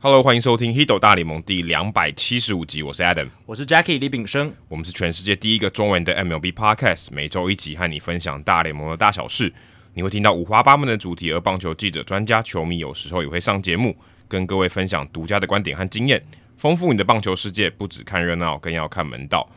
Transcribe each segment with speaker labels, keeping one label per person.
Speaker 1: Hello，欢迎收听《h i d o 大联盟》第两百七十五集，我是 Adam，
Speaker 2: 我是 Jackie 李炳生。
Speaker 1: 我们是全世界第一个中文的 MLB Podcast，每周一集和你分享大联盟的大小事。你会听到五花八门的主题，而棒球记者、专家、球迷有时候也会上节目，跟各位分享独家的观点和经验，丰富你的棒球世界。不只看热闹，更要看门道。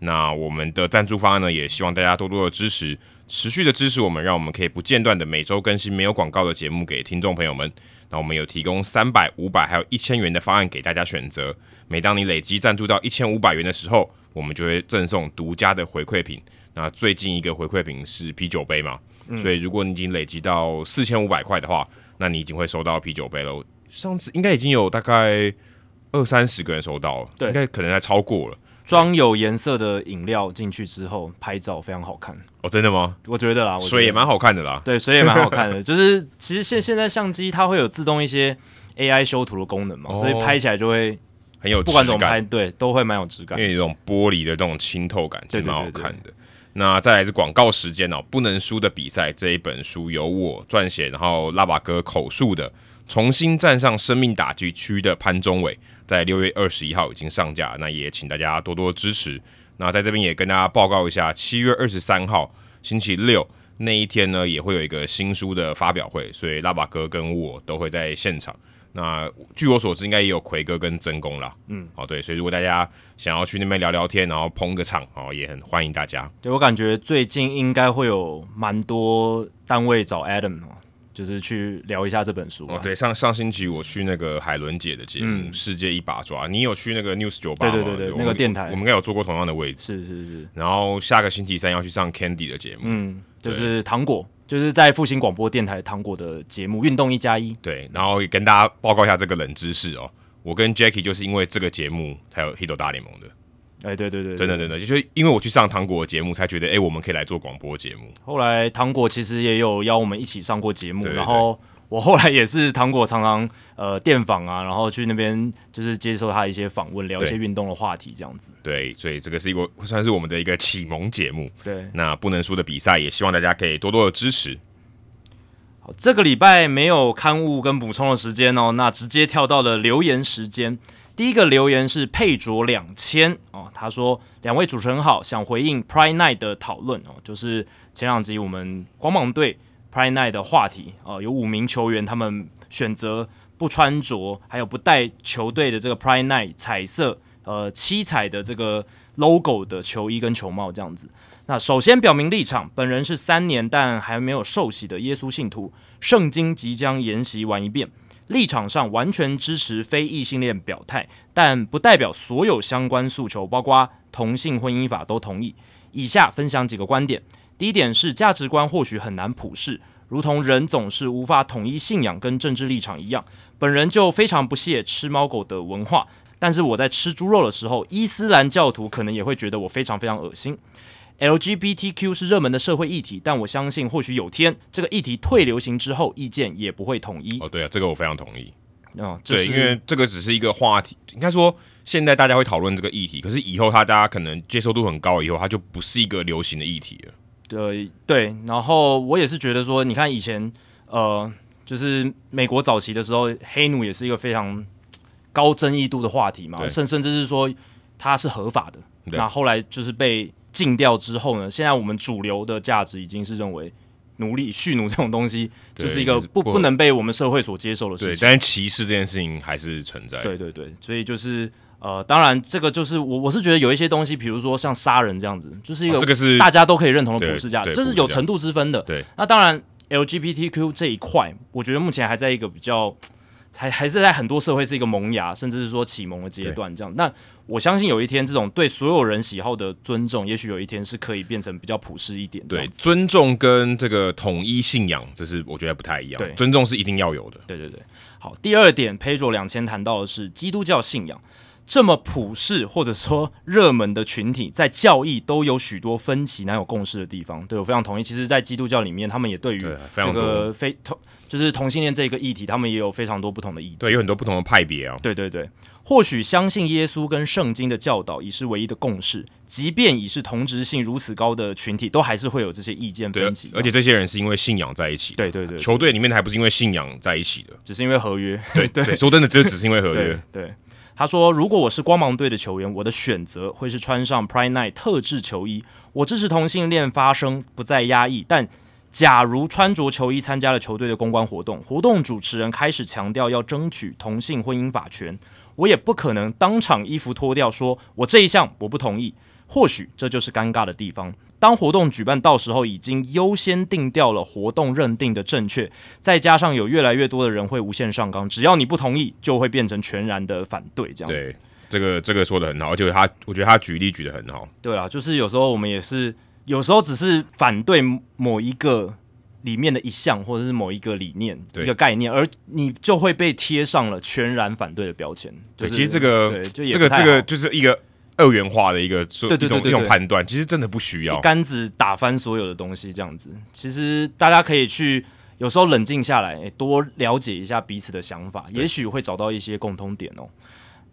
Speaker 1: 那我们的赞助方案呢，也希望大家多多的支持，持续的支持我们，让我们可以不间断的每周更新没有广告的节目给听众朋友们。那我们有提供三百、五百还有一千元的方案给大家选择。每当你累积赞助到一千五百元的时候，我们就会赠送独家的回馈品。那最近一个回馈品是啤酒杯嘛，
Speaker 2: 嗯
Speaker 1: 所以如果你已经累积到四千五百块的话，那你已经会收到啤酒杯了。上次应该已经有大概二三十个人收到了，
Speaker 2: 对
Speaker 1: 应该可能还超过了。
Speaker 2: 装有颜色的饮料进去之后，拍照非常好看，
Speaker 1: 哦，真的吗？
Speaker 2: 我觉得哦啦，我觉得
Speaker 1: 水也蛮好看的啦。
Speaker 2: 对，水也蛮好看的。 就是其实现现在相机它会有自动一些 AI 修图的功能嘛，
Speaker 1: 哦
Speaker 2: 所以拍起来就会
Speaker 1: 很有
Speaker 2: 不管
Speaker 1: 质
Speaker 2: 怎么
Speaker 1: 感嗯
Speaker 2: 拍，对，都会蛮有质感
Speaker 1: 因。为有种玻璃的这种浸透感，其
Speaker 2: 对
Speaker 1: 实
Speaker 2: 对对
Speaker 1: 蛮好看的。那再来是广告时间哦，《不能输的比赛》这一本书由我撰写，然后拉瓦哥口述的，重新站上生命打击区的潘宗伟，在六月二十一号已经上架，那也请大家多多支持。那在这边也跟大家报告一下，七月二十三号星期六那一天呢，也会有一个新书的发表会，所以拉瓦哥跟我都会在现场。那据我所知，应该也有奎哥跟真公啦。嗯，哦对，所以如果大家想要去那边聊聊天，然后捧个场，哦也很欢迎大家。
Speaker 2: 对我感觉最近应该会有蛮多单位找 Adam 哦，就是去聊一下这本书、啊
Speaker 1: 哦，，对，上上星期我去那个海伦姐的节目《世界一把抓》，你有去那个 News 酒吧吗？
Speaker 2: 对对对对
Speaker 1: 我
Speaker 2: 那
Speaker 1: 们
Speaker 2: 个电台
Speaker 1: 我们应该有坐过同样的位置。
Speaker 2: 是是是，
Speaker 1: 然后下个星期三要去上 Candy 的节目，
Speaker 2: 嗯，就是糖果，就是在复兴广播电台糖果的节目《运动一加一》。
Speaker 1: 对，然后也跟大家报告一下这个冷知识哦。我跟 Jackie 就是因为这个节目才有 Hito 大联盟的，
Speaker 2: 哎，对对对，对
Speaker 1: 真的真的，就是因为我去上糖果的节目，才觉得哎、诶我们可以来做广播节目。
Speaker 2: 后来糖果其实也有邀我们一起上过节目，
Speaker 1: 对对
Speaker 2: 然后我后来也是糖果常常呃电访啊，然后去那边就是接受他一些访问，聊一些
Speaker 1: 对
Speaker 2: 运动的话题这样子。
Speaker 1: 对，所以这个是一个算是我们的一个启蒙节目。
Speaker 2: 对，
Speaker 1: 那不能输的比赛，也希望大家可以多多的支持。
Speaker 2: 好，这个礼拜没有刊物跟补充的时间哦，那直接跳到了留言时间。第一个留言是佩卓两千哦，他说：“两位主持人好，想回应 Pride Night 的讨论哦，就是前两集我们光芒队 Pride Night 的话题哦，有五名球员他们选择不穿着，还有不带球队的这个 Pride Night 彩色呃七彩的这个 logo 的球衣跟球帽这样子。那首先表明立场，本人是三年但还没有受洗的耶稣信徒，圣经即将研习完一遍，立场上完全支持非异性恋表态，但不代表所有相关诉求，包括同性婚姻法都同意。以下分享几个观点：第一点是价值观或许很难普世，如同人总是无法统一信仰跟政治立场一样。本人就非常不屑吃猫狗的文化，但是我在吃猪肉的时候，伊斯兰教徒可能也会觉得我非常非常恶心。LGBTQ 是热门的社会议题，但我相信或许有天这个议题退流行之后，意见也不会统一。
Speaker 1: 哦，对啊，这个我非常同意。
Speaker 2: 嗯，这
Speaker 1: 对，
Speaker 2: 是
Speaker 1: 因为这个只是一个话题，应该说现在大家会讨论这个议题，可是以后它大家可能接受度很高，以后它就不是一个流行的议题了。
Speaker 2: 对呃对，然后我也是觉得说，你看以前呃，就是美国早期的时候，黑奴也是一个非常高争议度的话题嘛，
Speaker 1: 对
Speaker 2: 甚甚至是说它是合法的。
Speaker 1: 对
Speaker 2: 那后来就是被禁掉之后呢，现在我们主流的价值已经是认为奴隶、蓄奴这种东西
Speaker 1: 对
Speaker 2: 就是一个
Speaker 1: 是
Speaker 2: 不
Speaker 1: 不
Speaker 2: 不能被我们社会所接受的事
Speaker 1: 对，
Speaker 2: 情。
Speaker 1: 但是歧视这件事情还是存在。，哦
Speaker 2: 对对对，所以就是呃，当然这个就是我我是觉得有一些东西，比如说像杀人这样子，就是一个、
Speaker 1: 哦这个是
Speaker 2: 大家都可以认同的普世价值，
Speaker 1: 对对
Speaker 2: 这是有程度之分的。
Speaker 1: 对，
Speaker 2: 那当然 LGBTQ 这一块，我觉得目前还在一个比较。还还是在很多社会是一个萌芽，甚至是说启蒙的阶段，这样。那我相信有一天，这种对所有人喜好的尊重，也许有一天是可以变成比较普世一点。这
Speaker 1: 对，
Speaker 2: 样子，
Speaker 1: 尊重跟这个统一信仰，这是我觉得不太一
Speaker 2: 对
Speaker 1: 样。尊重是一定要有的。
Speaker 2: 对对对，好。第二点，Pedro 两千谈到的是基督教信仰。这么普世或者说热门的群体，在教义都有许多分歧、难有共识的地方。对我非常同意。其实，在基督教里面，他们也对于
Speaker 1: 对非
Speaker 2: 这
Speaker 1: 常
Speaker 2: 个
Speaker 1: 多
Speaker 2: 非同就是同性恋这个议题，他们也有非常多不同的意见。
Speaker 1: 对，有很多不同的派别啊。
Speaker 2: 对对对，或许相信耶稣跟圣经的教导已是唯一的共识，即便已是同质性如此高的群体，都还是会有这些意见
Speaker 1: 对，
Speaker 2: 分歧。
Speaker 1: 而且这些人是因为信仰在一起的。
Speaker 2: 对对对，
Speaker 1: 球队里面还不是因为信仰在一起 的。
Speaker 2: 只是因为合约。
Speaker 1: 对对，说真的，这只是因为合
Speaker 2: 对
Speaker 1: 约。
Speaker 2: 对，他说，如果我是光芒队的球员，我的选择会是穿上 Pride Night 特制球衣。我支持同性恋发声，不再压抑。但假如穿着球衣参加了球队的公关活动，活动主持人开始强调要争取同性婚姻法权，我也不可能当场衣服脱掉，说我这一项我不同意。或许这就是尴尬的地方。当活动举办到时候，已经优先定掉了活动认定的正确，再加上有越来越多的人会无限上纲，只要你不同意，就会变成全然的反对这样子。
Speaker 1: 对，这个这个说的很好，而且他我觉得他举例举的很好。
Speaker 2: 对啦，就是有时候我们也是，有时候只是反对某一个里面的一项，或者是某一个理念、
Speaker 1: 对
Speaker 2: 一个概念，而你就会被贴上了全然反对的标签。就
Speaker 1: 对，
Speaker 2: 是
Speaker 1: 其实这个
Speaker 2: 对就也
Speaker 1: 这个
Speaker 2: 不
Speaker 1: 这
Speaker 2: 太好
Speaker 1: 个就是一个二元化的一个说
Speaker 2: 对对
Speaker 1: 一种
Speaker 2: 对对
Speaker 1: 一种
Speaker 2: 对
Speaker 1: 判断，其实真的不需要
Speaker 2: 一。竿子打翻所有的东西，这样子。其实大家可以去有时候冷静下来，诶多了解一下彼此的想法，也许会找到一些共通点哦。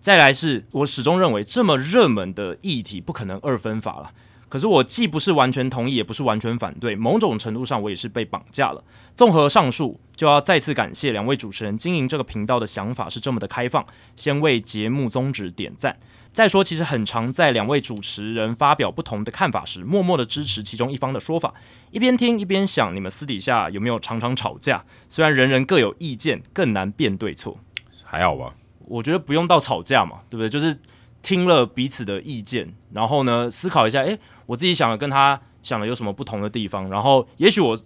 Speaker 2: 再来是我始终认为这么热门的议题不可能二分法了。可是我既不是完全同意，也不是完全反对，某种程度上我也是被绑架了。综合上述，就要再次感谢两位主持人经营这个频道的想法是这么的开放。先为节目宗旨点赞。再说，其实很常在两位主持人发表不同的看法时，默默的支持其中一方的说法，一边听一边想，你们私底下有没有常常吵架？虽然人人各有意见，更难辨对错。
Speaker 1: 还好吧？
Speaker 2: 我觉得不用到吵架嘛，对不对？就是听了彼此的意见，然后呢，思考一下，诶，我自己想的跟他想的有什么不同的地方，然后也许我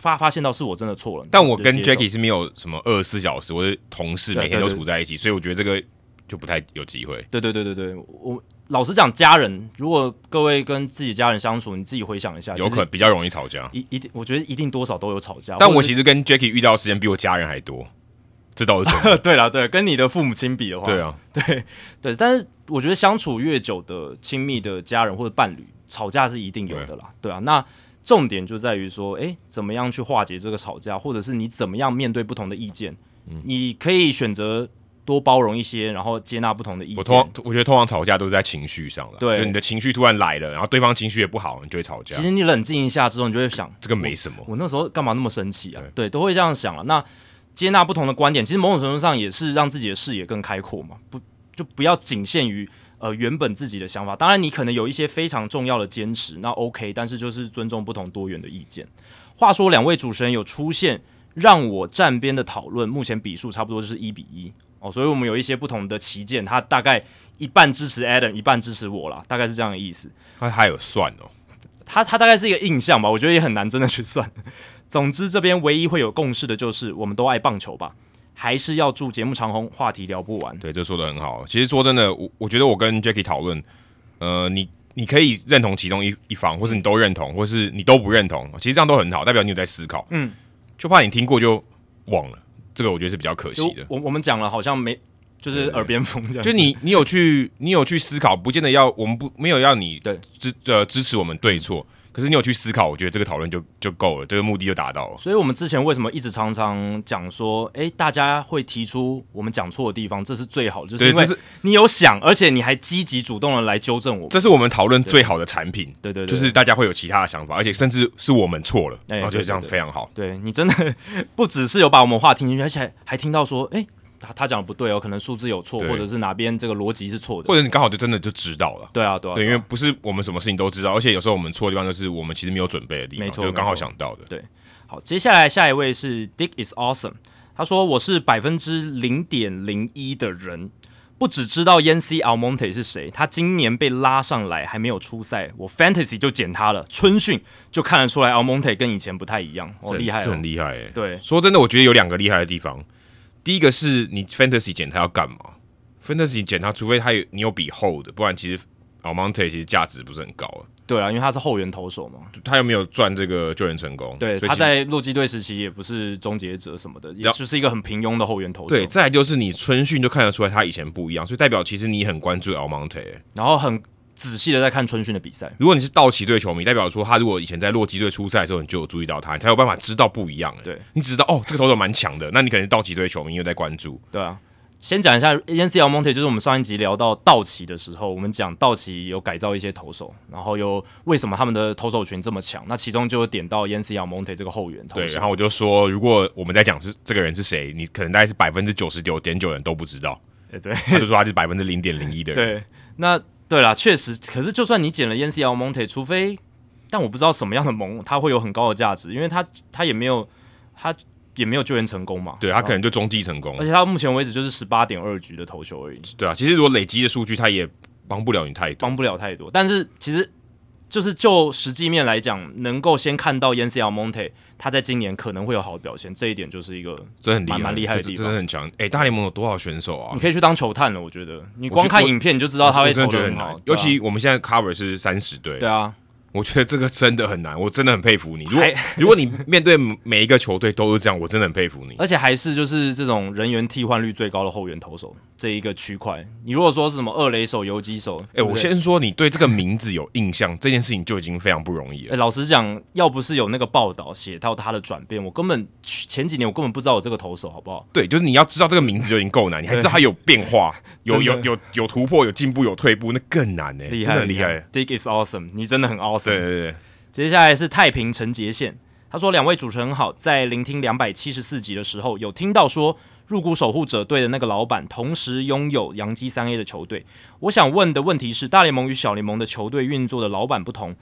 Speaker 2: 发发现到是我真的错了。
Speaker 1: 但我
Speaker 2: 就
Speaker 1: 跟
Speaker 2: 接受
Speaker 1: Jackie 是没有什么二十四小时，我是同事，
Speaker 2: 对
Speaker 1: 每天都
Speaker 2: 对对
Speaker 1: 处在一起，所以我觉得这个就不太有机会。
Speaker 2: 对对对对对，我老实讲，家人，如果各位跟自己家人相处，你自己回想一下，
Speaker 1: 有可
Speaker 2: 其
Speaker 1: 能
Speaker 2: 实
Speaker 1: 比较容易吵架。
Speaker 2: 一一定，我觉得一定多少都有吵架。
Speaker 1: 但我
Speaker 2: 或者
Speaker 1: 其实跟 Jackie 遇到的时间比我家人还多，这倒是真的。
Speaker 2: 是对啦，对，跟你的父母亲比的话，
Speaker 1: 对啊，
Speaker 2: 对，但是我觉得相处越久的亲密的家人或者伴侣，吵架是一定有的啦，对啊。那重点就在于说，诶，怎么样去化解这个吵架，或者是你怎么样面对不同的意见，你可以选择多包容一些，然后接纳不同的意
Speaker 1: 我通
Speaker 2: 见。
Speaker 1: 常我觉得通常吵架都是在情绪上的，
Speaker 2: 对
Speaker 1: 就你的情绪突然来了，然后对方情绪也不好，你就会吵架
Speaker 2: 其。实你冷静一下之后，你就会想，
Speaker 1: 这个没什么，
Speaker 2: 我那时候干嘛那么生气啊？对，都会这样想啊。那接纳不同的观点，其实某种程度上也是让自己的视野更开阔嘛，不就不要仅限于呃原本自己的想法。当然，你可能有一些非常重要的坚持，那 OK，但是就是尊重不同多元的意见。话说，两位主持人有出现让我站边的讨论，目前比数差不多就是一比一哦，所以我们有一些不同的旗舰，他大概一半支持 Adam，一半支持我啦，大概是这样的意思。
Speaker 1: 他还有算哦，
Speaker 2: 他他大概是一个印象吧，我觉得也很难真的去算。 总之，这边唯一会有共识的就是，我们都爱棒球吧，还是要祝节目长红，话题聊不完。
Speaker 1: 对，这说的很好。其实说真的，我我觉得我跟 Jackie 讨论，呃，你你可以认同其中一一方，或是你都认同，或是你都不认同，其实这样都很好，代表你有在思考。
Speaker 2: 嗯，
Speaker 1: 就怕你听过就忘了，这个我觉得是比较可惜
Speaker 2: 就
Speaker 1: 的。
Speaker 2: 我我们讲了，好像没就是耳边风这样。
Speaker 1: 就你你有去你有去思考，不见得要我们不没有要你
Speaker 2: 对
Speaker 1: 支呃支持我们对错，可是你有去思考，我觉得这个讨论就就够了，这个目的就达到了。
Speaker 2: 所以我们之前为什么一直常常讲说，诶，大家会提出我们讲错的地方，这是最好的，就是
Speaker 1: 对，
Speaker 2: 因
Speaker 1: 这
Speaker 2: 为
Speaker 1: 是
Speaker 2: 你有想，而且你还积极主动的来纠正我。
Speaker 1: 这是我们讨论最好的产品，
Speaker 2: 对对对，
Speaker 1: 就是大家会有其他的想法，而且甚至是我们错了，
Speaker 2: 哎
Speaker 1: 然后就
Speaker 2: 对
Speaker 1: 这样
Speaker 2: 对对
Speaker 1: 非常好。
Speaker 2: 对你真的不只是有把我们话听进去，而且还还听到说，诶，他他讲的不对哦，可能数字有错，
Speaker 1: 对
Speaker 2: 或者是哪边这个逻辑是错的。
Speaker 1: 或者你刚好就真的就知道了。
Speaker 2: 对啊，对啊，
Speaker 1: 对，因
Speaker 2: 啊
Speaker 1: 为不是我们什么事情都知道，而且有时候我们错的地方就是我们其实没有准备的地方，
Speaker 2: 没错
Speaker 1: 就刚好
Speaker 2: 没错
Speaker 1: 想到的。
Speaker 2: 好，接下来下一位是 Dick is awesome，他说我是百分之零点零一的人，不只知道 Yancy Almonte 是谁，他今年被拉上来还没有出赛，我 Fantasy 就捡他了，春训就看得出来 Almonte 跟以前不太一样，哦，
Speaker 1: 这
Speaker 2: 厉害
Speaker 1: 这
Speaker 2: 了
Speaker 1: 很，厉害、欸。
Speaker 2: 对
Speaker 1: 说真的，我觉得有两个厉害的地方。第一个是你 fantasy 捡它要干嘛？fantasy 捡它，除非它有你有比 hold，不然其实 Almonte 其实价值不是很高啊。
Speaker 2: 对啊，因为他是后援投手嘛，
Speaker 1: 他又没有赚这个救援成功，
Speaker 2: 对，
Speaker 1: 所以
Speaker 2: 他
Speaker 1: 其实
Speaker 2: 在洛基队时期也不是终结者什么的，也
Speaker 1: 了
Speaker 2: 就是一个很平庸的后援投手，
Speaker 1: 对，再来就是你春训就看得出来他以前不一样，所以代表其实你很关注 Almonte。欸
Speaker 2: 然后很仔细的在看春训的比赛，
Speaker 1: 如果你是道奇队球迷，代表说他如果以前在洛基队出赛的时候，你就有注意到他，你才有办法知道不一样。欸
Speaker 2: 对，
Speaker 1: 你只知道哦，这个投手蛮强的，那你可能是道奇队球迷又在关注。
Speaker 2: 对啊。先讲一下 n c l Monte，就是我们上一集聊到道奇的时候，我们讲道奇有改造一些投手，然后又为什么他们的投手群这么强？那其中就有点到 n c l Monte 这个后援投
Speaker 1: 对，
Speaker 2: 手
Speaker 1: 然。后我就说，如果我们在讲是这个人是谁，你可能大概是百分之九十九点九人都不知道，
Speaker 2: 对欸对
Speaker 1: 他就说他是百分之零点零一的人。
Speaker 2: 对，那对啦，确实。可是就算你捡了 n c l Monte，除非，但我不知道什么样的盟它会有很高的价值，因为它它也没有它也没有救援成功嘛。
Speaker 1: 对他可能就中继成功
Speaker 2: 而，且他目前为止就是十八点二局的投球而已，
Speaker 1: 对啊，其实如果累积的数据，他也帮不了你太多。
Speaker 2: 帮不了太多。但是其实就是就实际面来讲，能够先看到 Yancy Almonte 他在今年可能会有好的表现，这一点就是一个
Speaker 1: 这很厉害，
Speaker 2: 蛮蛮厉害的
Speaker 1: 这
Speaker 2: 地
Speaker 1: 这
Speaker 2: 方
Speaker 1: 真的很强。哎、大联盟有多少选手啊
Speaker 2: 你？可以去当球探了。我觉得你
Speaker 1: 我
Speaker 2: 光
Speaker 1: 觉
Speaker 2: 看
Speaker 1: 我
Speaker 2: 影片你就知道他
Speaker 1: 我
Speaker 2: 会
Speaker 1: 真
Speaker 2: 投
Speaker 1: 的觉得
Speaker 2: 的
Speaker 1: 很
Speaker 2: 很
Speaker 1: 难
Speaker 2: 好，，
Speaker 1: 尤
Speaker 2: 对啊
Speaker 1: 其我们现在 cover 是三十队，
Speaker 2: 对啊，
Speaker 1: 我觉得这个真的很难，我真的很佩服你。如果
Speaker 2: 还
Speaker 1: 如果你面对每一个球队都是这样，我真的很佩服你。
Speaker 2: 而且还是就是这种人员替换率最高的后援投手这一个区块。你如果说是什么二垒手、游击手，
Speaker 1: 哎、
Speaker 2: 对不
Speaker 1: 我
Speaker 2: 对
Speaker 1: 先说，你对这个名字有印象，这件事情就已经非常不容易
Speaker 2: 欸
Speaker 1: 了。
Speaker 2: 老实讲，要不是有那个报道写到他的转变，我根本前几年我根本不知道有这个投手，好不好？
Speaker 1: 对，就是你要知道这个名字就已经够难，你还知道它有变化，有有
Speaker 2: 真的
Speaker 1: 有有突破，有进步，有退步，那更难呢、
Speaker 2: 厉
Speaker 1: 真的
Speaker 2: 害，
Speaker 1: 很厉害。
Speaker 2: Dick is awesome，你真的很 awesome。
Speaker 1: 对对对，
Speaker 2: 接下来是太平陈杰宪，他说：“两位主持人好，在聆听两百七十四集的时候，有听到说入股守护者队的那个老板，同时拥有洋基三 A 的球队。我想问的问题是，大联盟与小联盟的球队运作的老板不同，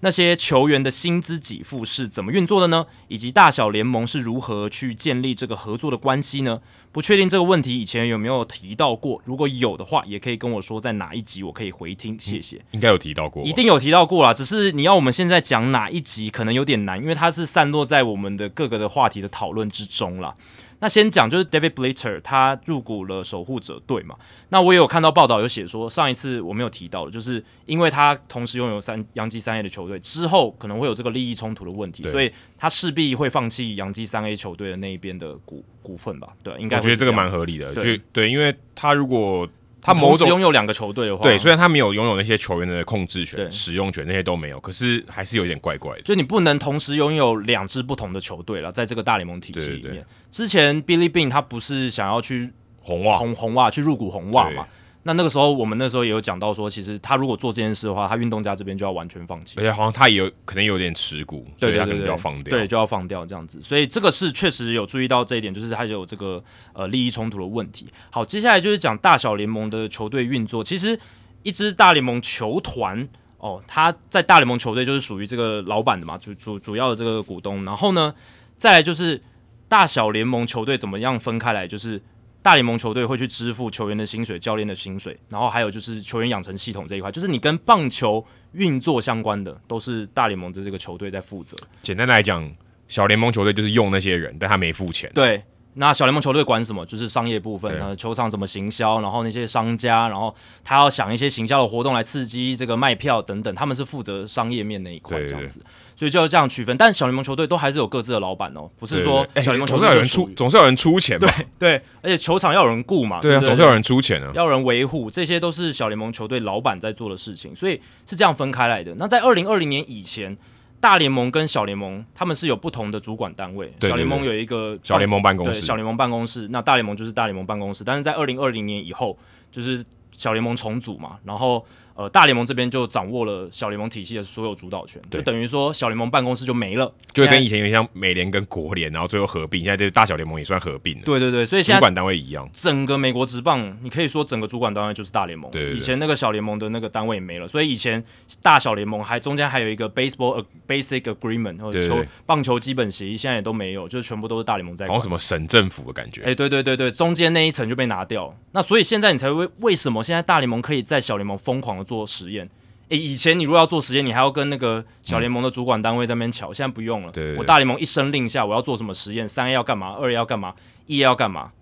Speaker 2: 那些球员的薪资给付是怎么运作的呢？以及大小联盟是如何去建立这个合作的关系呢？不确定这个问题以前有没有提到过，如果有的话，也可以跟我说在哪一集，我可以回听，谢谢。
Speaker 1: 应该有提到过吧。
Speaker 2: 一定有提到过啦，只是你要我们现在讲哪一集，可能有点难，因为它是散落在我们的各个的话题的讨论之中啦。那先讲就是 David Blatter 他入股了守护者队嘛，那我也有看到报道有写说，上一次我没有提到的，就是因为他同时拥有三洋基三 A 的球队，之后可能会有这个利益冲突的问题，
Speaker 1: 对
Speaker 2: 所以他势必会放弃洋基三 A 球队的那一边的股股份吧？对，啊应该
Speaker 1: 我觉得这个
Speaker 2: 会是样
Speaker 1: 蛮合理的，
Speaker 2: 对
Speaker 1: 就对，因为他如果他某
Speaker 2: 同时
Speaker 1: 种
Speaker 2: 拥有两个球队的话，
Speaker 1: 对，虽然他没有拥有那些球员的控制权、
Speaker 2: 对
Speaker 1: 使用权那些都没有，可是还是有点怪怪的。
Speaker 2: 就你不能同时拥有两支不同的球队了，在这个大联盟体系里面。
Speaker 1: 对对
Speaker 2: 之前 Billy Bean 他不是想要去
Speaker 1: 红袜
Speaker 2: 红红袜去入股红袜嘛？那那个时候我们那时候也有讲到说，其实他如果做这件事的话，他运动家这边就要完全放弃
Speaker 1: 而。且好像他也有可能有点持股，所
Speaker 2: 对
Speaker 1: 以
Speaker 2: 对
Speaker 1: 他可
Speaker 2: 对
Speaker 1: 能
Speaker 2: 对，
Speaker 1: 要放掉。
Speaker 2: 对，就要放掉这样子。所以这个是确实有注意到这一点，就是他有这个呃利益冲突的问题。好，接下来就是讲大小联盟的球队运作。其实一支大联盟球团哦，他在大联盟球队就是属于这个老板的嘛，主主主要的这个股东。然后呢，再来就是大小联盟球队怎么样分开来，就是。大联盟球队会去支付球员的薪水、教练的薪水，然后还有就是球员养成系统这一块，就是你跟棒球运作相关的，都是大联盟的这个球队在负责。
Speaker 1: 简单来讲，小联盟球队就是用那些人，但他没付钱。
Speaker 2: 对，那小联盟球队管什么？就是商业部分，
Speaker 1: 对
Speaker 2: 呃，球场怎么行销，然后那些商家，然后他要想一些行销的活动来刺激这个卖票等等，他们是负责商业面那一块
Speaker 1: 对
Speaker 2: 这样子，所以就这样区分。但小联盟球队都还是有各自的老板哦，不
Speaker 1: 对
Speaker 2: 是
Speaker 1: 对
Speaker 2: 说
Speaker 1: 对哎
Speaker 2: 小联盟球
Speaker 1: 总是
Speaker 2: 队
Speaker 1: 要有
Speaker 2: 就
Speaker 1: 人
Speaker 2: 属
Speaker 1: 出
Speaker 2: 于，
Speaker 1: 总是要有人出钱吧？
Speaker 2: 对，而且球场要有人雇嘛，
Speaker 1: 对啊，
Speaker 2: 不
Speaker 1: 总是要有人出钱啊。
Speaker 2: 要人维护，这些都是小联盟球队老板在做的事情，所以是这样分开来的。那在二零二零年以前，大联盟跟小联盟他们是有不同的主管单位，
Speaker 1: 对对
Speaker 2: 小联盟有一个
Speaker 1: 小联盟办公
Speaker 2: 对
Speaker 1: 室
Speaker 2: 小联盟办公室，那大联盟就是大联盟办公室。但是在二零二零年以后，就是小联盟重组嘛，然后呃，大联盟这边就掌握了小联盟体系的所有主导权，
Speaker 1: 对
Speaker 2: 就等于说小联盟办公室就没了，
Speaker 1: 就会
Speaker 2: 现在
Speaker 1: 跟以前有点像美联跟国联，然后最后合并，现在就是大小联盟也算合并了，
Speaker 2: 对对对，所以现
Speaker 1: 主
Speaker 2: 在
Speaker 1: 管单位一样。
Speaker 2: 整个美国职棒，你可以说整个主管单位就是大联盟。
Speaker 1: 对对对
Speaker 2: 以前那个小联盟的那个单位也没了，所以以前大小联盟还中间还有一个 baseball basic agreement 或
Speaker 1: 对
Speaker 2: 者
Speaker 1: 对
Speaker 2: 球
Speaker 1: 对
Speaker 2: 棒球基本协议，现在也都没有，就是全部都是大联盟在
Speaker 1: 好
Speaker 2: 管
Speaker 1: 像。什么省政府的感觉，
Speaker 2: 哎、对对对对，中间那一层就被拿掉了。那所以现在你才会为什么现在大联盟可以在小联盟疯狂的做实验？哎、以前你如果要做实验，你还要跟那个小联盟的主管单位在那边
Speaker 1: 嗯
Speaker 2: 瞧，现在不用了。
Speaker 1: 对对对
Speaker 2: 我大联盟一声令下，我要做什么实验，三 A 要干嘛，二 A 要干嘛，一 A 要干嘛，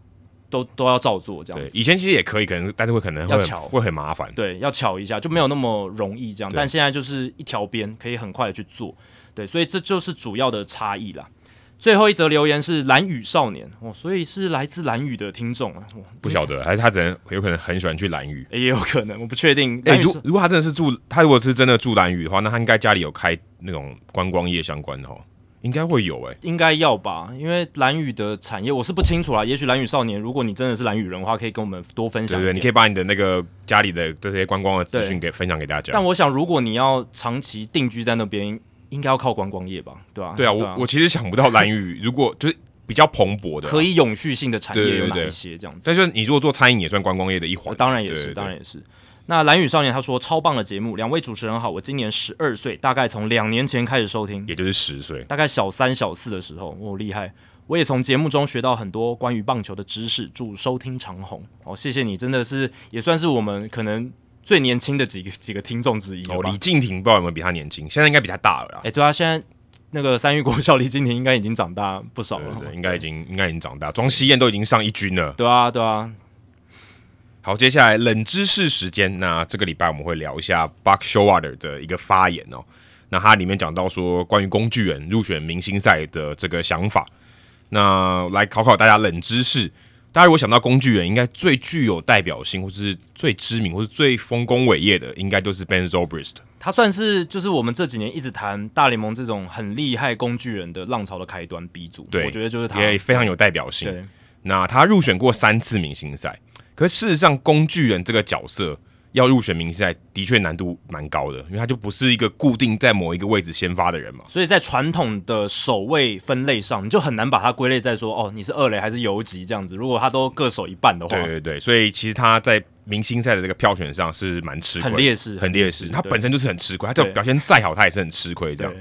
Speaker 2: 都都要照做这样
Speaker 1: 对，
Speaker 2: 子。
Speaker 1: 以前其实也可以，可能但是会可能会
Speaker 2: 要
Speaker 1: 很
Speaker 2: 巧
Speaker 1: 会很麻烦。
Speaker 2: 对，要巧一下就没有那么容易这样，
Speaker 1: 对
Speaker 2: 但现在就是一条边可以很快的去做，对，所以这就是主要的差异啦。最后一则留言是蓝雨少年哦，所以是来自蓝雨的听众啊，哦
Speaker 1: 不晓得，还是他只能有可能很喜欢去蓝屿。
Speaker 2: 也有可能，我不确定。
Speaker 1: 哎、
Speaker 2: 蓝雨
Speaker 1: 如
Speaker 2: 是
Speaker 1: 如果他真的是住，他如果是真的住蓝屿的话，那他应该家里有开那种观光业相关的哦，应该会有哎、
Speaker 2: 应该要吧，因为蓝雨的产业我是不清楚啦。也许蓝雨少年，如果你真的是蓝雨人的话，可以跟我们多分
Speaker 1: 对
Speaker 2: 享一
Speaker 1: 不对？
Speaker 2: 点。
Speaker 1: 你可以把你的那个家里的这些观光的资
Speaker 2: 对
Speaker 1: 讯给分享给大家
Speaker 2: 但。我想，如果你要长期定居在那边，应该要靠观光业吧，对吧、
Speaker 1: 对啊，我
Speaker 2: 啊
Speaker 1: 我其实想不到蓝屿如果就是比较蓬勃的啊、
Speaker 2: 可以永续性的产业
Speaker 1: 对对
Speaker 2: 有哪一
Speaker 1: 对
Speaker 2: 些这样子？
Speaker 1: 但是你如果做餐饮也算观光业的一
Speaker 2: 我
Speaker 1: 环，
Speaker 2: 当然也
Speaker 1: 对
Speaker 2: 是，
Speaker 1: 对
Speaker 2: 当然也是。那蓝雨少年他说超棒的节目，两位主持人好，我今年十二岁，大概从两年前开始收听，
Speaker 1: 也就是十岁。
Speaker 2: 大概小三小四的时候，我、厉害。我也从节目中学到很多关于棒球的知识，祝收听长虹。哦，谢谢你，真的是也算是我们可能最年轻的几个几个听众之一了
Speaker 1: 哦，
Speaker 2: 吧。
Speaker 1: 李敬廷不知道有没有比他年轻，现在应该比他大了啦
Speaker 2: 哎、。对啊，现在那个三育国小李今年应该已经长大不少
Speaker 1: 对
Speaker 2: 了。哦
Speaker 1: 对对，应该已经应该已经长大，庄熙燕都已经上一军了。
Speaker 2: 对啊，对啊，
Speaker 1: 好，接下来冷知识时间，那这个礼拜我们会聊一下 Buck Showalter 的一个发言哦。那他里面讲到说，关于工具人入选明星赛的这个想法，那来考考大家冷知识。大家如果想到工具人，应该最具有代表性，或是最知名，或是最丰功伟业的，应该就是 Ben Zobrist。
Speaker 2: 他算是就是我们这几年一直谈大联盟这种很厉害工具人的浪潮的开端鼻祖。
Speaker 1: 对
Speaker 2: 我觉得就是他。
Speaker 1: 也非常有代表性。
Speaker 2: 对，
Speaker 1: 那他入选过三次明星赛，可事实上，工具人这个角色要入选明星赛的确难度蛮高的，因为他就不是一个固定在某一个位置先发的人嘛。
Speaker 2: 所以在传统的守卫分类上，你就很难把它归类在说哦，你是二垒还是游击这样子。如果他都各守一半的话，
Speaker 1: 对对对，所以其实他在明星赛的这个票选上是蛮吃亏，
Speaker 2: 很劣势
Speaker 1: 很劣势。他
Speaker 2: 对
Speaker 1: 本身就是很吃亏，他就
Speaker 2: 对
Speaker 1: 表现再好，他也是很吃亏这样
Speaker 2: 对。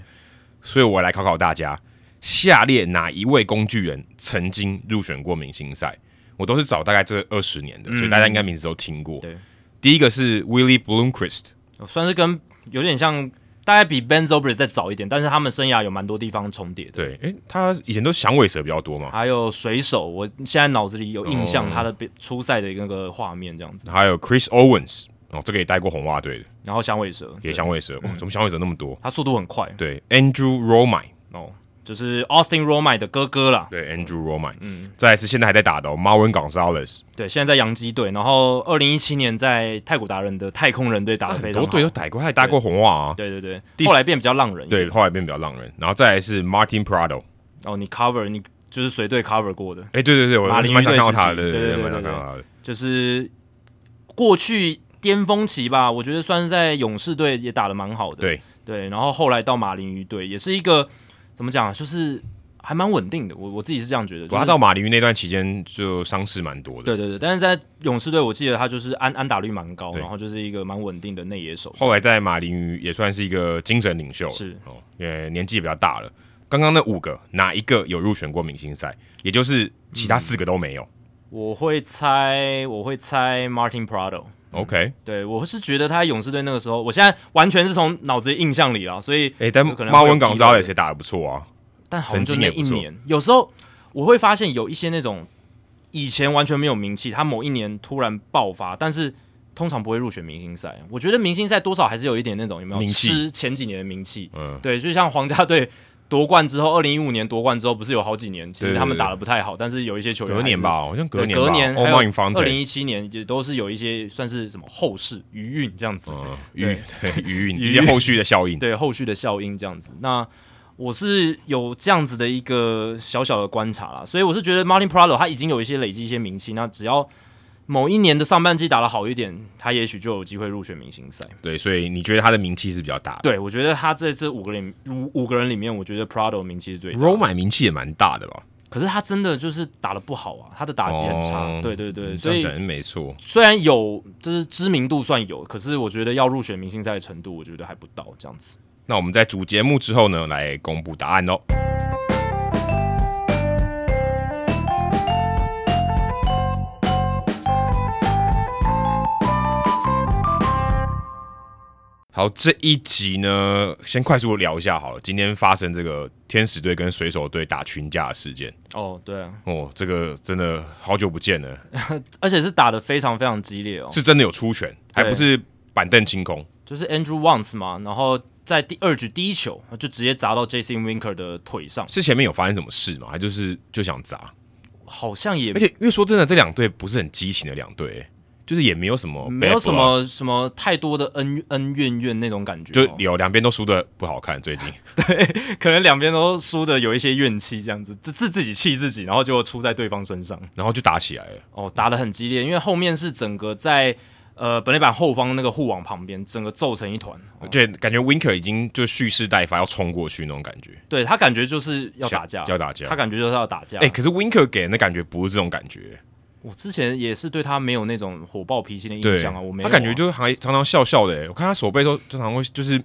Speaker 1: 所以我来考考大家，下列哪一位工具人曾经入选过明星赛？我都是找大概这二十年的，所以大家应该名字都听过。
Speaker 2: 嗯对
Speaker 1: 第一个是 Willie Bloomquist，
Speaker 2: 算是跟有点像，大概比 Ben Zobrist 再早一点，但是他们生涯有蛮多地方重叠的。
Speaker 1: 对，诶、他以前都是响尾蛇比较多嘛，
Speaker 2: 还有水手，我现在脑子里有印象
Speaker 1: 哦
Speaker 2: 他的比初赛的那个画面这样子，
Speaker 1: 还有 Chris Owens，哦，这个也带过红袜队的，
Speaker 2: 然后响尾蛇
Speaker 1: 也
Speaker 2: 对嗯
Speaker 1: 响尾蛇，哇，怎么响尾蛇那么多？
Speaker 2: 他速度很快
Speaker 1: 对，Andrew Romine，
Speaker 2: 哦，就是 Austin Romine 的哥哥啦，
Speaker 1: 对，Andrew Romine，嗯，再来是现在还在打的、哦、Marvin Gonzalez，
Speaker 2: 对，现在在洋基队，然后二零一七年在太古达人的太空人队打得非
Speaker 1: 很哎
Speaker 2: 常
Speaker 1: 多
Speaker 2: 好，
Speaker 1: 队都打过，他也打过红袜啊，
Speaker 2: 对对对
Speaker 1: 第
Speaker 2: 后来变比较浪人，
Speaker 1: 对，后来变比较浪人，然后再来是 Martin Prado，
Speaker 2: 哦，你 cover 你就是随队 cover 过的，
Speaker 1: 哎、对对对，我
Speaker 2: 马
Speaker 1: 蛮
Speaker 2: 林
Speaker 1: 想
Speaker 2: 鱼队
Speaker 1: 看到他的，
Speaker 2: 时期
Speaker 1: 对
Speaker 2: 对对
Speaker 1: 蛮想
Speaker 2: 对
Speaker 1: 看到他的，
Speaker 2: 就是过去巅峰期吧，我觉得算是在勇士队也打得蛮好的，
Speaker 1: 对
Speaker 2: 对，然后后来到马林鱼队也是一个怎么讲啊，就是还蛮稳定的，我我自己是这样觉得，就是
Speaker 1: 他到马林鱼那段期间就伤势蛮多的，
Speaker 2: 对对对，但是在勇士队，我记得他就是安安打率蛮高，
Speaker 1: 对
Speaker 2: 然后就是一个蛮稳定的内野手。
Speaker 1: 后来在马林鱼也算是一个精神领袖了，
Speaker 2: 是
Speaker 1: 哦，也年纪比较大了。刚刚那五个哪一个有入选过明星赛？也就是其他四个都没有。
Speaker 2: 我会猜，我会猜 Martin Prado。
Speaker 1: OK，哎、
Speaker 2: 对我是觉得他在勇士队那个时候，我现在完全是从脑子里印象里了，所以
Speaker 1: 但
Speaker 2: 有可能
Speaker 1: 马
Speaker 2: 会有
Speaker 1: 文港
Speaker 2: 机
Speaker 1: 扎
Speaker 2: 会
Speaker 1: 也是打的不错啊。
Speaker 2: 但好像
Speaker 1: 曾
Speaker 2: 就
Speaker 1: 经
Speaker 2: 那
Speaker 1: 也
Speaker 2: 一
Speaker 1: 不错
Speaker 2: 年，有时候我会发现有一些那种以前完全没有名气，他某一年突然爆发，但是通常不会入选明星赛。我觉得明星赛多少还是有一点那种有没有
Speaker 1: 名气
Speaker 2: 吃前几年的名气，
Speaker 1: 嗯，
Speaker 2: 对，就像皇家队夺冠之后，二零一五年夺冠之后，不是有好几年，其实他们打的不太好，但是有一些球员
Speaker 1: 隔
Speaker 2: 还是
Speaker 1: 年，吧，好像隔
Speaker 2: 对
Speaker 1: 年吧。
Speaker 2: 隔年还
Speaker 1: o
Speaker 2: 有
Speaker 1: m 方
Speaker 2: 二零一七年也都是有一些算是什么后世余韵这样子，
Speaker 1: 嗯，余 对余韵
Speaker 2: 余
Speaker 1: 一
Speaker 2: 韵
Speaker 1: 些后续的效应。
Speaker 2: 对后续的效应这样子。那我是有这样子的一个小小的观察啦，所以我是觉得 Martin Prado 他已经有一些累积一些名气，那只要某一年的上半季打得好一点，他也许就有机会入选明星赛。
Speaker 1: 对，所以你觉得他的名气是比较大的
Speaker 2: 对，我觉得他在这五个人五五个人里面，我觉得 Prado 名气是最大的。
Speaker 1: ？Roma 名气也蛮大的吧？
Speaker 2: 可是他真的就是打的不好啊，他的打击很差。
Speaker 1: 哦
Speaker 2: 对对对，
Speaker 1: 嗯
Speaker 2: 所
Speaker 1: 这样
Speaker 2: 以
Speaker 1: 讲没错。
Speaker 2: 虽然有就是知名度算有，可是我觉得要入选明星赛的程度，我觉得还不到这样子。
Speaker 1: 那我们在主节目之后呢，来公布答案哦。好，这一集呢，先快速聊一下好了。今天发生这个天使队跟水手队打群架的事件，
Speaker 2: 哦，对啊，
Speaker 1: 哦，这个真的好久不见了，
Speaker 2: 而且是打得非常非常激烈哦，
Speaker 1: 是真的有出拳，还不是板凳清空。
Speaker 2: 就是 Andrew Wants 嘛，然后在第二局第一球就直接砸到 Jason Winker 的腿上，
Speaker 1: 是前面有发生什么事吗？还就是就想砸，
Speaker 2: 好像也
Speaker 1: 而且因为说真的，这两队不是很激情的两队、欸就是也没有什么，
Speaker 2: 没有什，么什么太多的恩恩怨怨那种感觉
Speaker 1: 就
Speaker 2: 哦、
Speaker 1: 有两边都输的不好看。最近
Speaker 2: 可能两边都输的有一些怨气，这样子自自自己气自己，然后就出在对方身上。
Speaker 1: 然后就打起来了，
Speaker 2: 哦，打得很激烈，因为后面是整个在呃本垒板后方那个护网旁边，整个皱成一团。哦
Speaker 1: 就感觉 Winker 已经就蓄势待发，要冲过去那种感觉，
Speaker 2: 对他感觉就是要打架
Speaker 1: 想，要打架
Speaker 2: 他。感觉就是要打架。
Speaker 1: 哎、可是 Winker 给人的感觉不是这种感觉，
Speaker 2: 我之前也是对他没有那种火爆脾气的印
Speaker 1: 对，
Speaker 2: 象啊，我没有
Speaker 1: 他
Speaker 2: 啊、
Speaker 1: 感觉就是还常常笑笑的、欸，我看他手背都经常会就是嘖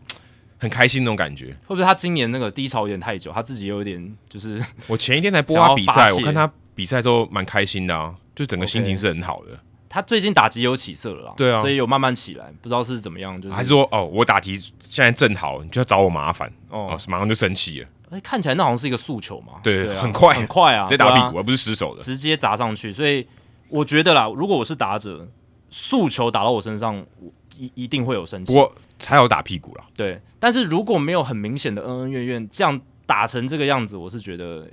Speaker 1: 很开心那种感觉。
Speaker 2: 会不会他今年那个低潮有点太久，他自己也有点就是
Speaker 1: 我前一天才播
Speaker 2: 想
Speaker 1: 他
Speaker 2: 要
Speaker 1: 比
Speaker 2: 发
Speaker 1: 赛，
Speaker 2: 泄
Speaker 1: 我看他比赛之后蛮开心的啊，就整个
Speaker 2: OK
Speaker 1: 心情是很好的。
Speaker 2: 他最近打击有起色了啦，
Speaker 1: 对啊
Speaker 2: 所以有慢慢起来，不知道是怎么样，就是
Speaker 1: 还是说哦，我打击现在正好，你就要找我麻烦
Speaker 2: 哦
Speaker 1: 哦，马上就生气了，
Speaker 2: 哎、看起来那好像是一个速球嘛，
Speaker 1: 对
Speaker 2: 啊
Speaker 1: 很快
Speaker 2: 很快啊，
Speaker 1: 直接打屁股，
Speaker 2: 对啊
Speaker 1: 而不是失手的。
Speaker 2: 直接砸上去。所以我觉得啦，如果我是打者，速球打到我身上，我一一定会有生
Speaker 1: 不
Speaker 2: 气。
Speaker 1: 过还有打屁股啦，
Speaker 2: 对，但是如果没有很明显的恩恩怨怨，这样打成这个样子，我是觉得，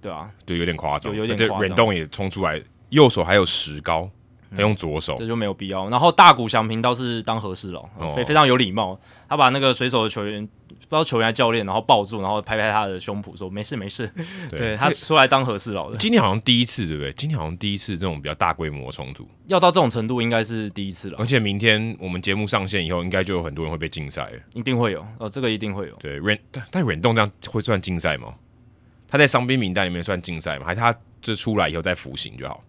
Speaker 2: 对啊，
Speaker 1: 就有点夸张，
Speaker 2: 有有点
Speaker 1: 对
Speaker 2: 夸张嗯
Speaker 1: 忍动也冲出来，右手还有石膏，还用左手
Speaker 2: 这就没有必要。然后大谷翔平倒是当和事佬，
Speaker 1: 哦
Speaker 2: 非、非常有礼貌，他把那个水手的球员。不知道球员还球练，然后抱住，然后拍拍他的胸脯说：“没事没事。对”他出来当和事佬的，
Speaker 1: 今天好像第一次，对不对？今天好像第一次这种比较大规模的冲突，
Speaker 2: 要到这种程度应该是第一次了
Speaker 1: 而，且明天我们节目上线以后，应该就有很多人会被禁赛了。
Speaker 2: 一定会有哦，这个一定会有。
Speaker 1: 对，忍但但忍动这样会算禁赛吗？他在伤兵名单里面算禁赛吗？还是他这出来以后再服刑就好？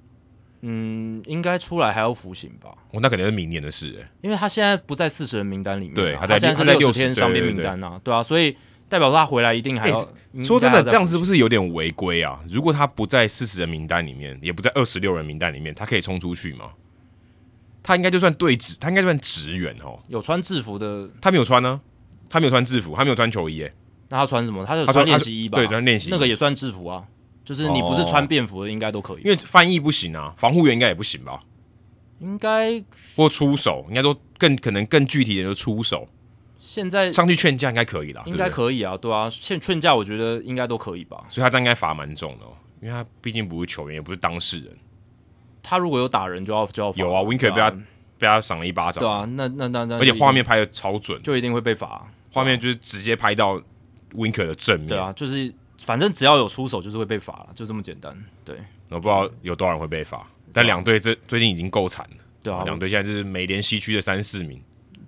Speaker 2: 嗯，应该出来还要服刑吧？
Speaker 1: 哦，那可能是明年的事、欸。
Speaker 2: 因为他现在不在四十人名单里面啊、
Speaker 1: 对
Speaker 2: 他
Speaker 1: 他在
Speaker 2: 现在是
Speaker 1: 他在
Speaker 2: 六
Speaker 1: 60
Speaker 2: 十天
Speaker 1: 对
Speaker 2: 伤病
Speaker 1: 对
Speaker 2: 名
Speaker 1: 对
Speaker 2: 单啊，对啊，所以代表说他回来一定还要。
Speaker 1: 哎
Speaker 2: 应
Speaker 1: 说真
Speaker 2: 该
Speaker 1: 的，
Speaker 2: 还要再
Speaker 1: 这样
Speaker 2: 服
Speaker 1: 是不是有点违规啊？如果他不在四十人名单里面，也不在二十六人名单里面，他可以冲出去吗？他应该就算对职，他应该算职员哦。
Speaker 2: 有穿制服的？
Speaker 1: 他没有穿呢、他没有穿制服，他没有穿球衣、欸，
Speaker 2: 那他穿什么？他有
Speaker 1: 他穿
Speaker 2: 穿练习衣吧？
Speaker 1: 对穿练习衣哦
Speaker 2: 那个也算制服啊，就是你不是穿便服的，应该都可以。
Speaker 1: 因为翻译不行啊，防护员应该也不行吧？
Speaker 2: 应该
Speaker 1: 或出手，应该说更可能更具体的就出手，
Speaker 2: 现 在
Speaker 1: 上去劝架应该可以啦，
Speaker 2: 应该
Speaker 1: 对不对
Speaker 2: 可以啊，对啊，劝劝架我觉得应该都可以吧。
Speaker 1: 所以他这样应该罚蛮重的、哦，因为他毕竟不是球员，也不是当事人。
Speaker 2: 他如果有打人就要就要罚
Speaker 1: 有啊
Speaker 2: 哦对
Speaker 1: ，Winker 被他、被他赏了一巴掌，
Speaker 2: 对啊，那那那那，
Speaker 1: 而且画面拍的超准，
Speaker 2: 就一定会被罚啊。
Speaker 1: 画面就是直接拍到 Winker 的正面，
Speaker 2: 对啊，就是反正只要有出手就是会被罚了，就这么简单。对
Speaker 1: 我不知道有多少人会被罚。但两队这最近已经够惨了，
Speaker 2: 啊对啊，
Speaker 1: 两队现在就是美联西区的三四名，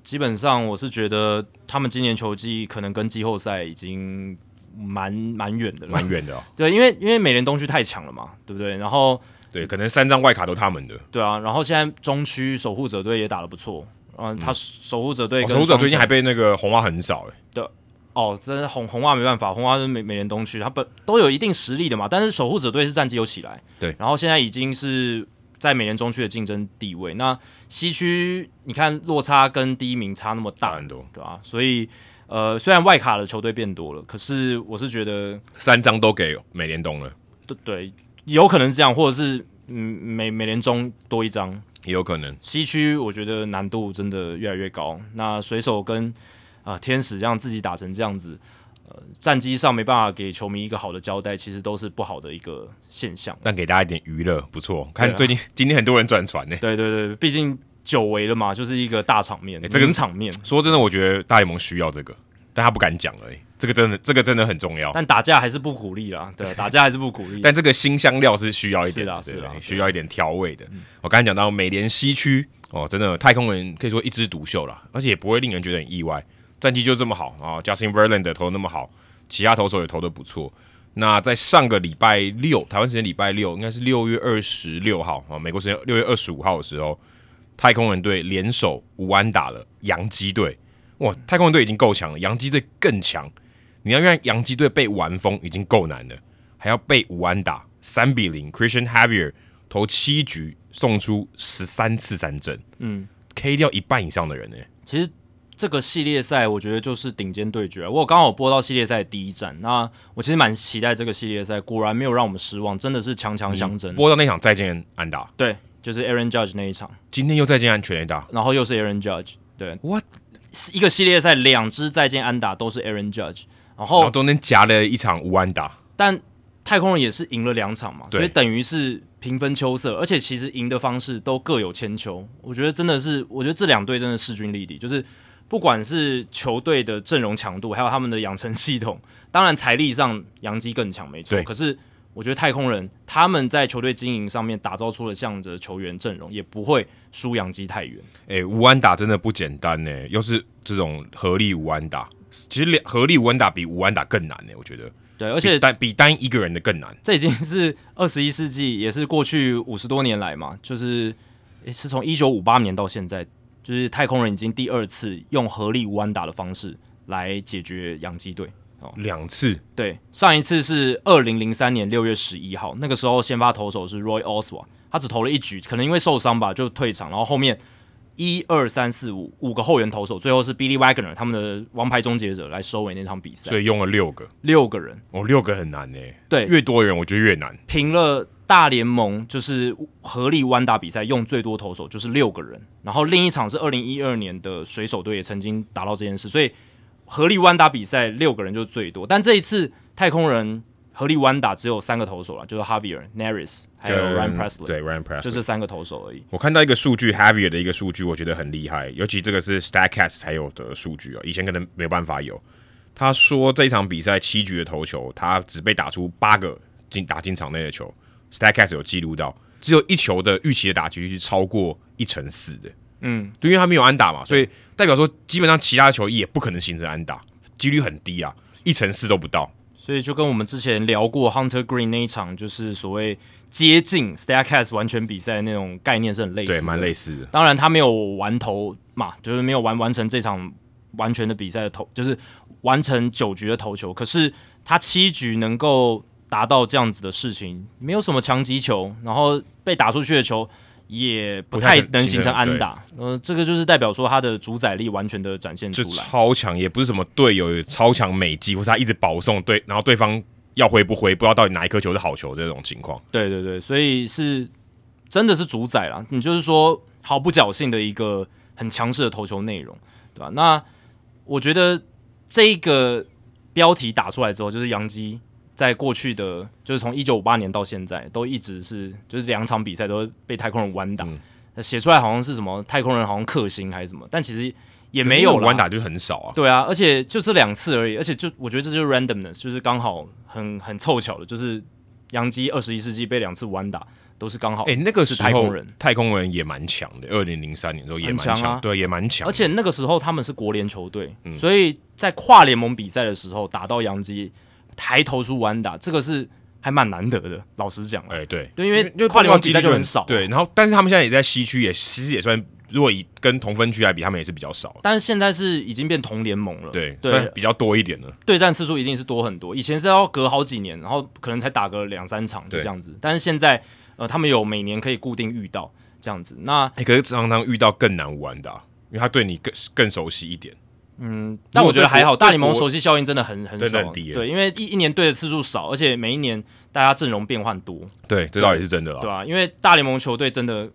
Speaker 2: 基本上我是觉得他们今年球季可能跟季后赛已经蛮蛮远的了，
Speaker 1: 蛮。远 的、哦。
Speaker 2: 对，因为因为美联东区太强了嘛，对不对？然后
Speaker 1: 对，可能三张外卡都他们的。
Speaker 2: 对啊，然后现在中区守护者队也打得不错。嗯，他守护者队
Speaker 1: 哦
Speaker 2: 跟
Speaker 1: 守护者最近还
Speaker 2: 双城
Speaker 1: 被那个红袜很少、欸，
Speaker 2: 哦，真的红红袜没办法，红袜是美美联东区，他本都有一定实力的嘛。但是守护者队是战绩有起来，
Speaker 1: 对
Speaker 2: 然后现在已经是在美联中区的竞争地位。那西区你看落差跟第一名差那么
Speaker 1: 大
Speaker 2: 大，
Speaker 1: 很多，
Speaker 2: 对啊，所以呃，虽然外卡的球队变多了，可是我是觉得，
Speaker 1: 三张都给美联东了，
Speaker 2: 对对，有可能是这样，或者是嗯，美美联中多一张，
Speaker 1: 也有可能。
Speaker 2: 西区我觉得难度真的越来越高。那水手跟啊、呃天使让自己打成这样子，呃，战绩上没办法给球迷一个好的交代，其实都是不好的一个现象。
Speaker 1: 但给大家一点娱乐，不错。
Speaker 2: 对
Speaker 1: 看
Speaker 2: 啊
Speaker 1: 最近、今天很多人转船呢、欸
Speaker 2: 对对对，毕竟久违了嘛，就是一个大场面，
Speaker 1: 欸这个
Speaker 2: 名场面。
Speaker 1: 说真的，我觉得大联盟需要这个，但他不敢讲而已。这个真的，这个真的很重要。但
Speaker 2: 但打架还是不鼓励啦，对啊， 打架还是不鼓励。
Speaker 1: 这个新香料是需要一点，
Speaker 2: 是啦
Speaker 1: 对
Speaker 2: 是
Speaker 1: 对
Speaker 2: 啦是啦嗯
Speaker 1: 需要一点调味的。我刚才讲到美联西区，哦，真的太空人可以说一枝独秀啦，而且也不会令人觉得很意外，战绩就这么好啊、Justin Verlander 投得那么好，其他投手也投得不错。那在上个礼拜六，台湾时间礼拜六，应该是六月二十六号啊、美国时间六月二十五号的时候，太空人队联手无安打了洋基队。哇，太空人队已经够强了，洋基队更强。你要让洋基队被玩疯已经够难了，还要被五安打三比零。Christian Javier 投七局送出十三次三振，嗯，K 掉一半以上的人呢、
Speaker 2: 其实这个系列赛，我觉得就是顶尖对决。啊我刚好播到系列赛第一站，那我其实蛮期待这个系列赛，果然没有让我们失望，真的是强强相争。
Speaker 1: 播到那场再见安打，
Speaker 2: 对，就是 Aaron Judge 那一场，
Speaker 1: 今天又再见安全垒打，
Speaker 2: 然后又是 Aaron Judge，对，
Speaker 1: What？
Speaker 2: 一个系列赛两支再见安打都是 Aaron Judge，然
Speaker 1: 然
Speaker 2: 后
Speaker 1: 后中间夹了一场无安打，
Speaker 2: 但太空人也是赢了两场嘛，
Speaker 1: 对
Speaker 2: 所以等于是平分秋色，而且其实赢的方式都各有千秋。我觉得真的是，我觉得这两队真的势均力敌，就是不管是球队的阵容强度，还有他们的养成系统，当然财力上杨基更强没错
Speaker 1: 对，
Speaker 2: 可是。我觉得太空人他们在球队经营上面打造出了这样子的球员阵容，也不会输杨基太远。
Speaker 1: 哎、无安打真的不简单呢、又是这种合力无安打，其实两合力无安打比无安打更难呢、欸我觉得，
Speaker 2: 对，
Speaker 1: 而
Speaker 2: 而且
Speaker 1: 单比单一个人的更难。
Speaker 2: 这已经是二十一世纪，也是过去五十多年来嘛，就是诶是从一九五八年到现在，就是太空人已经第二次用合力无安打的方式来解决洋基队。
Speaker 1: 两次，
Speaker 2: 对，上一次是二零零三年六月十一号，那个时候先发投手是 Roy Oswald，他只投了一局，可能因为受伤吧就退场，然后后面一二三四五五个后援投手，最后是 Billy Wagner 他们的王牌终结者来收尾那场比赛
Speaker 1: 所，以用了六个，
Speaker 2: 六个人。
Speaker 1: 哦，六个很难呢、
Speaker 2: 对，
Speaker 1: 越多人我觉得越难。
Speaker 2: 平了大联盟就是合力弯打比赛用最多投手就是六个人，然后另一场是二零一二年的水手队也曾经达到这件事，所以合力弯打比赛六个人就是最多，但这一次太空人合力弯打只有三个投手了，就是 Javier Naris 还有
Speaker 1: 就
Speaker 2: Ryan Presley，
Speaker 1: 对 Ryan Presley，
Speaker 2: 就这三个投手而已。
Speaker 1: 我看到一个数据，Javier 的一个数据，我觉得很厉害，尤其这个是 Statcast 才有的数据哦，以前可能没有办法有。他说这一场比赛七局的投球，他只被打出八个进打进场内的球，Statcast 有记录到，只有一球的预期的打击率是超过一成四的，
Speaker 2: 嗯，
Speaker 1: 对，因为他没有安打嘛，所以代表说基本上其他的球也不可能形成安打，几率很低啊，一成四都不到。
Speaker 2: 所以就跟我们之前聊过 Hunter Green 那一场，就是所谓接近 Stacks 完全比赛那种概念是很类似的，
Speaker 1: 对，蛮类似的。
Speaker 2: 当然他没有完投嘛，就是没有完完成这场完全的比赛的投，就是完成九局的投球。可是他七局能够达到这样子的事情，没有什么强击球，然后被打出去的球也不太
Speaker 1: 不太
Speaker 2: 能
Speaker 1: 能
Speaker 2: 形
Speaker 1: 形成
Speaker 2: 成安打。呃，这个就是代表说他的主宰力完全的展现出
Speaker 1: 就
Speaker 2: 来。
Speaker 1: 超强，也不是什么队友有超强美技，或是他一直保送对，然后对方要回不回，不知道到底哪一颗球是好球这种情况。
Speaker 2: 对对对，所以是真的是主宰啦。你就是说毫不侥幸的一个很强势的投球内容，对吧、那我觉得这个标题打出来之后，就是杨基在过去的，就是从一九五八年到现在，都一直是就是两场比赛都被太空人弯打。那写出来好像是什么太空人好像克星还是什么，但其实也没有
Speaker 1: 因为
Speaker 2: 啦
Speaker 1: 弯打就很少啊。
Speaker 2: 对啊，而且就这两次而已，而且就我觉得这就是 randomness，就是刚好很很凑巧的，就是杨基二十一世纪被两次弯打都是刚好。
Speaker 1: 哎、那个
Speaker 2: 是
Speaker 1: 时
Speaker 2: 太空
Speaker 1: 候
Speaker 2: 人
Speaker 1: 太空人也蛮强的，二零零三年的时候也蛮
Speaker 2: 很强啊
Speaker 1: 对，也蛮强的。
Speaker 2: 而且那个时候他们是国联球队，所以在跨联盟比赛的时候打到杨基，抬头出弯打，这个是还蛮难得的。老实讲啊，
Speaker 1: 哎、对，
Speaker 2: 对，因为
Speaker 1: 就
Speaker 2: 跨联盟比赛
Speaker 1: 就
Speaker 2: 就很少，啊
Speaker 1: 对，然后但是他们现在也在西区也，其实也算，如果以跟同分区来比，他们也是比较少。
Speaker 2: 但是现在是已经变同联盟了，
Speaker 1: 对，
Speaker 2: 对
Speaker 1: 算比较多一点的。
Speaker 2: 对战次数一定是多很多。以前是要隔好几年，然后可能才打个两三场就
Speaker 1: 对
Speaker 2: 这样子，但是现在呃，他们有每年可以固定遇到这样子。那
Speaker 1: 哎、可是常常遇到更难玩的啊、因为他对你更更熟悉一点。
Speaker 2: 嗯，但我觉得还好，
Speaker 1: 如果
Speaker 2: 大
Speaker 1: 对国
Speaker 2: 联盟熟悉效应真的很很
Speaker 1: 真
Speaker 2: 少啊
Speaker 1: 的很低耶
Speaker 2: 对，因为一一年对的次数少，而且每一年大家阵容变换多，
Speaker 1: 对，这倒也是真的啦
Speaker 2: 对。啊吧、因为大联盟球队真的呃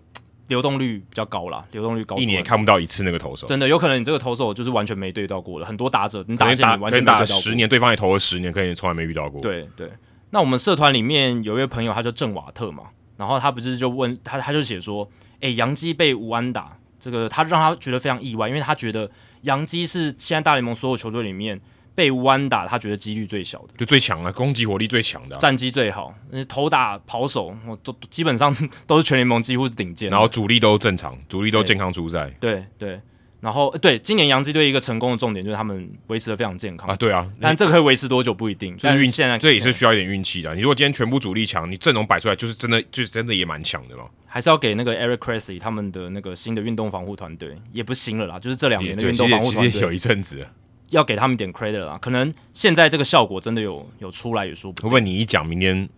Speaker 2: 流动率比较高啦，流动率高出
Speaker 1: 一
Speaker 2: 很多，
Speaker 1: 年也看不到一次那个投手。
Speaker 2: 真的有可能你这个投手就是完全没对到过的，很多打者你
Speaker 1: 可
Speaker 2: 打
Speaker 1: 能
Speaker 2: 线
Speaker 1: 打
Speaker 2: 你完
Speaker 1: 可
Speaker 2: 全
Speaker 1: 能
Speaker 2: 没
Speaker 1: 打
Speaker 2: 对到
Speaker 1: 了
Speaker 2: 过
Speaker 1: 十年，对方也投了十年，可能从来没遇到过。，
Speaker 2: 对对，那我们社团里面有一位朋友，他叫郑瓦特嘛，然后他不是就问他，他就写说，哎、杨基被吴安打，这个他让他觉得非常意外，因为他觉得杨基是现在大联盟所有球队里面被吴安打，他觉得几率最小的，
Speaker 1: 就最强啊，攻击火力最强的啊、
Speaker 2: 战绩最好，呃投打跑手，我都都基本上 都是全联盟几乎是顶尖的，
Speaker 1: 然后主力都正常，主力都
Speaker 2: 对
Speaker 1: 健康出赛
Speaker 2: 对对。然后，呃对，今年洋基队一个成功的重点就是他们维持的非常健康，
Speaker 1: 啊。对啊，
Speaker 2: 但这个可以维持多久不一定。
Speaker 1: 这
Speaker 2: 但
Speaker 1: 是
Speaker 2: 是
Speaker 1: 运
Speaker 2: 现在
Speaker 1: 这也是需要一点运气的啊。你如果今天全部主力强，你阵容摆出来就是真的，就是真的也蛮强的嘛。
Speaker 2: 还是要给那个 Eric Cressy 他们的那个新的运动防护团队，也不新了啦，就是这两
Speaker 1: 也
Speaker 2: 年的
Speaker 1: 对，
Speaker 2: 运
Speaker 1: 其
Speaker 2: 动
Speaker 1: 实
Speaker 2: 防护团
Speaker 1: 其实有
Speaker 2: 队
Speaker 1: 一阵子了，
Speaker 2: 要给他们一点 credit 啦。可能现在这个效果真的有有出来也说不
Speaker 1: 会不
Speaker 2: 定。
Speaker 1: 会你一讲，明天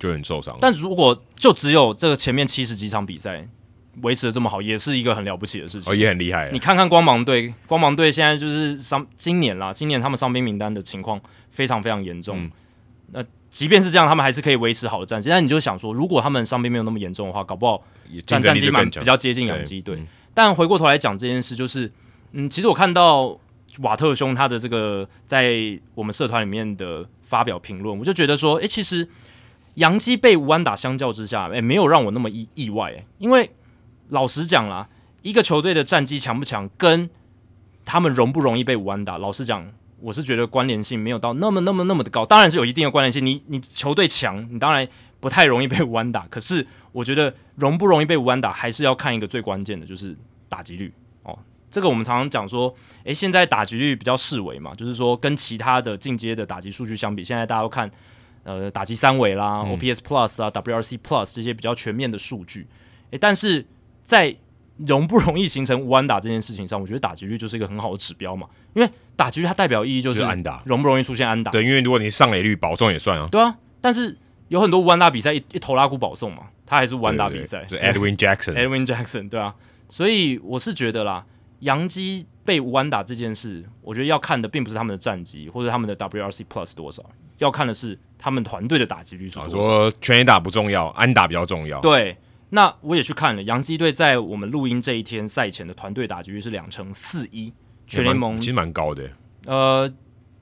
Speaker 1: 就很受伤？
Speaker 2: 但如果就只有这个前面七十几场比赛，维持的这么好，也是一个很了不起的事
Speaker 1: 哦，
Speaker 2: 情。
Speaker 1: 也很厉害
Speaker 2: 你。看看光芒队，光芒队现在就是伤，今年啦，今年他们伤兵名单的情况非常非常严重。
Speaker 1: 嗯
Speaker 2: 那即便是这样，他们还是可以维持好的战绩。但你就想说，如果他们伤兵没有那么严重的话，搞不好
Speaker 1: 也竞
Speaker 2: 战
Speaker 1: 争
Speaker 2: 战
Speaker 1: 力
Speaker 2: 绩
Speaker 1: 就
Speaker 2: 蛮
Speaker 1: 更
Speaker 2: 比
Speaker 1: 强。
Speaker 2: 较接近洋基队
Speaker 1: 对嗯。
Speaker 2: 但回过头来讲这件事，就是嗯，其实我看到瓦特兄他的这个在我们社团里面的发表评论，我就觉得说，诶，其实洋基被乌安打相较之下，诶，没有让我那么意意外、诶，因为老实讲啦，一个球队的战绩强不强，跟他们容不容易被乌安打，老实讲。我是觉得关联性没有到那么那么那么的高，当然是有一定的关联性。你你球队强，你当然不太容易被弯打。可是我觉得容不容易被弯打，还是要看一个最关键的，就是打击率哦。这个我们常常讲说，诶，现在打击率比较视为嘛，就是说跟其他的进阶的打击数据相比，现在大家都看呃打击三维啦、OPS Plus 啦、WRC Plus 这些比较全面的数据。诶，但是在容不容易形成无安打这件事情上，我觉得打击率就是一个很好的指标嘛，因为打击率它代表意义就是
Speaker 1: 就是安打
Speaker 2: 容不容易出现安打。
Speaker 1: 对，因为如果你上垒率保送也算啊。
Speaker 2: 对啊，但是有很多弯打比赛一一头拉鼓保送嘛，他还是弯打
Speaker 1: 对
Speaker 2: 比赛。哎
Speaker 1: 对对就 Edwin Jackson，
Speaker 2: Edwin Jackson 对啊，所以我是觉得啦，洋基被弯打这件事，我觉得要看的并不是他们的战绩或者他们的 WRC Plus 多少，要看的是他们团队的打击率是
Speaker 1: 啊
Speaker 2: 多少。
Speaker 1: 说全垒打不重要，安打比较重要。
Speaker 2: 对，那我也去看了，洋基队在我们录音这一天赛前的团队打击率是两成四一，全联盟
Speaker 1: 其实蛮高的。
Speaker 2: 呃，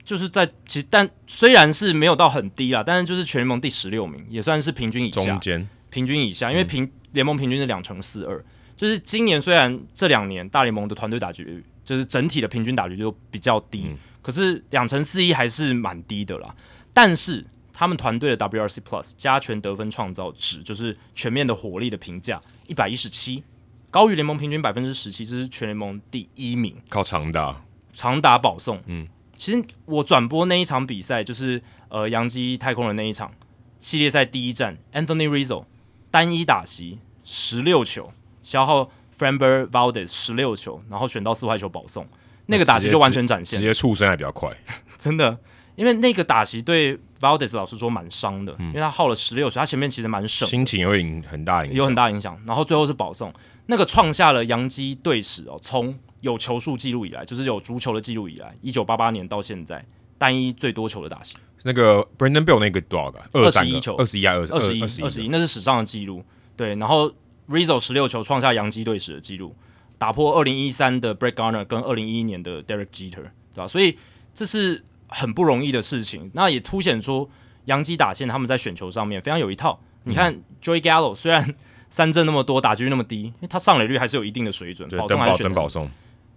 Speaker 2: 就是在其实但虽然是没有到很低啦，但是就是全联盟第十六名，也算是平均以下。
Speaker 1: 中间
Speaker 2: 平均以下，因为平、联盟平均是两成四二，就是今年虽然这两年大联盟的团队打击率就是整体的平均打击率都比较低，可是两成四一还是蛮低的啦。但是他们团队的 WRC Plus 加权得分创造值就是全面的火力的评价一百一十七，高于联盟平均百分之十七，这是全联盟第一名。
Speaker 1: 靠长打，
Speaker 2: 长打保送。嗯，其实我转播那一场比赛，就是呃洋基太空人那一场系列赛第一战，Anthony Rizzo 单一打席十六球，消耗 Framber Valdez 十六球，然后选到四坏球保送，那个打
Speaker 1: 直
Speaker 2: 席
Speaker 1: 接
Speaker 2: 就完全展
Speaker 1: 直
Speaker 2: 现，
Speaker 1: 接触身还比较快。
Speaker 2: 真的。因为那个打席对 Valdez 老师说蛮伤的，
Speaker 1: 嗯
Speaker 2: 因为他耗了十六球，他前面其实蛮省的
Speaker 1: 心情也会影很大影响。
Speaker 2: 有很大影响。然后最后是保送，那个创下了洋基队史哦，从有球数记录以来，就是有足球的记录以来，一九八八年到现在单一最多球的打席，
Speaker 1: 那个 Brandon Bell 那个多少个？二三
Speaker 2: 21球
Speaker 1: 二十一还二
Speaker 2: 二十一，
Speaker 1: 二
Speaker 2: 二
Speaker 1: 十
Speaker 2: 十
Speaker 1: 一
Speaker 2: 一，那是史上的记录。对，然后 Rizzo 十六球创下洋基队史的记录，打破二零一三的 Brett Garner 跟二零一一年的 Derek Jeter，对吧、所以这是很不容易的事情，那也凸显出洋基打线他们在选球上面非常有一套。你看
Speaker 1: 嗯
Speaker 2: Joey Gallo 虽然三振那么多，打击率那么低，因为他上垒率还是有一定的水准，
Speaker 1: 对，
Speaker 2: 保
Speaker 1: 登
Speaker 2: 送还
Speaker 1: 保
Speaker 2: 是选
Speaker 1: 登
Speaker 2: 得
Speaker 1: 保送，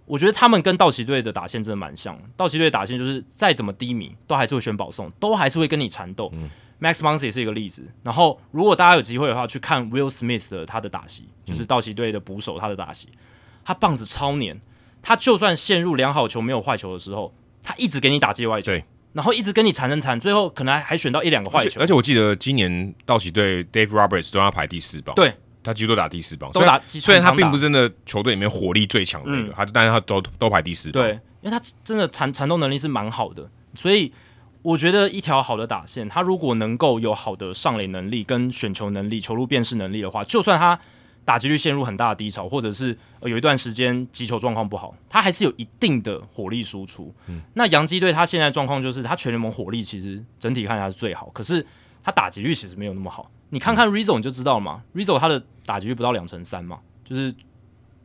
Speaker 2: 我觉得他们跟道奇队的打线真的蛮像的。道奇队的打线就是再怎么低迷，都还是会选保送，都还是会跟你缠斗。Max Muncy 也是一个例子。然后，如果大家有机会的话，去看 Will Smith 的他的打席，就是道奇队的捕手他的打席，他棒子超黏，他就算陷入良好球没有坏球的时候，他一直给你打界外球
Speaker 1: 对，
Speaker 2: 然后一直跟你缠缠缠，最后可能还还选到一两个
Speaker 1: 而
Speaker 2: 坏
Speaker 1: 且
Speaker 2: 球
Speaker 1: 而。且我记得今年道奇队 Dave Roberts 都让他排第四棒，
Speaker 2: 对，
Speaker 1: 他几乎都打第四棒，
Speaker 2: 都
Speaker 1: 虽然
Speaker 2: 打
Speaker 1: 虽然他并不
Speaker 2: 是
Speaker 1: 是真的球队里面火力最强的那个，他但是他都都排第四棒，
Speaker 2: 对，因为他真的缠缠斗能力是蛮好的，所以我觉得一条好的打线，他如果能够有好的上垒能力、跟选球能力、球路辨识能力的话，就算他打击率陷入很大的低潮，或者是、呃有一段时间击球状况不好，他还是有一定的火力输出。那洋基队他现在状况就是，他全联盟火力其实整体看下是最好，可是他打击率其实没有那么好。你看
Speaker 1: 嗯
Speaker 2: 看 Rizzo 你就知道了嘛、r i z z o 他的打击率不到两成三嘛，就是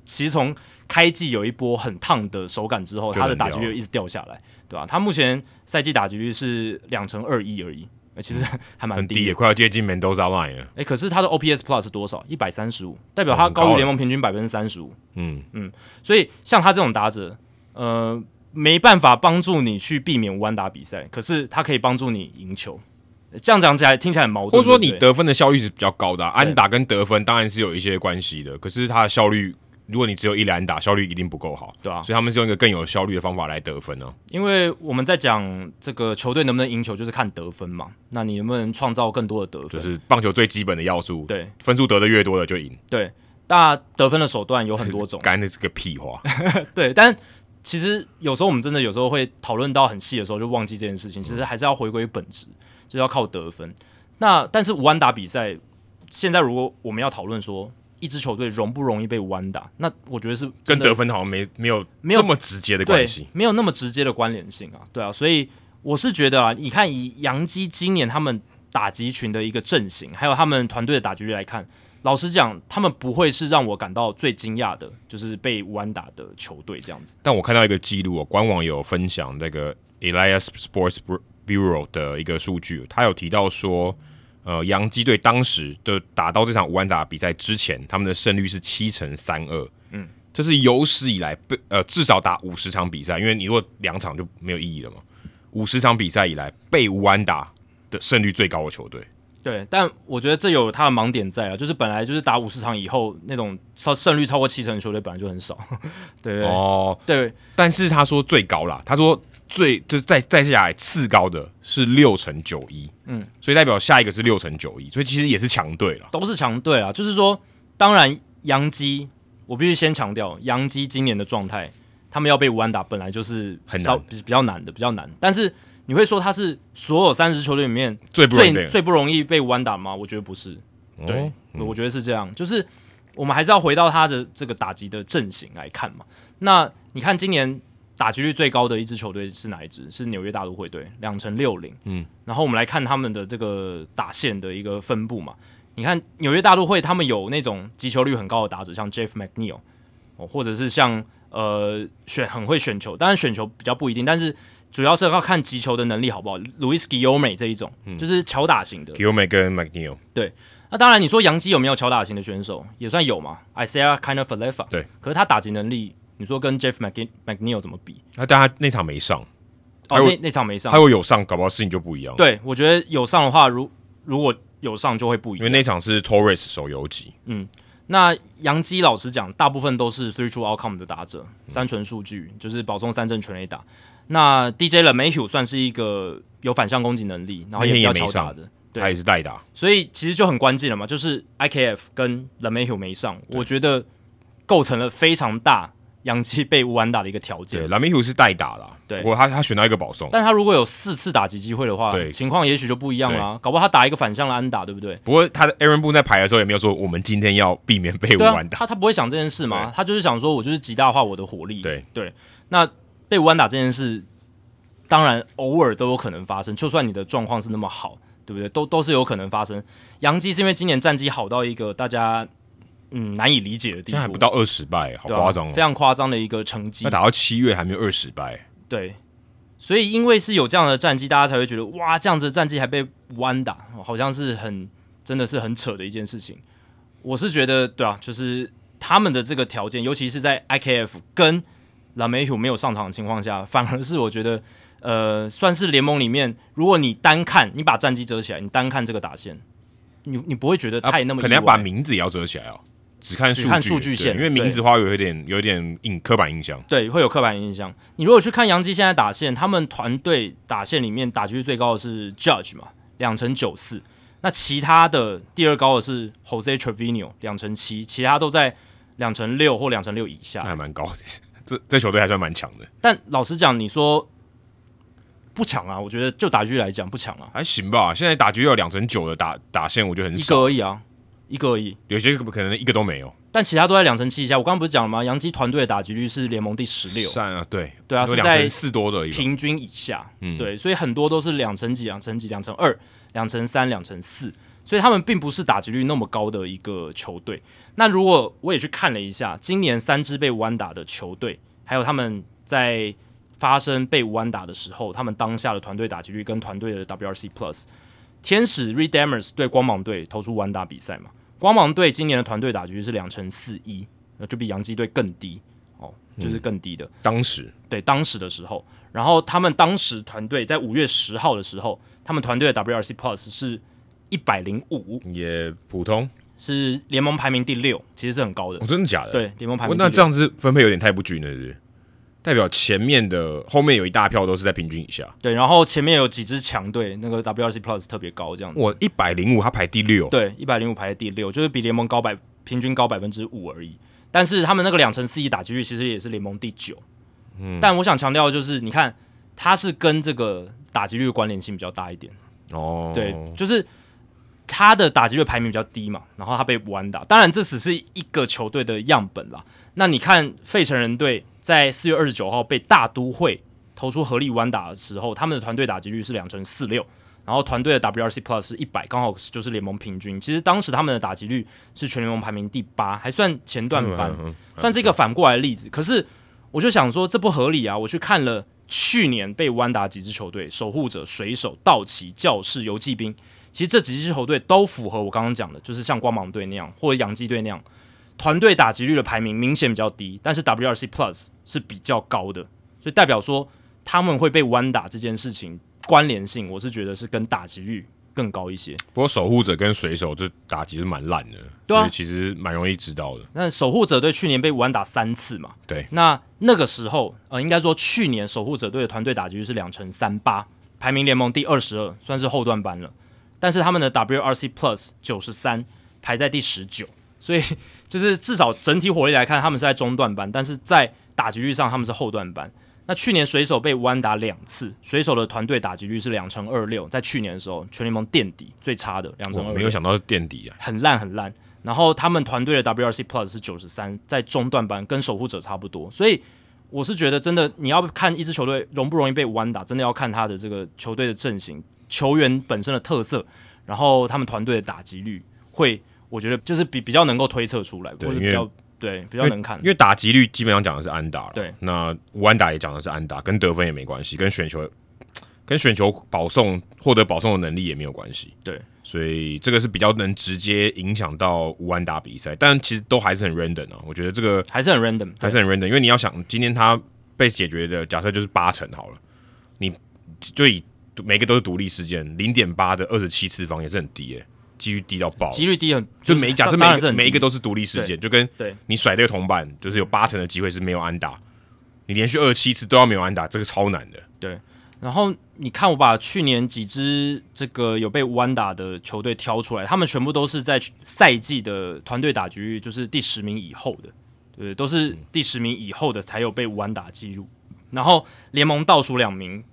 Speaker 2: 其实从开季有一波很烫的手感之后，
Speaker 1: 就
Speaker 2: 他的
Speaker 1: 冷
Speaker 2: 打击
Speaker 1: 掉
Speaker 2: 率一直掉下来，对吧、他目前赛季打击率是两成二一而已，呃其实 还蛮
Speaker 1: 嗯很
Speaker 2: 低
Speaker 1: 低，
Speaker 2: 的
Speaker 1: 也。快要接近 Mendoza line 了，
Speaker 2: 哎、可是他的 OPS Plus 是多少？一百三十五，代表
Speaker 1: 哦
Speaker 2: 他
Speaker 1: 很高
Speaker 2: 高于
Speaker 1: 了
Speaker 2: 联盟平均百分之三十五。
Speaker 1: 嗯，
Speaker 2: 所以像他这种打者，呃，没办法帮助你去避免无安打比赛，可是他可以帮助你赢球。这样讲起来听起来很矛盾，
Speaker 1: 或者说你
Speaker 2: 对不对
Speaker 1: 得分的效率是比较高的啊，安打跟得分当然是有一些关系的，可是他的效率。如果你只有一垒安打，效率一定不够好，
Speaker 2: 对啊
Speaker 1: 所以他们是用一个更有效率的方法来得分哦呢、
Speaker 2: 因为我们在讲这个球队能不能赢球，就是看得分嘛。那你能不能创造更多的得
Speaker 1: 就
Speaker 2: 分？
Speaker 1: 是棒球最基本的要素，
Speaker 2: 对
Speaker 1: 分数得的越多的就赢。
Speaker 2: 对，那得分的手段有很多种，
Speaker 1: 干的是个屁话，
Speaker 2: 对，但其实有时候我们真的有时候会讨论到很细的时候，就忘记这件事情。其实
Speaker 1: 嗯
Speaker 2: 还是要回归本质，就是要靠得分。那但是无安打比赛，现在如果我们要讨论说一支球队容不容易被弯打，那我觉得是
Speaker 1: 跟
Speaker 2: 真的
Speaker 1: 得分好像没没有
Speaker 2: 没有
Speaker 1: 这么直接的关
Speaker 2: 对
Speaker 1: 系。
Speaker 2: 没有那么直接的关联性啊，对啊，所以我是觉得啊，你看以杨基今年他们打击群的一个阵型，还有他们团队的打击率来看，老实讲，他们不会是让我感到最惊讶的，就是被弯打的球队这样子。
Speaker 1: 但我看到一个记录、哦，官网有分享那个 Elias Sports Bureau 的一个数据，他有提到说，呃，洋基队当时的打到这场五安打比赛之前，他们的胜率是七乘三二，嗯，这是有史以来被呃至少打五十场比赛，因为你如果两场就没有意义了嘛，五十场比赛以来被五安打的胜率最高的球队，
Speaker 2: 对，但我觉得这有它的盲点在啊，就是本来就是打五十场以后那种超胜率超过七成的球队本来就很少， 对对对、
Speaker 1: 哦，
Speaker 2: 对
Speaker 1: 但是他说最高啦，他说最就是再再下来次高的是六乘九一，嗯，所以代表下一个是六乘九一，所以其实也是强队了。
Speaker 2: 都是强队啊。就是说，当然杨基，我必须先强调，杨基今年的状态，他们要被五安打本来就是
Speaker 1: 很
Speaker 2: 稍
Speaker 1: 难
Speaker 2: 比比较难的，比较难。但是你会说他是所有三十球队里面
Speaker 1: 最不容易被
Speaker 2: 最最不容易被五安打吗？我觉得不是，对，
Speaker 1: 哦
Speaker 2: 我觉得是这样，就是我们还是要回到他的这个打击的阵型来看嘛。那你看今年打击率最高的一支球队是哪一支？是纽约大都会队，两成六零。嗯，然后我们来看他们的这个打线的一个分布嘛。你看纽约大都会，他们有那种击球率很高的打者，像 Jeff McNeil，哦，或者是像呃选很会选球，当然选球比较不一定，但是主要是要看击球的能力好不好。Luis Guillorme 这一种，就是巧打型的，
Speaker 1: g i l m e 跟 McNeil
Speaker 2: 那当然，你说杨基有没有敲打型的选手，也算有嘛？Isaiah Kind of Falefa，
Speaker 1: 对，
Speaker 2: 可是他打击能力，你说跟 Jeff McNe- McNeil 怎么比？
Speaker 1: 那啊但他那场没上，
Speaker 2: 哦
Speaker 1: 还，有
Speaker 2: 那那场没上
Speaker 1: 他，会有上，搞不好事情就不一样。，
Speaker 2: 啊对我觉得有上的话，如如果有上就会不一
Speaker 1: 因为
Speaker 2: 样。
Speaker 1: 那场是 Torres 手游级，
Speaker 2: 那杨基老实讲，大部分都是 three true outcome 的打者，
Speaker 1: 嗯
Speaker 2: 三纯数据就是保送三振全垒打。那 DJ 了 Mayhew 算是一个有反向攻击能力，然后也比较
Speaker 1: 那天也没
Speaker 2: 敲打
Speaker 1: 上
Speaker 2: 的，对
Speaker 1: 他也是代打，
Speaker 2: 所以其实就很关键了嘛，就是 IKF 跟 l a m e h u 没上，我觉得构成了非常大杨基被乌安打的一个条
Speaker 1: 对
Speaker 2: 件。
Speaker 1: ，Lamihu 是代打啦，
Speaker 2: 对
Speaker 1: 不过他他选到一个保送，
Speaker 2: 但他如果有四次打击机会的话
Speaker 1: 对，
Speaker 2: 情况也许就不一样啦。搞不好他打一个反向的安打，对不对？
Speaker 1: 不过他的 Aaron b o o 在排的时候也没有说我们今天要避免被
Speaker 2: 对啊
Speaker 1: 完，打，
Speaker 2: 他他不会想这件事嘛，他就是想说我就是极大化我的火力。
Speaker 1: 对
Speaker 2: 对，那被弯打这件事，当然偶尔都有可能发生，就算你的状况是那么好，对不对？都都是有可能发生。杨基是因为今年战绩好到一个大家嗯难以理解的地
Speaker 1: 现在还
Speaker 2: 步
Speaker 1: 不，到二十败，好
Speaker 2: 对啊
Speaker 1: 夸张哦
Speaker 2: 非。常夸张的一个成绩
Speaker 1: 那。打到七月还没有二十败，
Speaker 2: 对，所以因为是有这样的战绩，大家才会觉得哇，这样子的战绩还被弯打，好像是很真的是很扯的一件事情。我是觉得，对啊，就是他们的这个条件，尤其是在 IKF 跟拉梅虎没有上场的情况下，反而是我觉得，呃，算是联盟里面，如果你单看，你把战绩折起来，你单看这个打线，你你不会觉得
Speaker 1: 啊
Speaker 2: 太那么意
Speaker 1: 可
Speaker 2: 外、
Speaker 1: 能要把名字也要遮起来哦，只看
Speaker 2: 只
Speaker 1: 数
Speaker 2: 看
Speaker 1: 据
Speaker 2: 数
Speaker 1: 对
Speaker 2: 据线啊
Speaker 1: 因为名字的话有一点有一点印刻板印象。
Speaker 2: 对，会有刻板印象。你如果去看杨基现在打线，他们团队打线里面打击率最高的是 Judge 嘛，两成九四。那其他的第二高的是 Jose Trevino 两成七，其他都在两成六或两成六以下。
Speaker 1: 那还蛮高的。这这球队还算蛮强的，
Speaker 2: 但老实讲，你说不强啊，我觉得就打击率来讲不强啊，
Speaker 1: 还行吧。现在打局有两成九的打打线，我觉得很
Speaker 2: 一
Speaker 1: 少，
Speaker 2: 个而已啊，一个而已。
Speaker 1: 有些可能一个都没有。
Speaker 2: 但其他都在两成七以下。我刚刚不是讲了吗？杨基团队的打击率是联盟第十六，
Speaker 1: 三啊，对
Speaker 2: 对啊
Speaker 1: 有
Speaker 2: 是
Speaker 1: 两
Speaker 2: 在
Speaker 1: 成四多的一个，嗯
Speaker 2: 平均以下，对，所以很多都是两成几、两成几、两成二、两成三、两成四，所以他们并不是打击率那么高的一个球队。那如果我也去看了一下，今年三支被弯打的球队，还有他们在发生被弯打的时候，他们当下的团队打击率跟团队的 WRC Plus，天使 Redemers 对光芒队投出弯打比赛嘛，光芒队今年的团队打击率是两成四一，那就比洋基队更低哦，
Speaker 1: 嗯
Speaker 2: 就是更低的。
Speaker 1: 当时
Speaker 2: 对当时的时候，然后他们当时团队在五月十号的时候，他们团队的 WRC Plus 是一百零五，
Speaker 1: 也普通。
Speaker 2: 是联盟排名第六，其实是很高的
Speaker 1: 哦，。真的假的？
Speaker 2: 对，联盟排
Speaker 1: 不过
Speaker 2: 名第
Speaker 1: 那
Speaker 2: 六
Speaker 1: 这样子分配有点太不均了，是不是？代表前面的后面有一大票都是在平均以下。
Speaker 2: 对，然后前面有几支强队，那个 WRC Plus 特别高，这样子。
Speaker 1: 我一百零五，他排第六，
Speaker 2: 对，一百零五排在第六，就是比联盟高百平均高百分之五而已。但是他们那个两成四一打击率其实也是联盟第九。嗯，但我想强调的就是，你看它是跟这个打击率的关联性比较大一点。
Speaker 1: 哦，
Speaker 2: 对，就是他的打击率排名比较低嘛，然后他被完打。当然，这只是一个球队的样本啦。那你看费城人队在四月二十九号被大都会投出合力完打的时候，他们的团队打击率是两成四六，然后团队的 WRC Plus 是一百，刚好就是联盟平均。其实当时他们的打击率是全联盟排名第八，还算前段班，
Speaker 1: 嗯
Speaker 2: 算是一个反过来的例子。可是我就想说，这不合理啊！我去看了去年被弯打几支球队，守护者、水手、道奇、教士、游骑兵，其实这几支球队都符合我刚刚讲的，就是像光芒队那样，或者洋基队那样，团队打击率的排名明显比较低，但是 WRC Plus 是比较高的，所以代表说他们会被弯打这件事情关联性，我是觉得是跟打击率更高一些。
Speaker 1: 不过守护者跟水手这打击是蛮烂的，
Speaker 2: 对啊
Speaker 1: 所以其实蛮容易知道的。
Speaker 2: 那守护者队去年被武安打三次嘛？
Speaker 1: 对。
Speaker 2: 那那个时候，呃，应该说去年守护者队的团队打击率是两成三八，排名联盟第二十二，算是后段班了。但是他们的 WRC Plus 九十三排在第十九，所以 就是至少整体火力来看，他们是在中段班，但是在打击率上他们是后段班。那去年水手被武安打两次，水手的团队打击率是两成二六，在去年的时候全联盟垫底最差的两
Speaker 1: 我
Speaker 2: 成二
Speaker 1: 哦没有想到是垫底啊，
Speaker 2: 很烂很烂。然后他们团队的 WRC Plus 是九十三，在中段班跟守护者差不多，所以我是觉得真的你要看一支球队容不容易被弯打，真的要看他的这个球队的阵型、球员本身的特色，然后他们团队的打击率会，我觉得就是比比较能够推测出来，或者
Speaker 1: 因
Speaker 2: 比
Speaker 1: 为
Speaker 2: 较对比较能看
Speaker 1: 因。为打击率基本上讲的是安打了。
Speaker 2: 嗯对，
Speaker 1: 那五安打也讲的是安打，跟得分也没关系，跟选球跟选球保送获得保送的能力也没有关系。
Speaker 2: 对，
Speaker 1: 所以这个是比较能直接影响到五安打比赛，但其实都还是很 random 啊。我觉得这个
Speaker 2: 还是很 random，
Speaker 1: 还是很 random，因为你要想今天他被解决的假设就是八成好了，你就以每个都是独立事件，零点八的二十七次方也是很低诶、几率低到爆。
Speaker 2: 几率低很，
Speaker 1: 就每假设
Speaker 2: 当
Speaker 1: 每
Speaker 2: 然是
Speaker 1: 个
Speaker 2: 很低
Speaker 1: 每一个都是独立事件，就跟
Speaker 2: 对
Speaker 1: 你甩对铜板，就是有八成的机会是没有安打，你连续二十七次都要没有安打，这个超难的。
Speaker 2: 对，然后你看，我把去年几支这个有被弯打的球队挑出来，他们全部都是在赛季的团队打局就是第十名以后的，对，都是第十名以后的才有被弯打记录。然后联盟倒数两名，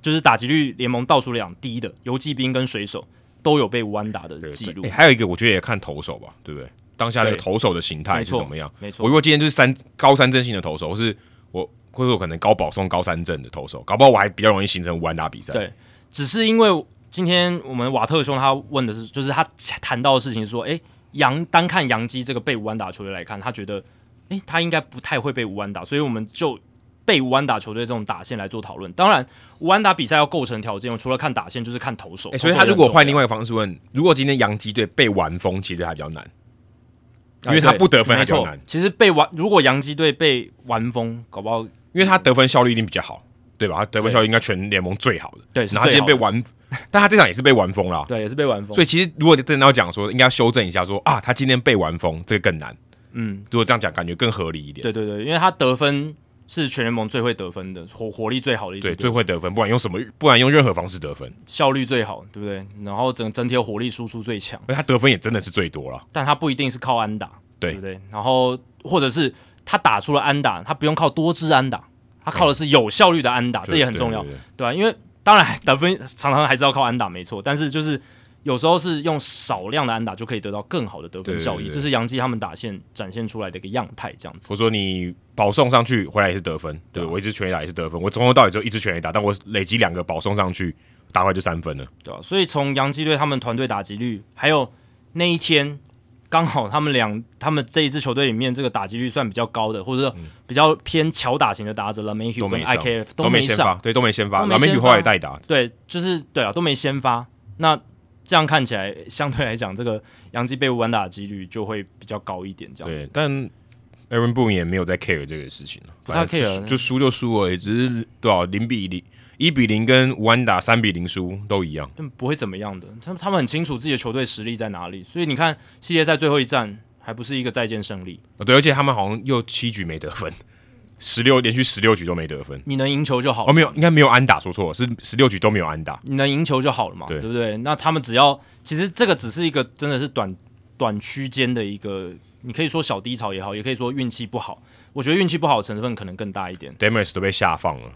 Speaker 2: 就是打击率联盟倒数两低的游击兵跟水手都有被弯打的记录
Speaker 1: 诶。还有一个我觉得也看投手吧，对不对？当下那个
Speaker 2: 对
Speaker 1: 投手的形态
Speaker 2: 没
Speaker 1: 是
Speaker 2: 错
Speaker 1: 哎怎么样？
Speaker 2: 没错
Speaker 1: 我如果今天就是三高三阵型的投手，或是我或者我可能高保送高三阵的投手，搞不好我还比较容易形成无安打比赛。
Speaker 2: 对只是因为今天我们瓦特兄他问的是，就是他谈到的事情是说，诶，杨单看杨基这个被五安打球队来看，他觉得，诶，他应该不太会被五安打，所以我们就被五安打球队这种打线来做讨论。当然，五安打比赛要构成条件，我除了看打线就是看投手。
Speaker 1: 哎诶所以
Speaker 2: 投
Speaker 1: 他
Speaker 2: 手也
Speaker 1: 如果
Speaker 2: 很重
Speaker 1: 换
Speaker 2: 要
Speaker 1: 另外一个方式问，如果今天洋基队被玩疯，其实还比较难，因
Speaker 2: 哎
Speaker 1: 为他
Speaker 2: 对
Speaker 1: 不得分还
Speaker 2: 没
Speaker 1: 比较
Speaker 2: 错
Speaker 1: 难，。
Speaker 2: 其实被完，如果洋基队被完封，搞不好
Speaker 1: 因为他得分效率一定比较好，对吧？他得分
Speaker 2: 对
Speaker 1: 效率应该全联盟最好的。
Speaker 2: 对是
Speaker 1: 然后他
Speaker 2: 最
Speaker 1: 今天
Speaker 2: 好
Speaker 1: 被
Speaker 2: 的
Speaker 1: 玩，但他这场也是被玩疯了啊。
Speaker 2: 对也是被完封，
Speaker 1: 所以其实如果真的要讲说，应该要修正一下说啊，他今天被玩疯，这个更难。
Speaker 2: 嗯，
Speaker 1: 如果这样讲，感觉更合理一点。
Speaker 2: 对对对，因为他得分是全联盟最会得分的，火火力最好的一支
Speaker 1: 对，
Speaker 2: 队。
Speaker 1: 最会得分，不管用什么，不然用任何方式得分，
Speaker 2: 效率最好，对不对？然后整整体的火力输出最强，
Speaker 1: 而且他得分也真的是最多了。
Speaker 2: 但他不一定是靠安打，
Speaker 1: 对
Speaker 2: 不对？然后或者是他打出了安打，他不用靠多支安打，他靠的是有效率的安打，这也很重要
Speaker 1: 对，对对
Speaker 2: 对吧、因为当然得分 常常还是要靠安打，没错，但是就是有时候是用少量的安打就可以得到更好的得分效
Speaker 1: 对
Speaker 2: 益，
Speaker 1: 对对对
Speaker 2: 这是杨基他们打线展现出来的一个样态，这样子。
Speaker 1: 我说你保送上去回来也是得分，对
Speaker 2: 对啊
Speaker 1: 我一支全垒打也是得分，我从头到尾只有一支全垒打，但我累积两个保送上去，打回来就三分了。
Speaker 2: 对啊，所以从洋基队他们团队打击率，还有那一天刚好他们两他们这一支球队里面这个打击率算比较高的，或者说比较偏巧打型的打者 l a m e h
Speaker 1: 嗯
Speaker 2: u
Speaker 1: 都
Speaker 2: 跟
Speaker 1: 没上
Speaker 2: IKF
Speaker 1: 都
Speaker 2: 没
Speaker 1: 先发，，对，都没先发，
Speaker 2: 都没
Speaker 1: 老梅
Speaker 2: 先
Speaker 1: 雨后来
Speaker 2: 发
Speaker 1: 代打，
Speaker 2: 对，就是对啊，都没先发。那这样看起来，相对来讲，这个洋基被完打的几率就会比较高一点，这样
Speaker 1: 对
Speaker 2: 子。，
Speaker 1: 但 Aaron Boone 也没有在 care 这个事情了，
Speaker 2: 不太
Speaker 1: 反正就输就
Speaker 2: care
Speaker 1: 输就输而已，只是多少零比零、一比零跟吴安打三比零输都一样。
Speaker 2: 但不会怎么样的，他们他们很清楚自己的球队实力在哪里，所以你看系列赛最后一战还不是一个再见胜利，
Speaker 1: 哦对，而且他们好像又七局没得分，十六连续十六局都没得分。
Speaker 2: 你能赢球就好了
Speaker 1: 哦，没有，应该没有安打，说错了，是十六局都没有安打。
Speaker 2: 你能赢球就好了嘛，
Speaker 1: 对
Speaker 2: 对不对？那他们只要其实这个只是一个真的是短短区间的一个，你可以说小低潮也好，也可以说运气不好。我觉得运气不好的成分可能更大一点。
Speaker 1: Demers 都被下放了，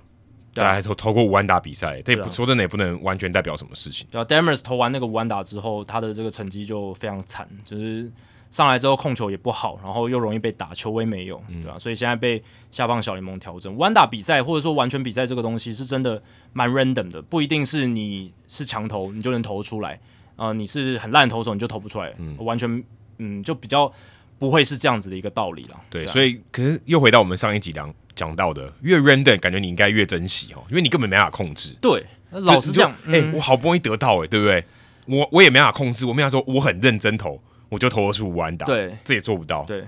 Speaker 2: 对啊
Speaker 1: 大家投投过五万打比赛，这也
Speaker 2: 对啊
Speaker 1: 不说真的也不能完全代表什么事情。
Speaker 2: 对啊，Demers 投完那个五安打之后，他的这个成绩就非常惨，就是上来之后控球也不好，然后又容易被打，球威没有，
Speaker 1: 嗯
Speaker 2: 对吧、所以现在被下放小联盟调整。五安打比赛或者说完全比赛这个东西是真的蛮 random 的，不一定是你是强投你就能投出来，啊，你是很烂的投手你就投不出来，完全嗯就比较不会是这样子的一个道理了。
Speaker 1: 对，
Speaker 2: 啊
Speaker 1: 所以可是又回到我们上一集讲讲到的，越 random 感觉你应该越珍惜哦，因为你根本没办法控制。
Speaker 2: 对，那老实
Speaker 1: 就
Speaker 2: 讲，
Speaker 1: 你就哎、
Speaker 2: 嗯
Speaker 1: 我好不容易得到、哎，对不对？我我也没办法控制，我没办法说我很认真投，我就投得出五安打，，
Speaker 2: 对，
Speaker 1: 这也做不到。
Speaker 2: 对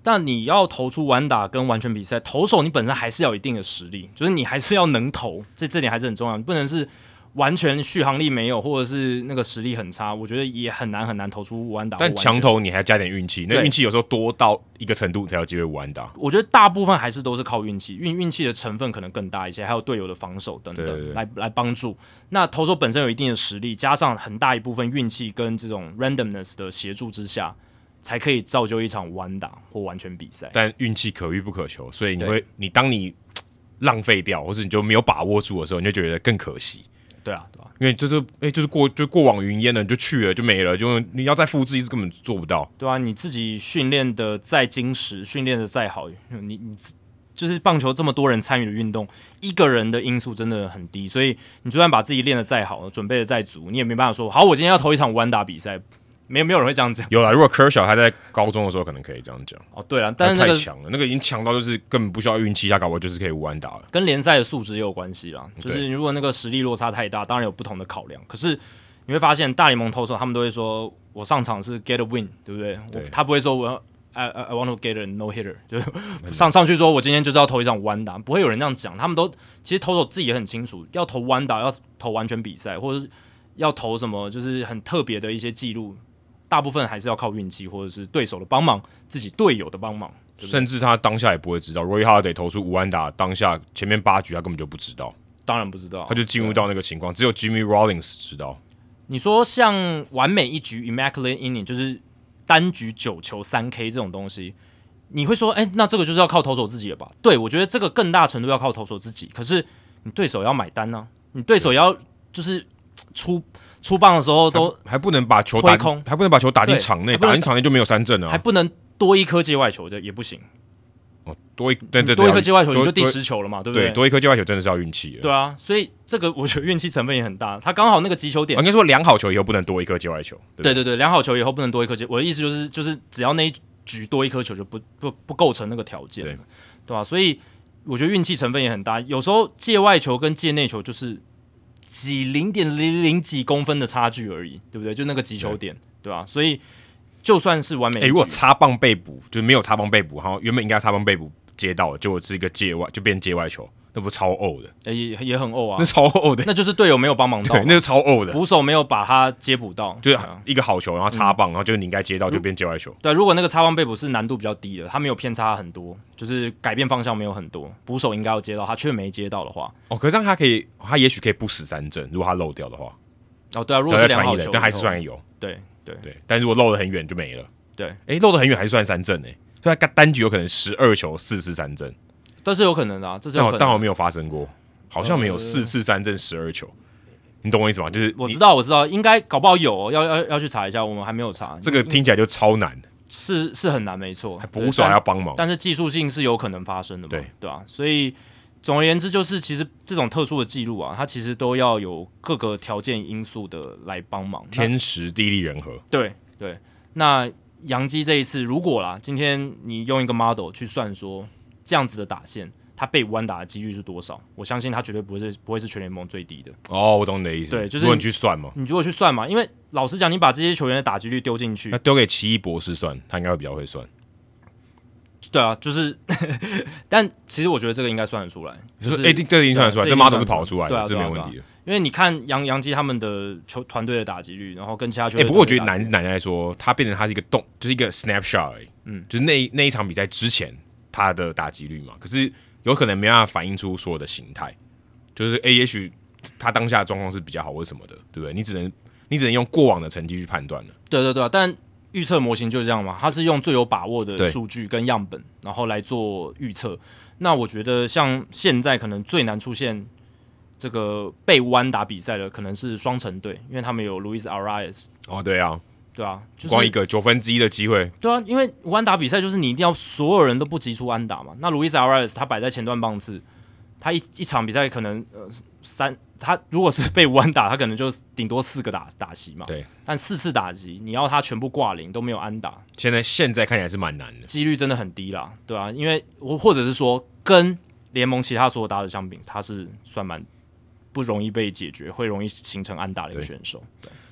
Speaker 2: 但你要投出完打跟完全比赛，投手你本身还是要有一定的实力，就是你还是要能投，这这点还是很重要。你不能是完全续航力没有，或者是那个实力很差，我觉得也很难很难投出完打。
Speaker 1: 但强，投你还加点运气，那
Speaker 2: 对
Speaker 1: 运气有时候多到一个程度才有机会五安打。
Speaker 2: 我觉得大部分还是都是靠运气，运运气的成分可能更大一些，还有队友的防守等等
Speaker 1: 对对对
Speaker 2: 来来帮助。那投手本身有一定的实力，加上很大一部分运气跟这种 randomness 的协助之下，才可以造就一场完打或完全比赛。
Speaker 1: 但运气可遇不可求，所以你
Speaker 2: 对
Speaker 1: 会，你当你嘖浪费掉，或是你就没有把握住的时候，你就觉得更可惜，
Speaker 2: 对啊，对啊，
Speaker 1: 因为就是哎、就是过就过往云烟了，你就去了就没了，就你要再复制一次根本做不到。
Speaker 2: 对啊，你自己训练的再精实，训练的再好，你你自就是棒球这么多人参与的运动，一个人的因素真的很低，所以你就算把自己练得再好，准备的再足，你也没办法说好，我今天要投一场弯打比赛，没有没有人会这样讲
Speaker 1: 有啦，如果 Kershaw 他在高中的时候，可能可以这样讲，
Speaker 2: 哦。对了，但是那
Speaker 1: 他太
Speaker 2: 个
Speaker 1: 强了，那个已经强到就是根本不需要运气，他搞我就是可以五安打了。
Speaker 2: 跟联赛的素质也有关系啦。就
Speaker 1: 对
Speaker 2: 是如果那个实力落差太大，当然有不同的考量。可是你会发现，大联盟投手他们都会说，我上场是 get a win，对不对？
Speaker 1: 对
Speaker 2: 我他不会说我要 I I I want to get a no hitter，就是 上上去说我今天就是要投一场弯打，不会有人这样讲。他们都其实投手自己也很清楚，要投弯打，要投完全比赛，或者是要投什么，就是很特别的一些记录。大部分还是要靠运气，或者是对手的帮忙，自己队友的帮忙。对不对
Speaker 1: 甚至他当下也不会知道，Roy Holiday 投出五安打，当下前面八局他根本就不知道，
Speaker 2: 当然不知道，
Speaker 1: 他就进入到那个
Speaker 2: 啊
Speaker 1: 情况，只有 Jimmy Rollins 知道。
Speaker 2: 你说像完美一局 （immaculate inning） 就是单局九球三 K 这种东西，你会说，哎、那这个就是要靠投手自己了吧？对，我觉得这个更大程度要靠投手自己。可是你对手要买单呢、你对手要就是出出棒的时候都
Speaker 1: 还不能把球打
Speaker 2: 挥空
Speaker 1: 还不能把球打进
Speaker 2: 对
Speaker 1: 场内，
Speaker 2: 还不能
Speaker 1: 打进场内就没有三振
Speaker 2: 还
Speaker 1: 啊。
Speaker 2: 不能多一颗界外球的也不行，
Speaker 1: 哦，多一对对对，
Speaker 2: 多一颗界外球你
Speaker 1: 多
Speaker 2: 就第
Speaker 1: 多
Speaker 2: 十球了嘛，对不
Speaker 1: 对，多一颗界外球真的是要运气的。
Speaker 2: 对啊，所以这个我觉得运气成分也很大。他刚好那个击球点
Speaker 1: 啊，应该说两好球以后不能多一颗界外球。不
Speaker 2: 对对对，两好球以后不能多一颗球。我的意思就是，就是只要那一局多一颗球就不不不构成那个条件了，
Speaker 1: 对
Speaker 2: 对吧、所以我觉得运气成分也很大，有时候界外球跟界内球就是几零点零零几公分的差距而已，对不对？就那个击球点，对吧、所以就算是完美
Speaker 1: 哎、
Speaker 2: 的局，
Speaker 1: 如果插棒被捕，就是没有插棒被捕，然后原本应该插棒被捕接到了，结果是一个界外，就变界外球，那不超呕的，
Speaker 2: 哎也也很呕啊
Speaker 1: 那，超呕 的，
Speaker 2: 那就是队友没有帮忙到
Speaker 1: 对，
Speaker 2: 嘛，
Speaker 1: 那是超呕的，
Speaker 2: 捕手没有把他接捕到，
Speaker 1: 就
Speaker 2: 对
Speaker 1: 是
Speaker 2: 啊
Speaker 1: 一个好球，然后插棒，然后就是你应该接到就变界外球。
Speaker 2: 对，如果那个擦棒被捕是难度比较低的，他没有偏差很多，就是改变方向没有很多，捕手应该要接到，他却没接到的话，
Speaker 1: 哦，可是这样他可以，他也许可以不死三振，如果他漏掉的话，
Speaker 2: 哦，对啊，如果
Speaker 1: 对
Speaker 2: 是
Speaker 1: 他
Speaker 2: 两
Speaker 1: 传
Speaker 2: 好
Speaker 1: 一垒
Speaker 2: 球，
Speaker 1: 但还是算，有，
Speaker 2: 对对
Speaker 1: 对，但如果漏得很远就没了。
Speaker 2: 对，
Speaker 1: 哎、漏得很远还是算三振哎、所以他单局有可能十二球四次三振，
Speaker 2: 这是有可能的、啊，这是
Speaker 1: 但
Speaker 2: 有
Speaker 1: 好
Speaker 2: 可能
Speaker 1: 但
Speaker 2: 的。
Speaker 1: 好像没有发生过，好像没有四次三振十二球，你懂我意思吗？就是
Speaker 2: 呃我
Speaker 1: 你
Speaker 2: 知道，我知道，应该搞不好有、哦，要要要去查一下，我们还没有查。
Speaker 1: 这个听起来就超难，
Speaker 2: 是是很难，没错。还
Speaker 1: 捕手还要帮忙。
Speaker 2: 哦但是技术性是有可能发生的嘛，
Speaker 1: 对
Speaker 2: 对啊，所以总而言之，就是其实这种特殊的记录啊，它其实都要有各个条件因素的来帮忙。那
Speaker 1: 天时地利人和，
Speaker 2: 对对，那杨基这一次如果啦，今天你用一个 model 去算说这样子的打线，他被弯打的几率是多少？我相信他绝对不是不会是全联盟最低的。
Speaker 1: 哦，我懂你的意思。
Speaker 2: 对就是
Speaker 1: 如果你去算嘛，
Speaker 2: 你如果去算嘛，因为老实讲，你把这些球员的打击率丢进去
Speaker 1: 那，丢给奇异博士算，他应该会比较会算。
Speaker 2: 对啊，就是，但其实我觉得这个应该算得出来，
Speaker 1: 就
Speaker 2: 就是是
Speaker 1: 哎、这这已经算得出来，这
Speaker 2: 对这已经
Speaker 1: model 是
Speaker 2: 算得出来
Speaker 1: 跑出来的，
Speaker 2: 对啊
Speaker 1: 这
Speaker 2: 对啊
Speaker 1: 没问
Speaker 2: 对啊
Speaker 1: 题的。
Speaker 2: 因为你看杨杨基他们的球团队的打击率，然后跟其他球
Speaker 1: 哎、
Speaker 2: 队，
Speaker 1: 不过我觉得，难
Speaker 2: 啊
Speaker 1: 难在说，他变成他是一个动，就是一个 snapshot，而已
Speaker 2: 嗯，
Speaker 1: 就是那一那一场比赛之前他的打击率嘛，可是有可能没办法反映出所有的形态，就是哎、也许他当下的状况是比较好或者什么的，对不对？你只能你只能用过往的成绩去判断了。
Speaker 2: 对对对、啊，但预测模型就是这样嘛，它是用最有把握
Speaker 1: 对
Speaker 2: 的数据跟样本，然后来做预测。那我觉得像现在可能最难出现这个被弯打比赛的可能是双城队，因为他们有 Luis Arias，
Speaker 1: 哦，对啊，
Speaker 2: 对啊，就是
Speaker 1: 光一个九分之一的机会，
Speaker 2: 对啊，因为安打比赛就是你一定要所有人都不急出安打嘛。那路易斯阿拉斯他摆在前段棒次，他一一场比赛可能呃三，他如果是被安打，他可能就顶多四个打打席嘛。
Speaker 1: 对，
Speaker 2: 但四次打击，你要他全部挂零都没有安打，
Speaker 1: 现在现在看起来是蛮难的。
Speaker 2: 几率真的很低啦，对啊，因为我或者是说跟联盟其他所有打者相比，他是算蛮不容易被解决，会容易形成安打的一个选手。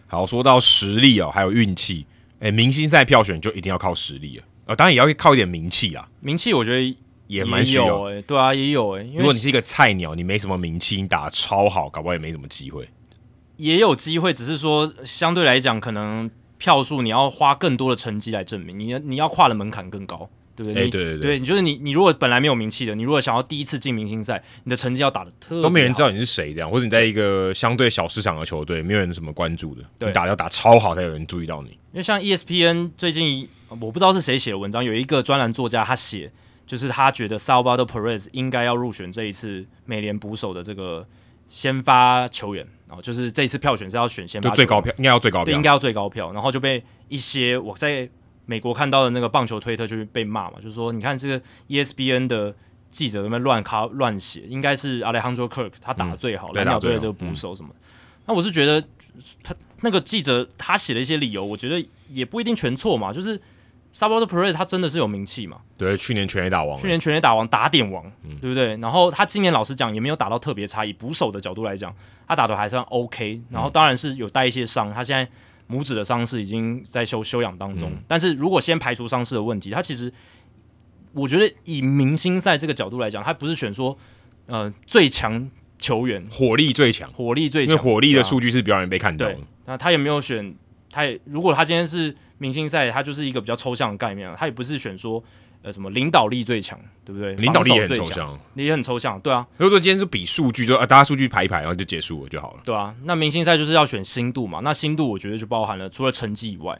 Speaker 1: 好，说到实力哦，还有运气，哎，明星赛票选就一定要靠实力了，呃，当然也要靠一点名气啦，
Speaker 2: 名气我觉得
Speaker 1: 也蛮需要
Speaker 2: 有。哎、对啊，也有哎、因
Speaker 1: 如果
Speaker 2: 为
Speaker 1: 你是一个菜鸟，你没什么名气，你打得超好，搞不好也没什么机会。
Speaker 2: 也有机会，只是说相对来讲，可能票数你要花更多的成绩来证明，你你要跨的门槛更高，对不对？
Speaker 1: 哎
Speaker 2: 你
Speaker 1: 对对对
Speaker 2: 你就是你，你如果本来没有名气的，你如果想要第一次进明星赛，你的成绩要打的特别
Speaker 1: 都没人知
Speaker 2: 道，
Speaker 1: 道你是谁，这样，或者你在一个相对小市场的球队，没有人什么关注的，
Speaker 2: 对
Speaker 1: 你打要打超好才有人注意到你。
Speaker 2: 因为像 E ESPN 最近呃我不知道是谁写的文章，有一个专栏作家他写，就是他觉得 Salvador Perez 应该要入选这一次美联捕手的这个先发球员，然后就是这一次票选是要选先发
Speaker 1: 就最
Speaker 2: 球员
Speaker 1: 高票，应该要最高
Speaker 2: 对，
Speaker 1: 票
Speaker 2: 应。该要最高票，然后就被一些我在美国看到的那个棒球推特就被骂嘛，就是说你看这个 E ESPN 的记者在那边乱卡乱写，应该是 Alejandro Kirk 他打的最
Speaker 1: 嗯
Speaker 2: 好，
Speaker 1: 对打
Speaker 2: 蓝鸟
Speaker 1: 得最
Speaker 2: 队的
Speaker 1: 好嗯
Speaker 2: 这个捕手什么的。那我是觉得他那个记者他写的一些理由，我觉得也不一定全错嘛，就是 s a b o t Perez 他真的是有名气嘛，
Speaker 1: 对，去年全垒打王
Speaker 2: 去，年全垒打王打点王，
Speaker 1: 嗯
Speaker 2: 对不对？然后他今年老实讲也没有打到特别差，以捕手的角度来讲，他打的还算 OK。然
Speaker 1: 嗯
Speaker 2: 后当然是有带一些伤，他现在拇指的伤势已经在休休养当
Speaker 1: 嗯
Speaker 2: 中。但是如果先排除伤势的问题，他其实我觉得以明星赛这个角度来讲，他不是选说呃最强球员
Speaker 1: 火力最强，
Speaker 2: 火力最
Speaker 1: 因为
Speaker 2: 强，
Speaker 1: 火力的
Speaker 2: 对啊
Speaker 1: 数据是比较容易被看到的
Speaker 2: 对。，那他也没有选，他也如果他今天是明星赛，他就是一个比较抽象的概念，啊他也不是选说呃什么领导力最强，对不对？
Speaker 1: 领导力也
Speaker 2: 防
Speaker 1: 很
Speaker 2: 守最
Speaker 1: 抽
Speaker 2: 强，
Speaker 1: 象。
Speaker 2: 也很抽象，对啊，
Speaker 1: 如果说今天是比数据，就啊大家数据排一排，然后就结束了就好了。
Speaker 2: 对啊。那明星赛就是要选深度嘛，那深度我觉得就包含了除了成绩以外，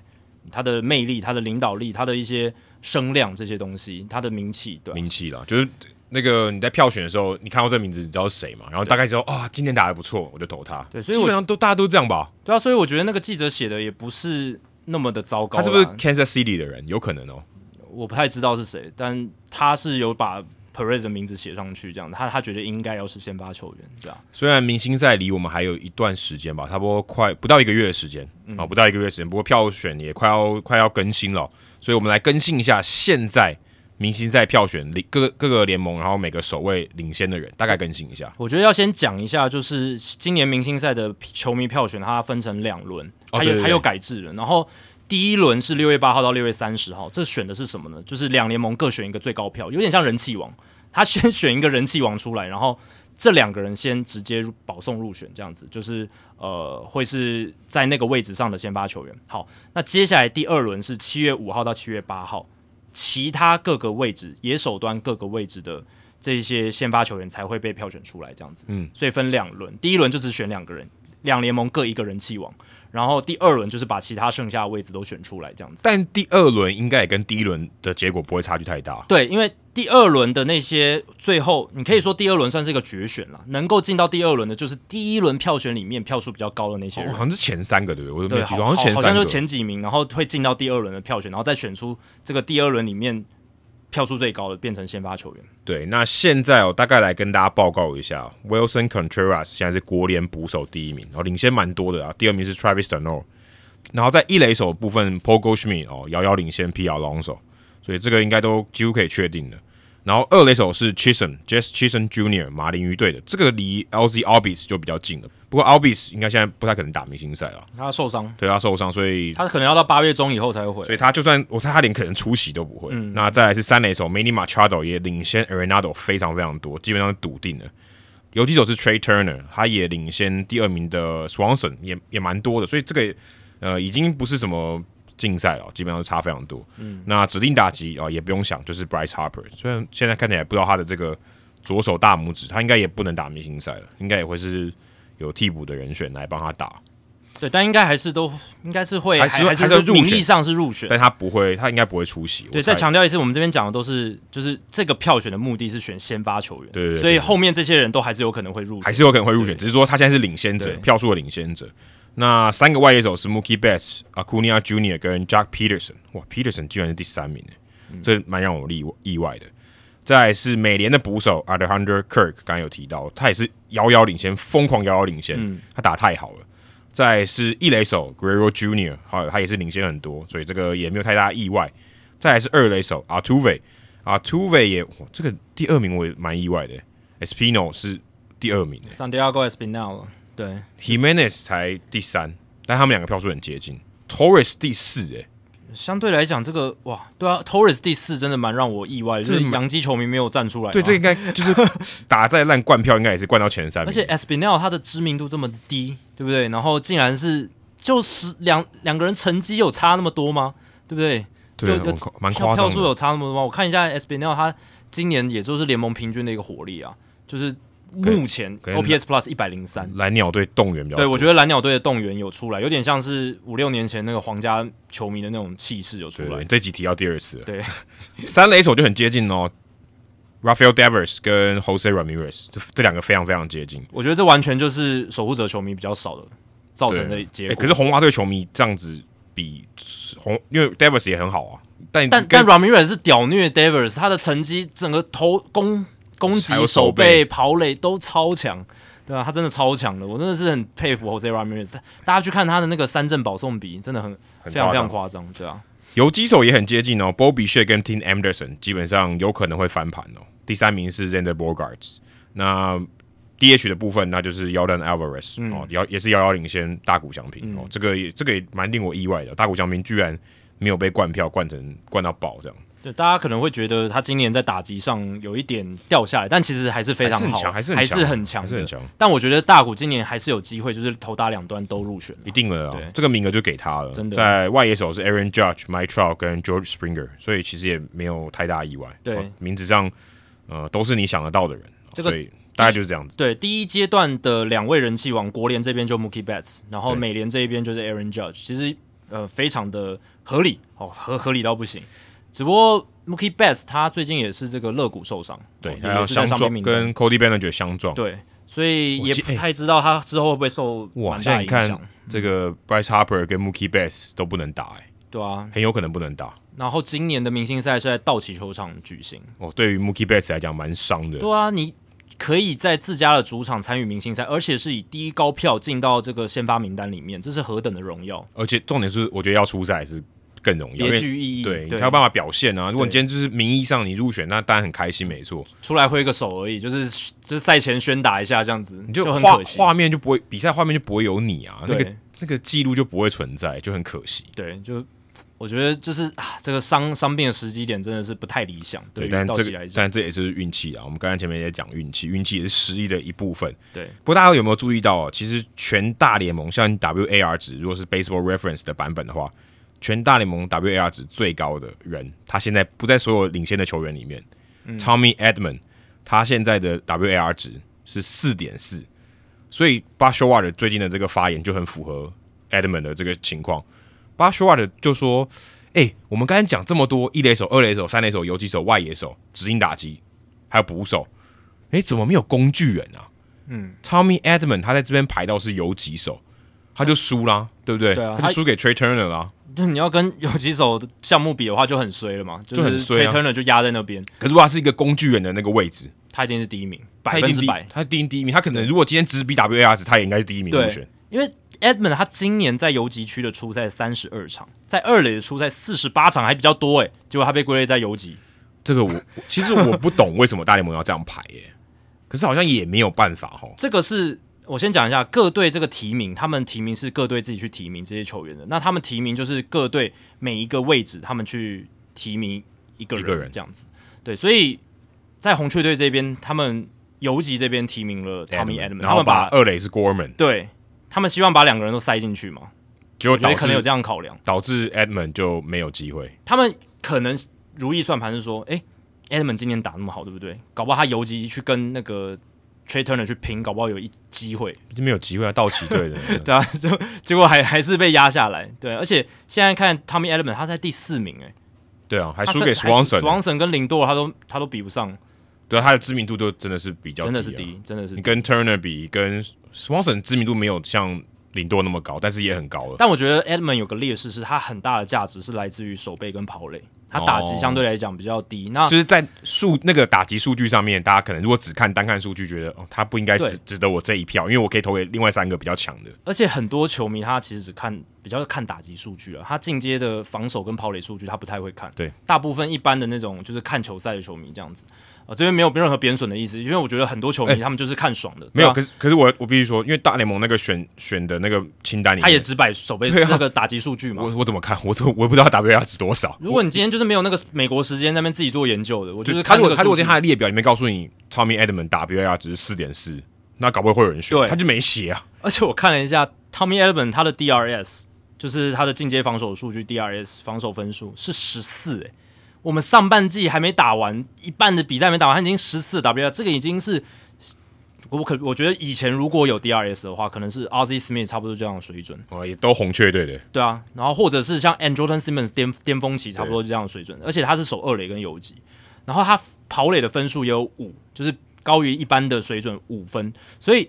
Speaker 2: 他的魅力、他的领导力、他的一些声量这些东西，他的名气，对啊、
Speaker 1: 名气啦，就是那个你在票选的时候，你看到这名字，你知道是谁嘛？然后大概知道啊，今年打的不错，我就投他。
Speaker 2: 对所以我
Speaker 1: 基本上都大家都这样吧。
Speaker 2: 对啊。所以我觉得那个记者写的也不是那么的糟糕
Speaker 1: 他
Speaker 2: 啦，
Speaker 1: 是不是 Kansas City 的人？有可能哦。
Speaker 2: 我不太知道是谁，但他是有把 Perez 的名字写上去，这样他他觉得应该要是先发球员，对啊。
Speaker 1: 虽然明星赛离我们还有一段时间吧，差不多快不到一个月的时间啊、
Speaker 2: 嗯
Speaker 1: 不到一个月的时间。不过票选也快要快要更新了，所以我们来更新一下现在明星赛票选领各个各个联盟，然后每个首位领先的人，大概更新一下。
Speaker 2: 我觉得要先讲一下，就是今年明星赛的球迷票选，它分成两轮，
Speaker 1: 哦
Speaker 2: 它
Speaker 1: 对对
Speaker 2: 有
Speaker 1: 对
Speaker 2: 它有改制了。然后第一轮是六月八号到六月三十号，这选的是什么呢？就是两联盟各选一个最高票，有点像人气王，他先选一个人气王出来，然后这两个人先直接入保送入选，这样子就是呃会是在那个位置上的先发球员。好，那接下来第二轮是七月五号到七月八号，其他各个位置野手端各个位置的这些先发球员才会被票选出来，这样子。
Speaker 1: 嗯，
Speaker 2: 所以分两轮，第一轮就只选两个人，两联盟各一个人气王，然后第二轮就是把其他剩下的位置都选出来，这样子。
Speaker 1: 但第二轮应该也跟第一轮的结果不会差距太大。
Speaker 2: 对，因为第二轮的那些最后，你可以说第二轮算是一个决选了，能够进到第二轮的，就是第一轮票选里面票数比较高的那些
Speaker 1: 哦
Speaker 2: 人。
Speaker 1: 好像是前三个对不对？我都没
Speaker 2: 对，
Speaker 1: 有记
Speaker 2: 好
Speaker 1: 住，好像前
Speaker 2: 好
Speaker 1: 三
Speaker 2: 像
Speaker 1: 个
Speaker 2: 就。前几名，然后会进到第二轮的票选，然后再选出这个第二轮里面票数最高的变成先发球员。
Speaker 1: 对，那现在我、哦、大概来跟大家报告一下，Wilson Contreras 现在是国联捕手第一名，然后领先蛮多的啊。第二名是 Travis d a n o 然后在一垒手部分 p o g o s h m i 哦遥遥领先 P. Alonso，所以这个应该都几乎可以确定的。然后二垒手是 Chisholm Jess Chisholm Jr. 马林鱼队的，这个离 LZ Albis 就比较近了。不过 Albis 应该现在不太可能打明星赛了，
Speaker 2: 他受伤，
Speaker 1: 对他受伤，所以
Speaker 2: 他可能要到八月中以后才会回
Speaker 1: 所以
Speaker 2: 来。
Speaker 1: 他就算我猜他连可能出席都不会。那再来是三垒手 Manny Machado 也领先 Arenado 非常非常多，基本上是笃定了。游击手是 Trey Turner，他也领先第二名的 Swanson，也也蛮多的。所以这个呃已经不是什么竞赛了，基本上是差非常多。那指定打击啊、呃也不用想，就是 Bryce Harper。虽然现在看起来不知道他的这个左手大拇指，他应该也不能打明星赛了，应该也会是有替补的人选来帮他打。
Speaker 2: 对，但应该还是都应该是会
Speaker 1: 还是
Speaker 2: 还
Speaker 1: 会
Speaker 2: 是
Speaker 1: 还是会入
Speaker 2: 名
Speaker 1: 选
Speaker 2: 义上是入选。
Speaker 1: 但他不会，他应该不会出席。
Speaker 2: 对，
Speaker 1: 在
Speaker 2: 再强调一次，我们这边讲的都是就是这个票选的目的是选先发球员，
Speaker 1: 对对对
Speaker 2: 所以后面这些人都还是有可能会入选，
Speaker 1: 还是有可能会入选，只是说他现在是领先者
Speaker 2: 对，
Speaker 1: 票数的领先者。那三个外野手是 Mookie Betts、Acuna Junior 跟 Jack Peterson。哇，Peterson 居然是第三名耶，欸
Speaker 2: 嗯
Speaker 1: 这蛮让我意外意外的。再来是美联的捕手 Alejandro Kirk，刚刚有提到，他也是遥遥领先，疯狂遥遥领先，
Speaker 2: 嗯
Speaker 1: 他打太好了。再来是一垒手 Guerrero Junior，还有他也是领先很多，所以这个也没有太大意外。再来是二垒手 Artuve，Artuve 也哇这个第二名我也蛮意外的，Espino 是第二名耶
Speaker 2: 上 Diego Espinal 了。对，
Speaker 1: Jimenez 才第三，但他们两个票数很接近。Torres 第四、欸，哎，
Speaker 2: 相对来讲，这个哇，对啊，Torres 第四真的蛮让我意外的，
Speaker 1: 这
Speaker 2: 就是
Speaker 1: 蛮
Speaker 2: 洋基球迷没有站出来嘛。
Speaker 1: 对，这应该就是 打再烂灌票，应该也是灌到前三名。
Speaker 2: 哦而且 Espinal 他的知名度这么低，对不对？然后竟然是就十两两个人成绩有差那么多吗？对不对？
Speaker 1: 对，
Speaker 2: 就
Speaker 1: 我
Speaker 2: 就
Speaker 1: 靠蛮
Speaker 2: 票
Speaker 1: 夸
Speaker 2: 票
Speaker 1: 张
Speaker 2: 数
Speaker 1: 的。
Speaker 2: 有差那么多吗？我看一下 Espinal 他今年也就是联盟平均的一个火力啊，就是目前
Speaker 1: 可能
Speaker 2: OPS Plus 一百零三。
Speaker 1: 蓝鸟队动员比较
Speaker 2: 对，我
Speaker 1: 得
Speaker 2: 觉得蓝鸟队的动员有出来，有点像是五六年前那个皇家球迷的那种气势有出
Speaker 1: 对对对。
Speaker 2: 来
Speaker 1: 这集提到第二次了。
Speaker 2: 对，
Speaker 1: 三垒手就很接近哦。Rafael Devers 跟 Jose Ramirez 这这两个非常非常接近。
Speaker 2: 我觉得这完全就是守护者球迷比较少的造
Speaker 1: 对
Speaker 2: 成的结
Speaker 1: 欸
Speaker 2: 果。
Speaker 1: 可是红袜队球迷这样子比红，因为 Devers 也很好啊，但
Speaker 2: 但
Speaker 1: 跟
Speaker 2: 但 Ramirez 是屌虐 Davis，他的成绩整个投攻攻
Speaker 1: 还有手
Speaker 2: 击、手
Speaker 1: 背
Speaker 2: 背、跑垒都超强，对啊，他真的超强的，我真的是很佩服 Jose Ramirez。大家去看他的那个三振保送比，真的很
Speaker 1: 很
Speaker 2: 非常
Speaker 1: 夸张
Speaker 2: 非常夸张，对啊，
Speaker 1: 游击手也很接近哦，Bobby Shea 跟 Tim Anderson 基本上有可能会翻盘哦。第三名是 Zander Bogarts，那 DH 的部分那就是 Yordan Alvarez、哦，遥也是遥遥领先大谷翔平、哦，这个也这个也蛮令我意外的，大谷翔平居然没有被灌票灌成灌到爆这样，
Speaker 2: 对，大家可能会觉得他今年在打击上有一点掉下来，但其实还是非
Speaker 1: 还
Speaker 2: 常
Speaker 1: 是很
Speaker 2: 好，
Speaker 1: 强还是很
Speaker 2: 还
Speaker 1: 强
Speaker 2: 是很强
Speaker 1: 还
Speaker 2: 的，
Speaker 1: 是很强，
Speaker 2: 但我觉得大谷今年还是有机会，就是头打两端都入选了
Speaker 1: 一定了啊
Speaker 2: 对，
Speaker 1: 这个名额就给他了。
Speaker 2: 真的
Speaker 1: 在外野手是 Aaron Judge、Mike Trout 跟 George Springer，所以其实也没有太大意外。
Speaker 2: 对
Speaker 1: 哦名字上呃都是你想得到的人，哦
Speaker 2: 这个
Speaker 1: 所以大概就是这样子。
Speaker 2: 对，第一阶段的两位人气王，国联这边就 Mookie Betts，然后
Speaker 1: 对
Speaker 2: 美联这一边就是 Aaron Judge，其实呃非常的合理哦，合合理到不行。只不过 Mookie Betts 他最近也是这个肋骨受伤，
Speaker 1: 对
Speaker 2: 哦，
Speaker 1: 还有
Speaker 2: 也是在
Speaker 1: 相
Speaker 2: 上面
Speaker 1: 撞
Speaker 2: 名单
Speaker 1: 跟 Cody Bellinger 相撞。
Speaker 2: 对，所以
Speaker 1: 我
Speaker 2: 也
Speaker 1: 记哎
Speaker 2: 不太知道他之后会不会受
Speaker 1: 哇，
Speaker 2: 蛮
Speaker 1: 现在
Speaker 2: 大的
Speaker 1: 你
Speaker 2: 影
Speaker 1: 看
Speaker 2: 响，嗯
Speaker 1: 这个 Bryce Harper 跟 Mookie Betts 都不能打、欸，
Speaker 2: 对啊。
Speaker 1: 很有可能不能打。
Speaker 2: 然后今年的明星赛是在道奇球场举行，
Speaker 1: 哦，对于 Mookie Betts 来讲蛮伤的。
Speaker 2: 对啊，你可以在自家的主场参与明星赛，而且是以第一高票进到这个先发名单里面，这是何等的荣耀，
Speaker 1: 而且重点是，我觉得要出赛是更容易，因
Speaker 2: 别
Speaker 1: 为
Speaker 2: 具意义。
Speaker 1: 对，
Speaker 2: 对
Speaker 1: 才有办法表现啊。如果你
Speaker 2: 对
Speaker 1: 今天就是名义上你入选，那当然很开心，没错。
Speaker 2: 出来挥个手而已，就是就是赛前宣打一下这样子，
Speaker 1: 你
Speaker 2: 就很
Speaker 1: 画
Speaker 2: 可惜。
Speaker 1: 画面就不会，比赛画面就不会有你啊，那
Speaker 2: 对
Speaker 1: 个那个记录就不会存在，就很可惜。
Speaker 2: 对，就我觉得就是啊，这个伤伤病的时机点真的是不太理想，
Speaker 1: 对，
Speaker 2: 于
Speaker 1: 但
Speaker 2: 道
Speaker 1: 这
Speaker 2: 奇来
Speaker 1: 个
Speaker 2: 讲，
Speaker 1: 但这也是运气啊。我们刚才前面也讲运气，运气也是实力的一部分。
Speaker 2: 对
Speaker 1: 不过大家有没有注意到哦？其实全大联盟像 WAR 值，如果是 Baseball Reference 的版本的话，全大联盟 WAR 值最高的人，他现在不在所有领先的球员里面。Tommy Edman，他现在的 WAR 值是四点四，所以巴修瓦的最近的这个发言就很符合 Edman 的这个情况。巴修瓦的就说：“哎、我们刚才讲这么多，一垒手、二垒手、三垒手、游击手、外野手、指定打击，还有捕手，哎、怎么没有工具人啊？”Tommy Edman 他在这边排到是游击手，他就输啦，对不对？
Speaker 2: 对啊
Speaker 1: 他就输给 Trey Turner 啦。
Speaker 2: 就你要跟游击手的项目比的话，就很衰了嘛，就
Speaker 1: 就很
Speaker 2: 是
Speaker 1: 衰
Speaker 2: Trey
Speaker 1: 啊
Speaker 2: Turner 就压在那边，
Speaker 1: 可是如果他是一个工具人的那个位置，
Speaker 2: 他一定是第一名，
Speaker 1: 他
Speaker 2: 百
Speaker 1: 一定
Speaker 2: 分
Speaker 1: 第
Speaker 2: 之百。
Speaker 1: 他一定第一名。他可能如果今天只比 WAR 值，他也应该是第一名入选
Speaker 2: 对。，因为 Edmond 他今年在游击区的出赛三十二场，在二垒的出赛四十八场，还比较多诶，结果他被归类在游击。
Speaker 1: 这个我其实我不懂为什么大联盟要这样排耶、可是好像也没有办法哦。
Speaker 2: 这个是我先讲一下各队这个提名，他们提名是各队自己去提名这些球员的。那他们提名就是各队每一个位置，他们去提名一个人，
Speaker 1: 一个人
Speaker 2: 这样子。对，所以在红雀队这边，他们游击这边提名了 Tommy
Speaker 1: 然
Speaker 2: Edman，他
Speaker 1: 后
Speaker 2: 们
Speaker 1: 把
Speaker 2: 把
Speaker 1: 二垒是 Gorman，
Speaker 2: 对他们希望把两个人都塞进去嘛，
Speaker 1: 结果
Speaker 2: 我
Speaker 1: 导
Speaker 2: 觉得可能有
Speaker 1: 致
Speaker 2: 这样考量。
Speaker 1: 导致 Edman 就没有机会。
Speaker 2: 他们可能如意算盘是说，哎、e d m o n 今年打那么好，对不对？搞不好他游击去跟那个 Trey Turner 去拼，搞不好有一机会。
Speaker 1: 就没有机会啊，道奇 队的
Speaker 2: 对啊，就结果还还是被压下来。对，而且现在看 Tommy Element，他在第四名、欸，
Speaker 1: 对啊，还
Speaker 2: 哎，
Speaker 1: 输给 Swanson，
Speaker 2: Swanson 跟林多尔他都他都比不上，
Speaker 1: 对啊他的知名度就真的是比较
Speaker 2: 真的
Speaker 1: 啊
Speaker 2: 是低，真的是
Speaker 1: 你
Speaker 2: 低。
Speaker 1: 跟 Turner 比，跟 Swanson 知名度没有像林多那么高，但是也很高了。
Speaker 2: 但我觉得 Element 有个劣势是，他很大的价值是来自于守备跟跑垒，他打击
Speaker 1: 哦
Speaker 2: 相对来讲比较低。那
Speaker 1: 就是在数那个打击数据上面，大家可能如果只看单看数据，觉得哦，他不应该
Speaker 2: 对
Speaker 1: 值值得我这一票，因为我可以投给另外三个比较强的。
Speaker 2: 而且很多球迷他其实只看比较看打击数据啊，他进阶的防守跟跑垒数据他不太会看。
Speaker 1: 对，
Speaker 2: 大部分一般的那种就是看球赛的球迷这样子。啊、这边没有任何贬损的意思，因为我觉得很多球迷他们就是看爽的，
Speaker 1: 哎没有，
Speaker 2: 对啊
Speaker 1: 可是可是我我必须说，因为大联盟那个选选的那个清单里面，
Speaker 2: 他也只摆手背
Speaker 1: 对啊
Speaker 2: 那个打击数据嘛。
Speaker 1: 我我怎么看，我都我也不知道他 WR 值多少。
Speaker 2: 如果你今天就是没有那个美国时间在那边自己做研究的，我就是
Speaker 1: 他
Speaker 2: 看
Speaker 1: 如
Speaker 2: 那
Speaker 1: 果
Speaker 2: 个
Speaker 1: 他如果
Speaker 2: 数
Speaker 1: 在
Speaker 2: 据
Speaker 1: 他的列表里面告诉你 Tommy Edmond WR 值是四点四，那搞不好会有人选
Speaker 2: 对，
Speaker 1: 他就没写啊。
Speaker 2: 而且我看了一下 Tommy Edman 他的 DRS，就是他的进阶防守数据 DRS 防守分数是十四，哎，我们上半季还没打完，一半的比赛没打完，他已经十四 W，这个已经是我可我觉得以前如果有 DRS 的话，可能是 RZ Smith 差不多这样的水准，
Speaker 1: 哦，也都红雀队的，
Speaker 2: 对啊，然后或者是像 a n d r e w t o n Simmons 巅巅峰期差不多这样的水准，而且他是守二垒跟游击，然后他跑垒的分数也有五，就是高于一般的水准五分，所以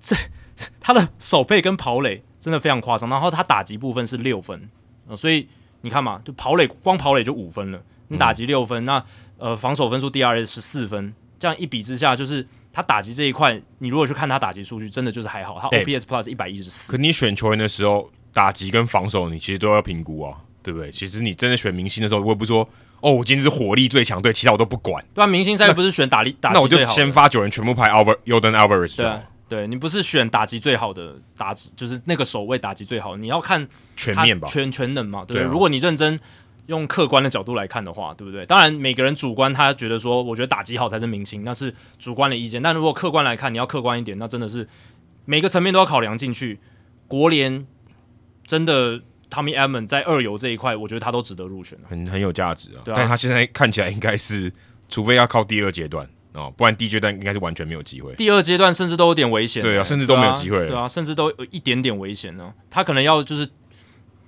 Speaker 2: 这 他的手背跟跑垒真的非常夸张。然后他打击部分是六分、呃所以你看嘛，就跑垒光跑垒就五分了，你打击六分，那呃防守分数 DRS 十四分，这样一比之下就是。他打击这一块，你如果去看他打击数据，真的就是还好，他
Speaker 1: 哎
Speaker 2: OPS Plus 一百一十四
Speaker 1: 可，你选球员的时候，打击跟防守你其实都要评估啊，对不对？其实你真的选明星的时候，我也不是说哦，我今天是火力最强队，其他我都不管，
Speaker 2: 对啊，明星赛不是选打力打
Speaker 1: 那
Speaker 2: 击
Speaker 1: 我就
Speaker 2: 最好的
Speaker 1: 先发九人全部排 Alvar Yoden Alvarez 就
Speaker 2: 对
Speaker 1: 好
Speaker 2: 啊
Speaker 1: 了，
Speaker 2: 对你不是选打击最好的打，就是那个守卫打击最好，你要看
Speaker 1: 全
Speaker 2: 他
Speaker 1: 面吧。
Speaker 2: 全全能嘛，对不对？
Speaker 1: 对啊
Speaker 2: 如果你认真用客观的角度来看的话，对不对？当然，每个人主观他觉得说，我觉得打击好才是明星，那是主观的意见。但如果客观来看，你要客观一点，那真的是每个层面都要考量进去。国联真的，Tommy e m o n 在二游这一块，我觉得他都值得入选啊
Speaker 1: 很很有价值啊。
Speaker 2: 对啊
Speaker 1: 但他现在看起来应该是，除非要靠第二阶段哦，不然第一阶段应该是完全没有机会。
Speaker 2: 第二阶段甚至都有点危险了，欸
Speaker 1: 对啊甚至都没有机会了
Speaker 2: 对啊，甚至都有一点点危险呢。他可能要就是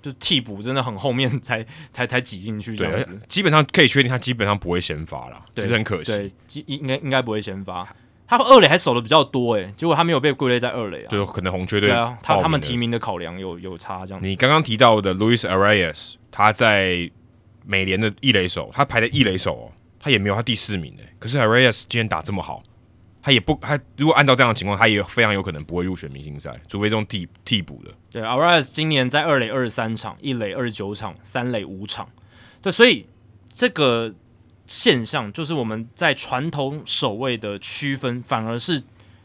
Speaker 2: 就是替补，真的很后面才才 才挤进去这
Speaker 1: 对，
Speaker 2: 样
Speaker 1: 而
Speaker 2: 子。
Speaker 1: 基本上可以确定他基本上不会先发啦，
Speaker 2: 对
Speaker 1: 这是很可惜。
Speaker 2: 对，应应该应该不会先发。他二垒还守的比较多诶、结果他没有被归类在二垒啊。
Speaker 1: 就可能红雀队
Speaker 2: 对啊，他
Speaker 1: 报
Speaker 2: 他们
Speaker 1: 的
Speaker 2: 提。名的考量有有差这样子。
Speaker 1: 你刚刚提到的 Luis Arias，他在美联的一垒手，他排的一垒手、哦，他也没有他第四名的。可是 Arias 今天打这么好，他也不他如果按照这样的情况，他也非常有可能不会入选明星赛，除非这种替替补的。
Speaker 2: 对 a r a s 今年在二垒二十三场，一垒二十九场，三垒五场。对，所以这个现象就是我们在传统守卫的区分，反而是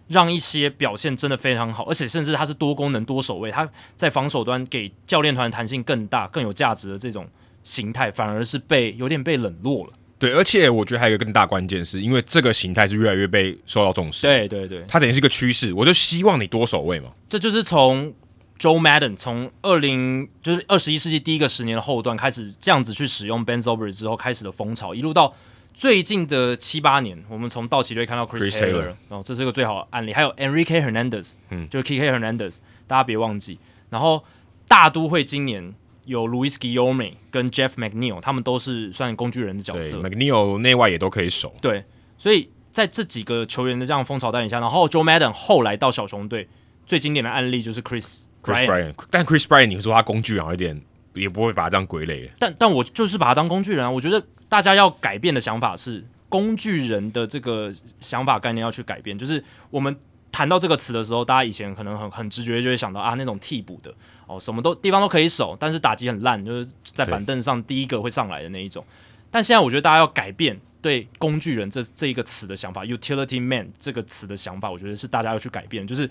Speaker 2: 让一些表现真的非常好，而且甚至他是多功能多守卫，他在防守端给教练团弹性更大、更有价值的这种形态，反而是被有点被冷落了。
Speaker 1: 对，而且我觉得还有一个更大关键是，因为这个形态是越来越被受到重视。
Speaker 2: 对对对，
Speaker 1: 它等于是一个趋势。我就希望你多守卫嘛。
Speaker 2: 这就是从 Joe Madden 从二零就是二十一世纪第一个十年的后段开始这样子去使用 Ben Zobrist 之后开始的风潮，一路到最近的七八年，我们从道奇队看到 Chris
Speaker 1: Chris Taylor
Speaker 2: Taylor，然后这是一个最好的案例，还有 Enrique Hernandez，嗯，就是 KK Hernandez，大家别忘记。然后大都会今年有 Luis Guillorme 跟 Jeff McNeil，他们都是算工具人的角
Speaker 1: 对
Speaker 2: 色，
Speaker 1: ，McNeil 内外也都可以守。
Speaker 2: 对，所以在这几个球员的这样的风潮带领下，然后 Joe Madden 后来到小熊队，最经典的案例就是 Chris
Speaker 1: Chris
Speaker 2: Bryant
Speaker 1: Bryant，但 Chris Bryant 你说他工具好像有点，也不会把他这样归类。
Speaker 2: 但但我就是把它当工具人、啊。我觉得大家要改变的想法是，工具人的这个想法概念要去改变。就是我们谈到这个词的时候，大家以前可能很很直觉就会想到啊，那种替补的哦，什么都地方都可以守，但是打击很烂，就是在
Speaker 1: 对
Speaker 2: 板凳上第一个会上来的那一种。但现在我觉得大家要改变对“工具人这”这一个词的想法，“utility man” 这个词的想法，我觉得是大家要去改变，就是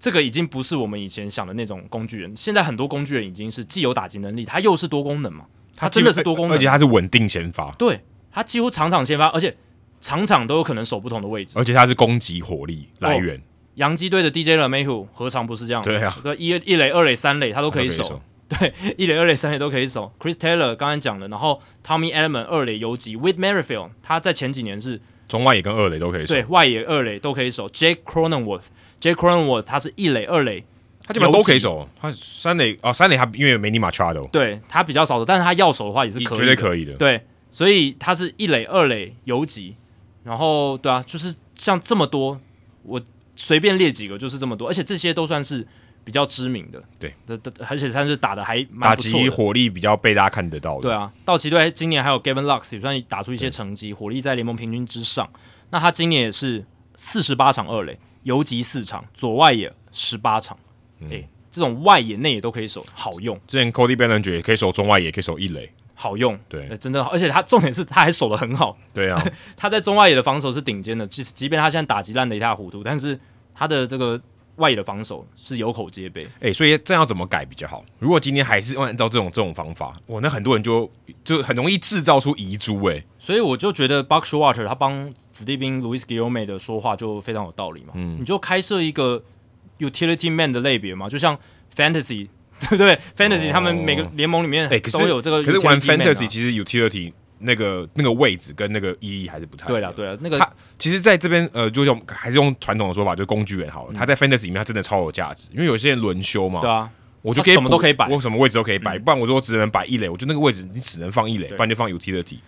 Speaker 2: 这个已经不是我们以前想的那种工具人。现在很多工具人已经是既有打击能力，他又是多功能嘛，他真的是多功能，
Speaker 1: 而且他是稳定先发，
Speaker 2: 对他几乎场场先发，而且场场都有可能守不同的位置。
Speaker 1: 而且他是攻击火力来源。
Speaker 2: 洋基队的 DJ 勒梅虎何尝不是这样？
Speaker 1: 对啊，
Speaker 2: 对一一垒、二垒、三垒他
Speaker 1: 都
Speaker 2: 都哦可以守，， 一垒、二垒、三垒都可以守。Chris Taylor 刚才讲了，然后 Tommy Element 二垒游击，With Merrifield 他在前几年是
Speaker 1: 中外野跟二垒都可以守，
Speaker 2: 对外野二垒都可以守。Jake Cronenworth，Jake Cronenworth 他是一垒二垒，
Speaker 1: 他基本上都
Speaker 2: 游击
Speaker 1: 可以守。他三垒哦，三垒他因为没尼马查的，
Speaker 2: 对他比较少守，但是他要守的话也是可以的，
Speaker 1: 绝对可以的。
Speaker 2: 对，所以他是一垒、二垒、游击，然后对啊，就是像这么多，我随便列几个就是这么多，而且这些都算是比较知名的，
Speaker 1: 对
Speaker 2: 这，这而且算是打的还蛮
Speaker 1: 打
Speaker 2: 不错
Speaker 1: 击
Speaker 2: 的。
Speaker 1: 火力比较被大家看得到的。
Speaker 2: 对啊，道奇队今年还有 Gavin Lux 也算打出一些成绩，火力在联盟平均之上。那他今年也是四十八场二垒，游击四场，左外野十八场，哎、这种外野内野都可以守，好用，
Speaker 1: 之前 Cody Bellinger 也可以守中外野，也可以守一垒。
Speaker 2: 好用，
Speaker 1: 对
Speaker 2: 呃真的好，而且他重点是他还守得很好，
Speaker 1: 对啊，
Speaker 2: 他在中外野的防守是顶尖的，即即便他现在打击烂的一塌糊涂，但是他的这个外野的防守是有口皆碑。
Speaker 1: 哎、所以这样要怎么改比较好？如果今天还是按照这种这种方法，哇，那很多人就就很容易制造出遗珠哎、
Speaker 2: 所以我就觉得 Buck Showalter 他帮子弟兵 Luis Guillorme 的说话就非常有道理嘛。
Speaker 1: 嗯
Speaker 2: 你就开设一个 utility man 的类别嘛，就像 fantasy 对不对
Speaker 1: 哦
Speaker 2: ？fantasy 他们每个联盟里面
Speaker 1: 哎、可是
Speaker 2: 都有这个
Speaker 1: 可是
Speaker 2: utility
Speaker 1: 玩
Speaker 2: man 啊
Speaker 1: Fantasy 其实 Utility 那个那个位置跟那个意义还是不太一样
Speaker 2: 对了。对了，那个
Speaker 1: 他其实在这边，呃，就用还是用传统的说法，就是工具人好了。他在 Fantasy 里面，他真的超有价值，因为有些人轮休嘛，
Speaker 2: 嗯对啊，
Speaker 1: 我就可以
Speaker 2: 他什么
Speaker 1: 补
Speaker 2: 都可以摆嗯
Speaker 1: 我什么位置都可以摆。不然我说我只能摆一垒，我就那个位置你只能放一垒，
Speaker 2: 对
Speaker 1: 不然就放 utility。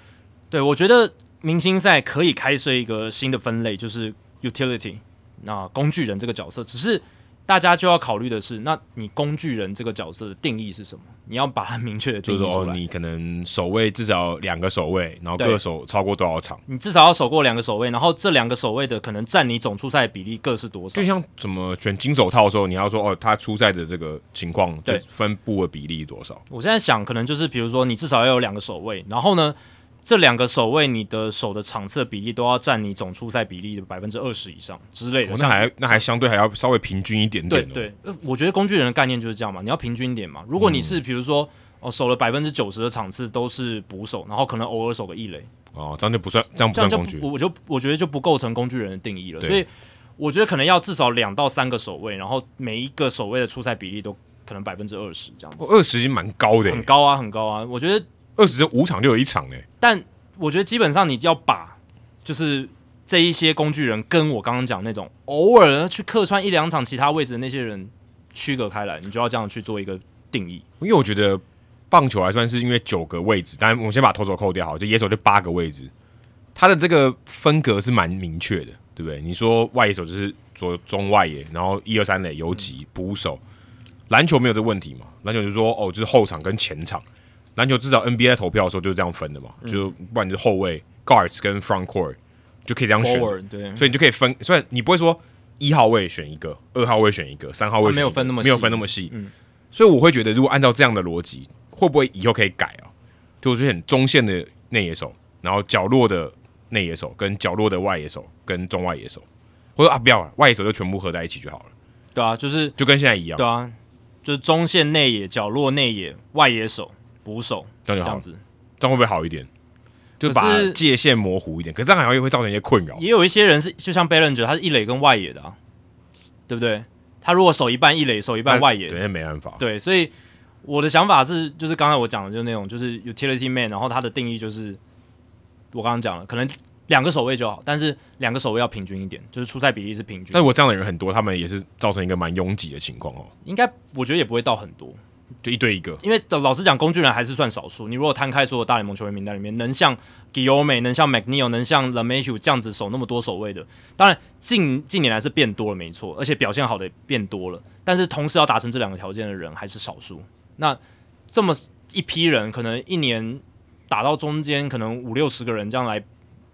Speaker 2: 对，我觉得明星赛可以开设一个新的分类，就是 utility，那工具人这个角色，只是大家就要考虑的是，那你工具人这个角色的定义是什么？你要把它明确的定
Speaker 1: 就
Speaker 2: 义
Speaker 1: 是说，
Speaker 2: 出
Speaker 1: 哦，
Speaker 2: 来。
Speaker 1: 你可能守卫至少两个守卫，然后
Speaker 2: 对
Speaker 1: 各守超过多少场？
Speaker 2: 你至少要守过两个守卫，然后这两个守卫的可能占你总出赛比例各是多少
Speaker 1: 就？像怎么选金手套的时候，你要说哦，他出赛的这个情况，就
Speaker 2: 对
Speaker 1: 分布的比例多少？
Speaker 2: 我现在想，可能就是比如说你至少要有两个守卫，然后呢，这两个守卫你的守的场次的比例都要占你总出赛比例的百分之二十以上之类的。
Speaker 1: 哦那
Speaker 2: 像
Speaker 1: 还那还相对还要稍微平均一点
Speaker 2: 对
Speaker 1: 点、哦。
Speaker 2: 对，呃我觉得工具人的概念就是这样嘛，你要平均一点嘛。如果你
Speaker 1: 嗯
Speaker 2: 是比如说哦守了百分之九十的场次都是捕手，然后可能偶尔守个一垒，
Speaker 1: 哦，这样就不算，这样不
Speaker 2: 这
Speaker 1: 算
Speaker 2: 样就
Speaker 1: 工具
Speaker 2: 不，我就我觉得就不构成工具人的定义了。
Speaker 1: 对
Speaker 2: 所以我觉得可能要至少两到三个守卫，然后每一个守卫的出赛比例都可能百分之二十这样子，
Speaker 1: 二十已经蛮高的、
Speaker 2: 很
Speaker 1: 欸，
Speaker 2: 高啊，很高啊。我觉得，
Speaker 1: 二十五场就有一场哎、
Speaker 2: 但我觉得基本上你要把就是。这一些工具人跟我刚刚讲那种偶尔去客串一两场其他位置的那些人区隔开来，你就要这样去做一个定义。
Speaker 1: 因为我觉得棒球还算是因为九个位置，但我们先把投手扣掉好了，就野手就八个位置，它的这个分隔是蛮明确的，对不对？你说外野手就是左中外野，然后一二三垒游击捕手，篮球没有这问题嘛？篮球就是说哦，就是后场跟前场，篮球至少 NBA 投票的时候就是这样分的嘛，就不然就是后卫 guards 跟 front court 就可以这样选，
Speaker 2: forward 对，
Speaker 1: 所以你就可以分，虽然你不会说一号位选一个，二号位选一个，三号位选一个
Speaker 2: 啊没有分那么细嗯
Speaker 1: 没有分那么细，所以我会觉得，如果按照这样的逻辑，会不会以后可以改啊？就我就很中线的内野手，然后角落的内野手跟角落的外野手跟中外野手，我说啊不要了，外野手就全部合在一起就好了，
Speaker 2: 对啊，就是
Speaker 1: 就跟现在一样
Speaker 2: 对，啊，就是中线内野、角落内野、外野手、捕手
Speaker 1: 这
Speaker 2: 这
Speaker 1: 样就好
Speaker 2: 样
Speaker 1: 了，
Speaker 2: 子，
Speaker 1: 这样会不会好一点？就
Speaker 2: 可
Speaker 1: 把
Speaker 2: 是
Speaker 1: 界限模糊一点，可是这样好像又会造成一些困扰。
Speaker 2: 也有一些人是就像 b a l l i n g e r 他是一垒跟外野的、啊，对不对？他如果守一半一垒，守一半外野，
Speaker 1: 对，那没办法。
Speaker 2: 对，所以我的想法是，就是刚才我讲的，就是那种就是 utility man，然后它的定义就是我刚刚讲了，可能两个守卫就好，但是两个守卫要平均一点，就是出赛比例是平均的。
Speaker 1: 但我这样的人很多，他们也是造成一个蛮拥挤的情况哦，
Speaker 2: 应该我觉得也不会到很多，
Speaker 1: 就一对一个。
Speaker 2: 因为老实讲，工具人还是算少数。你如果摊开所有大联盟球员名单里面，能像 g u i l l m e 能像 McNeil、能像 LeMahieu 这样子守那么多守卫的，当然近近年来是变多了，没错，而且表现好的也变多了。但是同时要达成这两个条件的人还是少数。那这么一批人，可能一年打到中间，可能五六十个人这样来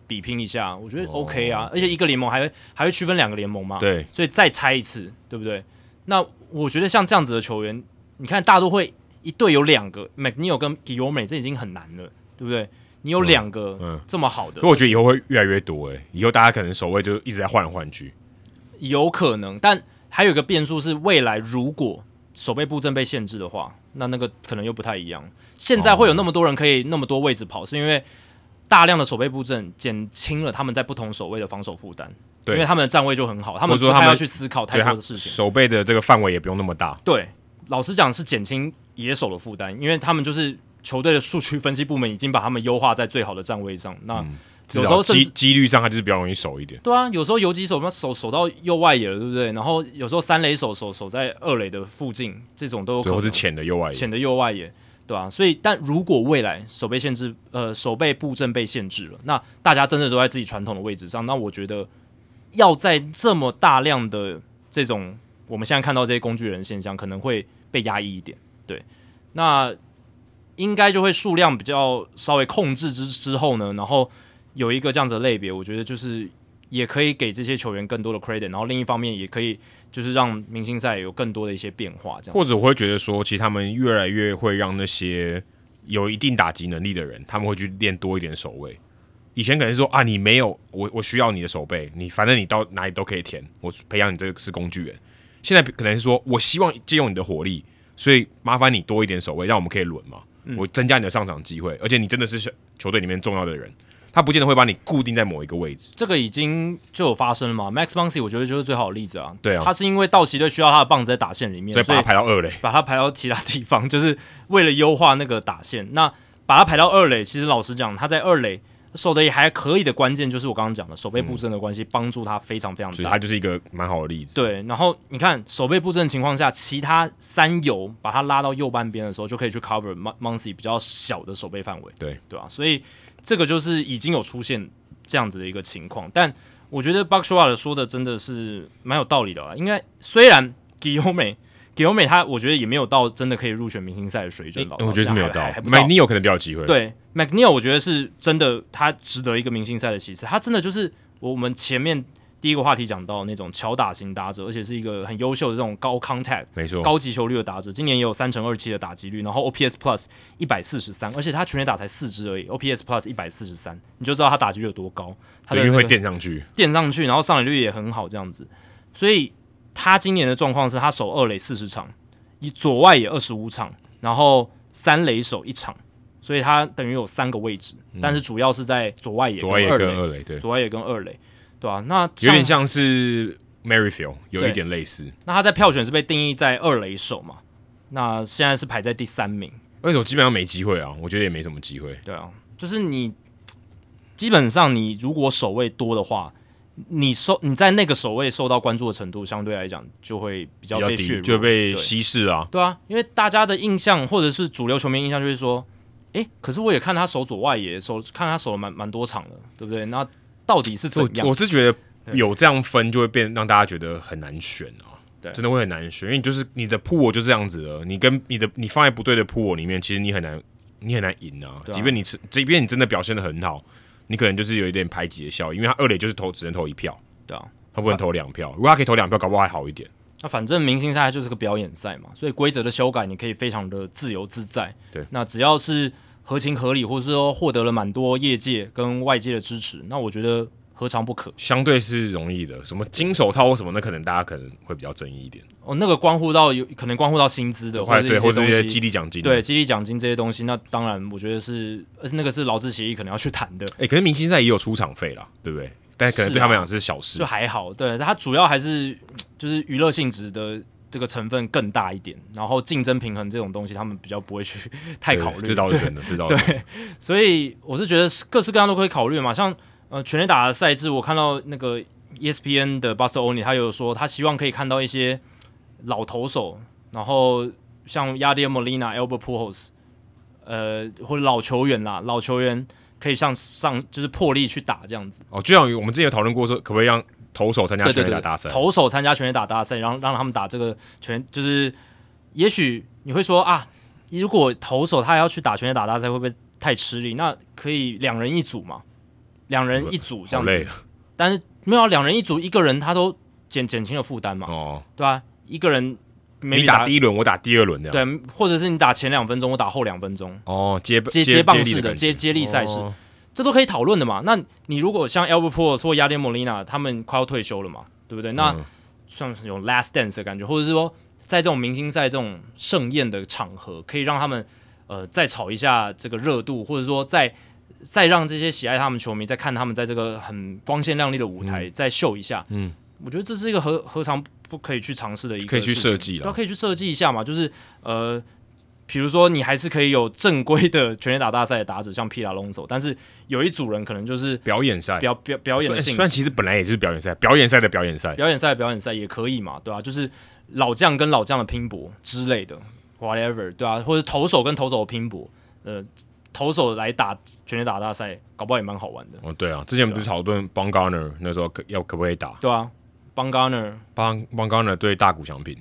Speaker 2: 比拼一下，我觉得
Speaker 1: 哦
Speaker 2: OK 啊。而且一个联盟还会还会区分两个联盟嘛，
Speaker 1: 对，
Speaker 2: 所以再猜一次，对不对？那我觉得像这样子的球员，你看大都会一队有两个 McNeil 跟 g i o m e 这已经很难了，对不对？你有两
Speaker 1: 嗯
Speaker 2: 个这么好的，
Speaker 1: 所以我觉得以后会越来越多哎、以后大家可能守卫就一直在换来换去，
Speaker 2: 有可能，但还有一个变数是，未来如果守备布阵被限制的话，那那个可能又不太一样。现在会有那么多人可以那么多位置跑，是因为大量的守备布阵减轻了他们在不同守卫的防守负担，
Speaker 1: 对
Speaker 2: 因为他们的站位就很好，他
Speaker 1: 或
Speaker 2: 们
Speaker 1: 者说
Speaker 2: 不
Speaker 1: 他
Speaker 2: 太
Speaker 1: 们
Speaker 2: 要去思考太
Speaker 1: 对
Speaker 2: 多
Speaker 1: 他
Speaker 2: 的事情。
Speaker 1: 守备的这个范围也不用那么大，
Speaker 2: 对，老实讲是减轻野手的负担，因为他们就是球队的数据分析部门已经把他们优化在最好的站位上。那
Speaker 1: 嗯至
Speaker 2: 有时
Speaker 1: 少
Speaker 2: 候甚至
Speaker 1: 几几率上他就是比较容易守一点。
Speaker 2: 对啊，有时候游击手嘛手守到右外野了，对不对？然后有时候三垒手手守在二垒的附近，这种都有可
Speaker 1: 最
Speaker 2: 能
Speaker 1: 后。是浅的右外野，
Speaker 2: 浅的右外野，对吧、所以，但如果未来守备限制，呃，守备布阵被限制了，那大家真的都在自己传统的位置上，那我觉得要在这么大量的这种我们现在看到这些工具人现象，可能会被压抑一点。对，那应该就会数量比较稍微控制之之后呢，然后有一个这样子的类别，我觉得就是也可以给这些球员更多的 credit，然后另一方面也可以就是让明星赛有更多的一些变化，这样。
Speaker 1: 或者我会觉得说，其实他们越来越会让那些有一定打击能力的人，他们会去练多一点守卫。以前可能是说啊，你没有我，我需要你的守备，你反正你到哪里都可以填，我培养你这个是工具人。现在可能是说我希望借用你的火力，所以麻烦你多一点守卫，让我们可以轮嘛，
Speaker 2: 嗯
Speaker 1: 我增加你的上场机会，而且你真的是球队里面重要的人，他不见得会把你固定在某一个位置。
Speaker 2: 这个已经就有发生了嘛。Max Muncy 我觉得就是最好的例子啊。
Speaker 1: 对啊
Speaker 2: 他是因为道奇队需要他的棒子在打线里面，
Speaker 1: 所
Speaker 2: 所
Speaker 1: 以把他排到二垒，
Speaker 2: 把他排到其他地方，就是为了优化那个打线。那把他排到二垒，其实老实讲，他在二垒守的也还可以的关键就是我刚刚讲的守备布阵的关系，帮助他非常非常
Speaker 1: 所以
Speaker 2: 大。
Speaker 1: 他就是一个蛮好的例子。
Speaker 2: 对，然后你看守备布阵的情况下，其他三游把他拉到右半边的时候，就可以去 cover Mon Moncy 比较小的守备范围，
Speaker 1: 对
Speaker 2: 对啊吧、所以这个就是已经有出现这样子的一个情况，但我觉得 b u c k s h o t 说的真的是蛮有道理的啦。应该虽然给优美给优美他，我觉得也没有到真的可以入选明星赛的水准，老
Speaker 1: 我觉得是没有
Speaker 2: 到
Speaker 1: 到，，
Speaker 2: 还不
Speaker 1: 麦尼有可能比较有机会。
Speaker 2: 对 McNeil，我觉得是真的，他值得一个明星赛的席次。他真的就是我们前面第一个话题讲到那种巧打型打者，而且是一个很优秀的这种高 contact、
Speaker 1: 没错，
Speaker 2: 高击球率的打者。今年也有三乘二七的打击率，然后 OPS Plus 一百四十三，而且他全垒打才四支而已，OPS Plus 一百四十三，你就知道他打击率有多高。他的
Speaker 1: 对，因为会
Speaker 2: 那个
Speaker 1: 垫上去。
Speaker 2: 垫上去，然后上垒率也很好，这样子。所以他今年的状况是他守二垒四十场，以左外野二十五场，然后三垒手一场，所以他等于有三个位置，但是主要是在左外野
Speaker 1: 嗯左外野
Speaker 2: 二
Speaker 1: 跟
Speaker 2: 垒，
Speaker 1: 二垒，对，
Speaker 2: 左外野跟二垒，对啊，那
Speaker 1: 有点。像是 Maryfield，有
Speaker 2: 对
Speaker 1: 一点类似。
Speaker 2: 那他在票选是被定义在二垒手嘛？那现在是排在第三名，
Speaker 1: 二手基本上没机会啊，我觉得也没什么机会。
Speaker 2: 对啊，就是你基本上你如果守卫多的话，你受你在那个守卫受到关注的程度，相对来讲就会比较
Speaker 1: 比较
Speaker 2: 被削
Speaker 1: 低
Speaker 2: 弱，
Speaker 1: 就被
Speaker 2: 对
Speaker 1: 稀释啊，
Speaker 2: 对啊，因为大家的印象或者是主流球迷印象就是说，诶，可是我也看他守左外野，守看他守了蛮蛮多场的，对不对？那到底是怎
Speaker 1: 我
Speaker 2: 样
Speaker 1: 我？是觉得有这样分就会变让大家觉得很难选啊，
Speaker 2: 对
Speaker 1: 真的会很难选，因为你就是你的 pool 就是这样子的，你跟你的你放在不对的 pool 里面，其实你很难你很难赢啊，
Speaker 2: 对啊
Speaker 1: 即便你是即便你真的表现的很好，你可能就是有一点排挤的效应，因为他二垒就是投只能投一票，
Speaker 2: 对啊，
Speaker 1: 他不能投两票，如果他可以投两票，搞不好还好一点。
Speaker 2: 那反正明星赛它就是个表演赛嘛，所以规则的修改你可以非常的自由自在。
Speaker 1: 对
Speaker 2: 那只要是合情合理，或者是说获得了蛮多业界跟外界的支持，那我觉得何尝不可？
Speaker 1: 相对是容易的，什么金手套或什么，那可能大家可能会比较争议一点，
Speaker 2: 哦，那个关乎到有可能关乎到薪资的，或者是
Speaker 1: 对，或者
Speaker 2: 一
Speaker 1: 一
Speaker 2: 些
Speaker 1: 些
Speaker 2: 东
Speaker 1: 激
Speaker 2: 西。
Speaker 1: 励奖金，
Speaker 2: 对激励奖金这些东西，那当然，我觉得是呃那个是劳资协议可能要去谈的，
Speaker 1: 哎、可是明星赛也有出场费啦，对不对？但可能
Speaker 2: 啊
Speaker 1: 对他们来讲是小事。
Speaker 2: 就还好，对它主要还是嗯就是娱乐性质的这个成分更大一点，然后竞争平衡这种东西他们比较不会去 太
Speaker 1: 对
Speaker 2: 考虑，
Speaker 1: 这倒是真的，这倒是真的
Speaker 2: 所以我是觉得各式各样都可以考虑嘛，像呃全垒打的赛制，我看到那个 E ESPN 的 Buster Olney 他有说他希望可以看到一些老投手，然后像 Yadier Molina、Albert Pujols，呃或者老球员啦，老球员可以向上就是破例去打这样子。
Speaker 1: 哦，就像我们之前有讨论过说，可不可以让投手参加
Speaker 2: 对
Speaker 1: 全
Speaker 2: 对
Speaker 1: 垒打
Speaker 2: 对，
Speaker 1: 大赛？
Speaker 2: 投手参加全垒打大赛，然后让他们打这个全，就是也许你会说啊，如果投手他要去打全垒打大赛，会不会太吃力？那可以两人一组嘛，两人一组这
Speaker 1: 好
Speaker 2: 样
Speaker 1: 累
Speaker 2: 子，但是没有啊两人一组，一个人他都减减轻了负担嘛，
Speaker 1: 哦！
Speaker 2: 对吧、一个人没
Speaker 1: 你打第一轮，我打第二轮这样。
Speaker 2: 对，或者是你打前两分钟，我打后两分钟，
Speaker 1: 哦，接
Speaker 2: 接
Speaker 1: 接
Speaker 2: 棒式
Speaker 1: 的感觉
Speaker 2: 接接力赛事，
Speaker 1: 哦
Speaker 2: 这都可以讨论的嘛。那你如果像 Albert p o r 或 y a d i Molina 他们快要退休了嘛，对不对？那
Speaker 1: 嗯
Speaker 2: 像是有 last dance 的感觉，或者是说在这种明星赛这种盛宴的场合，可以让他们呃再炒一下这个热度，或者说再再让这些喜爱他们球迷再看他们在这个很光鲜亮丽的舞台、再秀一下。
Speaker 1: 嗯，
Speaker 2: 我觉得这是一个何何尝不可以去尝试的一个
Speaker 1: 可以去
Speaker 2: 事情
Speaker 1: 设计啦
Speaker 2: 对啊，可以去设计一下嘛，就是呃。比如说你还是可以有正规的全垒打大赛的打者，像皮拉隆索，但是有一组人可能就是
Speaker 1: 表演赛，
Speaker 2: 表表表演
Speaker 1: 虽
Speaker 2: 性
Speaker 1: 虽然其实本来也就是表演赛，表演赛的表演赛，
Speaker 2: 表演赛表演赛也可以嘛，对吧、啊就是老将跟老将的拼搏之类的，whatever，对啊，或者投手跟投手的拼搏，呃，投手来打全垒打大赛，搞不好也蛮好玩的，
Speaker 1: 哦，对啊，之前我们不是讨论 b o n g a r n e r 那时候可要可不可以打
Speaker 2: 对啊。邦 g a r n e r
Speaker 1: b o n b o n g a r n e r 对大谷翔平，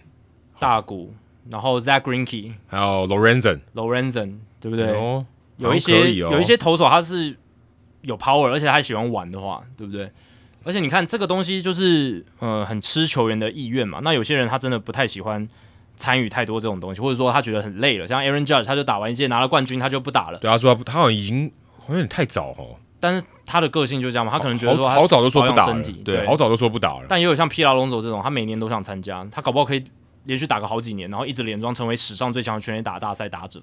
Speaker 2: 大谷，然后 Zach Greinke、
Speaker 1: 还有 Lorenzen，
Speaker 2: Lorenzen，对不对？
Speaker 1: 哦，
Speaker 2: 有
Speaker 1: 好
Speaker 2: 一
Speaker 1: 像可
Speaker 2: 些、
Speaker 1: 以哦
Speaker 2: 有一些投手他是有 power，而且他喜欢玩的话，对不对？而且你看这个东西就是呃很吃球员的意愿嘛。那有些人他真的不太喜欢参与太多这种东西，或者说他觉得很累了。像 Aaron Judge 他就打完一届拿了冠军，他就不打了。
Speaker 1: 对他说他不他好像已经好像有点太早哦，
Speaker 2: 但是他的个性就这样嘛，他可能觉得说
Speaker 1: 好
Speaker 2: 他
Speaker 1: 好早就说不打
Speaker 2: 保
Speaker 1: 了
Speaker 2: 养身体，
Speaker 1: 对，好早就说不打了，
Speaker 2: 但也有像皮拉隆佐这种，他每年都想参加，他搞不好可以连续打个好几年，然后一直连庄成为史上最强的全垒打大赛打者。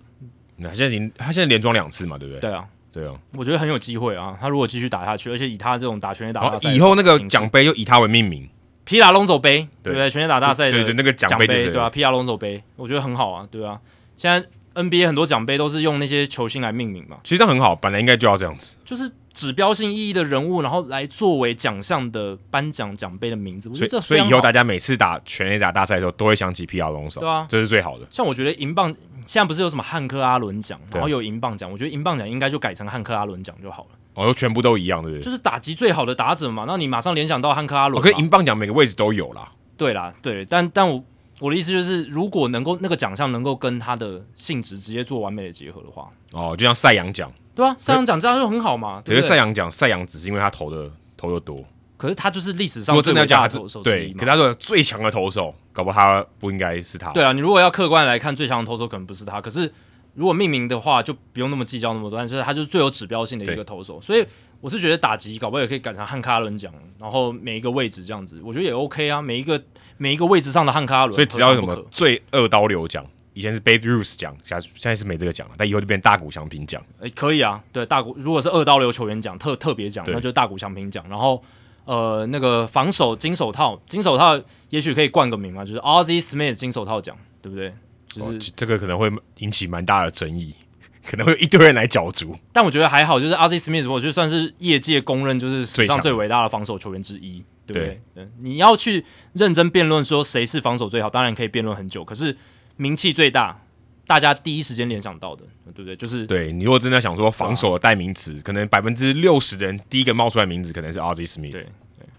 Speaker 1: 那他现在连他现在连装两次嘛，对不对？
Speaker 2: 对啊，
Speaker 1: 对啊，
Speaker 2: 我觉得很有机会啊。他如果继续打下去，而且以他这种打全垒打
Speaker 1: 然
Speaker 2: 大
Speaker 1: 后
Speaker 2: 赛的
Speaker 1: 以后那个
Speaker 2: 形式
Speaker 1: 奖杯就以他为命名，
Speaker 2: 皮拉隆佐杯，
Speaker 1: 对
Speaker 2: 对不对？全垒打大赛的
Speaker 1: 对对，那个奖
Speaker 2: 奖
Speaker 1: 杯
Speaker 2: 对
Speaker 1: 对
Speaker 2: 啊，，皮拉隆佐杯，我觉得很好啊，对啊。现在 NBA 很多奖杯都是用那些球星来命名嘛，
Speaker 1: 其实这样很好，本来应该就要这样子，
Speaker 2: 就是指标性意义的人物，然后来作为奖项的颁奖奖杯的名字。我
Speaker 1: 所
Speaker 2: 觉得这
Speaker 1: 以所以
Speaker 2: 非
Speaker 1: 以后
Speaker 2: 常好
Speaker 1: 大家每次打全垒打大赛的时候都会想起皮亚龙手，
Speaker 2: 对啊
Speaker 1: 这是最好的，
Speaker 2: 像我觉得银棒现在不是有什么汉克阿伦奖，
Speaker 1: 对啊
Speaker 2: 然后有银棒奖，我觉得银棒奖应该就改成汉克阿伦奖就好了，
Speaker 1: 哦，就全部都一样，对不对？
Speaker 2: 就是打击最好的打者嘛，那你马上联想到汉克阿
Speaker 1: 我
Speaker 2: 伦嘛。
Speaker 1: 可以银棒奖每个位置都有啦，
Speaker 2: 对啦，对，但但我我的意思就是，如果能够那个奖项能够跟他的性质直接做完美的结合的话，
Speaker 1: 哦，就像赛扬奖，
Speaker 2: 对啊，赛扬奖这样就很好嘛。
Speaker 1: 可
Speaker 2: 对
Speaker 1: 是
Speaker 2: 不对
Speaker 1: 赛扬奖赛扬只是因为他投的投的多，
Speaker 2: 可是他就是历史
Speaker 1: 如
Speaker 2: 上
Speaker 1: 果
Speaker 2: 最
Speaker 1: 真的要
Speaker 2: 伟
Speaker 1: 讲他
Speaker 2: 大的投
Speaker 1: 最
Speaker 2: 手之
Speaker 1: 对
Speaker 2: 一，嘛
Speaker 1: 可是他说最强的投手，搞不好他不应该是他，
Speaker 2: 对啊，你如果要客观来看，最强的投手可能不是他，可是如果命名的话，就不用那么计较那么多，但是他就是最有指标性的一
Speaker 1: 对
Speaker 2: 个投手，所以。我是觉得打击搞不好也可以改成汉卡伦奖，然后每一个位置这样子，我觉得也 OK 啊。每一个每一个位置上的汉卡伦，
Speaker 1: 所以只要有
Speaker 2: 何
Speaker 1: 什
Speaker 2: 尝不
Speaker 1: 么
Speaker 2: 可
Speaker 1: 最恶刀流奖，以前是 Babe Ruth 奖，现在现在是没这个奖了，但以后就变大谷翔平奖。
Speaker 2: 诶，可以啊，对大股，如果是二刀流球员奖特特别奖，
Speaker 1: 对
Speaker 2: 那就是大股翔平奖。然后呃，那个防守金手套，金手套也许可以冠个名嘛，就是 Ozzy Smith 金手套奖，对不对？就是，
Speaker 1: 哦这个可能会引起蛮大的争议， 可能会有一堆人来角逐。
Speaker 2: 但我觉得还好，就是 Ozzy Smith，我觉得算是业界公认就是史
Speaker 1: 最
Speaker 2: 上
Speaker 1: 强
Speaker 2: 最伟大的防守球员之一，对不对？对你要去认真辩论说谁是防守最好，当然可以辩论很久，可是名气最大，大家第一时间联想到的，对不对？就是
Speaker 1: 对你如果真的想说防守的代名词，可能百分之六十的人第一个冒出来名字可能是 Ozzy Smith。
Speaker 2: 对对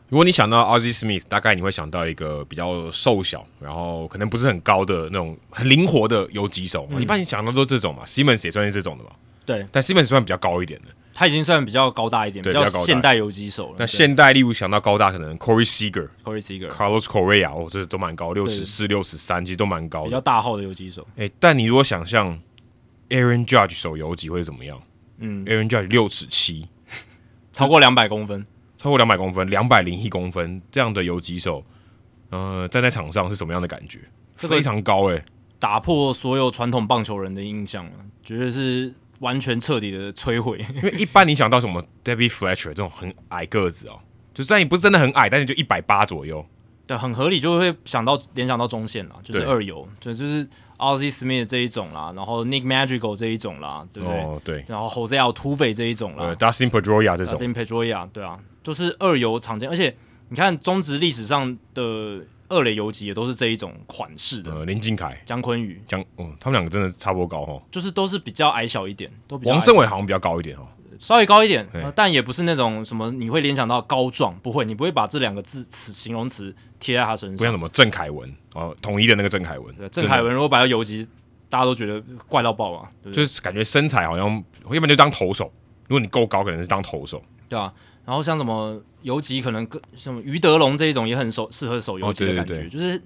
Speaker 1: 如果你想到 Ozzy Smith，大概你会想到一个比较瘦小，然后可能不是很高的那种很灵活的游击手。
Speaker 2: 嗯
Speaker 1: 一般你想到都是这种嘛，Simmons 也算是这种的嘛，
Speaker 2: 对，
Speaker 1: 但 Simmons 算比较高一点的。
Speaker 2: 他已经算比较高大一点，
Speaker 1: 对
Speaker 2: 比较
Speaker 1: 比较高大
Speaker 2: 现代游击手了。
Speaker 1: 那
Speaker 2: 嗯对
Speaker 1: 现代例如想到高大，可能 Corey Seager、
Speaker 2: Corey Seager
Speaker 1: Carlos Correa，哦，这都蛮高，六十四、六十三，其实都蛮高
Speaker 2: 比
Speaker 1: 的
Speaker 2: 较。大号的游击手，
Speaker 1: 哎、但你如果想象 Aaron Judge 手游几会怎么样？嗯，Aaron Judge 六尺七，
Speaker 2: 超过两百公分，
Speaker 1: 超过两百公分，两百零一公分这样的游击手，呃，站在场上是什么样的感觉？
Speaker 2: 这个
Speaker 1: 非常高哎、
Speaker 2: 打破所有传统棒球人的印象了，绝对是完全彻底的摧毁。
Speaker 1: 因为一般你想到什么 Debbie Fletcher 这种很矮个子哦，就算你不是真的很矮，但是就一百八左右，
Speaker 2: 对，很合理，就会想到联想到中线啦，就是
Speaker 1: 对
Speaker 2: 二游，就就是 Ozzy Smith 这一种啦，然后 Nick Magical 这一种啦，对不对？
Speaker 1: 哦，对，
Speaker 2: 然后 Jose Altuve 这一种啦
Speaker 1: 呃，Dustin Pedroia 这
Speaker 2: d
Speaker 1: 种
Speaker 2: u s，i n Pedroia，对啊，就是二游常见，而且你看中职历史上的二垒游击也都是这一种款式的，
Speaker 1: 呃，林敬凯、
Speaker 2: 姜昆宇
Speaker 1: 江，哦，他们两个真的差不多高哦。
Speaker 2: 就是都是比较矮小一点，都比较
Speaker 1: 王
Speaker 2: 矮
Speaker 1: 胜伟好像比较高一点哦，
Speaker 2: 稍微高一点、
Speaker 1: 对
Speaker 2: 呃但也不是那种什么你会联想到高壮，不会，你不会把这两个字词形容词贴在他身
Speaker 1: 不像
Speaker 2: 上。
Speaker 1: 什么郑凯文哦，统一的那个郑凯文
Speaker 2: 对，郑凯文如果摆到游击，大家都觉得怪到爆啊，对不对？
Speaker 1: 就是感觉身材好像，要不然就当投手。如果你够高，可能是当投手。
Speaker 2: 对啊，然后像什么游击，可能跟什么于德龙这一种也很手适合手游击
Speaker 1: 哦
Speaker 2: 的
Speaker 1: 对
Speaker 2: 感
Speaker 1: 对
Speaker 2: 觉，就是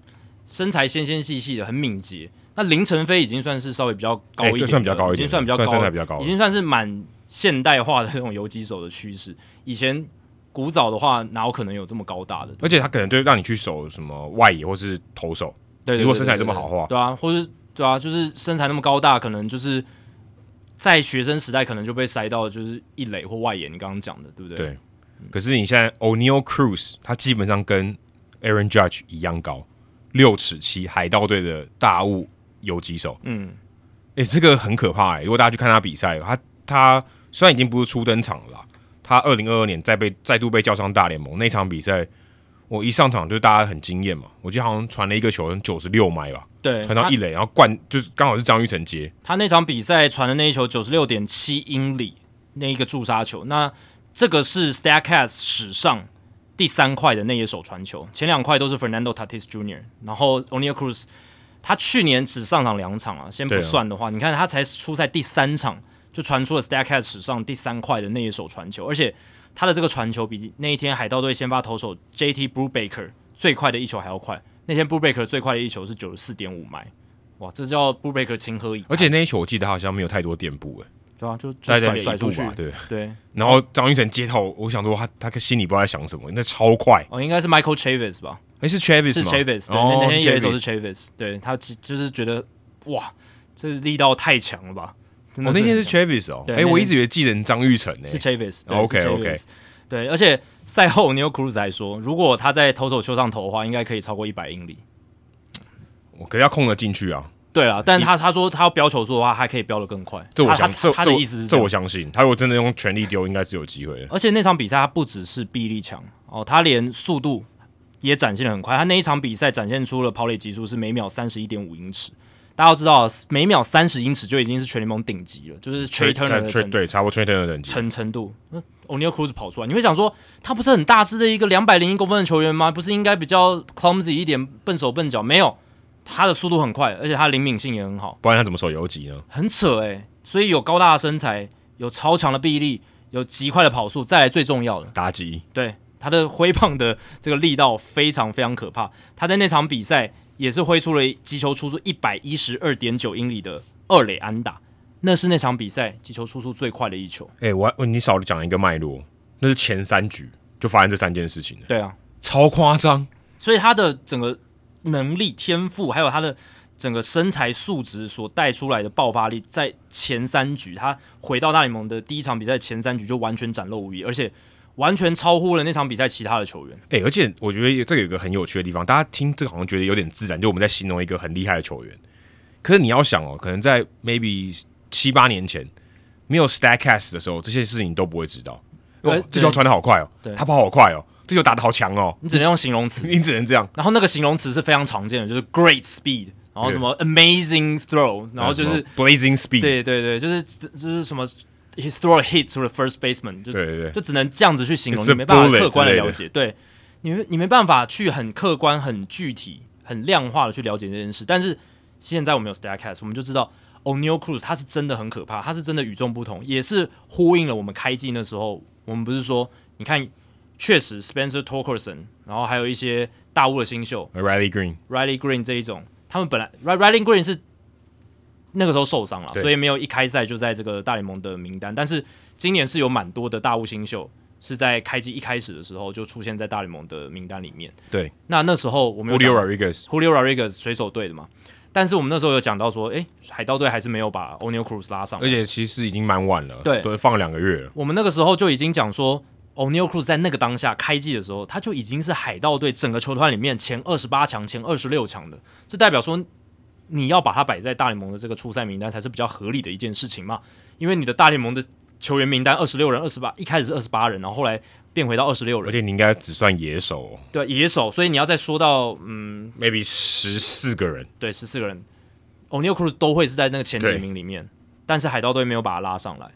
Speaker 2: 身材纤纤细细的，很敏捷。那林晨飞已经算是稍微比较高
Speaker 1: 哎
Speaker 2: 一点的
Speaker 1: 这
Speaker 2: 了，
Speaker 1: 算比较高一点
Speaker 2: 已经算比较高了，
Speaker 1: 算身材比较高了
Speaker 2: 已经算是蛮现代化的这种游击手的趋势。以前古早的话，哪有可能有这么高大的？
Speaker 1: 而且他可能就让你去守什么外野或是投手，
Speaker 2: 对，对
Speaker 1: 如果
Speaker 2: 对
Speaker 1: 身材
Speaker 2: 对
Speaker 1: 这么
Speaker 2: 对
Speaker 1: 好的话
Speaker 2: 对啊，或者对啊，就是身材那么高大，可能就是在学生时代可能就被塞到就是一垒或外野，你刚刚讲的，对不对？
Speaker 1: 对可是你现在 O'Neal Cruz 他基本上跟 Aaron Judge 一样高，六尺七，海盗队的大物游击手。
Speaker 2: 嗯，
Speaker 1: 诶、这个很可怕诶、如果大家去看他比赛，他他虽然已经不是初登场了啦，他二零二二年再被再度被叫上大联盟那场比赛，我一上场就大家很惊艳嘛，我记得好像传了一个球，九十六迈吧，
Speaker 2: 对，
Speaker 1: 传
Speaker 2: 嗯他
Speaker 1: 到一垒，然后灌就是刚好是张玉成接，
Speaker 2: 他那场比赛传的那一球九十六点七英里，那一个助杀球，那这个是 Stacks 史上第三块的内野手传球，前两块都是 Fernando Tatis Jr.，然后 O'Neill Cruz，他去年只上场两场啊，先不
Speaker 1: 对啊
Speaker 2: 算的话，你看他才出赛第三场就传出了 Stacks 史上第三块的内野手传球，而且他的这个传球比那一天海盗队先发投手 J.T. Brubaker 最快的一球还要快，那天 Brubaker 最快的一球是九十四点五迈。哇，这叫 Brubaker 情何以堪？啊
Speaker 1: 而且那一球我记得他好像没有太多垫步、诶，
Speaker 2: 对啊，就就
Speaker 1: 大
Speaker 2: 甩
Speaker 1: 概
Speaker 2: 甩
Speaker 1: 一
Speaker 2: 出
Speaker 1: 步
Speaker 2: 去
Speaker 1: 吧，，对。
Speaker 2: 对，
Speaker 1: 然后张玉成接到，我想说他他心里不知道在想什么，那超快，
Speaker 2: 哦，应该是 Michael Chavis 吧，
Speaker 1: 诶，是 Travis
Speaker 2: 是
Speaker 1: 吗
Speaker 2: Chavis，对，
Speaker 1: 哦
Speaker 2: 那那天有一手
Speaker 1: Chavis
Speaker 2: 是 Chavis，对他其就是觉得哇，这力道太强了吧，真的
Speaker 1: 我、那天是
Speaker 2: 很
Speaker 1: Travis 哦，
Speaker 2: 对
Speaker 1: 哎、
Speaker 2: 那
Speaker 1: 我一
Speaker 2: 天
Speaker 1: 直以为继人张玉成呢、
Speaker 2: 是 Chavis，对
Speaker 1: 哦，OK，
Speaker 2: 是
Speaker 1: OK
Speaker 2: Chavis 对，而且赛后 Neil Cruz 还说，如果他在投手球上投的话，应该可以超过一百英里。
Speaker 1: 我可是要控得进去啊，
Speaker 2: 对啦，但他他说他要标球速的话，还可以标得更快。
Speaker 1: 这我
Speaker 2: 他
Speaker 1: 相
Speaker 2: 他
Speaker 1: 这
Speaker 2: 他
Speaker 1: 这
Speaker 2: 的
Speaker 1: 我
Speaker 2: 意思是
Speaker 1: 这
Speaker 2: 样
Speaker 1: 我相信，他如果真的用全力丢，应该是有机会的。
Speaker 2: 而且那场比赛他不只是臂力强哦，他连速度也展现的很快。他那一场比赛展现出了跑垒极速是每秒三十一点五英尺。大家都知道，每秒三十英尺就已经是全联盟顶级了，就是
Speaker 1: 对
Speaker 2: Trey Turner 的
Speaker 1: 对
Speaker 2: 程
Speaker 1: 对，差不多 Trey Turner 的等级，
Speaker 2: 程程度。那 O'Neill Cruz 跑出来，你会想说，他不是很大只的一个两百零一公分的球员吗？不是应该比较 clumsy 一点，笨手笨脚？没有，他的速度很快，而且他灵敏性也很好。
Speaker 1: 不然他怎么守游击呢？
Speaker 2: 很扯哎、所以有高大的身材，有超强的臂力，有极快的跑速，再来最重要的，
Speaker 1: 打击
Speaker 2: 对他的挥棒的这个力道非常非常可怕。他在那场比赛也是挥出了击球出速一百一十二点九英里的二垒安打，那是那场比赛击球出速最快的一球。
Speaker 1: 哎、我还你少讲一个脉络，那是前三局就发生这三件事情了，
Speaker 2: 对啊，
Speaker 1: 超夸张。
Speaker 2: 所以他的整个能力、天赋，还有他的整个身材素质所带出来的爆发力，在前三局他回到大联盟的第一场比赛前三局就完全展露无遗，而且完全超乎了那场比赛其他的球员。
Speaker 1: 哎、而且我觉得这个有一个很有趣的地方，大家听这个好像觉得有点自然，就我们在形容一个很厉害的球员。可是你要想哦，可能在 maybe 七八年前没有 Stacks 的时候，这些事情都不会知道。
Speaker 2: 呃对
Speaker 1: 哦，这球传的好快哦
Speaker 2: 对，
Speaker 1: 他跑好快哦，这球打的好强哦，
Speaker 2: 你只能用形容词，
Speaker 1: 你只能这样。
Speaker 2: 然后那个形容词是非常常见的，就是 great speed，然后什么 amazing throw，然后就是
Speaker 1: 什么呃 blazing speed，
Speaker 2: 对对对，就是就是什么 he throw a hit to the first baseman，就
Speaker 1: 对对对，
Speaker 2: 就只能这样子去形容，
Speaker 1: It's
Speaker 2: 你
Speaker 1: a
Speaker 2: 没办法
Speaker 1: bullet
Speaker 2: 客观
Speaker 1: 之
Speaker 2: 地
Speaker 1: 类的
Speaker 2: 了解。对，你没你没办法去很客观、很具体、很量化的去了解这件事。但是现在我们有 Stacks，我们就知道 O'Neill Cruz 他是真的很可怕，他是真的与众不同，也是呼应了我们开季那时候，我们不是说，你看，确实 Spencer Torkelson，然后还有一些大物的新秀
Speaker 1: 呃 Riley Green，
Speaker 2: Riley Green 这一种，他们本来 Ri- Riley Green 是那个时候受伤了，
Speaker 1: 对
Speaker 2: 所以没有一开赛就在这个大联盟的名单。但是今年是有蛮多的大物新秀是在开机一开始的时候就出现在大联盟的名单里面。
Speaker 1: 对
Speaker 2: 那那时候我们有讲
Speaker 1: ，Julio Rodriguez，
Speaker 2: Julio Rodriguez 水手队的嘛，但是我们那时候有讲到说，诶，海盗队还是没有把 O'Neill Cruz 拉上来，
Speaker 1: 而且其实已经蛮晚了，
Speaker 2: 对
Speaker 1: 都放了两个月了。
Speaker 2: 我们那个时候就已经讲说，O'Neill Cruz 在那个当下开季的时候，他就已经是海盗队整个球团里面前二十八强、前二十六强的，这代表说你要把他摆在大联盟的这个初赛名单才是比较合理的一件事情嘛，因为你的大联盟的球员名单二十六人、二十八，一开始是二十八人，然后后来变回到二十六
Speaker 1: 而
Speaker 2: 人，
Speaker 1: 且你应该只算野手哦
Speaker 2: 对野手，所以你要再说到嗯，
Speaker 1: ，maybe 十四个人，
Speaker 2: 对十四个人，O'Neill Cruz 都会是在那个前几
Speaker 1: 对
Speaker 2: 名里面，但是海盗队没有把他拉上来。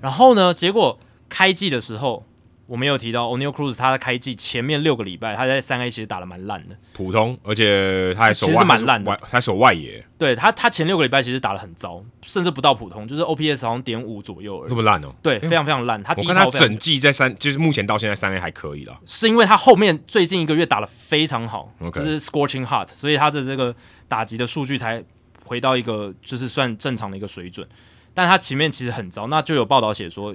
Speaker 2: 然后呢，结果开季的时候，我们有提到 O'Neill Cruz 他在开季前面六个礼拜，他在三 A 其实打得蛮烂的，
Speaker 1: 普通，而且他还
Speaker 2: 其
Speaker 1: 手
Speaker 2: 实
Speaker 1: 外，
Speaker 2: 蛮烂的
Speaker 1: 他手外他手外野
Speaker 2: 对他他前六个礼拜其实打得很糟，甚至不到普通，就是 OPS 好像点五左右而
Speaker 1: 这
Speaker 2: 已。
Speaker 1: 么烂哦。
Speaker 2: 对，非常非常烂。他
Speaker 1: 我
Speaker 2: 低
Speaker 1: 看他
Speaker 2: 潮非常
Speaker 1: 整季在三，就是目前到现在三 A 还可以啦。
Speaker 2: 是因为他后面最近一个月打得非常好
Speaker 1: OK
Speaker 2: 就是 scorching hot，所以他的这个打击的数据才回到一个就是算正常的一个水准。但他前面其实很糟，那就有报道写说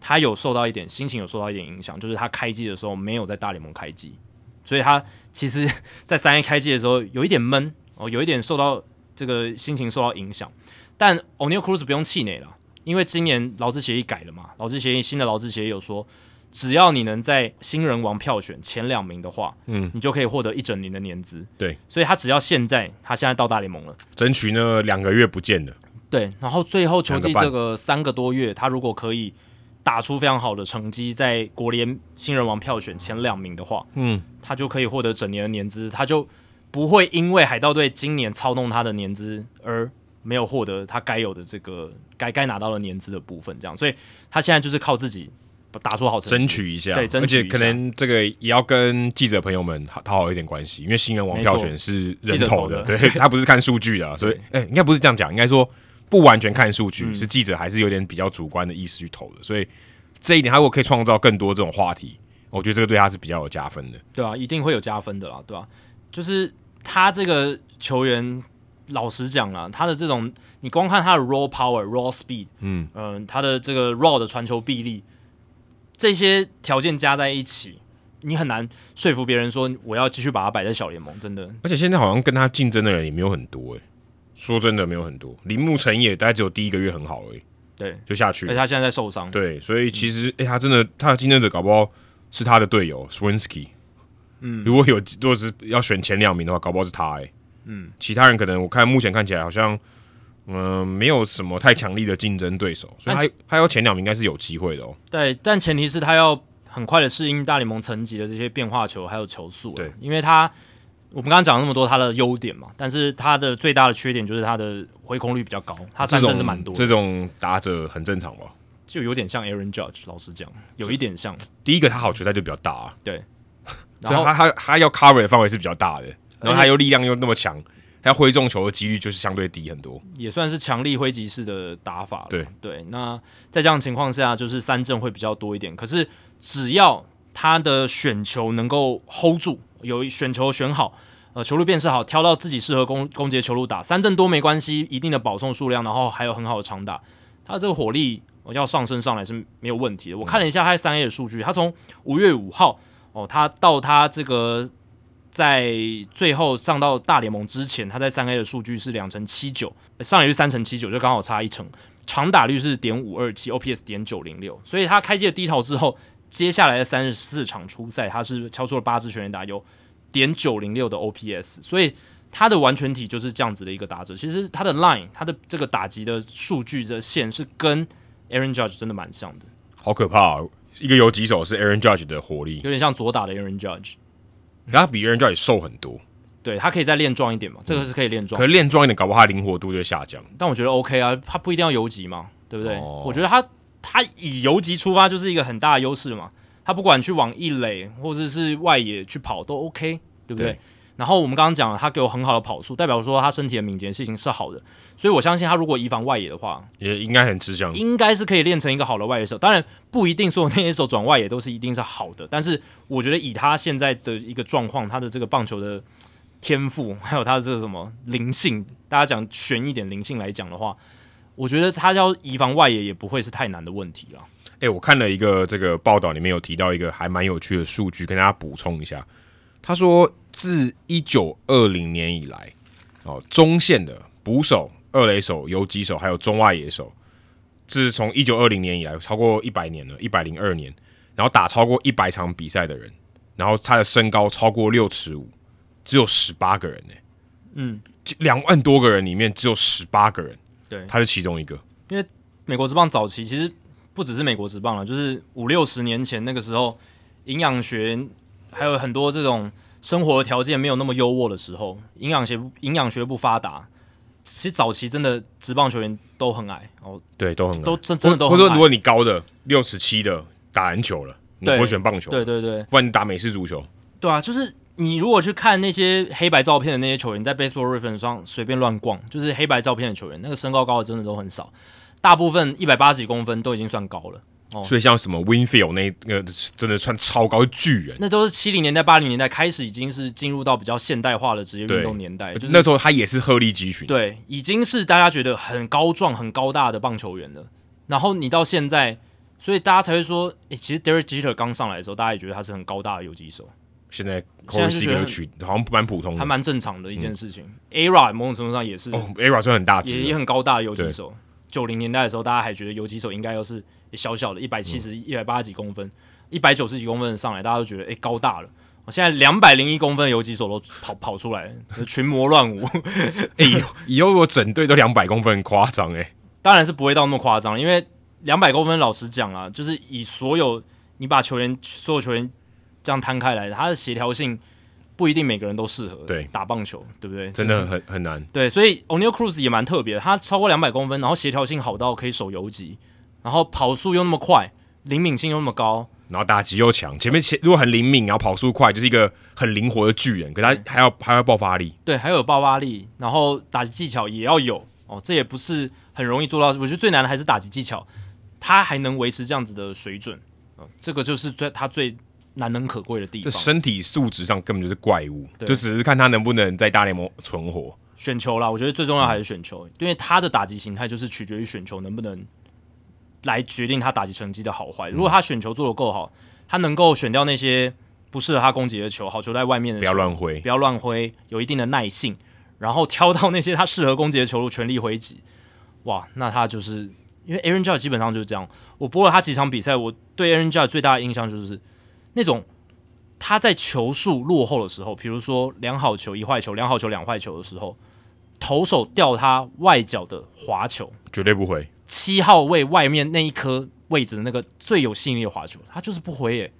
Speaker 2: 他有受到一点心情有受到一点影响，就是他开机的时候没有在大联盟开机，所以他其实，在三 A 开机的时候有一点闷哦，有一点受到这个心情受到影响。但 O'Neill Cruz 不用气馁了，因为今年劳资协议改了嘛，劳资协议新的劳资协议有说，只要你能在新人王票选前两名的话，
Speaker 1: 嗯，
Speaker 2: 你就可以获得一整年的年资。
Speaker 1: 对，
Speaker 2: 所以他只要现在他现在到大联盟了，
Speaker 1: 争取那两个月不见了，
Speaker 2: 对，然后最后球季
Speaker 1: 两个半
Speaker 2: 这个三个多月，他如果可以打出非常好的成绩，在国联新人王票选前两名的话，
Speaker 1: 嗯，
Speaker 2: 他就可以获得整年的年资，他就不会因为海盗队今年操弄他的年资而没有获得他该有的这个该该拿到的年资的部分，这样，所以他现在就是靠自己打出好成绩，
Speaker 1: 争取一下，
Speaker 2: 对争取
Speaker 1: 而且可能这个也要跟记者朋友们好讨好一点关系，因为新人王
Speaker 2: 没
Speaker 1: 票
Speaker 2: 错
Speaker 1: 选是
Speaker 2: 记
Speaker 1: 人
Speaker 2: 者
Speaker 1: 头
Speaker 2: 投的
Speaker 1: 对 他不是看数据的啊，所以哎、应该不是这样讲，应该说不完全看数据，
Speaker 2: 嗯
Speaker 1: 是记者还是有点比较主观的意识去投的，所以这一点他如果可以创造更多这种话题，我觉得这个对他是比较有加分的。
Speaker 2: 对啊，一定会有加分的啦，对吧、啊就是他这个球员，老实讲啦，他的这种你光看他的 raw power、raw speed，
Speaker 1: 嗯
Speaker 2: 嗯、他的这个 raw 的传球臂力，这些条件加在一起，你很难说服别人说我要继续把他摆在小联盟，真的。
Speaker 1: 而且现在好像跟他竞争的人也没有很多、哎，说真的没有很多，铃木成也大概只有第一个月很好而已，
Speaker 2: 对，
Speaker 1: 就下去
Speaker 2: 而
Speaker 1: 了
Speaker 2: 且。他嗯现在在受伤，
Speaker 1: 对，所以其实，哎、他真的，他的竞争者搞不好是他的队友 Swinsky。嗯，如果有，如果是要选前两名的话，搞不好是他、哎，嗯，其他人可能我看目前看起来好像，嗯、没有什么太强力的竞争对手，所以
Speaker 2: 但
Speaker 1: 他
Speaker 2: 是
Speaker 1: 他要前两名应该是有机会的哦。
Speaker 2: 对，但前提是他要很快的适应大联盟层级的这些变化球还有球速啊。
Speaker 1: 对
Speaker 2: 因为他我们刚刚讲了那么多他的优点嘛，但是他的最大的缺点就是他的回空率比较高，他
Speaker 1: 这
Speaker 2: 三
Speaker 1: 种
Speaker 2: 振是蛮多的
Speaker 1: 这种打者很正常吧？
Speaker 2: 就有点像 Aaron Judge，老实讲，有一点像。
Speaker 1: 第一个他好球带就比较大、啊，
Speaker 2: 对，
Speaker 1: 所以
Speaker 2: 然后
Speaker 1: 他他他要 cover 的范围是比较大的，然后他又力量又那么强，他要挥中球的几率就是相对低很多。
Speaker 2: 也算是强力挥击式的打法了。
Speaker 1: 对
Speaker 2: 那在这样的情况下，就是三振会比较多一点。可是只要他的选球能够 hold 住，有选球选好，呃，球路辨识好，挑到自己适合攻攻击的球路打，三振多没关系，一定的保送数量，然后还有很好的长打，他的这个火力呃要上升上来是没有问题的。我看了一下他在三 A 的数据，他从五月五号哦，他到他这个。在最后上到大联盟之前，他在三 A 的数据是两成七九，上垒率三成七九，就刚好差一成。长打率是点五二七，OPS 点九零六，所以他开机的低潮之后，接下来的三十四场初赛，他是敲出了八支全垒打，有点九零六的 OPS，所以他的完全体就是这样子的一个打者。其实他的 line，他的这个打击的数据的线是跟 Aaron Judge 真的蛮像的，
Speaker 1: 好可怕、啊！一个游击手是 Aaron Judge 的活力，
Speaker 2: 有点像左打的 Aaron Judge。
Speaker 1: 然后他比 Aaron Judge 瘦很多，
Speaker 2: 对他可以再练壮一点嘛，这个是可以练壮
Speaker 1: 可，是练壮一点，搞不好他灵活度就会下降。
Speaker 2: 但我觉得 OK 啊，他不一定要游击嘛，对不对？
Speaker 1: 哦
Speaker 2: 我觉得他他以游击出发就是一个很大的优势嘛，他不管去往一垒或者是外野去跑都 OK，对不对？
Speaker 1: 对
Speaker 2: 然后我们刚刚讲了，他给我很好的跑速，代表说他身体的敏捷性是好的，所以我相信他如果移防外野的话，
Speaker 1: 也应该很吃香。
Speaker 2: 应该是可以练成一个好的外野手。当然不一定所有内野手转外野都是一定是好的，但是我觉得以他现在的一个状况，他的这个棒球的天赋，还有他的这个什么灵性，大家讲悬一点灵性来讲的话，我觉得他要移防外野也不会是太难的问题了。
Speaker 1: 哎、我看了一个这个报道，里面有提到一个还蛮有趣的数据，跟大家补充一下。他说，自一九二零年以来，哦，中线的捕手、二垒手、游击手还有中外野手，自从一九二零年以来，超过一百年了，一百零二年，然后打超过一百场比赛的人，然后他的身高超过六尺五，只有十八个人呢、
Speaker 2: 嗯，
Speaker 1: 两万多个人里面只有十八个人，
Speaker 2: 对
Speaker 1: 他是其中一个。
Speaker 2: 美国职棒早期其实不只是美国职棒了，就是五六十年前那个时候，营养学还有很多这种生活条件没有那么优渥的时候，营养学营养学不发达，其实早期真的职棒球员都很矮哦，
Speaker 1: 对，都很
Speaker 2: 都真真的都
Speaker 1: 或
Speaker 2: 很
Speaker 1: 者说，
Speaker 2: 矮
Speaker 1: 如果你高的六尺七的打篮球了，你
Speaker 2: 对
Speaker 1: 不会选棒球，
Speaker 2: 对对对
Speaker 1: 不然你打美式足球，
Speaker 2: 对啊，就是你如果去看那些黑白照片的那些球员，在 Baseball Reference 上随便乱逛，就是黑白照片的球员，那个身高高的真的都很少，大部分一百八十几公分都已经算高了。
Speaker 1: 所以像什么 Winfield 那那个真的穿超高巨人，
Speaker 2: 那都是七零年代、八零年代开始，已经是进入到比较现代化的职业运动年代，就是
Speaker 1: 那时候他也是鹤立鸡群，
Speaker 2: 对，已经是大家觉得很高壮、很高大的棒球员了。然后你到现在，所以大家才会说，诶、其实 Derek Jeter 刚上来的时候，大家也觉得他是很高大的游击手，
Speaker 1: 现在 c o
Speaker 2: 现在
Speaker 1: r
Speaker 2: 是
Speaker 1: s
Speaker 2: 觉得
Speaker 1: i 曲好像蛮普通
Speaker 2: 还
Speaker 1: 的，
Speaker 2: 蛮正常的一件事情。Ara 某种程度上也是，
Speaker 1: 哦，Era 算很大
Speaker 2: 也也
Speaker 1: 只，
Speaker 2: 很高大的游击手。九零年代的时候，大家还觉得游击手应该要是
Speaker 1: 嗯
Speaker 2: 小小的，一百七十、一百八十几公分，一百九十几公分上来，大家都觉得诶、高大了。我现在两百零一公分的游击手都跑 跑出来了，群魔乱舞。
Speaker 1: 哎、以后以后我整队都两百公分，很夸张哎。
Speaker 2: 当然是不会到那么夸张，因为两百公分，老实讲啊，就是以所有你把球员所有球员这样摊开来，他的协调性不一定每个人都适合
Speaker 1: 对
Speaker 2: 打棒球，对不对？
Speaker 1: 真
Speaker 2: 就是
Speaker 1: 的很很难。
Speaker 2: 对，所以 O'Neal Cruz 也蛮特别的，他超过两百公分，然后协调性好到可以守游击，然后跑速又那么快，灵敏性又那么高，
Speaker 1: 然后打击又强，前面前如果很灵敏，然后跑速快，就是一个很灵活的巨人，可他还要还要爆发力。
Speaker 2: 对，还有爆发力，然后打击技巧也要有哦，这也不是很容易做到。我觉得最难的还是打击技巧，他还能维持这样子的水准，哦、这个就是最他最难能可贵的地
Speaker 1: 就
Speaker 2: 方。
Speaker 1: 身体素质上根本就是怪物，
Speaker 2: 对
Speaker 1: 就只是看他能不能在大联盟存活。
Speaker 2: 选球啦，我觉得最重要还是选球，因为他的打击形态就是取决于选球能不能来决定他打击成绩的好坏。如果他选球做得够好，他能够选掉那些不适合他攻击的球，好球在外面的
Speaker 1: 不
Speaker 2: 球，
Speaker 1: 要乱挥
Speaker 2: 不，要乱挥，有一定的耐性，然后挑到那些他适合攻击的球路，全力挥击。哇，那他就是因为 Aaron Judge 基本上就是这样。我播了他几场比赛，我对 Aaron Judge 最大的印象就是那种他在球数落后的时候，比如说两好球、一坏球、两好球、两坏球的时候，投手吊他外角的滑球，
Speaker 1: 绝对不会。
Speaker 2: 七号位外面那一颗位置的那个最有吸引力的滑球，他就是不挥耶、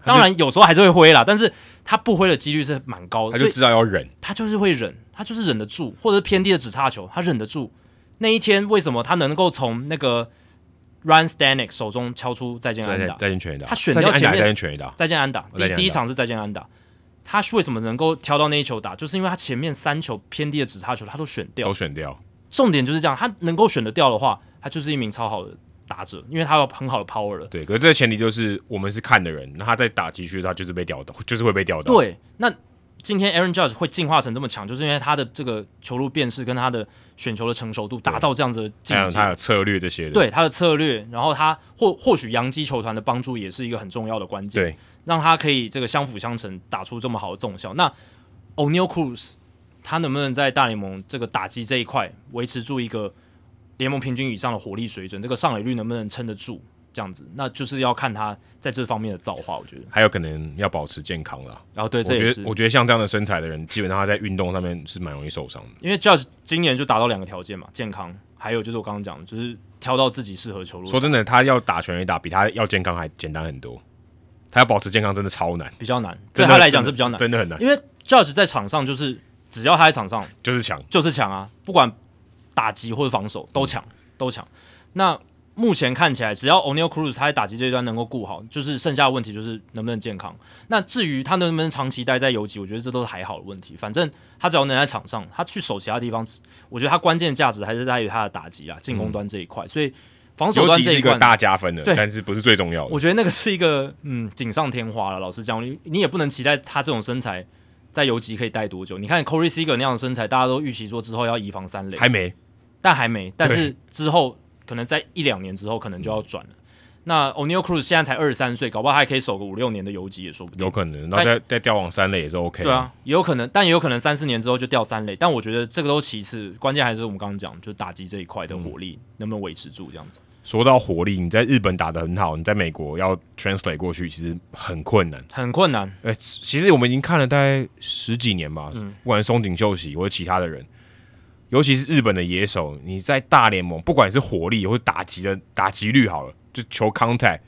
Speaker 1: 他就
Speaker 2: 当然有时候还是会挥啦，但是他不挥的几率是蛮高的，
Speaker 1: 他
Speaker 2: 所
Speaker 1: 就
Speaker 2: 以
Speaker 1: 知道要忍，
Speaker 2: 他就是会忍，他就是忍得住，或者是偏低的直插球，他忍得住。那一天为什么他能够从那个 Ryan Stanek 手中敲出再见
Speaker 1: 再
Speaker 2: 安
Speaker 1: 见
Speaker 2: 打？
Speaker 1: 再见全垒打，
Speaker 2: 他选掉
Speaker 1: 再见
Speaker 2: 前
Speaker 1: 安打
Speaker 2: 面
Speaker 1: 再见全垒打，
Speaker 2: 再见安打，
Speaker 1: 再见安
Speaker 2: 第
Speaker 1: 打
Speaker 2: 第一场是再见安打。他为什么能够挑到那一球打？就是因为他前面三球偏低的直插球他都选掉
Speaker 1: 都，选掉。
Speaker 2: 重点就是这样，他能够选得掉的话，他就是一名超好的打者，因为他有很好的 power 了。
Speaker 1: 对，可是这个前提就是我们是看的人，那他在打击区他就是被吊到，就是会被吊到。，
Speaker 2: 对，那今天 Aaron Judge 会进化成这么强，就是因为他的这个球路辨识跟他的选球的成熟度达到这样子的境
Speaker 1: 还有
Speaker 2: 界。
Speaker 1: 他有策略这些的。
Speaker 2: 对他的策略，然后他或或许洋基球团的帮助也是一个很重要的关键，
Speaker 1: 对，
Speaker 2: 让他可以这个相辅相成，打出这么好的纵效。那 O'Neal Cruz 他能不能在大联盟这个打击这一块维持住一个联盟平均以上的火力水准？这个上垒率能不能撑得住？这样子，那就是要看他在这方面的造化，哦我觉得。
Speaker 1: 还有可能要保持健康啦。
Speaker 2: 然后对，
Speaker 1: 我
Speaker 2: 这也
Speaker 1: 觉
Speaker 2: 是
Speaker 1: 得我觉得像这样的身材的人，基本上他在运动上面是蛮容易受伤的，
Speaker 2: 因为 Judge 今年就达到两个条件嘛，健康，还有就是我刚刚讲的，就是挑到自己适合球路，
Speaker 1: 说真的，他要打全垒打比他要健康还简单很多，他要保持健康真的超难，
Speaker 2: 比较难，对
Speaker 1: 真的
Speaker 2: 他来讲是比较难，
Speaker 1: 真的很难，
Speaker 2: 因为 Judge 在场上就是只要他在场上
Speaker 1: 就是强。
Speaker 2: 就是强啊，不管打击或者防守都强、都强。那目前看起来，只要 O'Neal Cruz 他在打击这一端能够顾好，就是剩下的问题就是能不能健康。那至于他能不能长期待在游击，我觉得这都是还好的问题。反正他只要能在场上，他去守其他地方，我觉得他关键价值还是在于他的打击啊，进攻端这一块。所以防守
Speaker 1: 尤
Speaker 2: 端
Speaker 1: 其
Speaker 2: 这
Speaker 1: 是
Speaker 2: 一
Speaker 1: 一个
Speaker 2: 块，
Speaker 1: 大加分的，
Speaker 2: 对
Speaker 1: 但是不是最重要的。
Speaker 2: 我觉得那个是一个嗯锦上添花了。老实讲，你你也不能期待他这种身材在游击可以待多久。你看 Corey Seager 那样的身材，大家都预期说之后要移防三垒，
Speaker 1: 还没，
Speaker 2: 但还没，但是之后可能在一两年之后可能就要转了。那 O'Neal Cruz 现在才二十三岁，搞不好还可以守个五六年的游击也说不定。
Speaker 1: 有可能，然后再再调往三垒也是 OK。
Speaker 2: 对，啊，也有可能，但也有可能三四年之后就掉三垒。但我觉得这个都其次，关键还是我们刚刚讲，就是打击这一块的火力、能不能维持住这样子，
Speaker 1: 说到火力，你在日本打得很好，你在美国要 translate 过去其实很困难。
Speaker 2: 很困难。
Speaker 1: 呃，其实我们已经看了大概十几年吧，不管是松井秀喜或者其他的人，尤其是日本的野手，你在大联盟，不管是火力或者打击的打击率好了，就求 contact，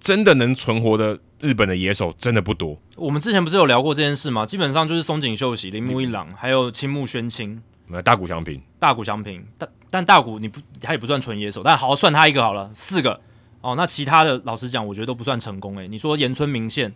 Speaker 1: 真的能存活的日本的野手真的不多。
Speaker 2: 我们之前不是有聊过这件事吗？基本上就是松井秀喜、铃木一朗，还有青木宣清、
Speaker 1: 那大谷翔平，
Speaker 2: 大谷翔平，但但大谷你不他也不算纯野手，但好算他一个好了，四个哦。那其他的老实讲，我觉得都不算成功诶、欸你说岩村明宪，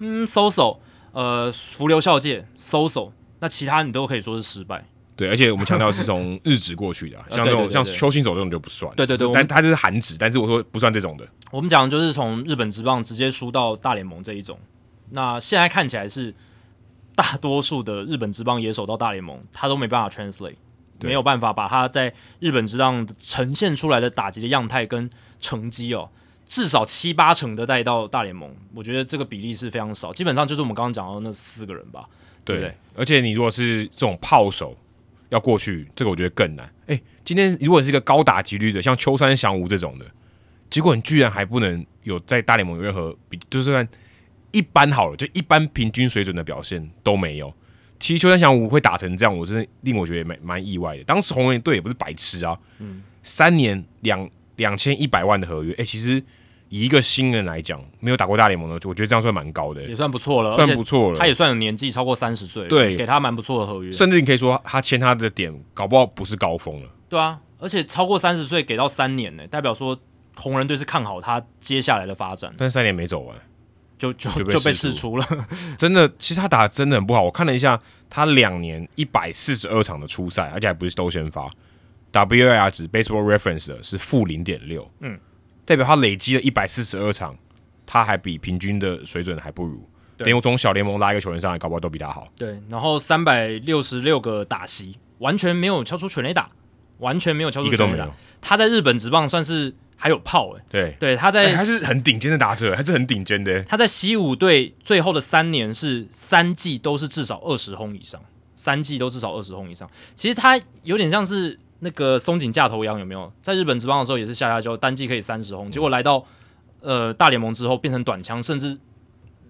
Speaker 2: 嗯，收手，呃，福流孝介收手，那其他你都可以说是失败。
Speaker 1: 对，而且我们强调是从日职过去的 啊、像这
Speaker 2: 对对
Speaker 1: 种
Speaker 2: 对
Speaker 1: 像
Speaker 2: 对
Speaker 1: 邱信手这种就不算。
Speaker 2: 对对对我们
Speaker 1: 但他这是韩职，但是我说不算这种的。
Speaker 2: 我们讲的就是从日本职棒直接输到大联盟这一种。那现在看起来是大多数的日本职棒野手到大联盟，他都没办法 translate，
Speaker 1: 对
Speaker 2: 没有办法把他在日本职棒呈现出来的打击的样态跟成绩哦，至少七八成的带到大联盟，我觉得这个比例是非常少，基本上就是我们刚刚讲到那四个人吧。对
Speaker 1: 对，
Speaker 2: 不对
Speaker 1: 而且你如果是这种炮手要过去，这个我觉得更难。哎、今天如果是一个高打击率的，像秋山翔吾这种的，结果你居然还不能有在大联盟有任何比，就算一般好了，就一般平均水准的表现都没有。其实秋山翔吾会打成这样，我真的令我觉得蛮蛮意外的。当时红人队也不是白痴啊，三年两两千一百万的合约，哎、其实以一个新人来讲，没有打过大联盟的，我觉得这样算蛮高的、
Speaker 2: 也算不错了，
Speaker 1: 算不错了
Speaker 2: 他也算有年纪超过三十岁了，
Speaker 1: 对
Speaker 2: 给他蛮不错的合约，
Speaker 1: 甚至你可以说他签他的点，搞不好不是高峰了。
Speaker 2: 对啊，而且超过三十岁给到三年呢、代表说红人队是看好他接下来的发展，
Speaker 1: 但是三年没走完，
Speaker 2: 就就
Speaker 1: 就被
Speaker 2: 就被
Speaker 1: 释
Speaker 2: 释出 了，
Speaker 1: 真的，其实他打的真的很不好。我看了一下，他两年一百四十二场的初赛，而且还不是都先发，WAR 值 Baseball Reference 的是负零点六，嗯，代表他累积了一百四十二场，他还比平均的水准还不如。
Speaker 2: 对
Speaker 1: 等于我从小联盟拉一个球员上来，搞不好都比他好。
Speaker 2: 对，然后三百六十六个打席，完全没有敲出全垒打，完全没有敲
Speaker 1: 一
Speaker 2: 出
Speaker 1: 个都
Speaker 2: 全
Speaker 1: 没
Speaker 2: 垒
Speaker 1: 有
Speaker 2: 打。他在日本职棒算是还有炮诶、欸
Speaker 1: 对，
Speaker 2: 对，他在、
Speaker 1: 哎他是很顶尖的打者，他是很顶尖的。
Speaker 2: 他在西武队最后的三年是三季都是至少二十轰以上，三季都至少二十轰以上。其实他有点像是那个松井架头羊，有没有？在日本职棒的时候也是下下交，单季可以三
Speaker 1: 嗯
Speaker 2: 十轰，结果来到呃大联盟之后变成短枪，甚至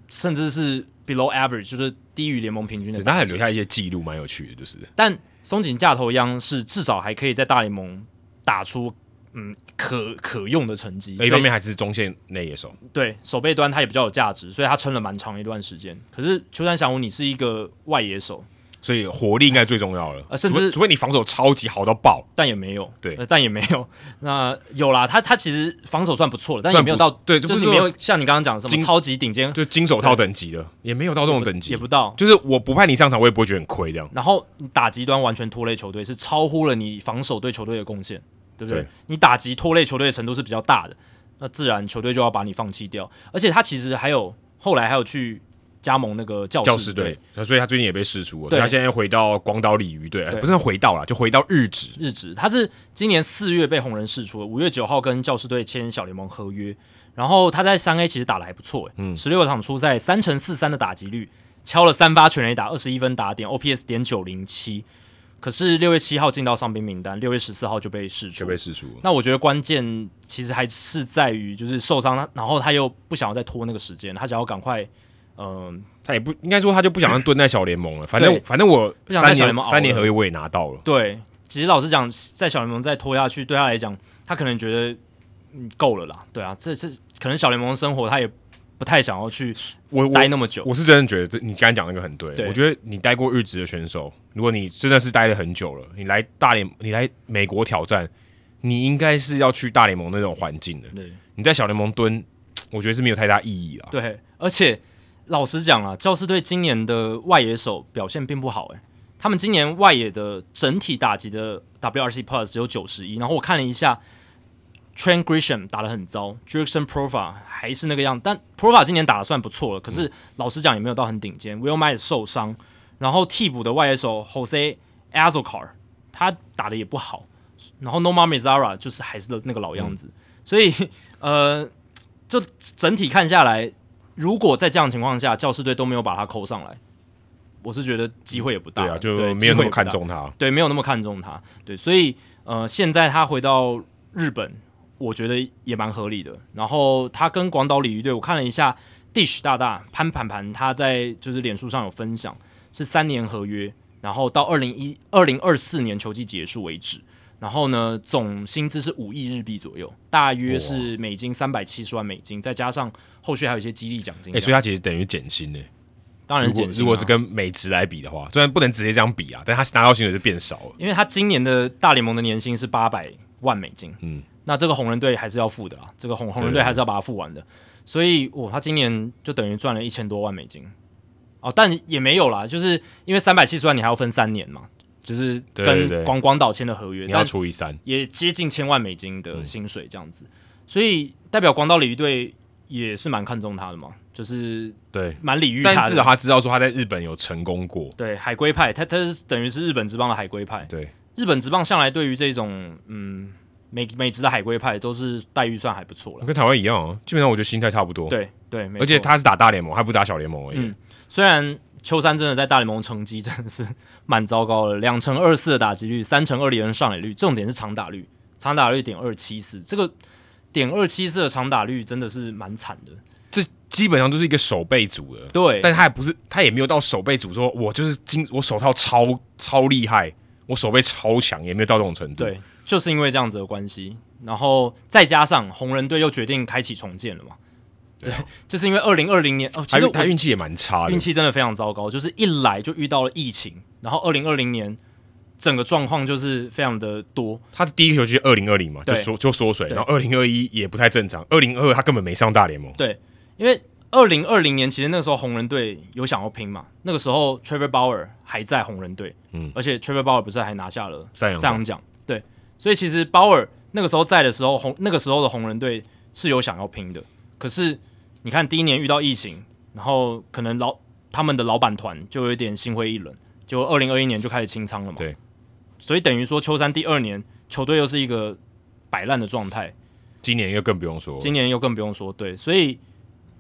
Speaker 2: 甚至是 below average，就是低于联盟平均的
Speaker 1: 对，
Speaker 2: 打者。
Speaker 1: 他还留下一些记录，蛮有趣的，就是
Speaker 2: 但松井架头央是至少还可以在大联盟打出嗯可可用的成绩，
Speaker 1: 一
Speaker 2: 所以
Speaker 1: 方面还是中线内野手，
Speaker 2: 对手背端他也比较有价值，所以他撑了蛮长一段时间。可是秋山翔吾，你是一个外野手，
Speaker 1: 所以活力应该最重要了。
Speaker 2: 呃甚
Speaker 1: 除非
Speaker 2: 至
Speaker 1: 除非你防守超级好到 爆，
Speaker 2: 但也没有
Speaker 1: 对
Speaker 2: 呃但也没有。 那有啦，他他其实防守算不错了，但也
Speaker 1: 算
Speaker 2: 没有
Speaker 1: 不
Speaker 2: 到
Speaker 1: 对就
Speaker 2: 就
Speaker 1: 不
Speaker 2: 是
Speaker 1: 是
Speaker 2: 没
Speaker 1: 说
Speaker 2: 有像你刚刚讲的什
Speaker 1: 金
Speaker 2: 么超级顶尖，
Speaker 1: 就金手套等级的，也没有到这种等级，
Speaker 2: 也不到。
Speaker 1: 就是我不派你上场，我也不会觉得很亏这样。
Speaker 2: 然后你打击端完全拖累球队，是超乎了你防守对球队的贡献，对不对？
Speaker 1: 对
Speaker 2: 你打击拖累球队的程度是比较大的，那自然球队就要把你放弃掉。而且他其实还有后来还有去加盟那个教
Speaker 1: 教
Speaker 2: 士
Speaker 1: 师队，所以他最近也被释出了，所
Speaker 2: 对
Speaker 1: 以他现在回到广岛鲤鱼队，哎
Speaker 2: 对
Speaker 1: 不是回到了，就回到日职。
Speaker 2: 日职，他是今年四月被红人释出的，五月九号跟教士队签小联盟合约。然后他在三 A 其实打的还不错，嗯，十六场初赛三乘四三的打击率，敲了三发全垒打，二十一分打点，OPS 点九零七。可是六月七号进到伤兵名单，六月十四号就被释出
Speaker 1: 就，被释出了，
Speaker 2: 那我觉得关键其实还是在于，就是受伤，他然后他又不想要再拖那个时间，他想要赶快，嗯、
Speaker 1: 他也不应该说他就不想要蹲在小联盟了。反正反正我
Speaker 2: 不想在
Speaker 1: 三
Speaker 2: 小联盟
Speaker 1: 年
Speaker 2: 熬了
Speaker 1: 三年合约我也拿到了，
Speaker 2: 对。其实老实讲，在小联盟再拖下去，对他来讲，他可能觉得嗯够了啦，对啊，这这可能小联盟生活他也不太想要去
Speaker 1: 我我
Speaker 2: 待那么久，
Speaker 1: 我是真的觉得这你刚才讲那个很对，
Speaker 2: 对
Speaker 1: 我觉得你待过日职的选手，如果你真的是待了很久了，你来大联你来美国挑战，你应该是要去大联盟那种环境的。
Speaker 2: 对
Speaker 1: 你在小联盟蹲，我觉得是没有太大意义啊。
Speaker 2: 对。而且老实讲啊，教师队今年的外野手表现并不好、欸，他们今年外野的整体打击的 WRC Plus 只有九十一，然后我看了一下，Trent Grisham 打得很糟，Jerkson Profa 还是那个样，但 Profa 今年打得算不错了，可是老实讲也没有到很顶尖。Will m y 受伤，然后替补的外野手 Jose Azocar 他打得也不好，然后 Noma Mizara 就是还是那个老样子，所以呃，就整体看下来，如果在这样的情况下，教师队都没有把他扣上来。我是觉得机会也不大
Speaker 1: 对啊，
Speaker 2: 了，
Speaker 1: 就没
Speaker 2: 机
Speaker 1: 有
Speaker 2: 会
Speaker 1: 那
Speaker 2: 也
Speaker 1: 么
Speaker 2: 不
Speaker 1: 看
Speaker 2: 大
Speaker 1: 重他。
Speaker 2: 对，没有那么看重他。对，所以呃，现在他回到日本，我觉得也蛮合理的。然后他跟广岛鲤鱼队，我看了一下，Dish 大大潘盘盘他在就是脸书上有分享，是三年合约，然后到二零一二零二四年球季结束为止。然后呢，总薪资是五亿日币左右，大约是美金三百七十万美金，再加上后续还有一些激励奖金
Speaker 1: 哎、
Speaker 2: 这样。
Speaker 1: 所以他其实等于减薪呢、
Speaker 2: 嗯当然
Speaker 1: 如
Speaker 2: 是
Speaker 1: 果
Speaker 2: 减薪、啊。
Speaker 1: 如果是跟美职来比的话，虽然不能直接这样比啊，但他拿到薪水就变少了。
Speaker 2: 因为他今年的大联盟的年薪是八百万美金，嗯，那这个红人队还是要付的啦，这个红红人队还是要把它付完的，所以哇，他今年就等于赚了一千多万美金，哦，但也没有啦，就是因为三百七十万你还要分三年嘛，就是
Speaker 1: 对对对
Speaker 2: 跟广广岛签的合约，
Speaker 1: 你
Speaker 2: 但
Speaker 1: 要嗯除以三，
Speaker 2: 也接近千万美金的薪水这样子，所以代表广岛鲤鱼队也是蛮看重他的嘛，就是
Speaker 1: 对。
Speaker 2: 蛮礼遇他的，
Speaker 1: 但至少他知道说他在日本有成功过，
Speaker 2: 对海龟派，他他是等于是日本职棒的海龟派，
Speaker 1: 对，
Speaker 2: 日本职棒向来对于这种嗯美美职的海归派都是待遇算还不错了。
Speaker 1: 跟台湾一样、啊，基本上我觉得心态差不多。，
Speaker 2: 对对，没错
Speaker 1: 而且他是打大联盟，还不是打小联盟而已。
Speaker 2: 嗯虽然秋山真的在大联盟成绩 真的是蛮糟糕的，两成二四的打击率，三成二零人上垒率，重点是长打率，长打率点二七四，这个点二七四的长打率真的是蛮惨的。
Speaker 1: 基本上就是一个守备组了。
Speaker 2: 对，
Speaker 1: 但他也不是，他也没有到守备组说，我就是今我手套超超厉害，我手背超强，也没有到这种程度。
Speaker 2: 对，就是因为这样子的关系，然后再加上红人队又决定开启重建了嘛，对，
Speaker 1: 哦
Speaker 2: 就是因为二零二零年哦，其
Speaker 1: 他
Speaker 2: 实
Speaker 1: 运他
Speaker 2: 我
Speaker 1: 运气也蛮差的
Speaker 2: 运。气真的非常糟糕，就是一来就遇到了疫情，然后二零二零年整个状况就是非常的多，
Speaker 1: 他的第一个球季二零二零嘛，就
Speaker 2: 对
Speaker 1: 缩就缩水，
Speaker 2: 对
Speaker 1: 然后二零二一也不太正常，二零二他根本没上大联盟。
Speaker 2: 对，因为二零二零年其实那个时候红人队有想要拼嘛，那个时候 Trevor Bauer 还在红人队，
Speaker 1: 嗯
Speaker 2: 而且 Trevor Bauer 不是还拿下了
Speaker 1: 赛扬奖
Speaker 2: 奖，对，所以其实 Bauer 那个时候在的时候，红那个时候的红人队是有想要拼的，可是你看第一年遇到疫情，然后可能老他们的老板团就有点心灰意冷，就二零二一年就开始清仓了嘛，
Speaker 1: 对，
Speaker 2: 所以等于说秋山第二年球队又是一个摆烂的状态，
Speaker 1: 今年又更不用说了，
Speaker 2: 今年又更不用说，对，所以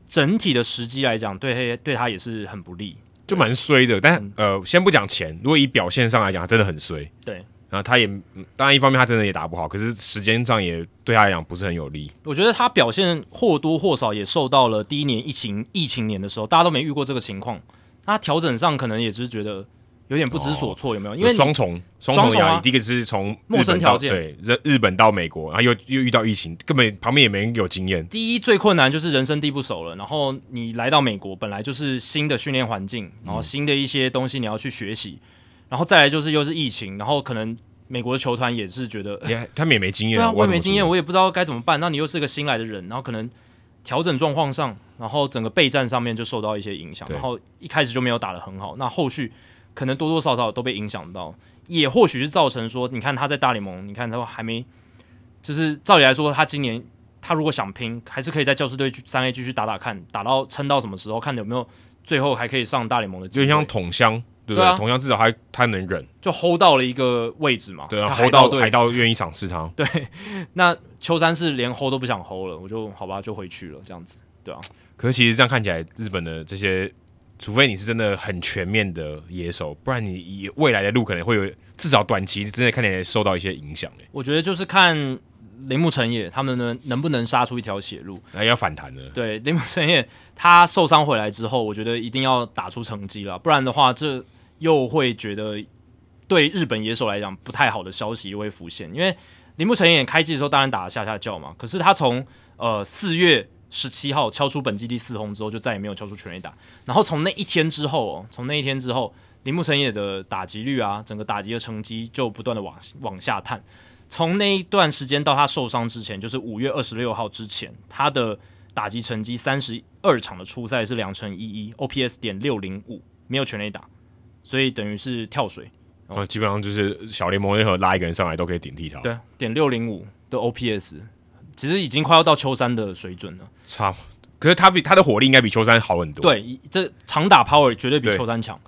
Speaker 2: 整体的时机来讲，对对他也是很不利。
Speaker 1: 就蛮衰的。但
Speaker 2: 嗯
Speaker 1: 呃，先不讲钱，如果以表现上来讲，他真的很衰。
Speaker 2: 对，
Speaker 1: 然后他也嗯当然一方面他真的也打不好，可是时间上也对他来讲不是很有利。
Speaker 2: 我觉得他表现或多或少也受到了第一年疫情疫情年的时候，大家都没遇过这个情况，他调整上可能也是觉得有点不知所措，有没有？因为
Speaker 1: 有双重双
Speaker 2: 双
Speaker 1: 重
Speaker 2: 重
Speaker 1: 压力，
Speaker 2: 啊
Speaker 1: 第一个是从日
Speaker 2: 陌生
Speaker 1: 本到
Speaker 2: 条件
Speaker 1: 对日日本到美国，然后又又遇到疫情，根本旁边也没人有经验。
Speaker 2: 第一最困难就是人生地不熟了，然后你来到美国，本来就是新的训练环境，然后新的一些东西你要去学习，然后再来就是又是疫情，然后可能美国的球团也是觉得
Speaker 1: 也他们也没经验，
Speaker 2: 呃对啊，我
Speaker 1: 我
Speaker 2: 也
Speaker 1: 怎么
Speaker 2: 没经验，
Speaker 1: 处
Speaker 2: 我也不知道该怎么办。那你又是个新来的人，然后可能调整状况上，然后整个备战上面就受到一些影响，
Speaker 1: 对
Speaker 2: 然后一开始就没有打得很好，那后续可能多多少少都被影响到，也或许是造成说，你看他在大联盟，你看他还没，就是照理来说，他今年他如果想拼，还是可以在教师队去三 A 继续打打看，打到撑到什么时候，看有没有最后还可以上大联盟的机
Speaker 1: 理，就
Speaker 2: 会，
Speaker 1: 像桶箱，对不
Speaker 2: 对啊
Speaker 1: 桶箱至少还他能忍，
Speaker 2: 就 hold 到了一个位置嘛，
Speaker 1: 对啊，
Speaker 2: 他
Speaker 1: 海
Speaker 2: 海
Speaker 1: 盗
Speaker 2: 队
Speaker 1: 海盗愿意赏识他，
Speaker 2: 那秋山是连 hold 都不想 hold 了，我就好吧，就回去了，这样子。对啊，
Speaker 1: 可是其实这样看起来，日本的这些，除非你是真的很全面的野手，不然你以未来的路可能会有，至少短期之内看起来受到一些影响、欸，
Speaker 2: 我觉得就是看铃木成也他们能能不能杀出一条血路。
Speaker 1: 那要反弹了。
Speaker 2: 对， 铃木成也他受伤回来之后，我觉得一定要打出成绩了，不然的话，这又会觉得对日本野手来讲不太好的消息又会浮现。因为铃木成也开季的时候当然打了下下叫嘛，可是他从呃四月十七号敲出本季第四轰之后，就再也没有敲出全垒打。然后从那一天之后、哦，从那一天之后，铃木成也的打击率啊，整个打击的成绩就不断的往往下探。从那一段时间到他受伤之前，就是五月二十六号之前，他的打击成绩三十二场的初赛是两成一一，OPS 点六零五，没有全垒打，所以等于是跳水。
Speaker 1: 然后基本上就是小联盟任何拉一个人上来都可以顶替他，
Speaker 2: 对，点六零五的 OPS，其实已经快要到秋山的水准了。
Speaker 1: 差。可是他比他的火力应该比秋山好很多。，
Speaker 2: 对，一这长打 power 绝对比
Speaker 1: 对
Speaker 2: 秋山强，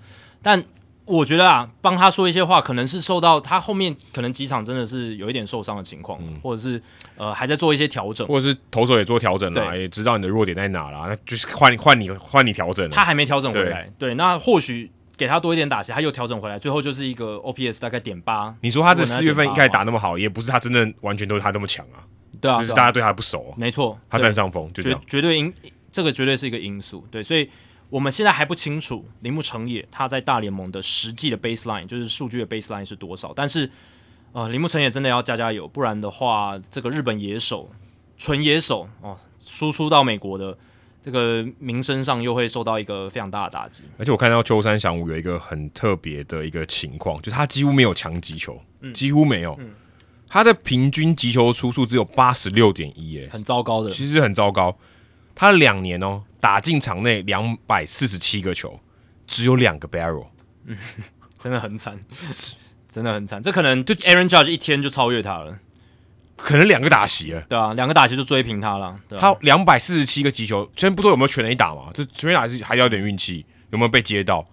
Speaker 2: 但我觉得啊，帮他说一些话，可能是受到他后面可能几场真的是有一点受伤的情况，
Speaker 1: 嗯
Speaker 2: 或者是呃还在做一些调整。
Speaker 1: 或者是投手也做调整啦，
Speaker 2: 对
Speaker 1: 也知道你的弱点在哪啦，那就是换换你换你调整了。
Speaker 2: 他还没调整回来，对，那或许给他多一点打击，他又调整回来，最后就是一个 OPS 大概点八，
Speaker 1: 你说他这
Speaker 2: 如果拿
Speaker 1: 四月份
Speaker 2: 点
Speaker 1: 一
Speaker 2: 八
Speaker 1: 开始打那么好，也不是他真的完全都是他那么强啊，
Speaker 2: 对啊，
Speaker 1: 就是
Speaker 2: 对啊
Speaker 1: 大家对他不熟啊，
Speaker 2: 没错，
Speaker 1: 他
Speaker 2: 对
Speaker 1: 占上风，就这
Speaker 2: 绝
Speaker 1: 样。
Speaker 2: 绝对因这个绝对是一个因素，对，所以我们现在还不清楚铃木成也他在大联盟的实际的 baseline 就是数据的 baseline 是多少，但是呃，铃木成也真的要加加油，不然的话，这个日本野手纯野手哦，输出到美国的这个名声上又会受到一个非常大的打击。
Speaker 1: 而且我看到秋山翔吾有一个很特别的一个情况，就是他几乎没有强击球，
Speaker 2: 嗯
Speaker 1: 几乎没有，他的平均击球出数只有八十六点一，哎，
Speaker 2: 很糟糕的，
Speaker 1: 其实很糟糕。他两年哦，打进场内两百四十七个球，只有两个 barrel，
Speaker 2: 真的很惨， 真的很惨。这可能就 Aaron Judge 一天就超越他了，
Speaker 1: 可能两个打席了。
Speaker 2: 对啊，两个打击就追平他了，对啊
Speaker 1: 他两百四十七个击球，虽然不说有没有全垒打嘛，这全垒打还是还要有点运气，有没有被接到？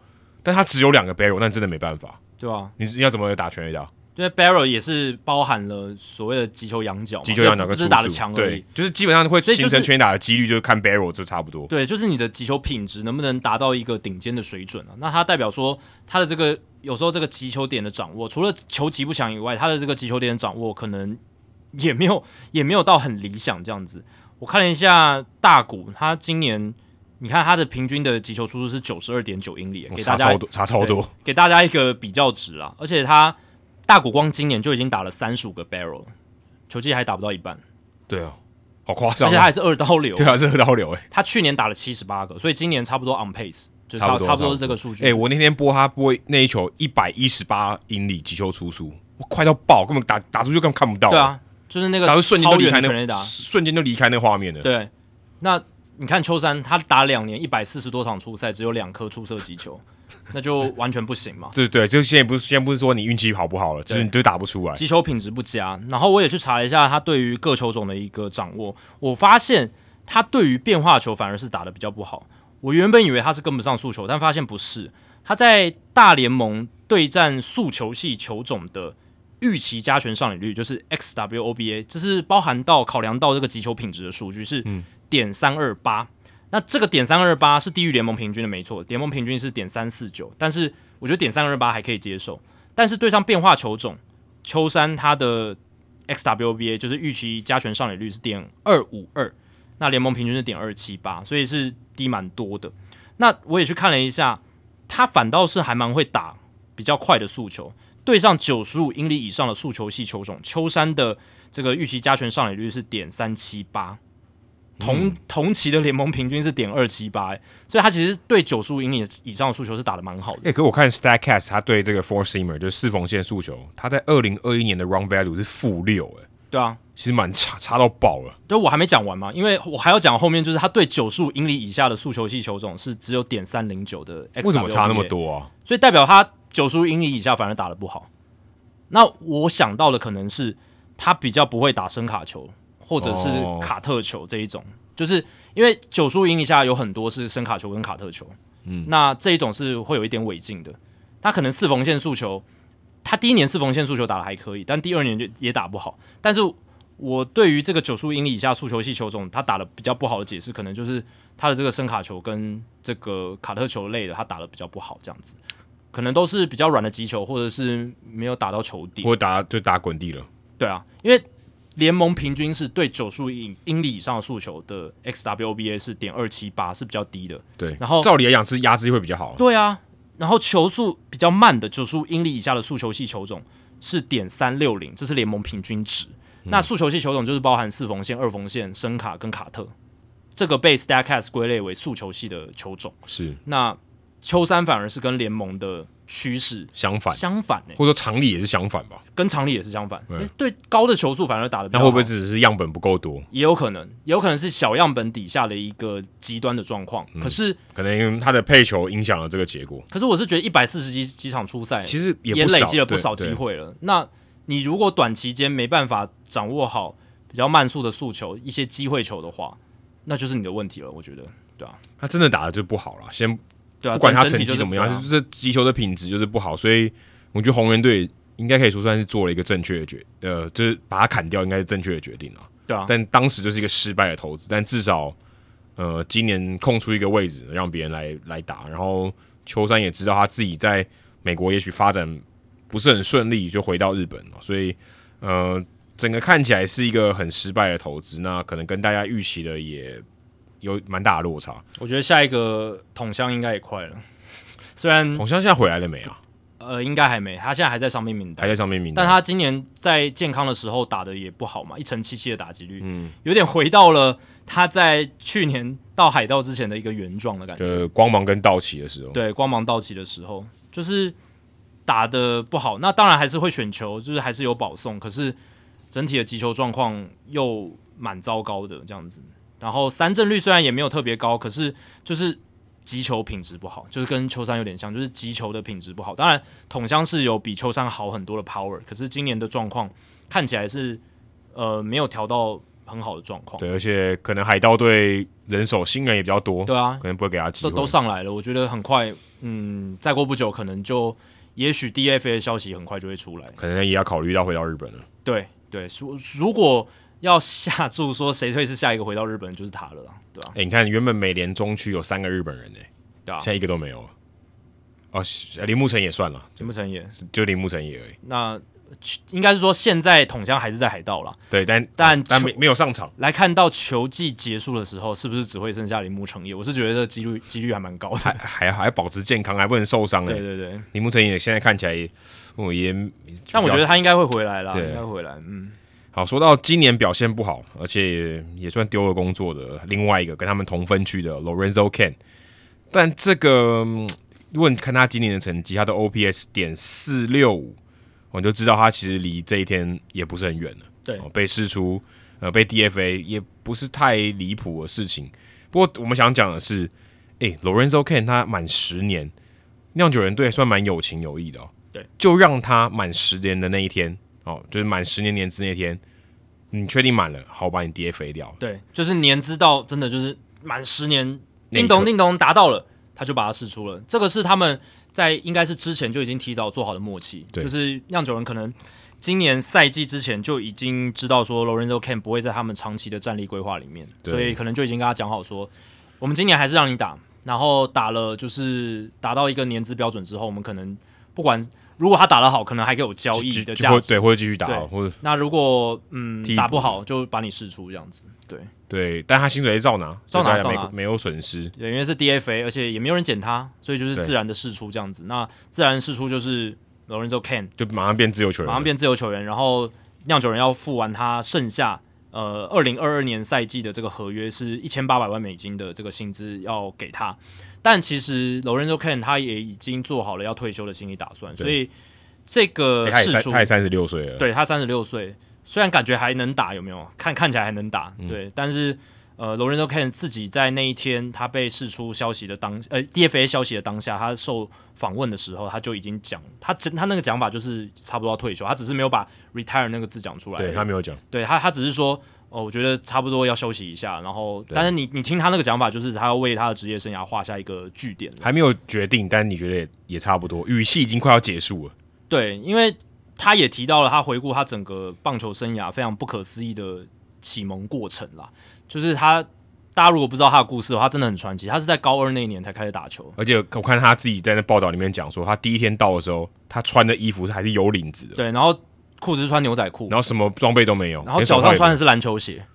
Speaker 1: 但他只有两个 barrel，那真的没办法。
Speaker 2: 对啊，
Speaker 1: 你你要怎么打全垒打？
Speaker 2: 因为 Barrel 也是包含了所谓的击球仰角嘛，
Speaker 1: 击球要两个
Speaker 2: 不
Speaker 1: 出
Speaker 2: 是
Speaker 1: 速，
Speaker 2: 打的强而
Speaker 1: 对
Speaker 2: 已。，
Speaker 1: 就是基本上会
Speaker 2: 所以就
Speaker 1: 形
Speaker 2: 是
Speaker 1: 成全垒打的几率，就是看 barrel 就差不多。
Speaker 2: 对，就是你的击球品质能不能达到一个顶尖的水准啊？那它代表说他的这个有时候这个击球点的掌握，除了球击不强以外，他的这个击球点的掌握可能 也没有也没有到很理想这样子。我看了一下大谷，他今年你看他的平均的击球出速是九十二点九英里，给
Speaker 1: 差
Speaker 2: 大家
Speaker 1: 超多，差超多。
Speaker 2: 给大家一个比较值啦。而且他大谷光今年就已经打了三十五个 barrel，球季还打不到一半，
Speaker 1: 对啊，好夸张、
Speaker 2: 而
Speaker 1: 啊。
Speaker 2: 且他还是二刀 流。
Speaker 1: 对啊，这个刀流哎、
Speaker 2: 他去年打了七十八个，所以今年差不多 on pace，就
Speaker 1: 差
Speaker 2: 差
Speaker 1: 不多
Speaker 2: 差不多是这个数据。
Speaker 1: 哎、我那天播他播那一球一百一十八英里击球出速，我快到爆，根本打打出去根本看不到。
Speaker 2: 对，啊，就是那个
Speaker 1: 打出瞬间
Speaker 2: 超
Speaker 1: 就离
Speaker 2: 远
Speaker 1: 开
Speaker 2: 的
Speaker 1: 那
Speaker 2: 全垒打。
Speaker 1: 瞬间就离开那画面了。
Speaker 2: 对，那你看秋山，他打两年一百四十多场初赛，只有两颗出色击球，那就完全不行嘛。
Speaker 1: 对对，就现在不是现在不是说你运气好不好了，就是
Speaker 2: 对
Speaker 1: 你就打不出来。
Speaker 2: 击球品质不佳。然后我也去查了一下他对于各球种的一个掌握，我发现他对于变化球反而是打得比较不好。我原本以为他是跟不上速球，但发现不是。他在大联盟对战速球系球种的预期加权上垒率，就是 XWOBA，这是包含到考量到这个击球品质的数据是点三二八。那这个点三二八是低于联盟平均的，没错，联盟平均是点三四九，但是我觉得点三二八还可以接受。但是对上变化球种，秋山他的 XWBA 就是预期加权上垒率是点二五二，那联盟平均是点二七八，所以是低蛮多的。那我也去看了一下，他反倒是还蛮会打比较快的速球，对上九十五英里以上的速球系球种，秋山的这个预期加权上垒率是点三七八。同同期的联盟平均是点二七八，所以他其实对九十五英里以上的速球是打得蛮好的。
Speaker 1: 哎、可我看 Statcast 他对这个 Four Seamer 就是四缝线速球，他在二零二一年的 Round Value 是负六，哎，
Speaker 2: 对啊，
Speaker 1: 其实蛮差，差到爆 了。
Speaker 2: 对，我还没讲完嘛，因为我还要讲后面就是他对九十五英里以下的速球系球种是只有点三零九的 x
Speaker 1: 为什么差那么？多啊？
Speaker 2: 所以代表他九十五英里以下反而打得不好。那我想到的可能是他比较不会打声卡球或者是
Speaker 1: 哦
Speaker 2: 卡特球这一种，就是因为九十五英里以下有很多是声卡球跟卡特球，嗯，那这一种是会有一点违禁的。他可能四缝线速球，他第一年四缝线速球打的还可以，但第二年就也打不好。但是我对于这个九十五英里以下速球系球种，他打的比较不好的解释，可能就是他的这个声卡球跟这个卡特球类的，他打的比较不好，这样子，可能都是比较软的击球，或者是没有打到球底。
Speaker 1: 或者打就打滚地了。
Speaker 2: 对啊，因为联盟平均是对九十五英英里以上的速球的 XWOBA 是点二七八，是比较低的。
Speaker 1: 对，
Speaker 2: 然后
Speaker 1: 照理来讲是压制会比较好。
Speaker 2: 对啊，然后球速比较慢的九十五英里以下的速球系球种是点三六零，这是联盟平均值。
Speaker 1: 嗯
Speaker 2: 那速球系球种就是包含四缝线、二缝线、声卡跟卡特，这个被 Statcast 归类为速球系的球种。
Speaker 1: 是
Speaker 2: 那秋山反而是跟联盟的趋势
Speaker 1: 相反，
Speaker 2: 相反、欸，
Speaker 1: 或者说常理也是相反吧？
Speaker 2: 跟常理也是相反。诶对高的球速反而打的比
Speaker 1: 那
Speaker 2: 较
Speaker 1: 会不
Speaker 2: 好
Speaker 1: 会。只是样本不够多？
Speaker 2: 也有可能，也有可能是小样本底下的一个极端的状况。
Speaker 1: 嗯
Speaker 2: 可是，
Speaker 1: 可能因为他的配球影响了这个结果。
Speaker 2: 可是我是觉得一百四十几几场初赛，
Speaker 1: 其实也
Speaker 2: 也
Speaker 1: 不少
Speaker 2: 累积了不
Speaker 1: 对
Speaker 2: 少机
Speaker 1: 对
Speaker 2: 会了。那你如果短期间没办法掌握好比较慢速的速球、一些机会球的话，那就是你的问题了。我觉得，对啊，
Speaker 1: 他真的打的就不好了。先
Speaker 2: 对啊，
Speaker 1: 不管他
Speaker 2: 整
Speaker 1: 成
Speaker 2: 整体
Speaker 1: 绩
Speaker 2: 就是
Speaker 1: 怎么样，
Speaker 2: 对啊
Speaker 1: 就是击球的品质就是不好，所以我觉得红人队应该可以说算是做了一个正确的决，呃，就是把他砍掉，应该是正确的决定了。
Speaker 2: 对啊，
Speaker 1: 但当时就是一个失败的投资，但至少呃，今年空出一个位置让别人来来打，然后秋山也知道他自己在美国也许发展不是很顺利，就回到日本了，所以呃，整个看起来是一个很失败的投资，那可能跟大家预期的也有蛮大的落差。
Speaker 2: 我觉得下一个桶箱应该也快了。虽然
Speaker 1: 红香现在回来了没啊？
Speaker 2: 呃，应该还没，他现在还在伤病名单
Speaker 1: 还，在上面名单，
Speaker 2: 但他今年在健康的时候打的也不好嘛，一成七七的打击率，嗯，有点回到了他在去年到海盗之前的一个原状的感觉。
Speaker 1: 呃光芒跟道奇的时候，
Speaker 2: 对，光芒到期的时候，就是打的不好。那当然还是会选球，就是还是有保送，可是整体的击球状况又蛮糟糕的这样子。然后三振率虽然也没有特别高，可是就是击球品质不好，就是跟秋山有点像，就是击球的品质不好。当然，桶箱是有比秋山好很多的 power，可是今年的状况看起来是呃没有调到很好的状况。
Speaker 1: 对，而且可能海盗队人手新人也比较多，
Speaker 2: 对啊，
Speaker 1: 可能不会给他机
Speaker 2: 都
Speaker 1: 会。
Speaker 2: 都上来了，我觉得很快，嗯，再过不久可能就，也许 DFA 的消息很快就会出来。
Speaker 1: 可能也要考虑到回到日本了。
Speaker 2: 对对，如如果要下注说谁会是下一个回到日本，就是他了啦，对吧、
Speaker 1: 哎、你看，原本美联中区有三个日本人呢、
Speaker 2: 对啊
Speaker 1: 现在一个都没有了。哦，是呃铃木成也算了，
Speaker 2: 林木成也
Speaker 1: 就铃木成也而已。
Speaker 2: 那应该是说现在统江还是在海盗啦。
Speaker 1: 对，但
Speaker 2: 但
Speaker 1: 但
Speaker 2: 球
Speaker 1: 没没有上场，
Speaker 2: 来看到球季结束的时候，是不是只会剩下铃木成业？我是觉得这几率几率还蛮高的。
Speaker 1: 还还保持健康，还不能受伤呢欸
Speaker 2: 对。对对，
Speaker 1: 铃木成也现在看起来也，我也，
Speaker 2: 但我觉得他应该会回来啦，
Speaker 1: 对
Speaker 2: 应该会回来。嗯，
Speaker 1: 好。说到今年表现不好，而且也也算丢了工作的另外一个跟他们同分区的 Lorenzo Ken，但这个嗯如果你看他今年的成绩，他的 OPS 点四六五，我就知道他其实离这一天也不是很远了。
Speaker 2: 对
Speaker 1: 哦、被释出，呃，被 DFA 也不是太离谱的事情。不过我们想讲的是，诶 l o r e n z o Ken 他满十年，酿酒人队算蛮有情有义的哦。
Speaker 2: 对，
Speaker 1: 就让他满十年的那一天，哦，就是满十年年资那天，你确定满了，好，我把你 DFA 掉。
Speaker 2: 对，就是年资到真的就是满十年，
Speaker 1: 那一刻
Speaker 2: 叮咚叮咚达到了，他就把它试出了。这个是他们在应该是之前就已经提早做好的默契，
Speaker 1: 对
Speaker 2: 就是酿酒人可能。今年赛季之前就已经知道说 Lorenzo Can 不会在他们长期的战力规划里面，
Speaker 1: 对
Speaker 2: 所以可能就已经跟他讲好说，我们今年还是让你打，然后打了就是达到一个年资标准之后，我们可能不管如果他打得好，可能还给我交易
Speaker 1: 就
Speaker 2: 的
Speaker 1: 就
Speaker 2: 价
Speaker 1: 会
Speaker 2: 值。
Speaker 1: 对，或者继续打
Speaker 2: 对，
Speaker 1: 或者
Speaker 2: 那如果嗯
Speaker 1: 替补
Speaker 2: 打不好，就把你释出这样子。对，
Speaker 1: 对，但他薪水是照拿，
Speaker 2: 照拿
Speaker 1: 所以大
Speaker 2: 照
Speaker 1: 家
Speaker 2: 拿
Speaker 1: 没没有损失。
Speaker 2: 对，因为是 DFA，而且也没有人捡他，所以就是
Speaker 1: 对
Speaker 2: 自然的释出这样子。那自然释出就是 Lorenzo Can
Speaker 1: 就马上变自由球员了，
Speaker 2: 马上变自由球员，然后酿酒人要付完他剩下呃二零二二年赛季的这个合约是一千八百万美金的这个薪资要给他，但其实 Lorenzo Can 他也已经做好了要退休的心理打算，
Speaker 1: 对
Speaker 2: 所以这个
Speaker 1: 诶他也
Speaker 2: 释
Speaker 1: 三
Speaker 2: 出
Speaker 1: 他也三十六岁了，
Speaker 2: 对他三十六岁，虽然感觉还能打，有没有？看看起来还能打，
Speaker 1: 嗯
Speaker 2: 对。但是呃，Lorenzo Can 自己在那一天他被释出消息的当呃 DFA 消息的当下，他受访问的时候，他就已经讲他真他那个讲法就是差不多要退休，他只是没有把 retire 那个字讲出来而已。
Speaker 1: 对他没有讲。
Speaker 2: 对他，他只是说，哦，我觉得差不多要休息一下，然后，但是你你听他那个讲法，就是他要为他的职业生涯画下一个句点了。
Speaker 1: 还没有决定，但你觉得也也差不多，语气已经快要结束了。
Speaker 2: 对，因为他也提到了他回顾他整个棒球生涯非常不可思议的启蒙过程啦，就是他。大家如果不知道他的故事的话，他真的很传奇。他是在高二那一年才开始打球，
Speaker 1: 而且我看他自己在那报道里面讲说，他第一天到的时候，他穿的衣服还是有领子的，
Speaker 2: 对，然后裤子是穿牛仔裤，
Speaker 1: 然后什么装备都没有，
Speaker 2: 然后
Speaker 1: 连手
Speaker 2: 脚
Speaker 1: 套也
Speaker 2: 上
Speaker 1: 没
Speaker 2: 穿
Speaker 1: 有，
Speaker 2: 的是篮球鞋，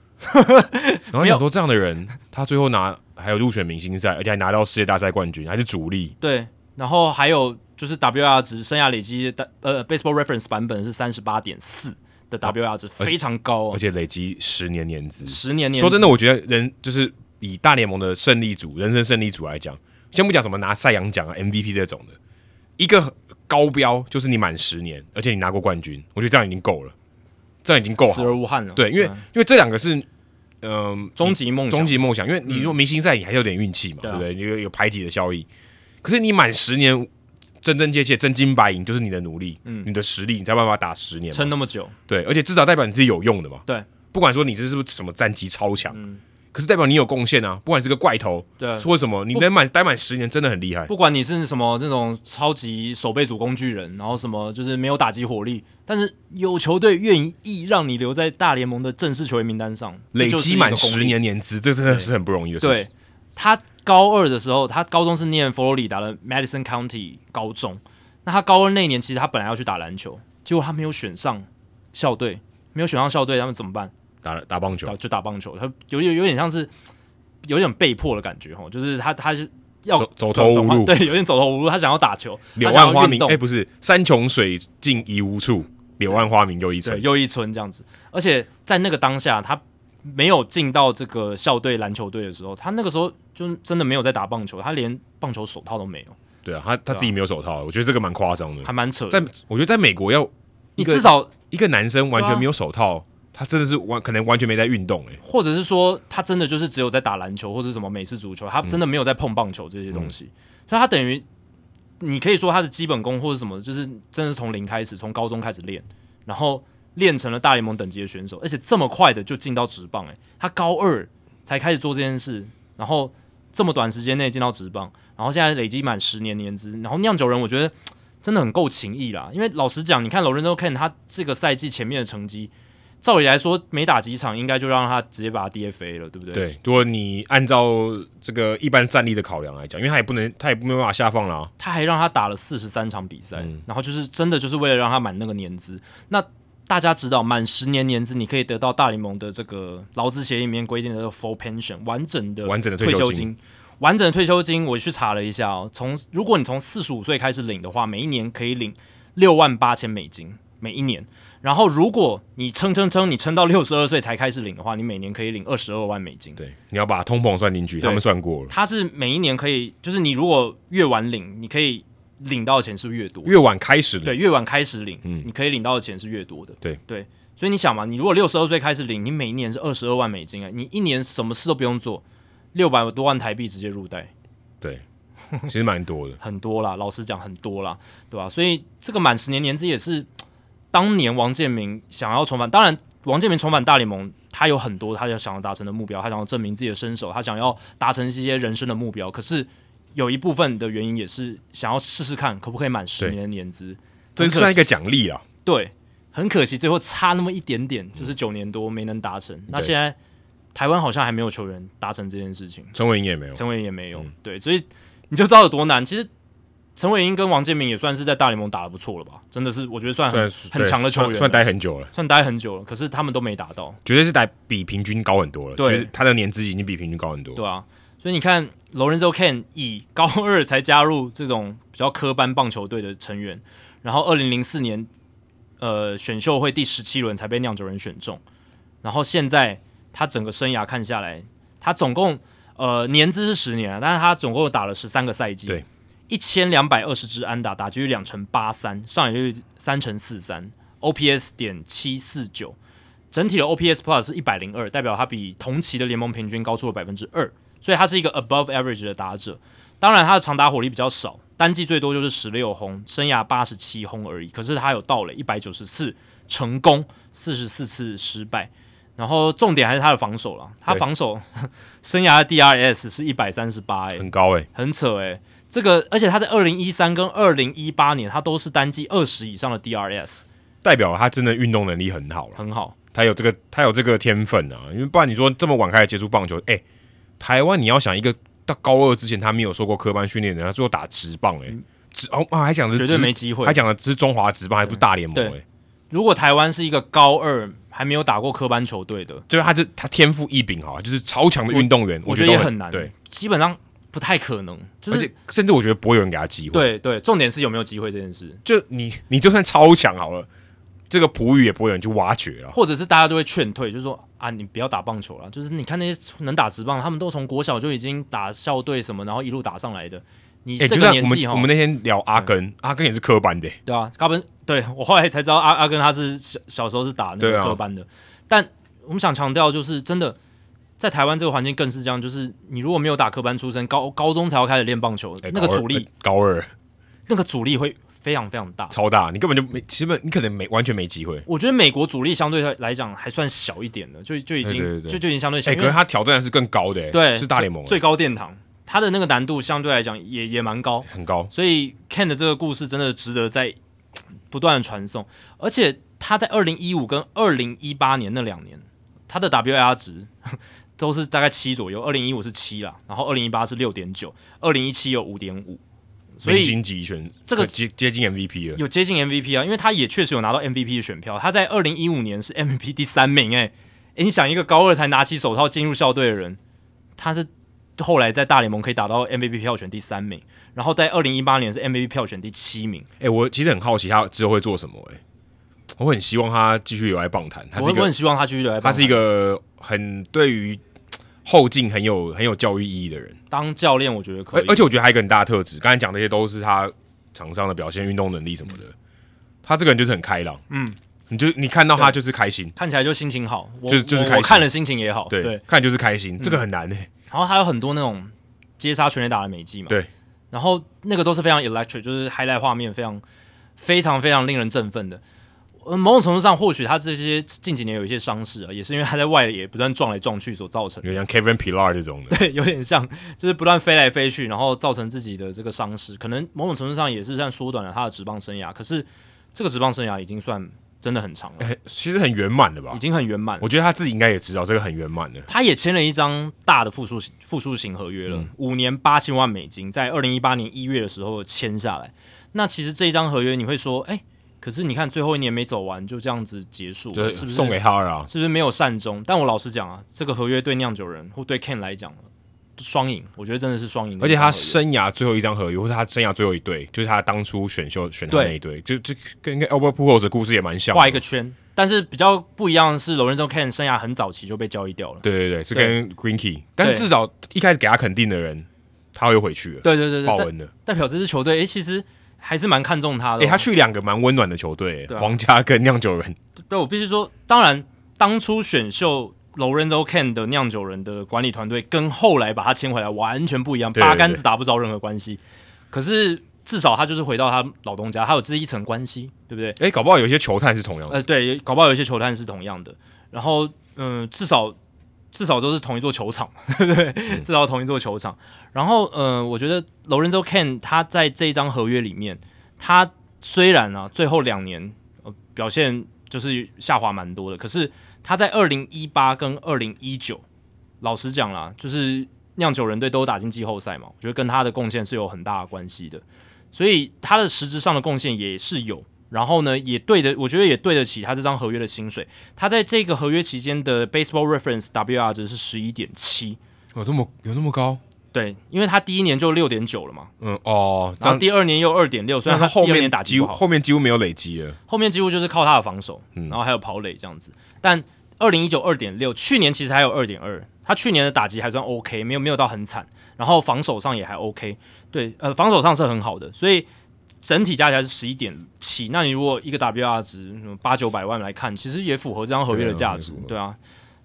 Speaker 1: 然后想说这样的人，他最后拿还有入选明星赛，而且还拿到世界大赛冠军，还是主力，
Speaker 2: 对，然后还有就是 WR 值生涯累积的呃 Baseball Reference 版本是三十八点四的 WR 值，非常高、
Speaker 1: 啊而
Speaker 2: 哦，
Speaker 1: 且累积十年年资。
Speaker 2: 十年年
Speaker 1: 说真
Speaker 2: 的
Speaker 1: 的，我觉得人就是以大联盟的胜利组、人生胜利组来讲，先不讲什么拿赛扬奖啊、MVP 这种的，一个高标就是你满十年，而且你拿过冠军，我觉得这样已经够了，这样已经够好
Speaker 2: 死
Speaker 1: 了
Speaker 2: 而。无憾了。啊
Speaker 1: 对，因为、因为这两个是，嗯、
Speaker 2: 终极梦想
Speaker 1: 终极梦想，因为你如果明星赛，你还是有点运气嘛，对
Speaker 2: 对啊
Speaker 1: 不对？你有有排挤的效益。可是你满十年，真真切切、真金白银，就是你的努力，你的实力，你才有办法打十年嘛。
Speaker 2: 嗯撑那么久，
Speaker 1: 对，而且至少代表你自己有用的嘛。
Speaker 2: 对，嗯
Speaker 1: 不管说你这是不是什么战绩超强，可是代表你有贡献啊。不管是个怪头，
Speaker 2: 对啊
Speaker 1: 或什么，你能满待满十年，真的很厉害。
Speaker 2: 不管你是什么那种超级守备组工具人，然后什么就是没有打击火力，但是有球队愿意让你留在大联盟的正式球员名单上，
Speaker 1: 累积满十
Speaker 2: 年。
Speaker 1: 年年资，这真的是很不容易的事情。
Speaker 2: 对，他高二的时候，他高中是念佛罗里达的 Madison County 高中。那他高二那一年，其实他本来要去打篮球，结果他没有选上校队，没有选上校队，他们怎么办？
Speaker 1: 打打棒球
Speaker 2: 打，就打棒球，他有有有点像是有点被迫的感觉哈，就是他他是要
Speaker 1: 走走投无
Speaker 2: 转换
Speaker 1: 路
Speaker 2: 对，有点走投无路，他想要打球，
Speaker 1: 柳
Speaker 2: 他想
Speaker 1: 暗
Speaker 2: 要
Speaker 1: 花
Speaker 2: 运
Speaker 1: 明，
Speaker 2: 动
Speaker 1: 哎、不是，山穷水尽疑无处，柳暗花明又一
Speaker 2: 对，
Speaker 1: 村。
Speaker 2: 又一村这样子。而且在那个当下，他没有进到这个校队篮球队的时候，他那个时候就真的没有在打棒球，他连棒球手套都没有，
Speaker 1: 对啊，他他自己没有手套，我觉得这个蛮夸张的
Speaker 2: 还。蛮扯的。
Speaker 1: 在我觉得在美国要
Speaker 2: 你
Speaker 1: 一个
Speaker 2: 至少，
Speaker 1: 一个男生完全没有手套，他真的是完可能完全没在运动哎、
Speaker 2: 或者是说，他真的就是只有在打篮球或者什么美式足球，他
Speaker 1: 嗯
Speaker 2: 真的没有在碰棒球这些东西，所以他等于你可以说他的基本功或者什么，就是真的是从零开始，从高中开始练，然后练成了大联盟等级的选手，而且这么快的就进到职棒、欸，他高二才开始做这件事，然后这么短时间内进到职棒，然后现在累积满十年年资，然后酿酒人我觉得真的很够情义啦，因为老实讲，你看 Lorenzo Ken 他这个赛季前面的成绩。照理来说，没打几场，应该就让他直接把他 DFA 了，对不对？
Speaker 1: 对，如果你按照这个一般战力的考量来讲，因为他也不能，他也没有办法下放啦、
Speaker 2: 他还让他打了四十三场比赛，
Speaker 1: 嗯
Speaker 2: 然后就是真的就是为了让他满那个年资。那大家知道，满十年年资，你可以得到大联盟的这个劳资协议里面规定的这个 full pension 完整的
Speaker 1: 完整的退
Speaker 2: 退
Speaker 1: 休
Speaker 2: 休
Speaker 1: 金
Speaker 2: 金。完整的退休金，我去查了一下哦，从如果你从四十五岁开始领的话，每一年可以领六万八千美金，每一年。然后如果你撑撑撑，你撑到六十二岁才开始领的话，你每年可以领二十二万美金。
Speaker 1: 对，你要把通膨算进去，
Speaker 2: 对
Speaker 1: 他们算过了，
Speaker 2: 它是每一年可以，就是你如果越晚领，你可以领到的钱是越多。
Speaker 1: 越晚开始
Speaker 2: 对，
Speaker 1: 领，嗯
Speaker 2: 越晚开始领，你可以领到的钱是越多的。
Speaker 1: 对
Speaker 2: 对，所以你想嘛，你如果六十二岁开始领，你每一年是二十二万美金啊，你一年什么事都不用做，六百多万台币直接入袋，，
Speaker 1: 对，其实蛮多的
Speaker 2: 很多啦。老实讲，很多啦，对吧、所以这个满十年年资也是当年王建民想要重返，当然。王建民重返大联盟，他有很多他要想要达成的目标，他想要证明自己的身手，他想要达成一些人生的目标。可是有一部分的原因也是想要试试看，可不可以满十
Speaker 1: 对
Speaker 2: 年的年资。
Speaker 1: 这
Speaker 2: 很可
Speaker 1: 算一个奖励啊。
Speaker 2: 对，很可惜最后差那么一点点，就是九年多没能达成。那
Speaker 1: 嗯对
Speaker 2: 现在台湾好像还没有球员达成这件事情，
Speaker 1: 陈伟霆也没有，
Speaker 2: 陈伟霆也没
Speaker 1: 嗯
Speaker 2: 有。对，所以你就知道有多难。其实陈伟霆跟王建民也算是在大联盟打得不错了吧？真的是，我觉得算
Speaker 1: 算
Speaker 2: 很啊很强的球啊员了，
Speaker 1: 算待很久了，
Speaker 2: 算待很久了，可是他们都没达到，
Speaker 1: 绝对是待比平均高很多了。
Speaker 2: 对
Speaker 1: 就是他的年资已经比平均高很多。
Speaker 2: 对啊。所以你看，Lorenzo Can 以高二才加入这种比较科班棒球队的成员，然后二零零四年呃选秀会第十七轮才被酿酒人选中，然后现在他整个生涯看下来，他总共呃年资是十年啊，但是他总共打了十三个赛季，
Speaker 1: 对，
Speaker 2: 一千两百二十支安打，打击率两成八三，上垒率三成四三，OPS 点七四九。整体的 OPS Plus 是一百零二，代表他比同期的联盟平均高出了百分之二，所以他是一个 above average 的打者。当然，他的长打火力比较少，单季最多就是十六轰，生涯八十七轰而已。可是他有盗垒一百九十次成功，四十四次失败。然后重点还是他的防守啦，他
Speaker 1: 对
Speaker 2: 防守 生涯的 DRS 是一百三十八，哎，
Speaker 1: 很高哎、
Speaker 2: 很扯哎、这个而且他在二零一三跟二零一八年，他都是单季二十以上的 DRS，
Speaker 1: 代表他真的运动能力很好了，
Speaker 2: 很好。
Speaker 1: 他有这个他有这个天分啊，因为不然你说这么晚开始接触棒球，哎、台湾你要想一个到高二之前他没有受过科班训练的人，他最后打职棒哎、职哦啊还讲的是
Speaker 2: 绝对
Speaker 1: 职
Speaker 2: 没机会
Speaker 1: 还讲的是中华职棒，还不是大联盟哎、
Speaker 2: 对如果台湾是一个高二还没有打过科班球队的，
Speaker 1: 就是他这他天赋异禀哈，就是超强的运动员，
Speaker 2: 我
Speaker 1: 觉
Speaker 2: 觉得也
Speaker 1: 都
Speaker 2: 很难，欸
Speaker 1: 对，，
Speaker 2: 基本上不太可能。就
Speaker 1: 而
Speaker 2: 是
Speaker 1: 且甚至我觉得不会有人给他机会，，
Speaker 2: 对对，重点是有没有机会这件事，
Speaker 1: 就你你就算超强好了，这个璞玉也不会有人去挖掘啊，
Speaker 2: 或者是大家都会劝退，就是说啊，你不要打棒球了。就是你看那些能打职棒，他们都从国小就已经打校队什么，然后一路打上来的。你欸
Speaker 1: 哎、
Speaker 2: 这
Speaker 1: 就
Speaker 2: 个
Speaker 1: 像
Speaker 2: 年
Speaker 1: 我们
Speaker 2: 纪哈、
Speaker 1: 我们那天聊阿根，阿根也是科班的、
Speaker 2: 对啊，高班对我后来才知道阿阿根他是小小时候是打那
Speaker 1: 对
Speaker 2: 个
Speaker 1: 啊
Speaker 2: 科班的，但我们想强调就是真的。在台湾这个环境更是这样，就是你如果没有打科班出身，高高中才要开始练棒球，
Speaker 1: 哎
Speaker 2: 那个
Speaker 1: 高二
Speaker 2: 阻力，
Speaker 1: 哎高二
Speaker 2: 那个阻力会非常非常大。
Speaker 1: 超大，你根本就没，其实你可能没完全没机会。
Speaker 2: 我觉得美国阻力相对来讲还算小一点的，就就已经
Speaker 1: 对对对
Speaker 2: 就就已经相对小，
Speaker 1: 哎、
Speaker 2: 因
Speaker 1: 可是
Speaker 2: 为
Speaker 1: 他挑战的是更高的、哎
Speaker 2: 对
Speaker 1: 是大联盟
Speaker 2: 最高殿堂，它的那个难度相对来讲也也蛮高。
Speaker 1: 很高，
Speaker 2: 所以 Ken 的这个故事真的值得在不断的传送，而且他在二零一五跟二零一八年那两年，他的 WAR 值 都是大概七左右，二零一五是七啦，然后二零一八是六点九，二零一七有五点五，所
Speaker 1: 明
Speaker 2: 以
Speaker 1: 星级选
Speaker 2: 这个
Speaker 1: 接接近 MVP 了，
Speaker 2: 有接近 MVP 啊，因为他也确实有拿到 MVP 的选票，他在二零一五年是 MVP 第三名、欸，哎、你想一个高二才拿起手套进入校队的人，他是后来在大联盟可以打到 MVP 票选第三名，然后在二零一八年是 MVP 票选第七名。
Speaker 1: 哎、我其实很好奇他之后会做什么、哎，我很希望他继续留在棒坛，他
Speaker 2: 我
Speaker 1: 是一
Speaker 2: 我
Speaker 1: 个
Speaker 2: 很希望他继续留在
Speaker 1: 他
Speaker 2: 棒坛。
Speaker 1: 是一个很对于后劲很有很有教育意义的人，
Speaker 2: 当教练，我觉得可
Speaker 1: 而
Speaker 2: 以。
Speaker 1: 而且我觉得还有一个很大的特质，刚才讲的这些都是他场上的表现、运动能力什么的，他这个人就是很开朗，
Speaker 2: 嗯，
Speaker 1: 你就你看到他就是开心，
Speaker 2: 看起来就心情好，我
Speaker 1: 就是就是
Speaker 2: 我
Speaker 1: 开心
Speaker 2: 我看了心情也好。
Speaker 1: 对，
Speaker 2: 对，嗯
Speaker 1: 看就是开心，这个很难呢、哎
Speaker 2: 然后还有很多那种接杀全垒打的美技嘛。
Speaker 1: 对，
Speaker 2: 然后那个都是非常 electric，就是 highlight 画面非常非常非常令人振奋的。呃，某种程度上，或许他这些近几年有一些伤势啊，也是因为他在外野不断撞来撞去所造成的。
Speaker 1: 有点像 Kevin Pilar 这种的，
Speaker 2: 对，有点像，就是不断飞来飞去，然后造成自己的这个伤势，可能某种程度上也是算缩短了他的职棒生涯。可是这个职棒生涯已经算真的很长了，
Speaker 1: 哎 其实很圆满的吧
Speaker 2: 已？经很圆满了。
Speaker 1: 我觉得他自己应该也知道这个很圆满的。
Speaker 2: 他也签了一张大的复数型复数型合约了，五、年八千万美金，在二零一八年一月的时候签下来。那其实这一张合约，你会说，哎、可是你看最后一年没走完，就这样子结束
Speaker 1: 就
Speaker 2: 了，是
Speaker 1: 是
Speaker 2: 不是
Speaker 1: 送给哈尔啊，
Speaker 2: 是不是没有善终？但我老实讲啊，这个合约对酿酒人或对 Ken 来讲，双赢，我觉得真的是双赢的
Speaker 1: 而
Speaker 2: 一
Speaker 1: 且
Speaker 2: 张合约。
Speaker 1: 他生涯最后一张合约，或者他生涯最后一队，就是他当初选秀选他
Speaker 2: 对
Speaker 1: 那一队，就就跟跟 Albert Pujols 的故事也蛮像的。
Speaker 2: 画一个圈，但是比较不一样的是，罗仁州 Ken 生涯很早期就被交易掉了。
Speaker 1: 对对对，是
Speaker 2: 对
Speaker 1: 跟 Green Key，但是至少一开始给他肯定的人，他又回去了，
Speaker 2: 对对对
Speaker 1: 报
Speaker 2: 对，代
Speaker 1: 恩了。
Speaker 2: 代表这支球队，哎、其实还是蛮看重他的、哦。
Speaker 1: 哎、他去两个蛮温暖的球队、
Speaker 2: 对啊
Speaker 1: 皇家跟酿酒人。
Speaker 2: 对我必须说，当然当初选秀 Lorenzo Can 的酿酒人的管理团队跟后来把他签回来完全不一样，
Speaker 1: 对对对
Speaker 2: 八竿子打不着任何关系。可是至少他就是回到他老东家，他有这一层关系，对不对？
Speaker 1: 哎、搞不好有些球探是同样的。
Speaker 2: 呃，对，搞不好有一些球探是同样的。然后，嗯、至少至少都是同一座球场， 对不对？至少同一座球场。然后，呃，我觉得 Lorenzo Can 他在这一张合约里面，他虽然啊最后两年、呃、表现就是下滑蛮多的，可是他在二零一八跟二零一九，老实讲啦，就是酿酒人队都有打进季后赛嘛，我觉得跟他的贡献是有很大的关系的。所以他的实质上的贡献也是有。然后呢，也对的，我觉得也对得起他这张合约的薪水。他在这个合约期间的 Baseball Reference WR 值是十一点七，
Speaker 1: 有那么有那么高？
Speaker 2: 对，因为他第一年就六点九了嘛，
Speaker 1: 嗯哦，这
Speaker 2: 然后
Speaker 1: 样
Speaker 2: 第二年又二点六，虽
Speaker 1: 那他
Speaker 2: 然他
Speaker 1: 后
Speaker 2: 第二
Speaker 1: 面
Speaker 2: 年打击
Speaker 1: 几
Speaker 2: 不
Speaker 1: 乎
Speaker 2: 好，
Speaker 1: 后面几乎没有累积了。
Speaker 2: 后面几乎就是靠他的防守，
Speaker 1: 嗯
Speaker 2: 然后还有跑垒这样子。但二零一九二点六，去年其实还有二点二，他去年的打击还算 OK，没有没有到很惨，然后防守上也还 OK，对，呃，防守上是很好的，所以整体加起来是十一点七。那你如果一个 WR 值八九百万来看，其实也符合这张合约的价值，
Speaker 1: 对啊也符合
Speaker 2: 对啊。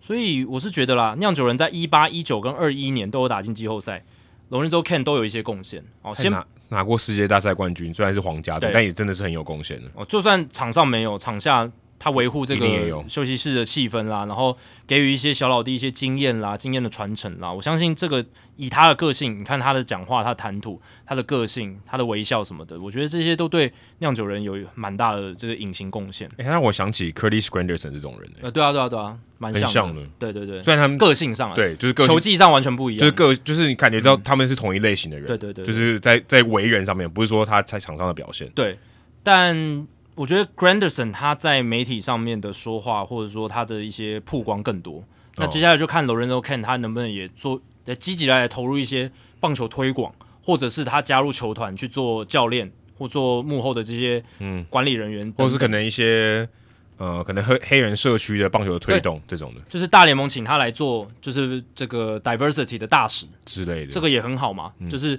Speaker 2: 所以我是觉得啦，酿酒人在一八、一九跟二一年都有打进季后赛，龙人州 Ken 都有一些贡献哦。
Speaker 1: 先
Speaker 2: 先
Speaker 1: 拿拿过世界大赛冠军，虽然是皇家队，
Speaker 2: 对
Speaker 1: 但也真的是很有贡献的。
Speaker 2: 哦，就算场上没有，场下他维护这
Speaker 1: 一定也有
Speaker 2: 个休息室的气氛啦，然后给予一些小老弟一些经验啦、经验的传承啦，我相信这个以他的个性，你看他的讲话、他的谈吐、他的个性、他的微笑什么的，我觉得这些都对酿酒人有蛮大的这个隐形贡献。
Speaker 1: 哎、让我想起 Curtis Granderson 这种人、欸，
Speaker 2: 呃，对啊，对啊，对啊，蛮
Speaker 1: 很
Speaker 2: 像
Speaker 1: 像的。
Speaker 2: 对对对，
Speaker 1: 虽然他们
Speaker 2: 个性上啊，
Speaker 1: 对，就是个性
Speaker 2: 球技上完全不一样，嗯
Speaker 1: 就是个就是你感觉到他们是同一类型的人，
Speaker 2: 对对对对
Speaker 1: 就是在在为人上面，不是说他在场上的表现。
Speaker 2: 对，但我觉得 Granderson 他在媒体上面的说话，或者说他的一些曝光更
Speaker 1: 哦
Speaker 2: 多。那接下来就看 Lorenzo Can 他能不能也做呃积极来投入一些棒球推广，或者是他加入球团去做教练或做幕后的这些嗯管理人员等等，
Speaker 1: 或者是可能一些呃，可能黑黑人社区的棒球的推动这种的
Speaker 2: 就是大联盟请他来做就是这个 diversity 的大使，
Speaker 1: 之类的。
Speaker 2: 这个也很好嘛。就是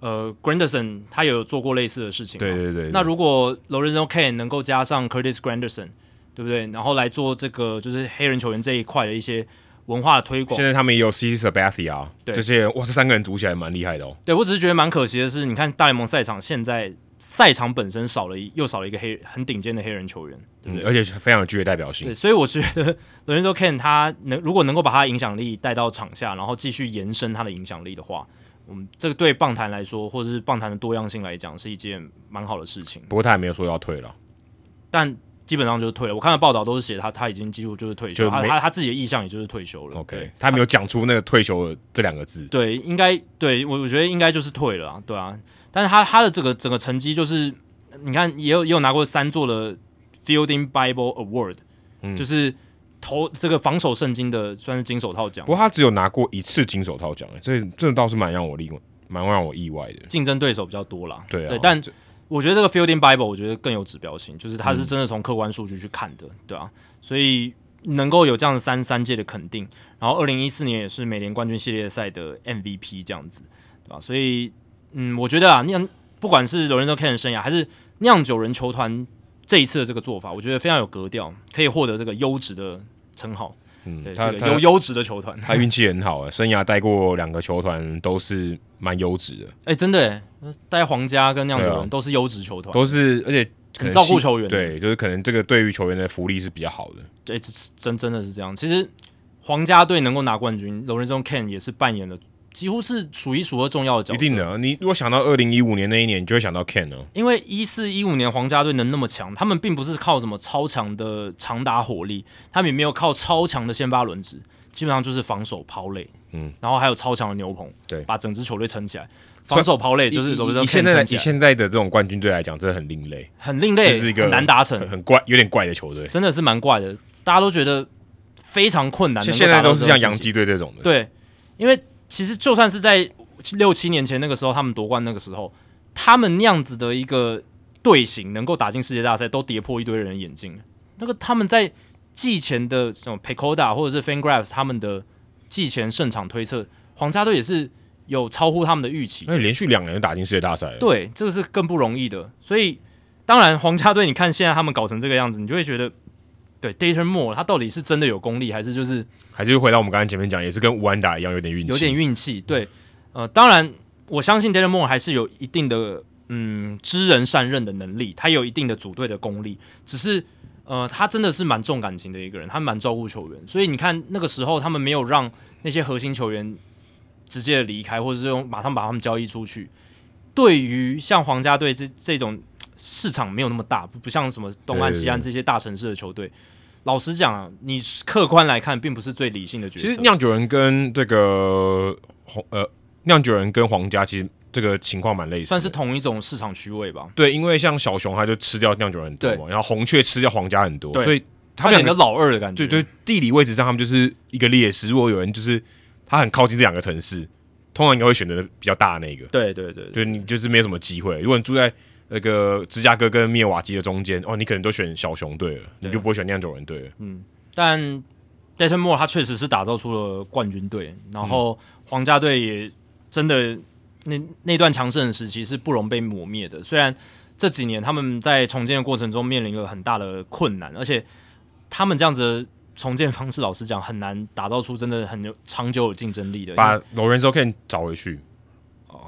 Speaker 2: 呃 Granderson 他也有做过类似的事情啊嘛，
Speaker 1: 对对对对
Speaker 2: 那如果 Lorenzo Kane 能够加上 Curtis Granderson，对不对？然后来做这个就是黑人球员这一块的一些文化的推广
Speaker 1: 现。在他们也有 C. Sabathia，
Speaker 2: 对
Speaker 1: 这些哇，这三个人组起来蛮厉害的哦。
Speaker 2: 对我只是觉得蛮可惜的是，你看大联盟赛场现在赛场本身少了一又少了一个黑很顶尖的黑人球员，对不
Speaker 1: 嗯
Speaker 2: 对？，
Speaker 1: 而且非常有具有代表性
Speaker 2: 对，。所以我觉得 Lorenzo Kane 他能如果能够把他的影响力带到场下，然后继续延伸他的影响力的话，我们这个对棒坛来说，或者是棒坛的多样性来讲，是一件蛮好的事情。
Speaker 1: 不过他也没有说要退了，
Speaker 2: 但基本上就是退了。我看到报道都是写他，他已经几乎就是退
Speaker 1: 就
Speaker 2: 休，他
Speaker 1: 没
Speaker 2: 他他自己的意向也就是退休了。
Speaker 1: OK，他没有讲出那个退休的这两个字。
Speaker 2: 对，应该对我我觉得应该就是退了啊，对啊。但是他他的这个整个成绩就是，你看也有也有拿过三座的 Fielding Bible Award，、就是
Speaker 1: 嗯
Speaker 2: 投这个防守圣经的算是金手套奖
Speaker 1: 不。过他只有拿过一次金手套奖，哎这这倒是蛮让我意外，蛮让我意外的。
Speaker 2: 竞争对手比较多啦，
Speaker 1: 对啊，
Speaker 2: 但
Speaker 1: 这
Speaker 2: 我觉得这个 Fielding Bible 我觉得更有指标性，就
Speaker 1: 嗯
Speaker 2: 是它是真的从客观数据去看的，对啊，所以能够有这样的三三届的肯定，然后二零一四年也是美联冠军系列赛的 MVP 这样子，对吧、所以嗯，我觉得啊，酿不管是罗伦多 K 的生涯，还是酿酒人球团这一次的这个做法，我觉得非常有格调，可以获得这个优质的称号，
Speaker 1: 嗯
Speaker 2: 对，，
Speaker 1: 他
Speaker 2: 是个
Speaker 1: 他
Speaker 2: 有优质的球 团，
Speaker 1: 他运气很好啊，生涯带过两个球团都是蛮优质的，
Speaker 2: 哎、真的耶，带皇家跟酿酒
Speaker 1: 对啊
Speaker 2: 人都是优质球团，
Speaker 1: 都是而且可能
Speaker 2: 很照顾
Speaker 1: 系
Speaker 2: 球员的
Speaker 1: 对，就是可能这个对于球员的福利是比较好的。
Speaker 2: 对，这真真的是这样。其实皇家队能够拿冠军，罗仁宗 Ken 也是扮演了几乎是数一数二重要的角
Speaker 1: 一
Speaker 2: 色。
Speaker 1: 定的。啊你如果想到二零一五年那一年，你就会想到 Ken 哦。
Speaker 2: 因为一四一五年皇家队能那么强，他们并不是靠什么超强的长打火力，他们也没有靠超强的先发轮值，基本上就是防守抛垒，
Speaker 1: 嗯，
Speaker 2: 然后还有超强的牛棚，
Speaker 1: 对
Speaker 2: 把整支球队撑起来。防守抛垒就是罗
Speaker 1: 以
Speaker 2: 伯特
Speaker 1: 以
Speaker 2: Ken
Speaker 1: 现在
Speaker 2: 撑
Speaker 1: 的
Speaker 2: 起
Speaker 1: 以
Speaker 2: 来，
Speaker 1: 现在的这种冠军队来讲，真的很另类，
Speaker 2: 很另类，
Speaker 1: 就是一个
Speaker 2: 很难达成
Speaker 1: 很，很怪，有点怪的球队。
Speaker 2: 真的是蛮怪的，大家都觉得非常困难。
Speaker 1: 现
Speaker 2: 能够
Speaker 1: 现在
Speaker 2: 达到
Speaker 1: 都是
Speaker 2: 这
Speaker 1: 像
Speaker 2: 种
Speaker 1: 洋
Speaker 2: 事情
Speaker 1: 基队这种的，
Speaker 2: 对，因为其实就算是在六七年前那个时候，他们夺冠那个时候，他们那样子的一个队形能够打进世界大赛，都跌破一堆人的眼镜了。那个他们在季前的这种 Pecoda 或者是 FanGraphs 他们的季前胜场推测，皇家队也是有超乎他们的预期。
Speaker 1: 那连续两年就打进世界大赛了。
Speaker 2: 对，这个是更不容易的。所以，当然皇家队，你看现在他们搞成这个样子，你就会觉得，对 Dayton Moore 他到底是真的有功力，还是就是
Speaker 1: 还是回到我们刚才前面讲，也是跟乌安达一样，有点运气，
Speaker 2: 有点运气。对，呃，当然我相信 d a l e m o r 还是有一定的嗯知人善任的能力，他有一定的组队的功力，只是呃他真的是蛮重感情的一个人，他蛮照顾球员，所以你看那个时候他们没有让那些核心球员直接离开，或者是用马上把他们交易出去。对于像皇家队这这种市场没有那么大，不不像什么东岸、
Speaker 1: 对对
Speaker 2: 西岸这些大城市的球队。老实讲啊，你客观来看，并不是最理性的决策。
Speaker 1: 其实酿酒人跟这个红呃酿酒人跟皇家其实这个情况蛮类似的，
Speaker 2: 算是同一种市场区位吧。
Speaker 1: 对，因为像小熊他就吃掉酿酒人很多嘛，然后红雀吃掉皇家很多，
Speaker 2: 对
Speaker 1: 所以他
Speaker 2: 他
Speaker 1: 们
Speaker 2: 们
Speaker 1: 两
Speaker 2: 的
Speaker 1: 个
Speaker 2: 老二的感觉，
Speaker 1: 对对地理位置上他们就是一个劣势。如果有人就是他很靠近这两个城市，通常应该会选择比较大的那个，
Speaker 2: 对对对
Speaker 1: 对
Speaker 2: 对
Speaker 1: 你就是没有什么机会。如果你住在那个芝加哥跟密尔瓦基的中间，哦，你可能都选小熊队了，你就不会选酿酒人队了。
Speaker 2: 但 d a t o n Moore 他确实是打造出了冠军队，然
Speaker 1: 嗯
Speaker 2: 后皇家队也真的那那段强盛的时期是不容被抹灭的。虽然这几年他们在重建的过程中面临了很大的困难，而且他们这样子的重建方式，老实讲很难打造出真的很有长久有竞争力的。
Speaker 1: 把 Lorenzo Ken 找回去，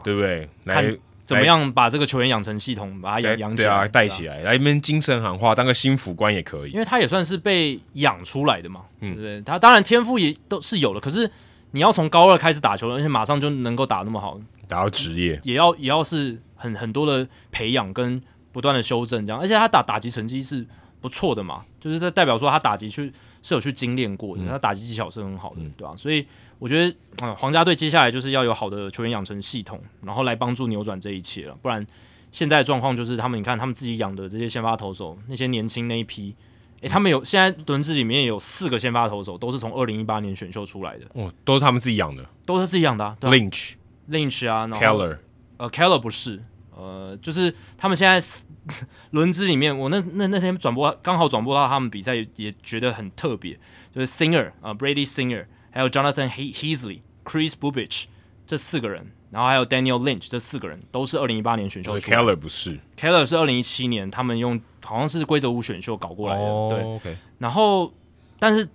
Speaker 1: 对不对？来
Speaker 2: 看怎么样把这个球员养成系统，把他
Speaker 1: 来
Speaker 2: 哎养养起
Speaker 1: 对
Speaker 2: 来，
Speaker 1: 啊，带
Speaker 2: 对啊
Speaker 1: 起来，来一边精神喊话，当个心腹官也可以
Speaker 2: 因。为他也算是被养出来的嘛，对不对？他当然天赋也都是有的，可是你要从高二开始打球，而且马上就能够打那么好，
Speaker 1: 打到职业，
Speaker 2: 也要也要是很很多的培养跟不断的修正这样，而且他打打击成绩是不错的嘛，就是这代表说他打击去是有去精炼过的，他打击技巧是很好的，对吧、所以我觉得，嗯，皇家队接下来就是要有好的球员养成系统，然后来帮助扭转这一切了，不然现在的状况就是他们，你看他们自己养的这些先发投手，那些年轻那一批。诶，他们有现在轮子里面有四个先发投手，都是从二零一八年选秀出来的，
Speaker 1: 哦，都是他们自己养的。
Speaker 2: 都是自己养的、啊，对吧、
Speaker 1: Lynch、
Speaker 2: Lynch 啊，然后
Speaker 1: Keller，
Speaker 2: 呃，Keller 不是，呃，就是他们现在 四轮资里面，我那那那天转播刚好转播到他们比赛，也觉得很特别，就是 Singer 啊、b r a d y Singer，还有 Jonathan He- Heasley、Chris Bubich 这四个人，然后还有 Daniel Lynch 这四个人都是二零一八年选秀
Speaker 1: 就是
Speaker 2: 出来的
Speaker 1: 哦 Keller 不是
Speaker 2: Keller 是二零一七年他们用好像是规则五选秀搞过来的，
Speaker 1: 哦
Speaker 2: 对，
Speaker 1: ，OK，
Speaker 2: 然后，但是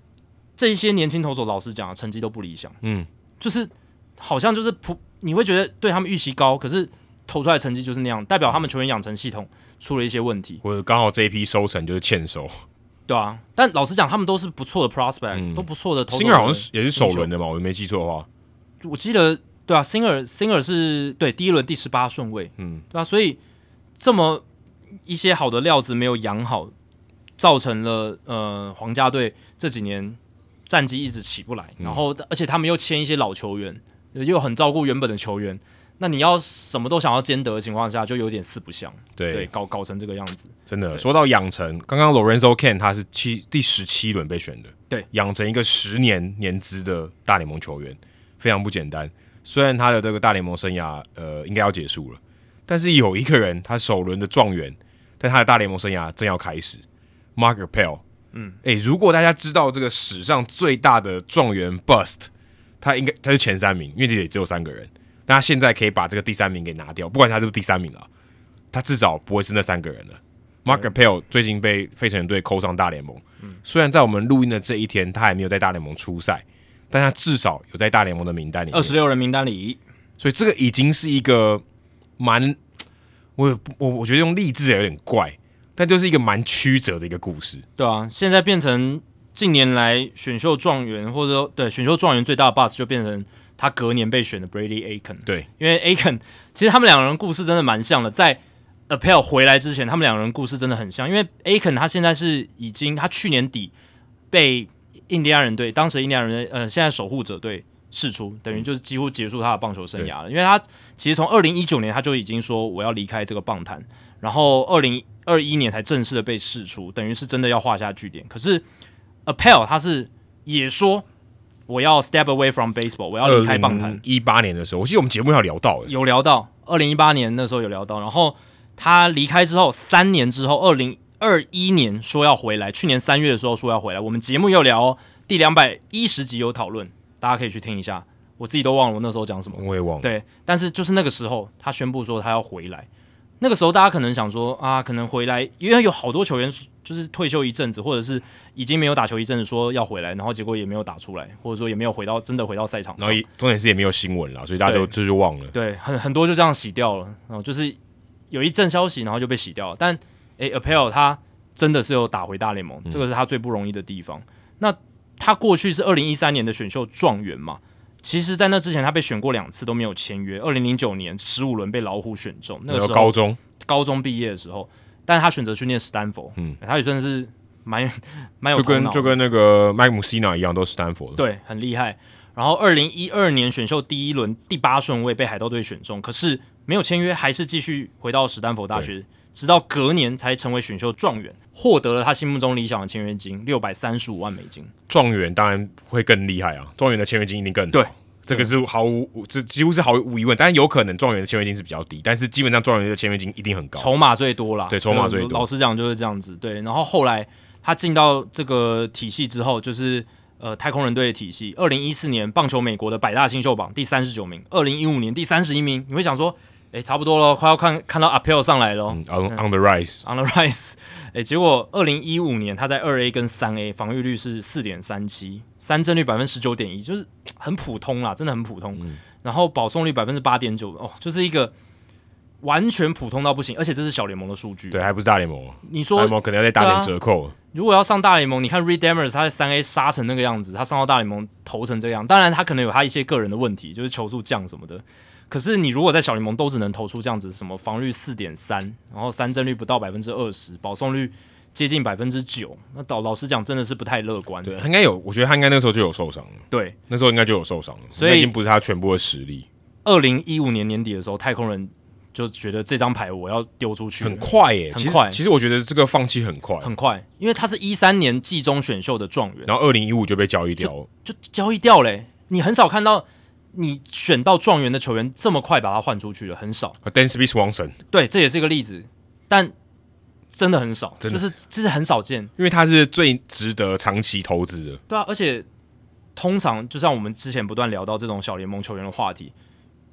Speaker 2: 这些年轻投手，老实讲啊，成绩都不理想。
Speaker 1: 嗯，
Speaker 2: 就是好像就是普，你会觉得对他们预期高，可是投出来的成绩就是那样，代表他们球员养成系统出了一些问题，
Speaker 1: 或者刚好这一批收成就是欠收。
Speaker 2: 对啊。但老实讲，他们都是不错的 prospect，、都不错的投手。
Speaker 1: Singer 嗯好像是也是首轮的嘛，我没记错的话，
Speaker 2: 我记得对啊，Singer Singer 是对第一轮第十八顺位，
Speaker 1: 嗯，
Speaker 2: 对啊，所以这么一些好的料子没有养好，造成了呃皇家队这几年战绩一直起不来，然后而且他们又签一些老球员，又很照顾原本的球员，那你要什么都想要兼得的情况下，就有点四不像，对，
Speaker 1: 对，
Speaker 2: 搞搞成这个样子，
Speaker 1: 真的。说到养成，刚刚 Lorenzo Ken 他是七第十七轮被选的，
Speaker 2: 对，
Speaker 1: 养成一个十年年资的大联盟球员，非常不简单。虽然他的这个大联盟生涯呃应该要结束了，但是有一个人他首轮的状元，但他的大联盟生涯正要开始，Mark a p e l 嗯，诶、如果大家知道这个史上最大的状元 Bust，他应该他是前三名，因为这里只有三个人。那他现在可以把这个第三名给拿掉，不管他是不是第三名了，他至少不会是那三个人了。Mark a p e l 最近被费城人队扣上大联盟，
Speaker 2: 嗯
Speaker 1: 虽然在我们录音的这一天，他还没有在大联盟出赛，但他至少有在大联盟的名单里面
Speaker 2: 二。十六人名单里，
Speaker 1: 所以这个已经是一个蛮，我也不我我觉得用励志也有点怪，但就是一个蛮曲折的一个故事。
Speaker 2: 对啊，现在变成近年来选秀状元或者说对选秀状元最大的 bus 就变成他隔年被选的 Brady Aiken。
Speaker 1: 对，
Speaker 2: 因为 Aiken 其实他们两个人故事真的蛮像的，在 Appel 回来之前，他们两个人故事真的很像。因为 Aiken 他现在是已经他去年底被印第安人队，当时印第安人队呃现在守护者队释出，等于就是几乎结束他的棒球生涯了。因为他其实从二零一九年他就已经说我要离开这个棒坛，然后二零二一年才正式的被释出，等于是真的要画下句点。可是 Appel 他是也说。我要 step away from baseball，我要离开棒坛。
Speaker 1: 一八年的时候，我记得我们节目要聊到、欸，
Speaker 2: 有聊到二零一八年那时候有聊到，然后他离开之后三年之后，二零二一年说要回来，去年三月的时候说要回来，我们节目有聊、哦，第两百一十集有讨论，大家可以去听一下，我自己都忘了我那时候讲什么。
Speaker 1: 我也忘了。
Speaker 2: 对，但是就是那个时候他宣布说他要回来，那个时候大家可能想说啊，可能回来，因为有好多球员就是退休一阵子，或者是已经没有打球一阵子，说要回来，然后结果也没有打出来，或者说也没有回到真的回到赛场
Speaker 1: 然
Speaker 2: 上
Speaker 1: 后。也重点是也没有新闻啦，所以大家就这就忘了。
Speaker 2: 对，很很多就这样洗掉了，然后就是有一阵消息，然后就被洗掉了。但诶 a p p e l 他真的是有打回大联盟，这个是他最不容易的地方。那他过去是二零一三年的选秀状元嘛，其实，在那之前他被选过两次都没有签约。二零零九年十五轮被老虎选中，那
Speaker 1: 然后
Speaker 2: 个时候
Speaker 1: 高中
Speaker 2: 高中毕业的时候，但是他选择去念史丹佛，嗯，他也算是蛮蛮有
Speaker 1: 就
Speaker 2: 头脑
Speaker 1: 跟
Speaker 2: 的
Speaker 1: 就跟那个麦姆西纳一样，都是斯坦福的。
Speaker 2: 对，很厉害。然后二零一二年选秀第一轮第八顺位被海盗队选中，可是没有签约，还是继续回到史丹佛大学，直到隔年才成为选秀状元，获得了他心目中理想的签约金六百三十五万美金。
Speaker 1: 状元当然会更厉害啊，状元的签约金一定更好
Speaker 2: 对，
Speaker 1: 这个是毫无这几乎是毫无疑问。当然有可能状元的签约金是比较低，但是基本上状元的签约金一定很高。
Speaker 2: 筹码最多啦，
Speaker 1: 对筹码最多
Speaker 2: 老实讲就是这样子，对。然后后来他进到这个体系之后，就是呃太空人队的体系。二零一四年棒球美国的百大新秀榜第三十九名，二零一五年第三十一名。你会想说，诶，差不多了，快要看看到 Appeal 上来了哦、
Speaker 1: 嗯 on on the rise，
Speaker 2: On the rise，哎、结果二零一五年他在二 A 跟三 A 防御率是四点三七，三振率百分之十九点一，就是很普通啦，真的很普通。
Speaker 1: 嗯
Speaker 2: 然后保送率百分之八点九，哦，就是一个完全普通到不行，而且这是小联盟的数据。
Speaker 1: 对，还不是大联盟，啊
Speaker 2: 你
Speaker 1: 大
Speaker 2: 说
Speaker 1: 联盟可能要再打
Speaker 2: 啊
Speaker 1: 点折扣。
Speaker 2: 如果要上大联盟，你看 Reed Demers 他在三 A 杀成那个样子，他上到大联盟投成这个样，当然他可能有他一些个人的问题，就是球速降什么的。可是你如果在小联盟都只能投出这样子，什么防率四点三，然后三振率不到百分之二十，保送率接近百分之九，那老老实讲真的是不太乐观。
Speaker 1: 对，他应该有，我觉得他应该那时候就有受伤了，
Speaker 2: 对，
Speaker 1: 那时候应该就有受伤了，
Speaker 2: 所以
Speaker 1: 那已经不是他全部的实力。
Speaker 2: 二零一五年年底的时候，太空人就觉得这张牌我要丢出去了，
Speaker 1: 很快耶、
Speaker 2: 很
Speaker 1: 其实
Speaker 2: 快
Speaker 1: 其实我觉得这个放弃很快，
Speaker 2: 很快，因为他是一三年季中选秀的状元，
Speaker 1: 然后二零一五就被交易掉了，
Speaker 2: 就交易掉嘞、你很少看到你选到状元的球员这么快把他换出去的，很少。
Speaker 1: d a n s b y Swanson，
Speaker 2: 对，这也是一个例子，但真的很少，
Speaker 1: 真的
Speaker 2: 就是这是很少见，
Speaker 1: 因为他是最值得长期投资的。
Speaker 2: 对啊。而且通常就像我们之前不断聊到这种小联盟球员的话题，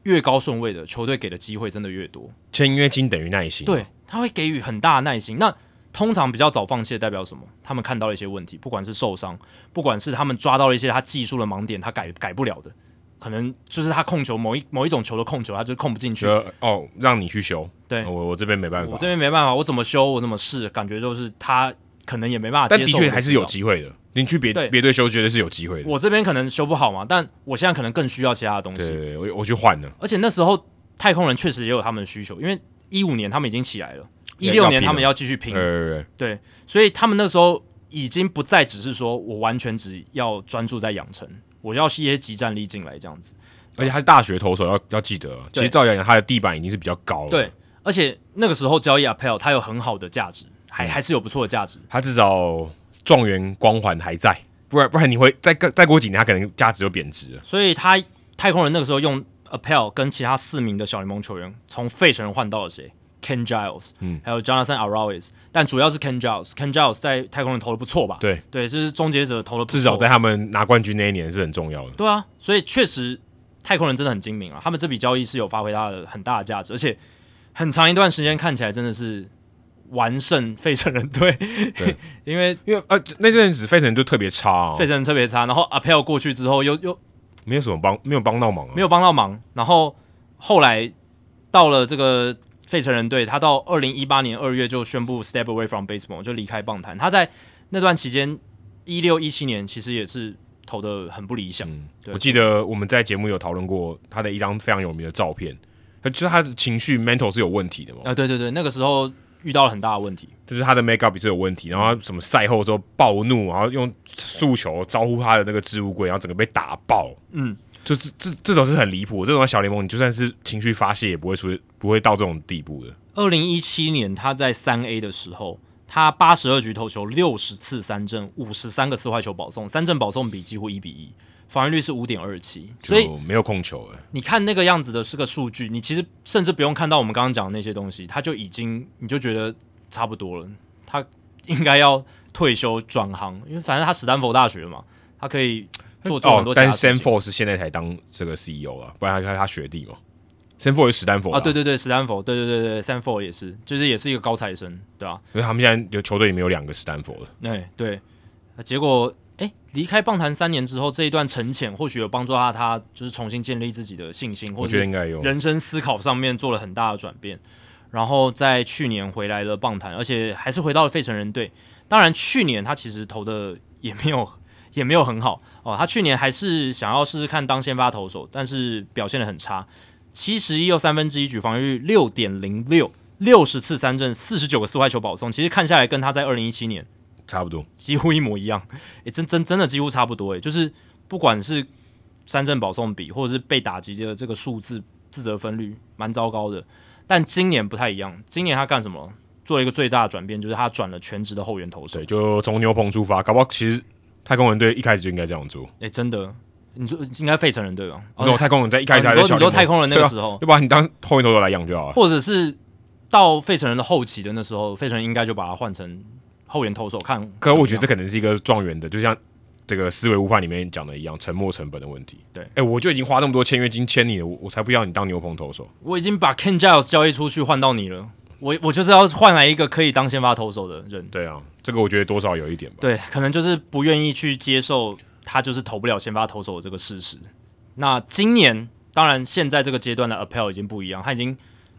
Speaker 2: 越高顺位的球队给的机会真的越多，
Speaker 1: 签约金等于耐心，，
Speaker 2: 对，他会给予很大的耐心。那通常比较早放弃的代表什么？他们看到了一些问题，不管是受伤，不管是他们抓到了一些他技术的盲点，他改改不了的，可能就是他控球某一某一种球的控球，他就控不进去
Speaker 1: 觉。得哦，让你去修，
Speaker 2: 对
Speaker 1: 我我这边没办
Speaker 2: 我
Speaker 1: 法
Speaker 2: 这，边没办法，我怎么修，我怎么试，感觉就是他可能也没办法
Speaker 1: 但
Speaker 2: 接
Speaker 1: 的
Speaker 2: 受。
Speaker 1: 确还是有
Speaker 2: 我不知
Speaker 1: 机会的。你去别
Speaker 2: 对
Speaker 1: 别队修，绝对是有机会
Speaker 2: 道
Speaker 1: 的。
Speaker 2: 我这边可能修不好嘛，但我现在可能更需要其他的东
Speaker 1: 对
Speaker 2: 西。
Speaker 1: 对，对我我去换了，
Speaker 2: 而且那时候太空人确实也有他们的需求，因为一五年他们已经起来了，一
Speaker 1: 要
Speaker 2: 六
Speaker 1: 要
Speaker 2: 年
Speaker 1: 拼
Speaker 2: 他们
Speaker 1: 了
Speaker 2: 要继续拼，
Speaker 1: 呃，
Speaker 2: 对，所以他们那时候已经不再只是说我完全只要专注在养成，我要吸一些集战力进来这样子。
Speaker 1: 而且他是大学投手，要要记得，啊其实照理来讲，他的地板已经是比较高了，
Speaker 2: 对，，而且那个时候交易 Appel 它有很好的价值，
Speaker 1: 嗯
Speaker 2: 还还是有不错的价值。
Speaker 1: 他至少状元光环还在，不然不然你会再再过几年，他可能价值就贬值了。
Speaker 2: 所以他太空人那个时候用 Appel 跟其他四名的小联盟球员，从费城人换到了谁？Ken Giles，嗯，还有 Jonathan Arroyes，但主要是 Ken Giles。Ken Giles 在太空人投的不错吧？
Speaker 1: 对，
Speaker 2: 对，就是终结者投的不错，
Speaker 1: 至少在他们拿冠军那一年是很重要的。
Speaker 2: 对啊，所以确实太空人真的很精明啊，他们这笔交易是有发挥它的很大的价值，而且很长一段时间看起来真的是完胜费城人队， 因为
Speaker 1: 因为呃那阵子费城就特别差、啊，
Speaker 2: 费城人特别差，然后 Appel 过去之后又又
Speaker 1: 没有什么帮，没有帮到忙啊。
Speaker 2: 没有帮到忙，然后后来到了这个费城人队，他到二零一八年二月就宣布 step away from baseball，就离开棒坛。他在那段期间，一六一七年其实也是投的很不理想。
Speaker 1: 嗯
Speaker 2: 对
Speaker 1: 我记得我们在节目有讨论过他的一张非常有名的照片，他就是他的情绪 mental 是有问题的嘛，
Speaker 2: 啊，对对对，那个时候遇到了很大的问题。
Speaker 1: 就是他的 make up 也是有问题，然
Speaker 2: 嗯
Speaker 1: 后他什么赛后之后暴怒，然后用诉求招呼他的那个置物柜，然后整个被打爆，
Speaker 2: 嗯，
Speaker 1: 就是这这种是很离谱，这种在小联盟你就算是情绪发泄也不会出不会到这种地步的，
Speaker 2: 二零一七年他在三 A 的时候，他八十二局投球六十次三振，五十三个四坏球保送，三振保送比几乎一比一，防御率是五点二七。所以
Speaker 1: 就没有控球了，
Speaker 2: 你看那个样子的是个数据，你其实甚至不用看到我们刚刚讲的那些东西，他就已经你就觉得差不多了，他应该要退休转行，因为反正他史丹佛大学嘛，他可以做做很
Speaker 1: 哦
Speaker 2: 多，其他
Speaker 1: 但
Speaker 2: 事
Speaker 1: 是
Speaker 2: 情。
Speaker 1: Sanford 是现在才当这个 CEO 啊，不然他他学弟嘛，Sanford 是史丹佛
Speaker 2: 啊，对，对对，史丹佛，对对对对，三 four 也是，就是也是一个高材生，对吧、
Speaker 1: 因为他们现在有球队里面有两个史丹佛的。
Speaker 2: 哎、对，啊结果哎，离开棒坛三年之后，这一段沉潜或许有帮助到他，就是重新建立自己的信心，
Speaker 1: 我
Speaker 2: 或
Speaker 1: 觉得
Speaker 2: 者
Speaker 1: 应该有。
Speaker 2: 人生思考上面做了很大的转变。然后在去年回来了棒坛，而且还是回到了费城人队。当然，去年他其实投的也没有 也没有很好哦，他去年还是想要试试看当先发投手，但是表现的很差，七十一又三分之一局防御率六点零六，六十次三振，四十九个四坏球保送，其实看下来跟他在二零一七年。
Speaker 1: 差不多。
Speaker 2: 几乎一模一样， 诶、真真真的几乎差不多、诶，欸就是不管是三振保送比，或者是被打击的这个数字自责分率，蛮糟糕的。但今年不太一样，今年他干什么？做了一个最大的转变，就是他转了全职的后援投手。
Speaker 1: 对，就从牛棚出发，搞不好其实太空人队一开始就应该这样做。
Speaker 2: 诶、欸真的，你说应该费城人对吧？
Speaker 1: 那、种
Speaker 2: 哦
Speaker 1: 太空人在一开始还
Speaker 2: 你
Speaker 1: 在
Speaker 2: 说
Speaker 1: 小
Speaker 2: 你
Speaker 1: 联
Speaker 2: 说
Speaker 1: 盟
Speaker 2: 太空人那个
Speaker 1: 对啊
Speaker 2: 时候，
Speaker 1: 就把你当后援投手来养就 好了。
Speaker 2: 或者是到费城人的后期的那时候，费城人应该就把他换成后援投手看怎么样。
Speaker 1: 可我觉得这可能是一个状元的，就像这个思维误判里面讲的一样，沉没成本的问题。
Speaker 2: 对
Speaker 1: 哎、我就已经花那么多签约金签你了，我我才不要你当牛棚投手。
Speaker 2: 我已经把 Ken Giles 交易出去换到你了，我我就是要换来一个可以当先发投手的人。
Speaker 1: 对啊，这个我觉得多少有一点吧。
Speaker 2: 对，可能就是不愿意去接受他就是投不了先发投手的这个事实。那今年当然现在这个阶段的 Appel 已经不一样，他已经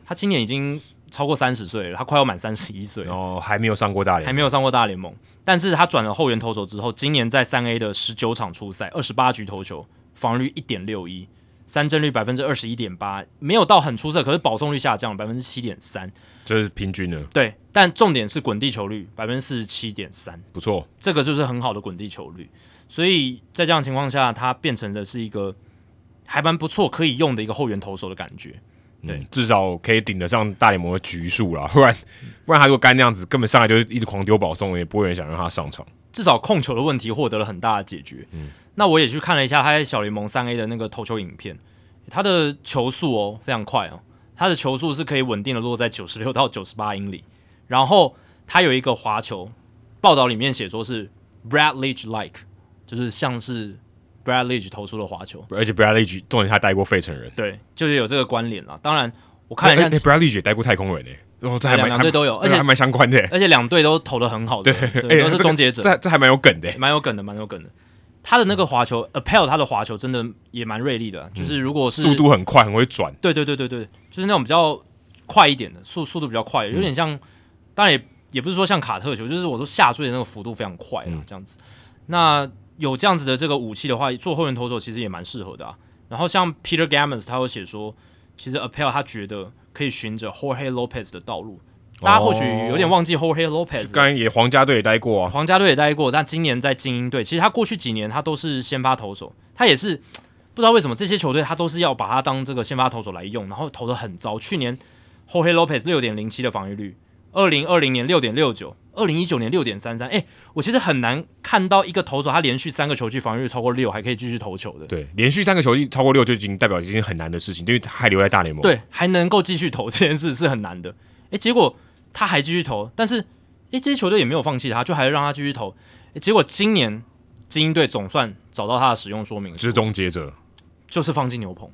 Speaker 2: 他今年已经超过三十岁了，他快要满三十一岁了
Speaker 1: 然，后还没有上过大
Speaker 2: 还
Speaker 1: 连，
Speaker 2: 没有上过大联盟。但是他转了后援投手之后，今年在三 A 的十九场出赛，二十八局投球，防御率一点六一，三振率百分之二十一点八，没有到很出色，可是保送率下降百分之七点三。
Speaker 1: 这是平均的，
Speaker 2: 对，但重点是滚地球率百分之四十七点三。
Speaker 1: 不错。
Speaker 2: 这个就是很好的滚地球率。所以在这样的情况下，他变成的是一个还蛮不错可以用的一个后援投手的感觉。对
Speaker 1: 嗯，至少可以顶得上大联盟的局数啦， 不然不然他如果干那样子，根本上来就是一直狂丢保送，也不会有人想让他上场。
Speaker 2: 至少控球的问题获得了很大的解决。
Speaker 1: 嗯
Speaker 2: 那我也去看了一下他在小联盟三 A 的那个投球影片，他的球速哦非常快哦，他的球速是可以稳定的落在九十六到 九十八英里，然后他有一个滑球，报道里面写说是 Bradley like，就是像是 Bradley 投出的滑球，
Speaker 1: 而且 Bradley 举重点他带过费城人，
Speaker 2: 对，就是有这个关联啦。当然，我看了一
Speaker 1: 哎哎
Speaker 2: 下，
Speaker 1: Bradley 举也带过太空人诶、哦，这还蛮
Speaker 2: 两两队都有
Speaker 1: 还
Speaker 2: 而且
Speaker 1: 还蛮相关的、欸，
Speaker 2: 而且两队都投的很好的，对，
Speaker 1: 哎
Speaker 2: 都是
Speaker 1: 这个
Speaker 2: 终结者，
Speaker 1: 这这还蛮有梗的、欸。
Speaker 2: 蛮有梗的，蛮有梗的。他的那个滑球，Appel 他的滑球真的也蛮锐利的，就是如果是
Speaker 1: 嗯速，度很快，很会转，
Speaker 2: 对对对对对，就是那种比较快一点的速速度比较快，有
Speaker 1: 嗯
Speaker 2: 点像，当然也也不是说像卡特球，就是我说下坠的那个幅度非常快
Speaker 1: 嗯
Speaker 2: 啊，这样子。那有这样子的这个武器的话，做后援投手其实也蛮适合的啊。然后像 Peter Gammons 他有写说，其实 Appel 他觉得可以循着 Jorge Lopez 的道路，大家或许有点忘记 Jorge Lopez，了
Speaker 1: 哦刚才也皇家队也待过啊，
Speaker 2: 皇家队也待过，但今年在精英队，其实他过去几年他都是先发投手，他也是不知道为什么这些球队他都是要把他当这个先发投手来用，然后投的很糟。去年 Jorge Lopez 六点零七的防御率，二零二零年六点六九，二零一九年六点三三。哎，我其实很难看到一个投手他连续三个球季防御率超过六还可以继续投球的，
Speaker 1: 对，连续三个球季超过六就已经代表已经很难的事情，因为他还留在大联盟。，
Speaker 2: 对，还能够继续投这件事是很难的。哎，结果他还继续投，但是哎，这些球队也没有放弃他，就还是让他继续投。诶结果今年精英队总算找到他的使用说明书，
Speaker 1: 就是终结者，
Speaker 2: 就是放进牛棚。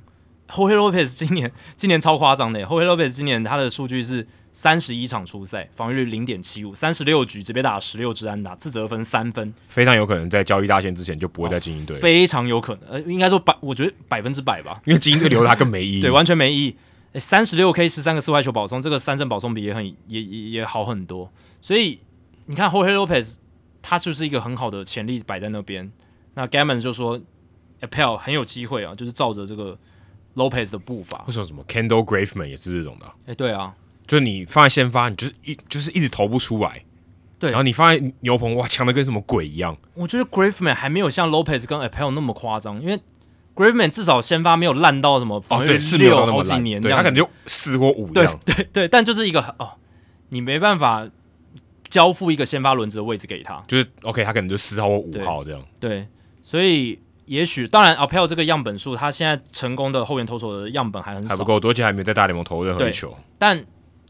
Speaker 2: Jorge Lopez 今年今年超夸张的，Jorge Lopez 今年他的数据是三十一场出赛，防御率零点七五，三十六局只被打十六支安打，自责分三分，
Speaker 1: 非常有可能在交易大限之前就不会再精英队了，
Speaker 2: 哦非常有可能，呃，应该说百，我觉得百分之百吧，
Speaker 1: 因为精英队留他更没意义。
Speaker 2: 对，完全没意义。三十六 K 十三个四坏球保送，这个三振保送比也很也也也好很多。所以你看 Jorge Lopez，他就是一个很好的潜力摆在那边。那 Gammons 就说 Appel 很有机会啊，就是照着这个 Lopez 的步伐。
Speaker 1: 为什么什么 Kendall Graveman 也是这种的啊、
Speaker 2: 哎、对啊，
Speaker 1: 就是你放在先发，你就是一就是一直投不出来，
Speaker 2: 对
Speaker 1: 然后你放在牛棚，哇，强的跟什么鬼一样，
Speaker 2: 我觉得 Griffman 还没有像 Lopez 跟 Appel 那么夸张，因为 Griffman 至少先发没有烂到什么防御
Speaker 1: 哦对，
Speaker 2: 率
Speaker 1: 是没有
Speaker 2: 六
Speaker 1: 到那
Speaker 2: 好
Speaker 1: 么
Speaker 2: 几
Speaker 1: 烂，
Speaker 2: 年这
Speaker 1: 对
Speaker 2: 样
Speaker 1: 他
Speaker 2: 子，
Speaker 1: 可能就四或五这
Speaker 2: 对
Speaker 1: 样，
Speaker 2: 对对，但就是一个哦，你没办法交付一个先发轮值的位置给他，
Speaker 1: 就是 OK，他可能就四号或五
Speaker 2: 对
Speaker 1: 号这样，
Speaker 2: 对，所以也许当然 Appel 这个样本数，他现在成功的后援投手的样本还很
Speaker 1: 还不
Speaker 2: 少，
Speaker 1: 够多，而且还没有在大联盟投任何
Speaker 2: 对
Speaker 1: 一球，
Speaker 2: 但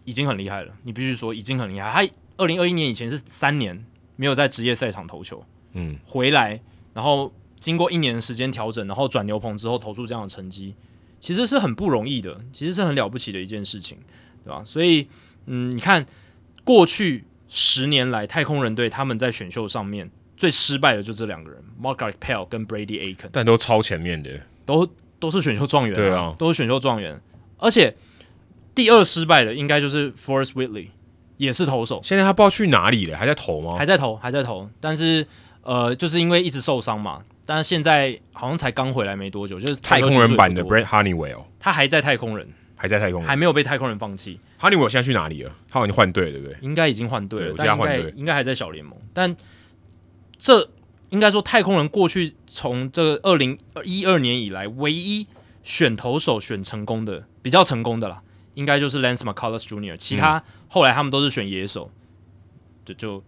Speaker 2: 已经很厉害了。你必须说已经很厉害。他二零二一年以前是三年没有在职业赛场投球，
Speaker 1: 嗯，
Speaker 2: 回来然后经过一年的时间调整，然后转牛棚之后投出这样的成绩，其实是很不容易的，其实是很了不起的一件事情，对吧？所以，嗯，你看过去十年来，太空人队他们在选秀上面最失败的就这两个人 m a r g a r t Pell 跟 Brady Aiken。
Speaker 1: 但都超前面的，
Speaker 2: 都都是选秀状元、
Speaker 1: 对啊
Speaker 2: 都是选秀状元，而且第二失败的应该就是 Forest Whitley，也是投手，
Speaker 1: 现在他不知道去哪里了，还在投吗？
Speaker 2: 还在投，还在投，但是呃，就是因为一直受伤嘛，但是现在好像才刚回来没多久，就是
Speaker 1: 太空人版的
Speaker 2: 投球次数也
Speaker 1: Brad Honeywell
Speaker 2: 不多他还在太空人，
Speaker 1: 还在太空
Speaker 2: 还
Speaker 1: 人
Speaker 2: 没有被太空人放弃，
Speaker 1: ，Honeywell 现在去哪里了？他好像换队了，对不对？
Speaker 2: 应该已经换队
Speaker 1: 对
Speaker 2: 了，
Speaker 1: 我记得
Speaker 2: 但应
Speaker 1: 他
Speaker 2: 该
Speaker 1: 换队
Speaker 2: 应该还在小联盟，但这应该说太空人过去从这个二零一二年以来唯一选投手选成功的比较成功的啦，应该就是 Lance McCullers Jr.，其他后来他们都是选野手，就就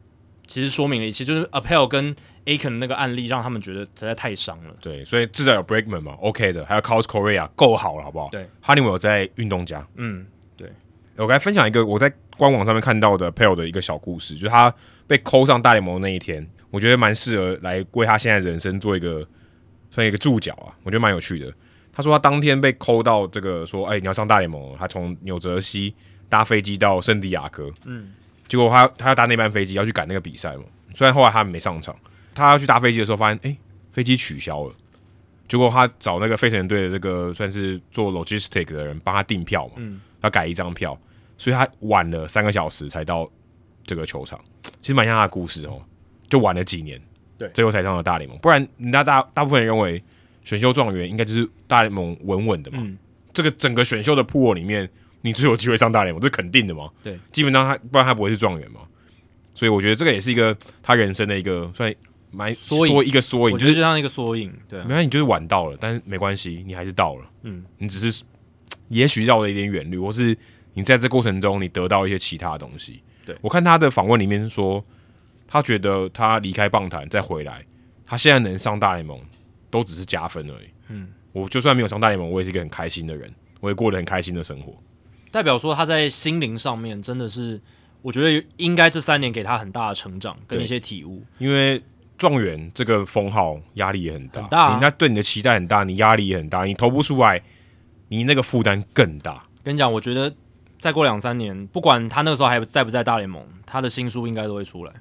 Speaker 2: 其实说明了一切，就是 Appel 跟 Aiken 的那个案例让他们觉得实在太伤了。
Speaker 1: 对，所以至少有 Breakman 嘛，OK 的，还有 Cos Korea 够好了，好不好？
Speaker 2: 对
Speaker 1: ，Honeywell 在运动家，
Speaker 2: 嗯，
Speaker 1: 我来分享一个我在官网上面看到的 Pale 的一个小故事，就是他被扣上大联盟那一天，我觉得蛮适合来为他现在人生做一个算一个注脚啊，我觉得蛮有趣的。他说他当天被扣到这个说，哎、你要上大联盟了，他从纽泽西搭飞机到圣地亚哥，嗯，结果他他要搭那班飞机要去赶那个比赛嘛，虽然后来他没上场，他要去搭飞机的时候发现，哎、飞机取消了。结果他找那个费城人队的这个算是做 logistic 的人帮他订票嘛，
Speaker 2: 嗯
Speaker 1: 他改一张票，所以他晚了三个小时才到这个球场。其实蛮像他的故事哦，就晚了几年，
Speaker 2: 对
Speaker 1: 最后才上了大联盟。不然，那大大部分人认为选秀状元应该就是大联盟稳稳的嘛。
Speaker 2: 嗯
Speaker 1: 这个整个选秀的 pool 里面，你最有机会上大联盟，这肯定的嘛。
Speaker 2: 对，
Speaker 1: 基本上他不然他不会是状元嘛。所以我觉得这个也是一个他人生的一个算蛮
Speaker 2: 缩影
Speaker 1: 说一个缩影，
Speaker 2: 我
Speaker 1: 就是
Speaker 2: 觉得就像一个缩影，对啊、
Speaker 1: 没关系，你就是晚到了，但是没关系，你还是到了。
Speaker 2: 嗯，
Speaker 1: 你只是也许绕了一点远路，或是你在这过程中你得到一些其他的东西。
Speaker 2: 对
Speaker 1: 我看他的访问里面说，他觉得他离开棒坛再回来，他现在能上大联盟都只是加分而已。
Speaker 2: 嗯，
Speaker 1: 我就算没有上大联盟，我也是一个很开心的人，我也过得很开心的生活。
Speaker 2: 代表说他在心灵上面真的是，我觉得应该这三年给他很大的成长跟
Speaker 1: 对
Speaker 2: 一些体悟。
Speaker 1: 因为状元这个封号压力也很大，
Speaker 2: 很大啊
Speaker 1: 人家对你的期待很大，你压力也很大，你投不出来，你那个负担更大。
Speaker 2: 跟你讲，我觉得再过两三年，不管他那个时候还在不在大联盟，他的新书应该都会出来，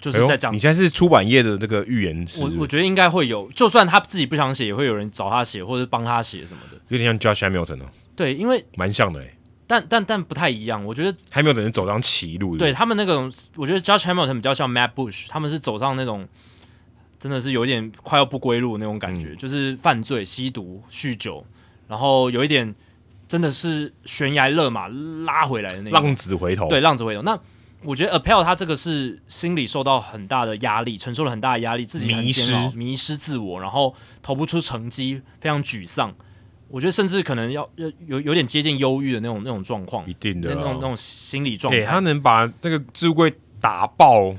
Speaker 2: 就
Speaker 1: 哎
Speaker 2: 是
Speaker 1: 呦
Speaker 2: 在讲
Speaker 1: 你。现在是出版业的这个预言师，
Speaker 2: 我我觉得应该会有，就算他自己不想写，也会有人找他写，或者是帮他写什么的。
Speaker 1: 有点像 Josh Hamilton 哦，
Speaker 2: 对，因为
Speaker 1: 蛮像的诶。欸
Speaker 2: 但但但不太一样，我觉得
Speaker 1: Hamilton 是走上歧路的，
Speaker 2: 对，他们那种，我觉得 Judge Hamilton 比较像 Matt Bush，他们是走上那种真的是有点快要不归路那种感
Speaker 1: 嗯
Speaker 2: 觉，就是犯罪、吸毒、酗酒，然后有一点真的是悬崖勒马拉回来的那种。
Speaker 1: 浪子回头，
Speaker 2: 对，浪子回头。那我觉得 Appel 他这个是心理受到很大的压力，承受了很大的压力，自己很
Speaker 1: 迷
Speaker 2: 煎熬
Speaker 1: 失
Speaker 2: 迷失自我，然后投不出成绩，非常沮丧。我觉得甚至可能要要有有点接近忧郁的那种那种状况
Speaker 1: 一，定
Speaker 2: 那
Speaker 1: 的
Speaker 2: 那种那
Speaker 1: 啊。
Speaker 2: 种心理状
Speaker 1: 哎，他
Speaker 2: 态，
Speaker 1: 能把那个置物柜打爆，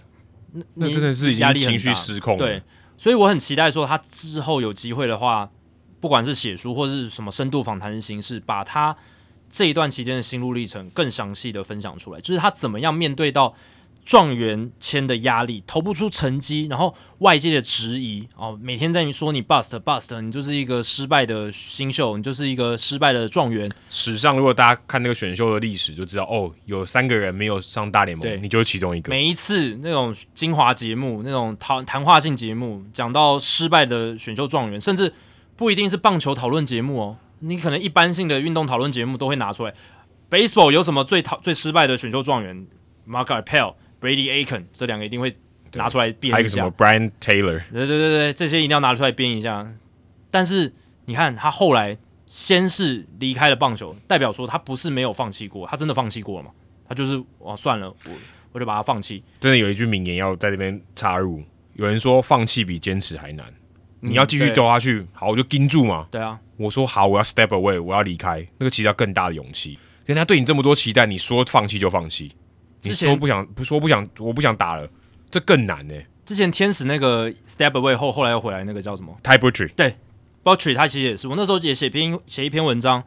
Speaker 1: 那
Speaker 2: 你
Speaker 1: 真的是已
Speaker 2: 压
Speaker 1: 经
Speaker 2: 力很
Speaker 1: 情绪
Speaker 2: 大
Speaker 1: 失控了。
Speaker 2: 对，所以我很期待说他之后有机会的话，不管是写书或是什么深度访谈的形式，把他这一段期间的心路历程更详细的分享出来，就是他怎么样面对到状元签的压力，投不出成绩，然后外界的质疑哦，每天在你说你 bust bust，你就是一个失败的新秀，你就是一个失败的状元，
Speaker 1: 史上如果大家看那个选秀的历史，就知道哦，有三个人没有上大联
Speaker 2: 对
Speaker 1: 盟，你就是其中一个。
Speaker 2: 每一次那种精华节目、那种谈谈话性节目，讲到失败的选秀状元，甚至不一定是棒球讨论节目哦，你可能一般性的运动讨论节目都会拿出来。Baseball 有什么最讨最失败的选秀状元？Mark Appel、Brady Aiken 这两个一定会拿出来
Speaker 1: 还
Speaker 2: 编
Speaker 1: 有一
Speaker 2: 一
Speaker 1: 个什
Speaker 2: 下
Speaker 1: 么。Brian Taylor，
Speaker 2: 对对对对，这些一定要拿出来编一下。但是你看，他后来先是离开了棒球，代表说他不是没有放弃过，他真的放弃过了嘛？他就是哦算了，我我就把它放弃。
Speaker 1: 真的有一句名言要在这边插入，有人说放弃比坚持还难，
Speaker 2: 嗯
Speaker 1: 你要继续
Speaker 2: 对
Speaker 1: 丢下去，好我就盯住嘛。
Speaker 2: 对啊，
Speaker 1: 我说好，我要 step away，我要离开，那个其实要更大的勇气。人家对你这么多期待，你说放弃就放弃，你
Speaker 2: 之前
Speaker 1: 说不想不说不想，我不想打了，这更难呢、
Speaker 2: 之前天使那个 step away 后，后来又回来那个叫什么
Speaker 1: t y p e r t r e e
Speaker 2: b o t r y 他其实也是，我那时候也写篇写一篇文章，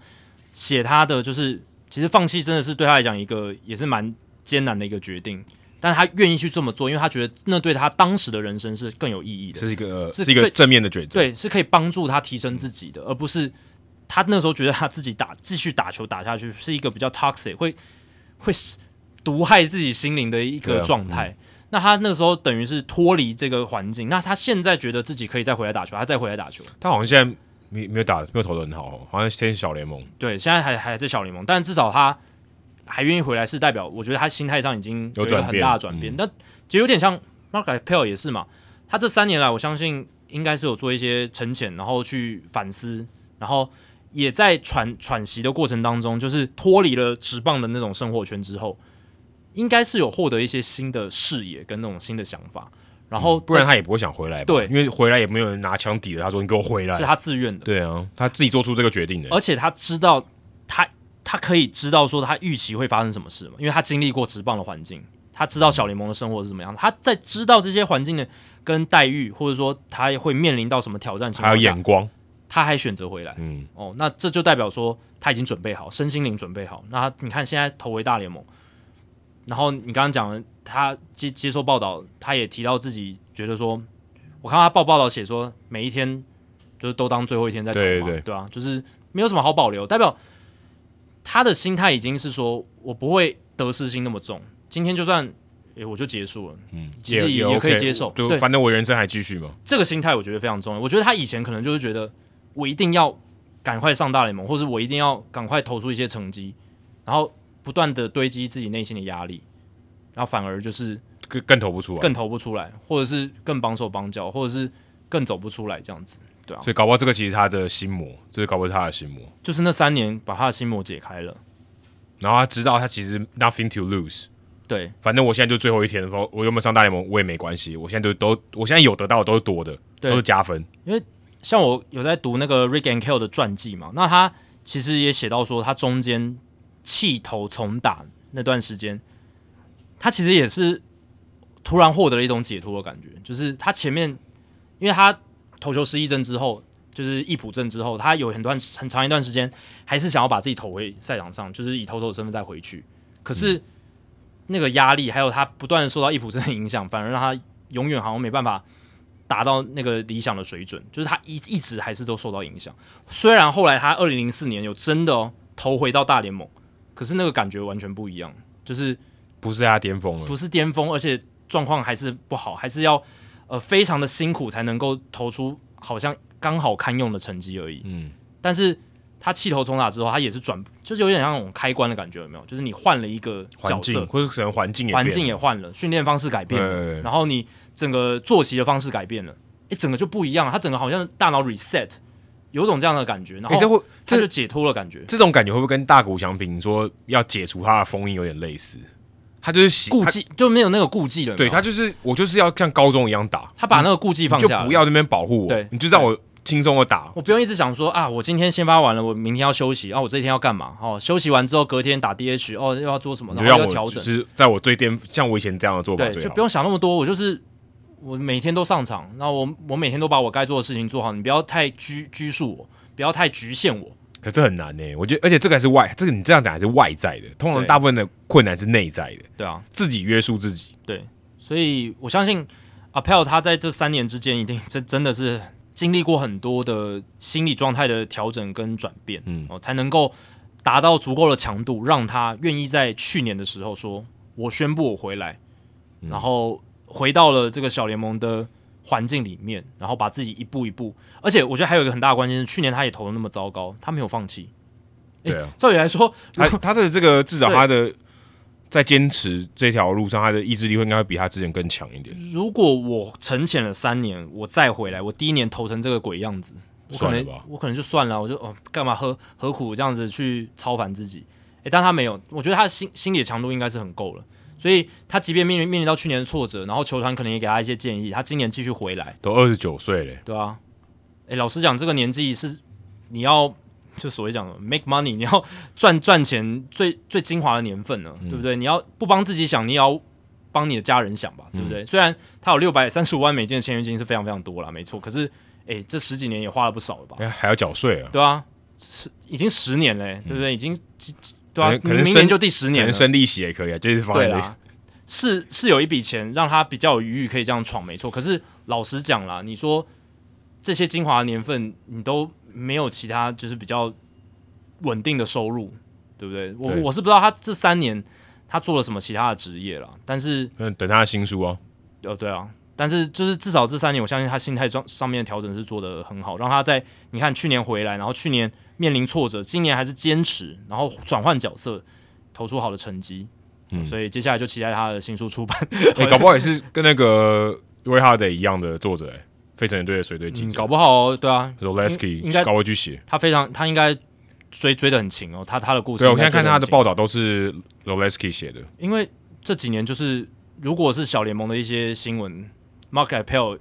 Speaker 2: 写他的就是其实放弃真的是对他来讲一个也是蛮艰难的一个决定，但他愿意去这么做，因为他觉得那对他当时的人生是更有意义的。
Speaker 1: 这是一个呃
Speaker 2: 是
Speaker 1: 是一个
Speaker 2: 对
Speaker 1: 正面的抉择。
Speaker 2: 对，是可以帮助他提升自己的，而不是他那时候觉得他自己打继续打球打下去是一个比较 toxic 会会是毒害自己心灵的一
Speaker 1: 对
Speaker 2: 个
Speaker 1: 啊
Speaker 2: 状态。那他那时候等于是脱离这个环境，那他现在觉得自己可以再回来打球，他再回来打球。
Speaker 1: 他好像现在没没有打，没有投的很好、哦，好像天使小联盟
Speaker 2: 对，现在还还在小联盟，但至少他还愿意回来，是代表我觉得他心态上已经
Speaker 1: 有
Speaker 2: 一个
Speaker 1: 转
Speaker 2: 很
Speaker 1: 变嗯
Speaker 2: 大的转变。但其实有点像 Mark p e l 也是嘛，他这三年来，我相信应该是有做一些沉潜，然后去反思，然后也在喘喘息的过程当中，就是脱离了职棒的那种生活圈之后，应该是有获得一些新的视野跟那种新的想法，然后
Speaker 1: 嗯不然他也不会想回来吧。
Speaker 2: 对
Speaker 1: 因为回来也没有人拿枪抵着他说你给我回来
Speaker 2: 是。他自愿的。
Speaker 1: 对啊，他自己做出这个决定的。
Speaker 2: 而且他知道他他可以知道说他预期会发生什么事嘛，因为他经历过职棒的环境，他知道小联盟的生活是怎么样的，他在知道这些环境的跟待遇，或者说他会面临到什么挑战情
Speaker 1: 还有
Speaker 2: 况下，
Speaker 1: 眼光，
Speaker 2: 他还选择回来。
Speaker 1: 嗯，
Speaker 2: 哦，那这就代表说他已经准备好，身心灵准备好。那他你看现在投回大联盟，然后你刚刚讲了，他接接受报道，他也提到自己觉得说，我看到他报报道写说每一天就是都当最后一天在投嘛，
Speaker 1: 对对对
Speaker 2: 对啊，就是没有什么好保留，代表他的心态已经是说我不会得失心那么重，今天就算。诶我就结束了，嗯，其实也
Speaker 1: 也
Speaker 2: 可以
Speaker 1: OK，
Speaker 2: 接受，
Speaker 1: 就反正我人生还继续嘛。
Speaker 2: 这个心态我觉得非常重要。我觉得他以前可能就是觉得我一定要赶快上大联盟，或者我一定要赶快投出一些成绩，然后不断的堆积自己内心的压力，然后反而就是
Speaker 1: 更更投不出来，
Speaker 2: 更投不出来，或者是更绑手绑脚，或者是更走不出来这样子。对啊，
Speaker 1: 所以搞不好这个其实是他的心魔，这是搞不好是他的心魔。
Speaker 2: 就是那三年把他的心魔解开了。
Speaker 1: 然后他知道他其实 nothing to lose，
Speaker 2: 对
Speaker 1: 反正我现在就最后一天，我我有没有上大联盟我也没关系，我现在都都我现在有得到的都是多的，
Speaker 2: 对
Speaker 1: 都是加分。
Speaker 2: 像我有在读那个 Rick and Kell 的传记嘛，那他其实也写到说，他中间弃投从打那段时间，他其实也是突然获得了一种解脱的感觉，就是他前面，因为他投球失忆症之后，就是易普症之后，他有很段很长一段时间还是想要把自己投回赛场上，就是以投手的身份再回去，可是那个压力还有他不断地受到易普症的影响，反而让他永远好像没办法达到那个理想的水准，就是他一一直还是都受到影响。虽然后来他二零零四年有真的哦投回到大联盟，可是那个感觉完全不一样，就是
Speaker 1: 不是他巅峰了，
Speaker 2: 不是巅峰，而且状况还是不好，还是要呃非常的辛苦才能够投出好像刚好堪用的成绩而已。
Speaker 1: 嗯，
Speaker 2: 但是他气头从打之后，他也是转，就是有点像那种开关的感觉，有没有？就是你换了一个
Speaker 1: 环
Speaker 2: 角色
Speaker 1: 境，或者可能环境也
Speaker 2: 环
Speaker 1: 变
Speaker 2: 境
Speaker 1: 了
Speaker 2: 也换了，训练方式改变了，
Speaker 1: 对
Speaker 2: 然后你整个作息的方式改变了，一整个就不一样了，他整个好像大脑 reset，有种这样的感觉，然
Speaker 1: 诶这
Speaker 2: 后
Speaker 1: 会
Speaker 2: 他就
Speaker 1: 这
Speaker 2: 解脱了感觉，
Speaker 1: 这种感觉会不会跟大谷翔平说要解除他的封印有点类似？他就是喜
Speaker 2: 顾
Speaker 1: 他
Speaker 2: 忌就没有那个顾忌了，
Speaker 1: 对
Speaker 2: 有没有
Speaker 1: 他就是我就是要像高中一样打，
Speaker 2: 他把那个顾忌
Speaker 1: 你
Speaker 2: 放
Speaker 1: 就
Speaker 2: 下了，
Speaker 1: 不要那边保护我
Speaker 2: 对，
Speaker 1: 你就让我轻松的打，
Speaker 2: 我不用一直想说啊，我今天先发完了，我明天要休息，啊，我这一天要干嘛？哦，休息完之后隔天打 DH，哦，又要做什么，
Speaker 1: 你
Speaker 2: 然
Speaker 1: 就
Speaker 2: 后
Speaker 1: 让
Speaker 2: 又要
Speaker 1: 我
Speaker 2: 调
Speaker 1: 就
Speaker 2: 整，
Speaker 1: 是在我最巅像我以前这样的做法啊
Speaker 2: 对，
Speaker 1: 最
Speaker 2: 就
Speaker 1: 好
Speaker 2: 不。用想那么多，我就是我每天都上场，那我我每天都把我该做的事情做好，你不要太拘拘束我，不要太局限我，
Speaker 1: 可这很难呢、欸我觉得，而且这个还是外，这个你这样讲还是外在的，通常
Speaker 2: 对
Speaker 1: 大部分的困难是内在的，
Speaker 2: 对啊，
Speaker 1: 自己约束自己。
Speaker 2: 所以我相信 Appel 他在这三年之间，一定真真的是经历过很多的心理状态的调整跟转变，
Speaker 1: 嗯
Speaker 2: 哦，才能够达到足够的强度，让他愿意在去年的时候说：“我宣布我回来。然后回到了这个小联盟的环境里面，然后把自己一步一步，而且我觉得还有一个很大的关键是，去年他也投的那么糟糕，他没有放弃。
Speaker 1: 对啊，
Speaker 2: 照理来说，
Speaker 1: 他他的这个至少他的在坚持这条路上，他的意志力会应该会比他之前更强一点。
Speaker 2: 如果我沉潜了三年，我再回来，我第一年投成这个鬼样子，我可
Speaker 1: 算了吧
Speaker 2: 能我可能就算了，我就哦干嘛何何苦这样子去操烦自己？诶，但他没有，我觉得他的心心理的强度应该是很够了，所以他即便面临面临到去年的挫折，然后球团可能也给他一些建议，他今年继续回来，
Speaker 1: 都二十九岁嘞，
Speaker 2: 对啊，诶，老实讲，这个年纪是你要就所谓讲的 make money，你要赚赚钱最最精华的年份了，
Speaker 1: 嗯
Speaker 2: 对不对？你要不帮自己想，你也要帮你的家人想吧，对不
Speaker 1: 嗯
Speaker 2: 对？虽然他有六百三十五万美金的签约金是非常非常多啦，没错，可是诶，这十几年也花了不少了吧？
Speaker 1: 哎还要缴税啊，
Speaker 2: 对啊，是已经十年嘞、对不对？已经对啊
Speaker 1: 可能，可能
Speaker 2: 明
Speaker 1: 生
Speaker 2: 年就第十
Speaker 1: 可
Speaker 2: 年
Speaker 1: 能
Speaker 2: 了，
Speaker 1: 生利息也可以啊，就是放在
Speaker 2: 对
Speaker 1: 那里
Speaker 2: 啦，是是有一笔钱让他比较有余裕可以这样闯，没错。可是老实讲啦，你说这些精华的年份，你都没有其他就是比较稳定的收入，对不对？我
Speaker 1: 对
Speaker 2: 我是不知道他这三年他做了什么其他的职业啦，但是
Speaker 1: 嗯，等他的新书 哦。
Speaker 2: 呃，对啊，但是就是至少这三年，我相信他心态上上面的调整是做得很好，让他在你看去年回来，然后去年面临挫折，今年还是坚持，然后转换角色，投出好的成绩。
Speaker 1: 嗯
Speaker 2: 所以接下来就期待他的新书出版，
Speaker 1: 哎、搞不好也是跟那个威哈德一样的作者、哎，费城人队的随队记
Speaker 2: 嗯
Speaker 1: 者、
Speaker 2: 搞不好、哦、对啊，
Speaker 1: r o l e s k
Speaker 2: 应该
Speaker 1: y 搞会去写。
Speaker 2: 他非常他应该追追得很勤哦，他他的故事
Speaker 1: 对，啊我
Speaker 2: 应该
Speaker 1: 现
Speaker 2: 追得
Speaker 1: 在看
Speaker 2: 很勤。
Speaker 1: 他的报道都是 r o l e s k y 写的，
Speaker 2: 因为这几年就是，如果是小联盟的一些新闻，Mark Appel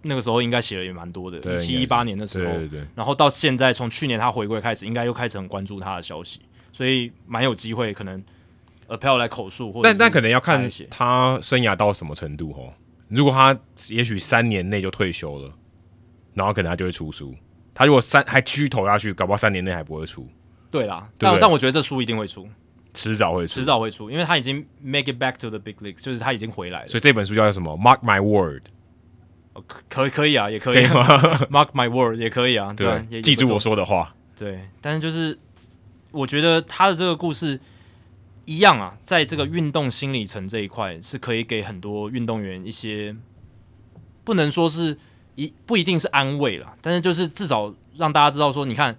Speaker 2: 那个时候应该写的也蛮多的，
Speaker 1: 对
Speaker 2: 一
Speaker 1: 应该
Speaker 2: 七
Speaker 1: 是
Speaker 2: 一八年的时
Speaker 1: 对
Speaker 2: 候，
Speaker 1: 对对，
Speaker 2: 然后到现在，从去年他回归开始，应该又开始很关注他的消息，所以蛮有机会可能 Appel 来口述，或者
Speaker 1: 但但可能要
Speaker 2: 大
Speaker 1: 看
Speaker 2: 一些
Speaker 1: 他生涯到什么程度哦。如果他也许三年内就退休了，然后可能他就会出书。他如果三还继续投下去，搞不好三年内还不会出，
Speaker 2: 对啦，
Speaker 1: 对不
Speaker 2: 但
Speaker 1: 对
Speaker 2: 但我觉得这书一定会出，
Speaker 1: 迟早会出
Speaker 2: 迟。早会出，因为他已经 make it back to the big leagues，就是他已经回来了，
Speaker 1: 所以这本书叫什么？Mark My Word，
Speaker 2: 哦可可以可以啊，也可以啊 mark my word 也可以啊，
Speaker 1: 对
Speaker 2: 啊
Speaker 1: 吧，
Speaker 2: 也也
Speaker 1: 记
Speaker 2: 不
Speaker 1: 住
Speaker 2: 错
Speaker 1: 我说的话。
Speaker 2: 对，但是就是我觉得他的这个故事一样啊，在这个运动心理层这一块是可以给很多运动员一些，不能说是一不一定是安慰啦，但是就是至少让大家知道说，你看，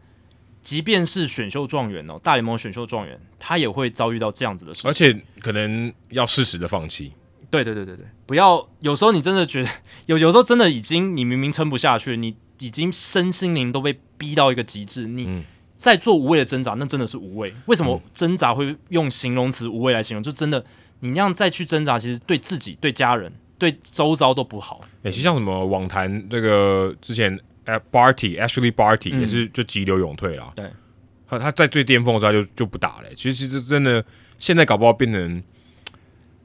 Speaker 2: 即便是选秀状元哦，大联盟选秀状元，他也会遭遇到这样子的事情。
Speaker 1: 而且可能要适时的放弃。
Speaker 2: 对对对对对，不要有时候你真的觉得有有时候真的已经你明明撑不下去，你已经身心灵都被逼到一个极致，
Speaker 1: 嗯
Speaker 2: 你在做无谓的挣扎，那真的是无谓。为什么挣扎会用形容词无谓来形容？就真的你那样再去挣扎，其实对自己、对家人、对周遭都不好。
Speaker 1: 也、欸其实像什么网坛那个之前呃 Barty Ashley Barty、
Speaker 2: 嗯
Speaker 1: 也是就急流勇退啦。
Speaker 2: 对，
Speaker 1: 他他在最巅峰的时候他就就不打了、欸其实其实真的现在搞不好变成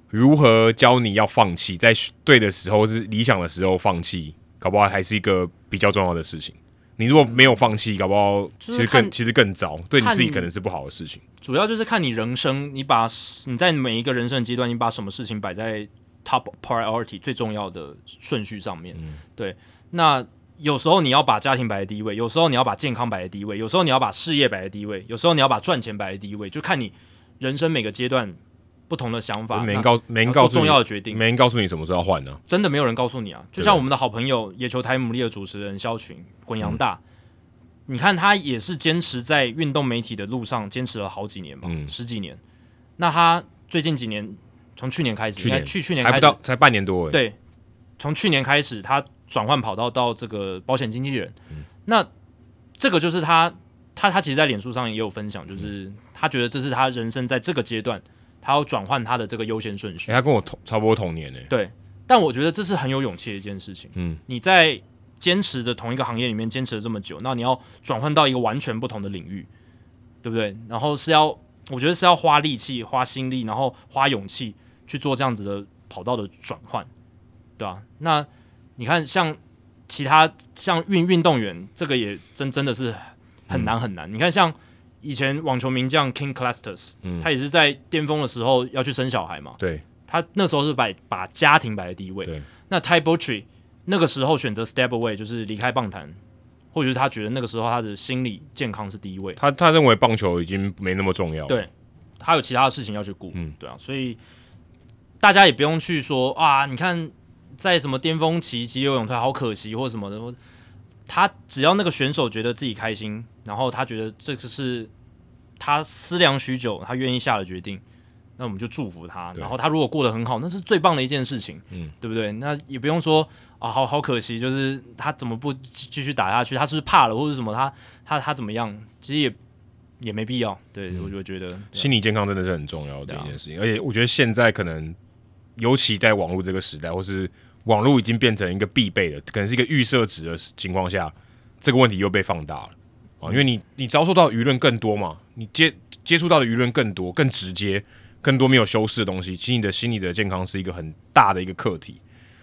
Speaker 1: 如何教你要放弃，在对的时候是理想的时候放弃，搞不好还是一个比较重要的事情。你如果没有放弃，搞不好其
Speaker 2: 就是
Speaker 1: 实
Speaker 2: 看
Speaker 1: 更其实更糟，对你
Speaker 2: 看
Speaker 1: 自己
Speaker 2: 你
Speaker 1: 可能是不好的事情。
Speaker 2: 主要就是看你人生，你把你在每一个人生的阶段，你把什么事情摆在 top priority 最重要的顺序上面。
Speaker 1: 嗯
Speaker 2: 对，那有时候你要把家庭摆在第一位，有时候你要把健康摆在第一位，有时候你要把事业摆在第一位，有时候你要把赚钱摆在第一位，就看你人生每个阶段不同的想法。
Speaker 1: 没
Speaker 2: 那
Speaker 1: 人告没人
Speaker 2: 要
Speaker 1: 告
Speaker 2: 做
Speaker 1: 诉
Speaker 2: 重
Speaker 1: 你
Speaker 2: 要的决定，
Speaker 1: 没人告诉你什么时候要换呢、
Speaker 2: 真的没有人告诉你啊。就像我们的好朋友野球台姆利的主持人肖群滚羊大，
Speaker 1: 嗯
Speaker 2: 你看他也是坚持在运动媒体的路上坚持了好几年嘛，
Speaker 1: 嗯
Speaker 2: 十几年。那他最近几年，从去年开始，
Speaker 1: 去年
Speaker 2: 应该去去年
Speaker 1: 还
Speaker 2: 开
Speaker 1: 不
Speaker 2: 始，
Speaker 1: 到才半年多而已。欸
Speaker 2: 对，从去年开始，他转换跑道到这个保险经纪人。
Speaker 1: 嗯
Speaker 2: 那这个就是他，他他其实，在脸书上也有分享，就是
Speaker 1: 嗯
Speaker 2: 他觉得这是他人生在这个阶段，他要转换他的这个优先顺序
Speaker 1: 欸，。他跟我同差不多同年欸呢、
Speaker 2: 对，但我觉得这是很有勇气的一件事情。
Speaker 1: 嗯，
Speaker 2: 你在坚持的同一个行业里面坚持了这么久，那你要转换到一个完全不同的领域，对不对？然后是要，我觉得是要花力气、花心力，然后花勇气去做这样子的跑道的转换，对吧、那你看，像其他像运运动员，这个也真真的是很难很难。你看，像以前网球名将 King Clusters，、
Speaker 1: 嗯
Speaker 2: 他也是在巅峰的时候要去生小孩嘛，
Speaker 1: 对，
Speaker 2: 他那时候是把把家庭摆在第一位
Speaker 1: 对。
Speaker 2: 那 t y b o t r y 那个时候选择 step away，就是离开棒坛，或者是他觉得那个时候他的心理健康是第一位，
Speaker 1: 他他认为棒球已经没那么重要了。
Speaker 2: 对他有其他的事情要去顾。
Speaker 1: 嗯
Speaker 2: 对啊，所以大家也不用去说啊，你看在什么巅峰期急流勇退好可惜或什么的，或他只要那个选手觉得自己开心，然后他觉得这个是他思量许久，他愿意下的决定，那我们就祝福他。然后他如果过得很好，那是最棒的一件事情，嗯，对不对？那也不用说啊，好好可惜，就是他怎么不继继续打下去？他是不是怕了，或者什么？他他他怎么样？其实也也没必要。对，我就觉得对
Speaker 1: 心理健康真的是很重要的一件事情，而且我觉得现在可能，尤其在网络这个时代，或是网络已经变成一个必备的，可能是一个预设值的情况下，这个问题又被放大了啊！因为你你遭受到舆论更多嘛，你接接触到的舆论更多、更直接、更多没有修饰的东西，其实你的心理的健康是一个很大的一个课题，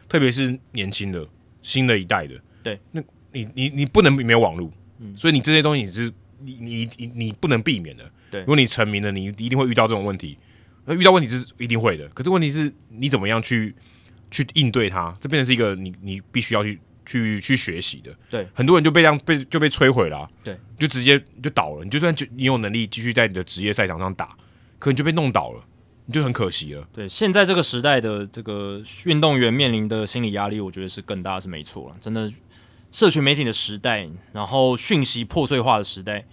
Speaker 1: 特别是年轻的新的一代的，
Speaker 2: 对，
Speaker 1: 那你你你不能没有网络，所以你这些东西你是你你你你不能避免的。如果你成名了，你一定会遇到这种问题。那遇到问题是一定会的，可是问题是你怎么样去去应对它，这变成是一个你你必须要去去去学习的。
Speaker 2: 对，
Speaker 1: 很多人就被这样被就被摧毁了啊、
Speaker 2: 对，
Speaker 1: 就直接就倒了。你就算就你有能力继续在你的职业赛场上打，可你就被弄倒了，你就很可惜了。
Speaker 2: 对，现在这个时代的这个运动员面临的心理压力，我觉得是更大，是没错了。真的，社群媒体的时代，然后讯息破碎化的时代，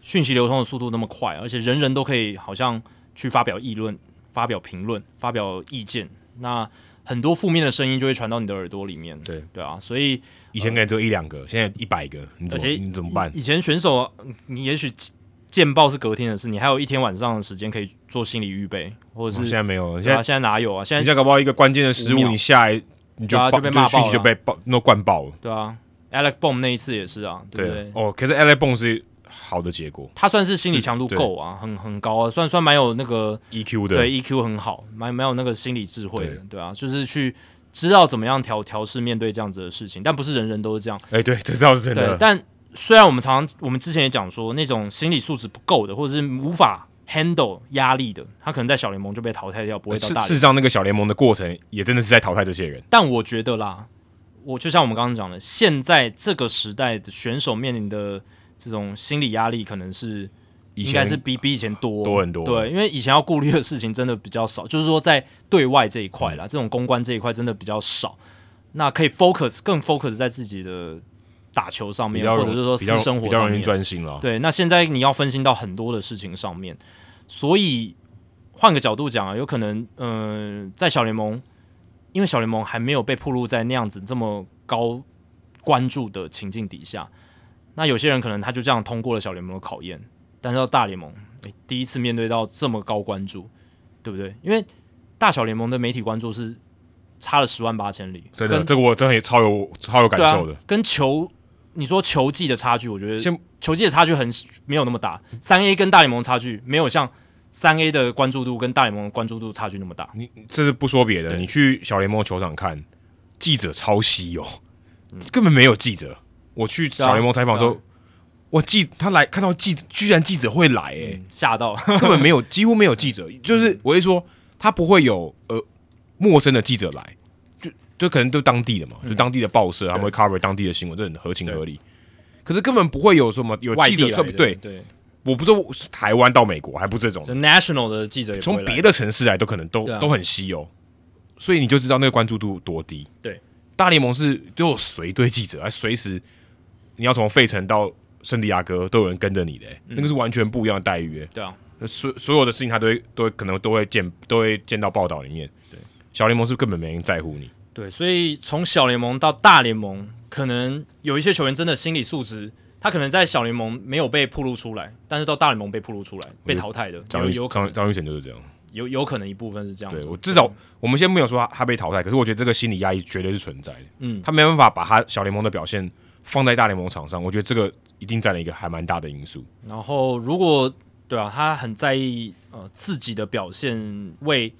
Speaker 2: 讯息流通的速度那么快，而且人人都可以好像去发表议论、发表评论、发表意见，那很多负面的声音就会传到你的耳朵里面。
Speaker 1: 对
Speaker 2: 对啊，所以
Speaker 1: 以前可能只有一两个，现在一百个，你
Speaker 2: 而
Speaker 1: 怎么
Speaker 2: 且
Speaker 1: 你怎么办？
Speaker 2: 以前选手，你也许见报是隔天的事，你还有一天晚上的时间可以做心理预备，或者
Speaker 1: 哦现
Speaker 2: 是
Speaker 1: 在没有，
Speaker 2: 对
Speaker 1: 现在
Speaker 2: 啊、现在哪有啊？现在
Speaker 1: 你现在搞不好一个关键的失
Speaker 2: 五
Speaker 1: 误，
Speaker 2: 秒
Speaker 1: 你下来你就
Speaker 2: 对啊
Speaker 1: 爆
Speaker 2: 就被骂
Speaker 1: 讯
Speaker 2: 爆
Speaker 1: 息就
Speaker 2: 了
Speaker 1: 被爆弄灌爆了。
Speaker 2: 对啊，Alec Boom 那一次也是啊，对不对？
Speaker 1: 哦，可是 LA Bone 是好的结果
Speaker 2: 他算是心理
Speaker 1: 自
Speaker 2: 强度
Speaker 1: 对
Speaker 2: 够啊，很很高啊，算算蛮有那个
Speaker 1: ，EQ E 的
Speaker 2: 对 EQ 很好，蛮蛮有那个心理智慧的，
Speaker 1: 对
Speaker 2: 对啊，就是去知道怎么样调调试面对这样子的事情，但不是人人都是这样，
Speaker 1: 哎、对，这倒是真
Speaker 2: 对
Speaker 1: 的。。
Speaker 2: 但虽然我们常常我们之前也讲说，那种心理素质不够的，或者是无法 handle 压力的，他可能在小联盟就被淘汰掉，不会到
Speaker 1: 事
Speaker 2: 大联
Speaker 1: 事实上，那个小联盟的过程也真的是在淘汰这些人。
Speaker 2: 但我觉得啦，我就像我们刚刚讲的，现在这个时代的选手面临的这种心理压力，可能是
Speaker 1: 以
Speaker 2: 应
Speaker 1: 前
Speaker 2: 该是比比以前多
Speaker 1: 多很多
Speaker 2: 对，因为以前要顾虑的事情真的比较少，就是说在对外这一块
Speaker 1: 嗯
Speaker 2: 啦，这种公关这一块真的比较少，那可以 focus 更 focus 在自己的打球上
Speaker 1: 比
Speaker 2: 面，
Speaker 1: 较
Speaker 2: 或
Speaker 1: 容
Speaker 2: 者是说
Speaker 1: 比
Speaker 2: 私
Speaker 1: 较
Speaker 2: 生
Speaker 1: 比
Speaker 2: 活
Speaker 1: 较
Speaker 2: 上
Speaker 1: 容易
Speaker 2: 面。
Speaker 1: 专心了。
Speaker 2: 对，那现在你要分心到很多的事情上面，所以换个角度讲啊，有可能，嗯、在小联盟，因为小联盟还没有被暴露在那样子这么高关注的情境底下，那有些人可能他就这样通过了小联盟的考验，但是到大联盟，诶第一次面对到这么高关注，对不对？因为大小联盟的媒体关注是差了十万八千里，
Speaker 1: 真的，
Speaker 2: 跟
Speaker 1: 这个我真的也超有超有感
Speaker 2: 对啊
Speaker 1: 受的。
Speaker 2: 跟球，你说球技的差距，我觉得
Speaker 1: 先
Speaker 2: 球技的差距很没有那么大，三 A 跟大联盟差距没有像三 A 的关注度跟大联盟的关注度差距那么大。
Speaker 1: 你这是不说别的，
Speaker 2: 对
Speaker 1: 你去小联盟球场看，记者超稀哦，根本没有记者。我去
Speaker 2: 啊
Speaker 1: 小联盟采访的时
Speaker 2: 嗯对
Speaker 1: 候，我记他来看到记，居然记者会来、哎、
Speaker 2: 吓到，
Speaker 1: 根本没有，几乎没有记者，
Speaker 2: 嗯
Speaker 1: 就是我一说，他不会有呃陌生的记者来，就就可能都当地的
Speaker 2: 嗯
Speaker 1: 嘛，就当地的报社，他们会 cover 当地的新闻，这很合情合理。可是根本不会有什么有
Speaker 2: 外
Speaker 1: 记
Speaker 2: 地
Speaker 1: 者
Speaker 2: 来
Speaker 1: 特别
Speaker 2: 的
Speaker 1: 对，
Speaker 2: 对，
Speaker 1: 我不知道是台湾到美国还不这种
Speaker 2: 就，national 的记者也不会
Speaker 1: 从
Speaker 2: 来
Speaker 1: 别的城市来都可能都、
Speaker 2: 对啊
Speaker 1: 都很稀有，所以你就知道那个关注度多低。
Speaker 2: 对，
Speaker 1: 大联盟是都有随队记者，还随时你要从费城到圣地亚哥都有人跟着你的、欸
Speaker 2: 嗯
Speaker 1: 那个是完全不一样的待遇、欸。
Speaker 2: 对啊，
Speaker 1: 所所有的事情他都会都会可能都会见都会见到报道里面。
Speaker 2: 对，
Speaker 1: 小联盟是根本没人在乎你。
Speaker 2: 对，所以从小联盟到大联盟，可能有一些球员真的心理素质，他可能在小联盟没有被暴露出来，但是到大联盟被暴露出来，被淘汰的，
Speaker 1: 张
Speaker 2: 有
Speaker 1: 玉
Speaker 2: 有可
Speaker 1: 张
Speaker 2: 能哦
Speaker 1: 张玉成就是这样。
Speaker 2: 有有可能一部分是这样子。
Speaker 1: 对我至少我们先没有说他他被淘汰，可是我觉得这个心理压抑绝对是存在的。
Speaker 2: 嗯
Speaker 1: 他没办法把他小联盟的表现放在大联盟场上，我觉得这个一定占了一个还蛮大的因素。
Speaker 2: 然后如果对啊，他很在意呃自己的表现，为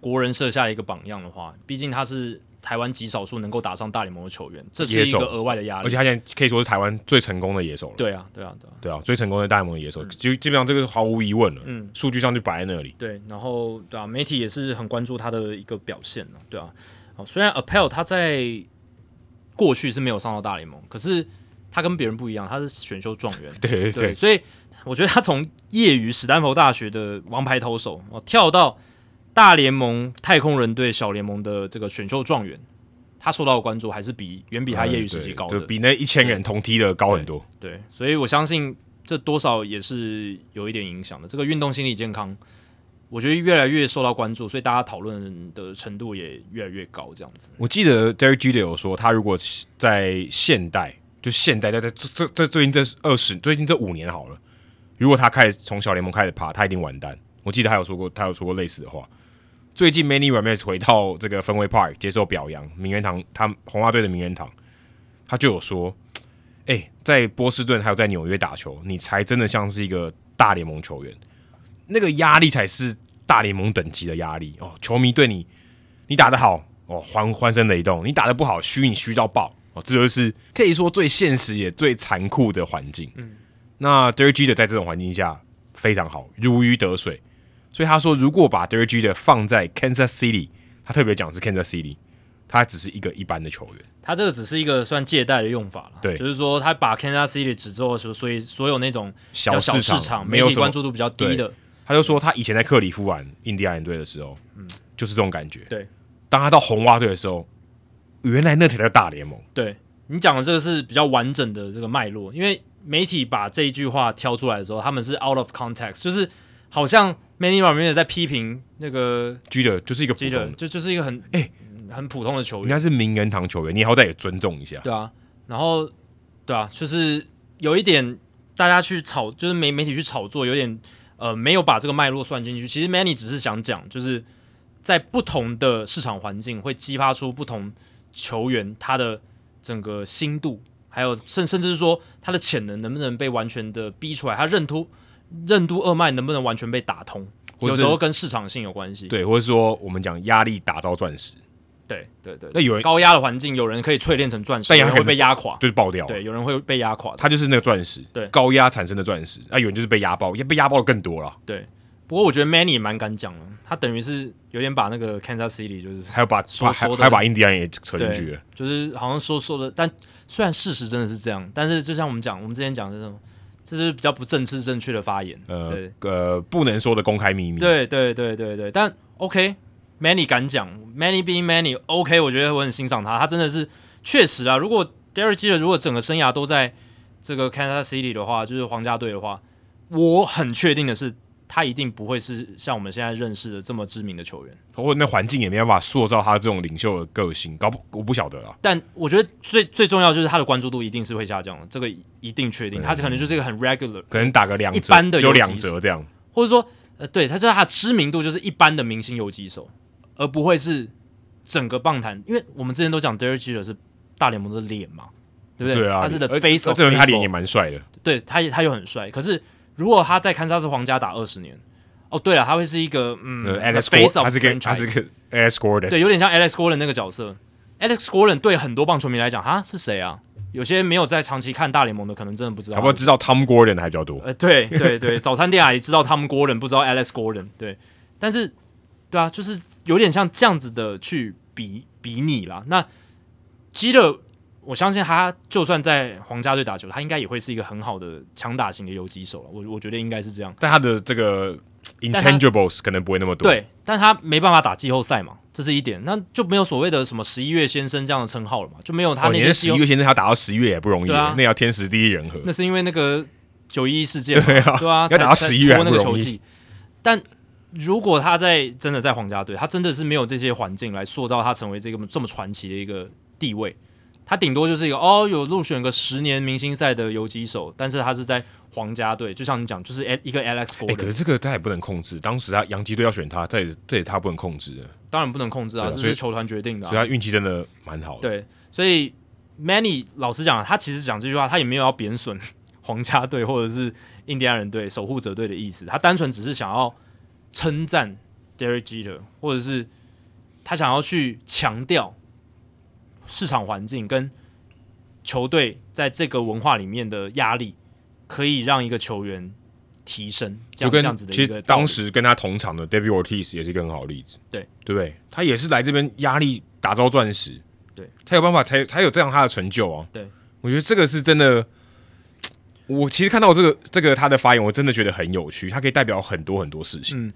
Speaker 2: 国人设下一个榜样的话，毕竟他是台湾极少数能够打上大联盟的球员，这是一
Speaker 1: 野
Speaker 2: 个
Speaker 1: 手
Speaker 2: 额外的压
Speaker 1: 而
Speaker 2: 力
Speaker 1: 且。他现在可以说是台湾最成功的野手了。
Speaker 2: 对啊，对啊，对啊，
Speaker 1: 对啊，最成功的大联盟的野手，基、基本上这个毫无疑问了。
Speaker 2: 嗯
Speaker 1: 数据上就摆在那里。
Speaker 2: 对。然后对啊，媒体也是很关注他的一个表现啊，对啊。哦，虽然 Appel 他在过去是没有上到大联盟，可是他跟别人不一样，他是选秀状元，
Speaker 1: 对对
Speaker 2: 对，
Speaker 1: 对，
Speaker 2: 所以我觉得他从业余史丹佛大学的王牌投手哦，跳到大联盟太空人队小联盟的这个选秀状元，他受到的关注还是比远比他业余时期高的。
Speaker 1: 嗯对比那一千人同梯的高很多。
Speaker 2: 对，所以我相信这多少也是有一点影响的。这个运动心理健康我觉得越来越受到关注，所以大家讨论的程度也越来越高，这样子。
Speaker 1: 我记得 Derek Jeter 有说，他如果在现代，就现代，在在这这这最近这二十，最近这五年好了，如果他开始从小联盟开始爬，他一定完蛋。我记得他有说过，他有说过类似的话。最近 Many Ramirez 回到这个分威 Park 接受表扬，名人堂，他红袜队的名人堂，他就有说，哎、在波士顿还有在纽约打球，你才真的像是一个大联盟球员，那个压力才是大联盟等级的压力哦。球迷对你，你打得好哦，欢欢声雷动；你打得不好，虚你虚到爆哦。这就是可以说最现实也最残酷的环境。嗯，那 d e r G 的在这种环境下非常好，如鱼得水。所以他说，如果把 d e r G 的放在 Kansas City，他特别讲是 Kansas City，他只是一个一般的球员。
Speaker 2: 他这个只是一个算借贷的用法了，
Speaker 1: 对
Speaker 2: 就是说他把 Kansas City 指之后，所所以所有那种比较
Speaker 1: 小
Speaker 2: 小
Speaker 1: 市场
Speaker 2: 市场
Speaker 1: 没
Speaker 2: 媒
Speaker 1: 有
Speaker 2: 体
Speaker 1: 什么
Speaker 2: 关注度比较低的，
Speaker 1: 他就说他以前在克利夫兰印第安人队的时候，就是这种感觉。
Speaker 2: 嗯对，
Speaker 1: 当他到红袜队的时候，原来那才叫大联盟。
Speaker 2: 对你讲的这个是比较完整的这个脉络，因为媒体把这一句话挑出来的时候，他们是 out of context，就是好像 Manny Ramirez 在批评那个
Speaker 1: G 的就是一个普
Speaker 2: j
Speaker 1: 通
Speaker 2: a
Speaker 1: 的
Speaker 2: d，就就是一个很
Speaker 1: 哎
Speaker 2: 嗯很普通的球
Speaker 1: 人
Speaker 2: 员，
Speaker 1: 家是名人堂球员，你好歹也尊重一下。
Speaker 2: 对啊，然后对啊，就是有一点大家去炒，就是媒媒体去炒作，有点呃没有把这个脉络算进去。其实 Manny 只是想讲，就是在不同的市场环境会激发出不同球员他的整个心度，还有甚甚至是说他的潜能能不能被完全的逼出来，他任督任督二脉能不能完全被打通，
Speaker 1: 或
Speaker 2: 有
Speaker 1: 者
Speaker 2: 时候跟市场性有关系。
Speaker 1: 对，或者说我们讲压力打造钻石，
Speaker 2: 对对对，
Speaker 1: 那有人
Speaker 2: 高压的环境，有人可以淬炼成钻石，
Speaker 1: 但
Speaker 2: 有
Speaker 1: 也
Speaker 2: 人
Speaker 1: 可
Speaker 2: 会
Speaker 1: 能
Speaker 2: 被压垮。
Speaker 1: 就是爆掉了。
Speaker 2: 对，有人会被压垮的。
Speaker 1: 他就是那个钻石，
Speaker 2: 对
Speaker 1: 高压产生的钻石。啊，有人就是被压爆，也被压爆的更多了，
Speaker 2: 对，不过我觉得 Manny 也蛮敢讲的，他等于是有点把那个 Kansas City 就是
Speaker 1: 还有把
Speaker 2: 说
Speaker 1: 把还
Speaker 2: 说的
Speaker 1: 还有把印第安人也扯进去了。
Speaker 2: 就是好像说说的，但虽然事实真的是这样，但是就像我们讲，我们之前讲的这种，这是比较不政治正确的发言。
Speaker 1: 呃
Speaker 2: 对
Speaker 1: 呃，不能说的公开秘密。
Speaker 2: 对对对对对，但 OK。Manny 敢讲，Manny being Manny，OK，、我觉得我很欣赏他。他真的是确实啊，如果 Derek Jeter 如果整个生涯都在这个 Kansas City 的话，就是皇家队的话，我很确定的是，他一定不会是像我们现在认识的这么知名的球员。
Speaker 1: 或者那环境也没办法塑造他这种领袖的个性，搞不我不晓得啊啦。
Speaker 2: 但我觉得最最重要就是他的关注度一定是会下降的，这个一定确定。他可能就是一个很 regular，
Speaker 1: 可能打个两折，
Speaker 2: 一般的
Speaker 1: 只有
Speaker 2: 游击
Speaker 1: 两折这样。
Speaker 2: 或者说呃，对，他就是他的知名度就是一般的明星游击手，而不会是整个棒坛。因为我们之前都讲 Derek Jeter 是大联盟的脸嘛，对不
Speaker 1: 对啊，
Speaker 2: 他是的
Speaker 1: 而
Speaker 2: face
Speaker 1: 而
Speaker 2: of
Speaker 1: 且他脸
Speaker 2: baseball，
Speaker 1: 也蛮帅的。
Speaker 2: 对他也他又很帅。可是如果他在堪萨斯皇家打二十年，哦，对了，他会是一个嗯
Speaker 1: 呃
Speaker 2: the
Speaker 1: ，Alex
Speaker 2: face
Speaker 1: Gordon，
Speaker 2: of
Speaker 1: 他是个
Speaker 2: franchise
Speaker 1: 他是个 Alex Gordon，
Speaker 2: 对，有点像 Alex Gordon 那个角色。Alex Gordon 对很多棒球迷来讲，哈是谁啊？有些没有在长期看大联盟的，可能真的不知道
Speaker 1: 搞不好
Speaker 2: 他是谁。
Speaker 1: 知道 Tom Gordon 还比较多。
Speaker 2: 呃，对对对，早餐店阿姨知道他们 Gordon，不知道 Alex Gordon。对，但是对啊，就是有点像这样子的去比比拟啦。那基勒，我相信他就算在皇家队打球，他应该也会是一个很好的强打型的游击手了。我我觉得应该是这样。
Speaker 1: 但他的这个
Speaker 2: 但他
Speaker 1: intangibles 可能不会那么多。，哦
Speaker 2: 对，但他没办法打季后赛嘛，这是一点，那就没有所谓的什么十一月先生这样的称号了嘛，就没有他
Speaker 1: 哦，
Speaker 2: 那
Speaker 1: 你
Speaker 2: 些
Speaker 1: 是
Speaker 2: 季
Speaker 1: 十
Speaker 2: 后
Speaker 1: 一月先生，他打到十一月也不容易
Speaker 2: 对啊，
Speaker 1: 那要天时地利人和。
Speaker 2: 那是因为那个九一一事件嘛，对啊，
Speaker 1: 要
Speaker 2: 才
Speaker 1: 打到
Speaker 2: 才
Speaker 1: 11月
Speaker 2: 拖那
Speaker 1: 还
Speaker 2: 个
Speaker 1: 不
Speaker 2: 球
Speaker 1: 容易
Speaker 2: 季。但如果他在真的在皇家队，他真的是没有这些环境来塑造他成为这个这么传奇的一个地位。他顶多就是一个哦，有入选个十年明星赛的游击手，但是他是在皇家队，就像你讲，就是一个 Alex
Speaker 1: 哎，可
Speaker 2: Gordon，、
Speaker 1: 是这个他也不能控制，当时他洋基队要选他，这也这也他不能控制的，
Speaker 2: 当然不能控制啊，
Speaker 1: 对啊
Speaker 2: 这
Speaker 1: 所以
Speaker 2: 是球团决定的、啊
Speaker 1: 所以。他运气真的蛮好的。
Speaker 2: 对，所以 Manny 老实讲，他其实讲这句话，他也没有要贬损 皇家队或者是印第安人队、守护者队的意思，他单纯只是想要称赞 Derek Jeter，或者是他想要去强调市场环境跟球队在这个文化里面的压力，可以让一个球员提升，
Speaker 1: 就
Speaker 2: 这样
Speaker 1: 跟
Speaker 2: 这样子的
Speaker 1: 其
Speaker 2: 一
Speaker 1: 实
Speaker 2: 个
Speaker 1: 当
Speaker 2: 道理
Speaker 1: 时跟他同场的 David Ortiz 也是一个很好的例子，
Speaker 2: 对
Speaker 1: 对不对？他也是来这边压力打造钻石，
Speaker 2: 对，
Speaker 1: 才有办法才才有这样他的成就啊。
Speaker 2: 对，
Speaker 1: 我觉得这个是真的。我其实看到这个这个他的发言，我真的觉得很有趣，他可以代表很多很多事情。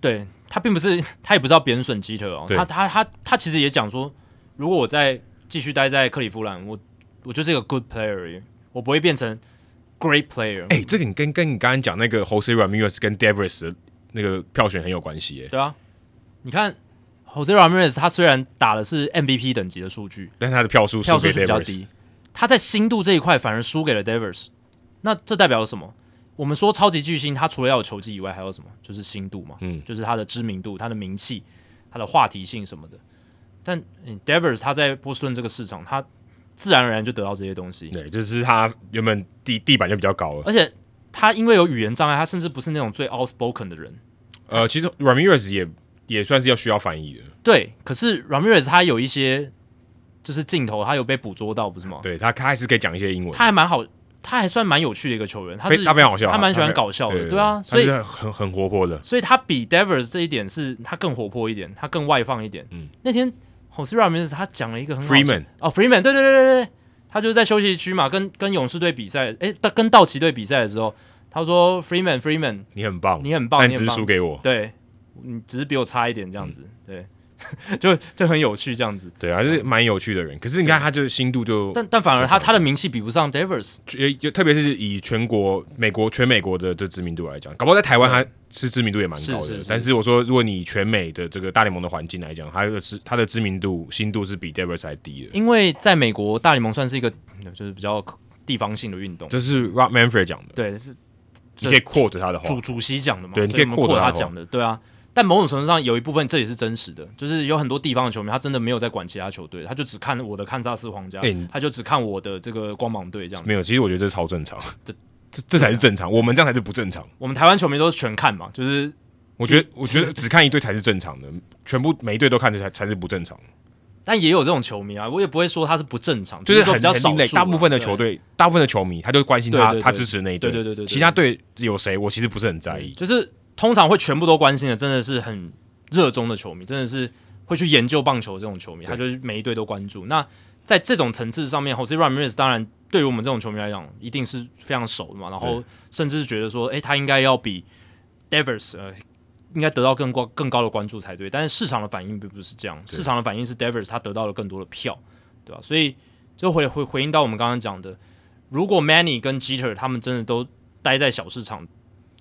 Speaker 2: 对他并不是， 他也不是要贬损基特哦，
Speaker 1: 对
Speaker 2: 他他他他其实也讲说，如果我再继续待在克利夫兰，我我就是一个 good player，而已我不会变成 great player。
Speaker 1: 哎哎、这个你跟跟你刚刚讲那个 Jose Ramirez 跟 Devers 的那个票选很有关系耶、
Speaker 2: 对啊，你看 Jose Ramirez 他虽然打的是 MVP 等级的数据，
Speaker 1: 但是他的票数
Speaker 2: 票
Speaker 1: 输
Speaker 2: 数
Speaker 1: 给
Speaker 2: 是比较
Speaker 1: Devers
Speaker 2: 低，他在心度这一块反而输给了 Devers。那这代表了什么？我们说超级巨星，他除了要有球技以外，还有什么？就是心度嘛，
Speaker 1: 嗯，
Speaker 2: 就是他的知名度、他的名气、他的话题性什么的。但嗯 Devers 他在波士顿这个市场，他自然而然就得到这些东西，
Speaker 1: 对，这是他原本地地板就比较高了。
Speaker 2: 而且他因为有语言障碍，他甚至不是那种最 outspoken 的人。
Speaker 1: 呃，其实 Ramirez 也也算是要需要翻译的，
Speaker 2: 对，可是 Ramirez 他有一些就是镜头，他有被捕捉到，不是吗？
Speaker 1: 对他他还是可以讲一些英文，
Speaker 2: 哦他还蛮好，他还算蛮有趣的一个球员，他
Speaker 1: 非
Speaker 2: 是
Speaker 1: 他非常好笑啊，
Speaker 2: 他蛮喜欢
Speaker 1: 非
Speaker 2: 搞笑的
Speaker 1: 对
Speaker 2: 对啊
Speaker 1: 他是
Speaker 2: 所
Speaker 1: 很很活泼的，
Speaker 2: 所以他比 Devers 这一点是他更活泼一点，他更外放一点。
Speaker 1: 嗯，
Speaker 2: 那天 Jose Ramirez 他讲了一个很好
Speaker 1: Freeman
Speaker 2: 哦 Freeman，对对对对对，他就是在休息区嘛，跟跟勇士队比赛，诶，但跟道奇队比赛的时候，他说 Freeman Freeman，
Speaker 1: 你很棒，
Speaker 2: 你很棒，
Speaker 1: 但
Speaker 2: 你
Speaker 1: 只
Speaker 2: 很
Speaker 1: 是
Speaker 2: 棒
Speaker 1: 输，嗯给我。
Speaker 2: 对你只是比我差一点这样子，对， 就就很有趣这样子。
Speaker 1: 对啊，还是蛮有趣的人。可是你看，他就是心度就，
Speaker 2: 但但反而他
Speaker 1: 就好
Speaker 2: 他的名气比不上 Devers，
Speaker 1: 也就特别是以全国、美国、全美国的这知名度来讲，搞不好在台湾他是知名度也蛮高的。
Speaker 2: 是是是
Speaker 1: 但是我说，如果你以全美的这个大联盟的环境来讲，他的知他的知名度、心度是比 Devers 还低的。
Speaker 2: 因为在美国大联盟算是一个就是比较地方性的运动，
Speaker 1: 这是 Rob Manfred 讲的，
Speaker 2: 对，是
Speaker 1: 你可以 quote 他的话。
Speaker 2: 主主席讲的嘛，
Speaker 1: 对你
Speaker 2: 所
Speaker 1: 可以哦
Speaker 2: 我们
Speaker 1: quote
Speaker 2: quote
Speaker 1: 他
Speaker 2: 他
Speaker 1: 的话
Speaker 2: 讲的，对啊。但某种程度上有一部分这也是真实的，就是有很多地方的球迷他真的没有在管其他球队，他就只看我的堪萨斯皇家，
Speaker 1: 哎你
Speaker 2: 他就只看我的这个光芒队这样子。
Speaker 1: 没有，其实我觉得这超正常，
Speaker 2: 这
Speaker 1: 这这才是正常，我们这样才是不正常。
Speaker 2: 我们台湾球迷都是全看嘛，就是
Speaker 1: 我觉得，我觉得只看一队才是正常的，全部每一队都看着才才是不正常。
Speaker 2: 但也有这种球迷啊，我也不会说他是不正常，
Speaker 1: 就
Speaker 2: 只
Speaker 1: 是
Speaker 2: 是说
Speaker 1: 很
Speaker 2: 比较
Speaker 1: 很
Speaker 2: 少
Speaker 1: 另类
Speaker 2: 数啊
Speaker 1: 大部分的球
Speaker 2: 对
Speaker 1: 队，大部分的球迷，他就关心他
Speaker 2: 对对对
Speaker 1: 他支持的那一队，
Speaker 2: 对对对对对
Speaker 1: 其他队有谁，我其实不是很在意。
Speaker 2: 就是通常会全部都关心的，真的是很热衷的球迷，真的是会去研究棒球这种球迷，他就是每一队都关注。那在这种层次上面，Jose Ramirez 当然对于我们这种球迷来讲，一定是非常熟的嘛。然后甚至是觉得说，诶，他应该要比 Devers 呃，应该得到更高更高的关注才对。但是市场的反应并不是这样，
Speaker 1: 对
Speaker 2: 市场的反应是 Devers 他得到了更多的票，对吧、所以就回回回应到我们刚刚讲的，如果 Manny 跟 Jeter 他们真的都待在小市场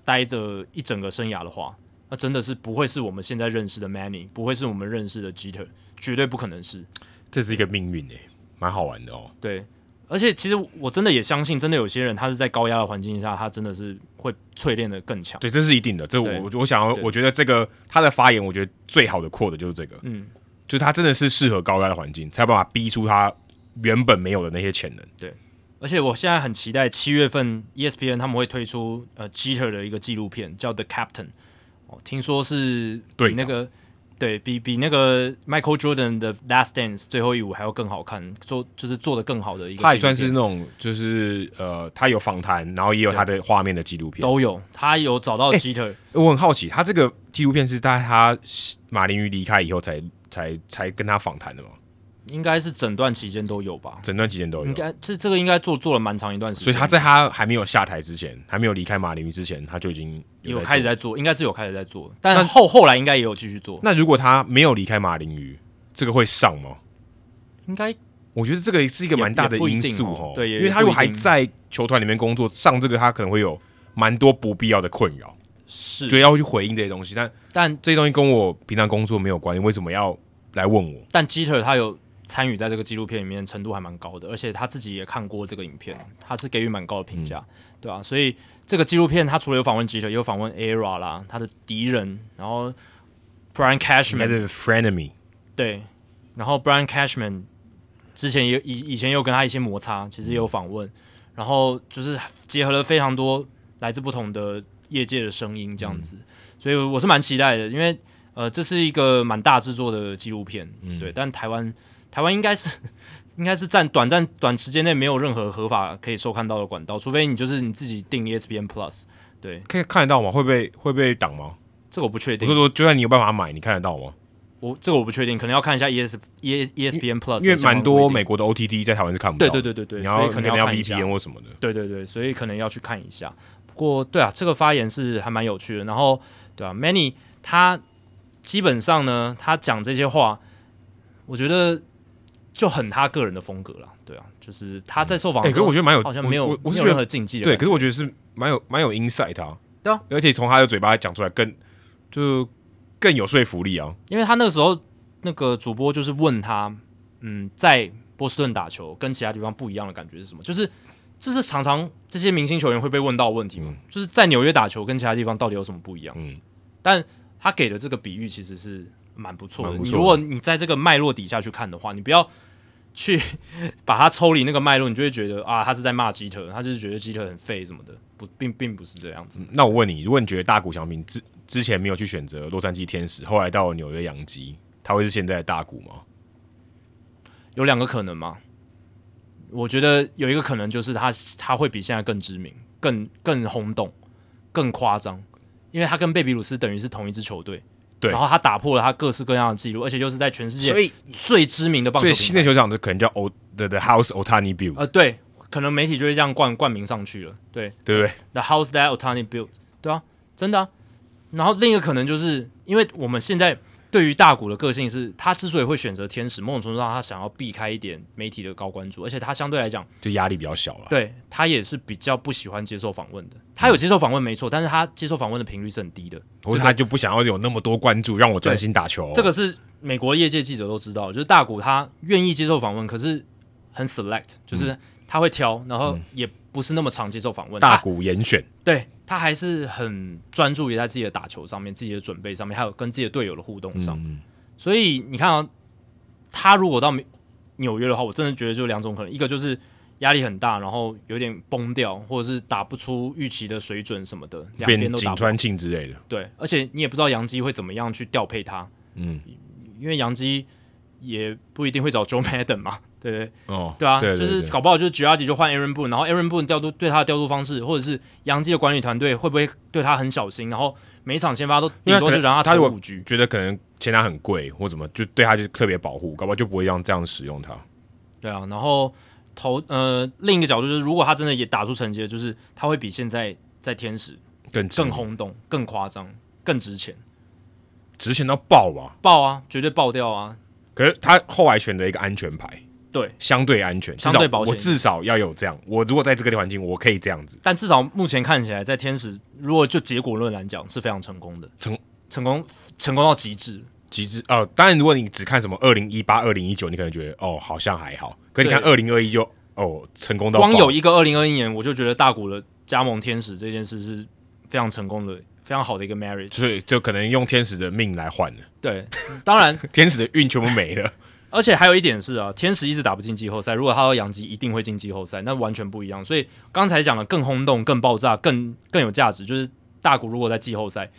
Speaker 2: 待着一整个生涯的话，那真的是不会是我们现在认识的 Manny，不会是我们认识的 Jeter，绝对不可能是。
Speaker 1: 这是一个命运诶、欸蛮好玩的哦。
Speaker 2: 对，而且其实我真的也相信，真的有些人他是在高压的环境下，他真的是会淬炼的更强。
Speaker 1: 对，这是一定的。这我
Speaker 2: 对
Speaker 1: 我我想要，
Speaker 2: 对
Speaker 1: 我觉得这个他的发言，我觉得最好的 q u o 的就是这个，
Speaker 2: 嗯，
Speaker 1: 就是他真的是适合高压的环境，才有办法逼出他原本没有的那些潜能。
Speaker 2: 而且我现在很期待七月份 E ESPN 他们会推出呃 Jeter 的一个纪录片，叫《The Captain》。哦，听说是
Speaker 1: 队
Speaker 2: 比
Speaker 1: 长
Speaker 2: 那个对比比那个 Michael Jordan 的《Last Dance》最后一舞还要更好看，做就是做的更好的一个纪录片。
Speaker 1: 他也算是那种，就是呃，他有访谈，然后也有他的画面的纪录片。
Speaker 2: 都有，他有找到 Jeter，、
Speaker 1: 我很好奇，他这个纪录片是在他马林鱼离开以后才才才跟他访谈的吗？
Speaker 2: 应该是诊断期间都有吧？
Speaker 1: 整段期间都有。
Speaker 2: 应该这这个应该做做了蛮长一段时间，
Speaker 1: 啊所以他在他还没有下台之前，还没有离开马林鱼之前，他就已经
Speaker 2: 有
Speaker 1: 在
Speaker 2: 开始
Speaker 1: 做。
Speaker 2: 在做，应该是有开始在做，但后后来应该也有继续做，
Speaker 1: 那如果他没有离开马林鱼，这个会上吗？
Speaker 2: 应该
Speaker 1: 我觉得这个是一个蛮大的
Speaker 2: 也不一
Speaker 1: 因
Speaker 2: 定
Speaker 1: 素
Speaker 2: 哦对也
Speaker 1: 因为他如果还
Speaker 2: 也不一定
Speaker 1: 在球团里面工作，上这个他可能会有蛮多不必要的困扰，所以
Speaker 2: 是，
Speaker 1: 要去回应这些东西。但
Speaker 2: 但
Speaker 1: 这些东西跟我平常工作没有关系，为什么要来问我？
Speaker 2: 但 Jeter 他有参与在这个纪录片里面，程度还蛮高的，而且他自己也看过这个影片，他是给予蛮高的评价，
Speaker 1: 嗯
Speaker 2: 对啊，所以这个纪录片他除了有访问 Jeter，也有访问 ERA 啦，他的敌人，然后 Brian
Speaker 1: 应该
Speaker 2: Cashman
Speaker 1: 是 frenemy，
Speaker 2: 对，然后 Brian Cashman 之前也以以前也有跟他一些摩擦，其实也有访问，然后就是结合了非常多来自不同的业界的声音这样子，所以我是蛮期待的，因为呃这是一个蛮大制作的纪录片，
Speaker 1: 嗯
Speaker 2: 对，但台湾台湾应该是 应该是占短暂短时间内没有任何合法可以收看到的管道，除非你就是你自己订 E ESPN Plus，对，
Speaker 1: 可以看得到吗？会被会被挡吗？
Speaker 2: 这个我不确
Speaker 1: 我
Speaker 2: 定
Speaker 1: 说，说，就算你有办法买，你看得到吗？
Speaker 2: 我这个我不确定，可能要看一下 ES E ESPN Plus，
Speaker 1: 因为
Speaker 2: 的
Speaker 1: 蛮
Speaker 2: 相关规
Speaker 1: 多
Speaker 2: 定
Speaker 1: 美国的 OTT 在台湾是看不到
Speaker 2: 对
Speaker 1: 的。
Speaker 2: 对对对对，
Speaker 1: 你
Speaker 2: 所
Speaker 1: 要
Speaker 2: 以可
Speaker 1: 你
Speaker 2: 能
Speaker 1: 要
Speaker 2: 看一下
Speaker 1: VPN 或什么的。
Speaker 2: 对对对，所以可能要去看一下。不过，对啊，这个发言是还蛮有趣的。然后，对啊，Many 他基本上呢，他讲这些话，我觉得就很他个人的风格了。对啊，就是他在受访
Speaker 1: 哎、
Speaker 2: 的
Speaker 1: 可
Speaker 2: 时
Speaker 1: 是
Speaker 2: 候，
Speaker 1: 我觉得蛮有，
Speaker 2: 好像
Speaker 1: 我
Speaker 2: 没有
Speaker 1: 我我
Speaker 2: 没
Speaker 1: 是
Speaker 2: 有
Speaker 1: 觉
Speaker 2: 任
Speaker 1: 得
Speaker 2: 何禁忌的
Speaker 1: 对，
Speaker 2: 感觉。
Speaker 1: 可是我觉得是蛮有蛮有 insight 啊。
Speaker 2: 对啊，
Speaker 1: 而且从他的嘴巴讲出来更，就更有说服力啊。
Speaker 2: 因为他那个时候那个主播就是问他，嗯，在波士顿打球跟其他地方不一样的感觉是什么？就是这是常常这些明星球员会被问到的问题嘛，就是在纽约打球跟其他地方到底有什么不一样？
Speaker 1: 嗯，
Speaker 2: 但他给的这个比喻其实是蛮不错的。
Speaker 1: 蛮不错
Speaker 2: 你
Speaker 1: 的
Speaker 2: 如果你在这个脉络底下去看的话，你不要去把它抽离那个脉络，你就会觉得啊，他是在骂基特，他就是觉得基特很废什么的，不，并并不是这样子。
Speaker 1: 那我问你，如果你觉得大谷翔平之之前没有去选择洛杉矶天使，后来到了纽约洋基，他会是现在的大谷吗？
Speaker 2: 有两个可能嘛，我觉得有一个可能就是他他会比现在更知名、更更轰动、更夸张，因为他跟贝比鲁斯等于是同一支球队。
Speaker 1: 对
Speaker 2: 然后他打破了他各式各样的记录，而且又是在全世
Speaker 1: 所
Speaker 2: 界
Speaker 1: 以
Speaker 2: 最知名的棒球
Speaker 1: 最
Speaker 2: 品牌
Speaker 1: 新的球场的可能叫 O the the House Otani Build，、
Speaker 2: 呃，对，可能媒体就会这样冠冠名上去了。对
Speaker 1: 对不对？
Speaker 2: ，The House That Otani Built，对啊，真的啊。然后另一个可能就是，因为我们现在对于大谷的个性是，他之所以会选择天使，某种程度上他想要避开一点媒体的高关注，而且他相对来讲，
Speaker 1: 就压力比较小了。
Speaker 2: 对他也是比较不喜欢接受访问的。他有接受访问没错，但是他接受访问的频率是很低的。
Speaker 1: 或者他就不想要有那么多关注，让我专心打球、
Speaker 2: 这个是美国业界记者都知道，就是大谷他愿意接受访问，可是很 select，就是他会挑，然后也不是那么常接受访问。
Speaker 1: 大
Speaker 2: 他
Speaker 1: 谷严选，
Speaker 2: 对他还是很专注于在自己的打球上面、自己的准备上面，还有跟自己的队友的互动上。所以你看啊，他如果到美纽约的话，我真的觉得就两种可能，一个就是压力很大，然后有点崩掉，或者是打不出预期的水准什么的，两边
Speaker 1: 变
Speaker 2: 都打
Speaker 1: 井
Speaker 2: 不出
Speaker 1: 川庆之类的。
Speaker 2: 对，而且你也不知道杨基会怎么样去调配他，
Speaker 1: 嗯，
Speaker 2: 因为杨基也不一定会找 Joe Madden 嘛，对不对？
Speaker 1: 哦，
Speaker 2: 对啊，
Speaker 1: 对对
Speaker 2: 就是
Speaker 1: 对
Speaker 2: 搞不好就是 g i r a r d i 就换 Aaron Boone，然后 Aaron Boone 调度对他的调度方式，或者是杨基的管理团队会不会对他很小心，然后每一场先发都
Speaker 1: 因
Speaker 2: 顶
Speaker 1: 为
Speaker 2: 多
Speaker 1: 可
Speaker 2: 就
Speaker 1: 能
Speaker 2: 让
Speaker 1: 他如
Speaker 2: 投
Speaker 1: 果
Speaker 2: 五局，
Speaker 1: 觉得可能签他很贵或怎么，就对他就特别保护，搞不好就不会让这样使用他。
Speaker 2: 对啊，然后投呃另一个角度就是，如果他真的也打出成绩了，就是他会比现在在天使
Speaker 1: 更
Speaker 2: 更
Speaker 1: 红，
Speaker 2: 轰动、更夸张、更值钱，
Speaker 1: 值钱到爆啊！
Speaker 2: 爆啊，绝对爆掉啊！
Speaker 1: 可是他后来选择一个安全牌，
Speaker 2: 对，
Speaker 1: 相对安全，至
Speaker 2: 相对
Speaker 1: 少
Speaker 2: 保险
Speaker 1: 我至少要有这样。我如果在这个环境，我可以这样子，
Speaker 2: 但至少目前看起来，在天使如果就结果论来讲是非常成功的，
Speaker 1: 成
Speaker 2: 成功成功到极致。
Speaker 1: 极致哦。当然，如果你只看什么二零一八、二零一九，你可能觉得哦好像还好，可你看二零二一就哦成功到
Speaker 2: 光
Speaker 1: 爆
Speaker 2: 有一个二零二一年，我就觉得大谷的加盟天使这件事是非常成功的、非常好的一个 marriage。
Speaker 1: 所以就可能用天使的命来换了，
Speaker 2: 对，当然，
Speaker 1: 天使的运全部没 了。
Speaker 2: 而且还有一点是啊，天使一直打不进季后赛，如果他到洋基，一定会进季后赛，那完全不一样。所以刚才讲的更轰动、更爆炸、更更有价值，就是大谷如果在季后赛，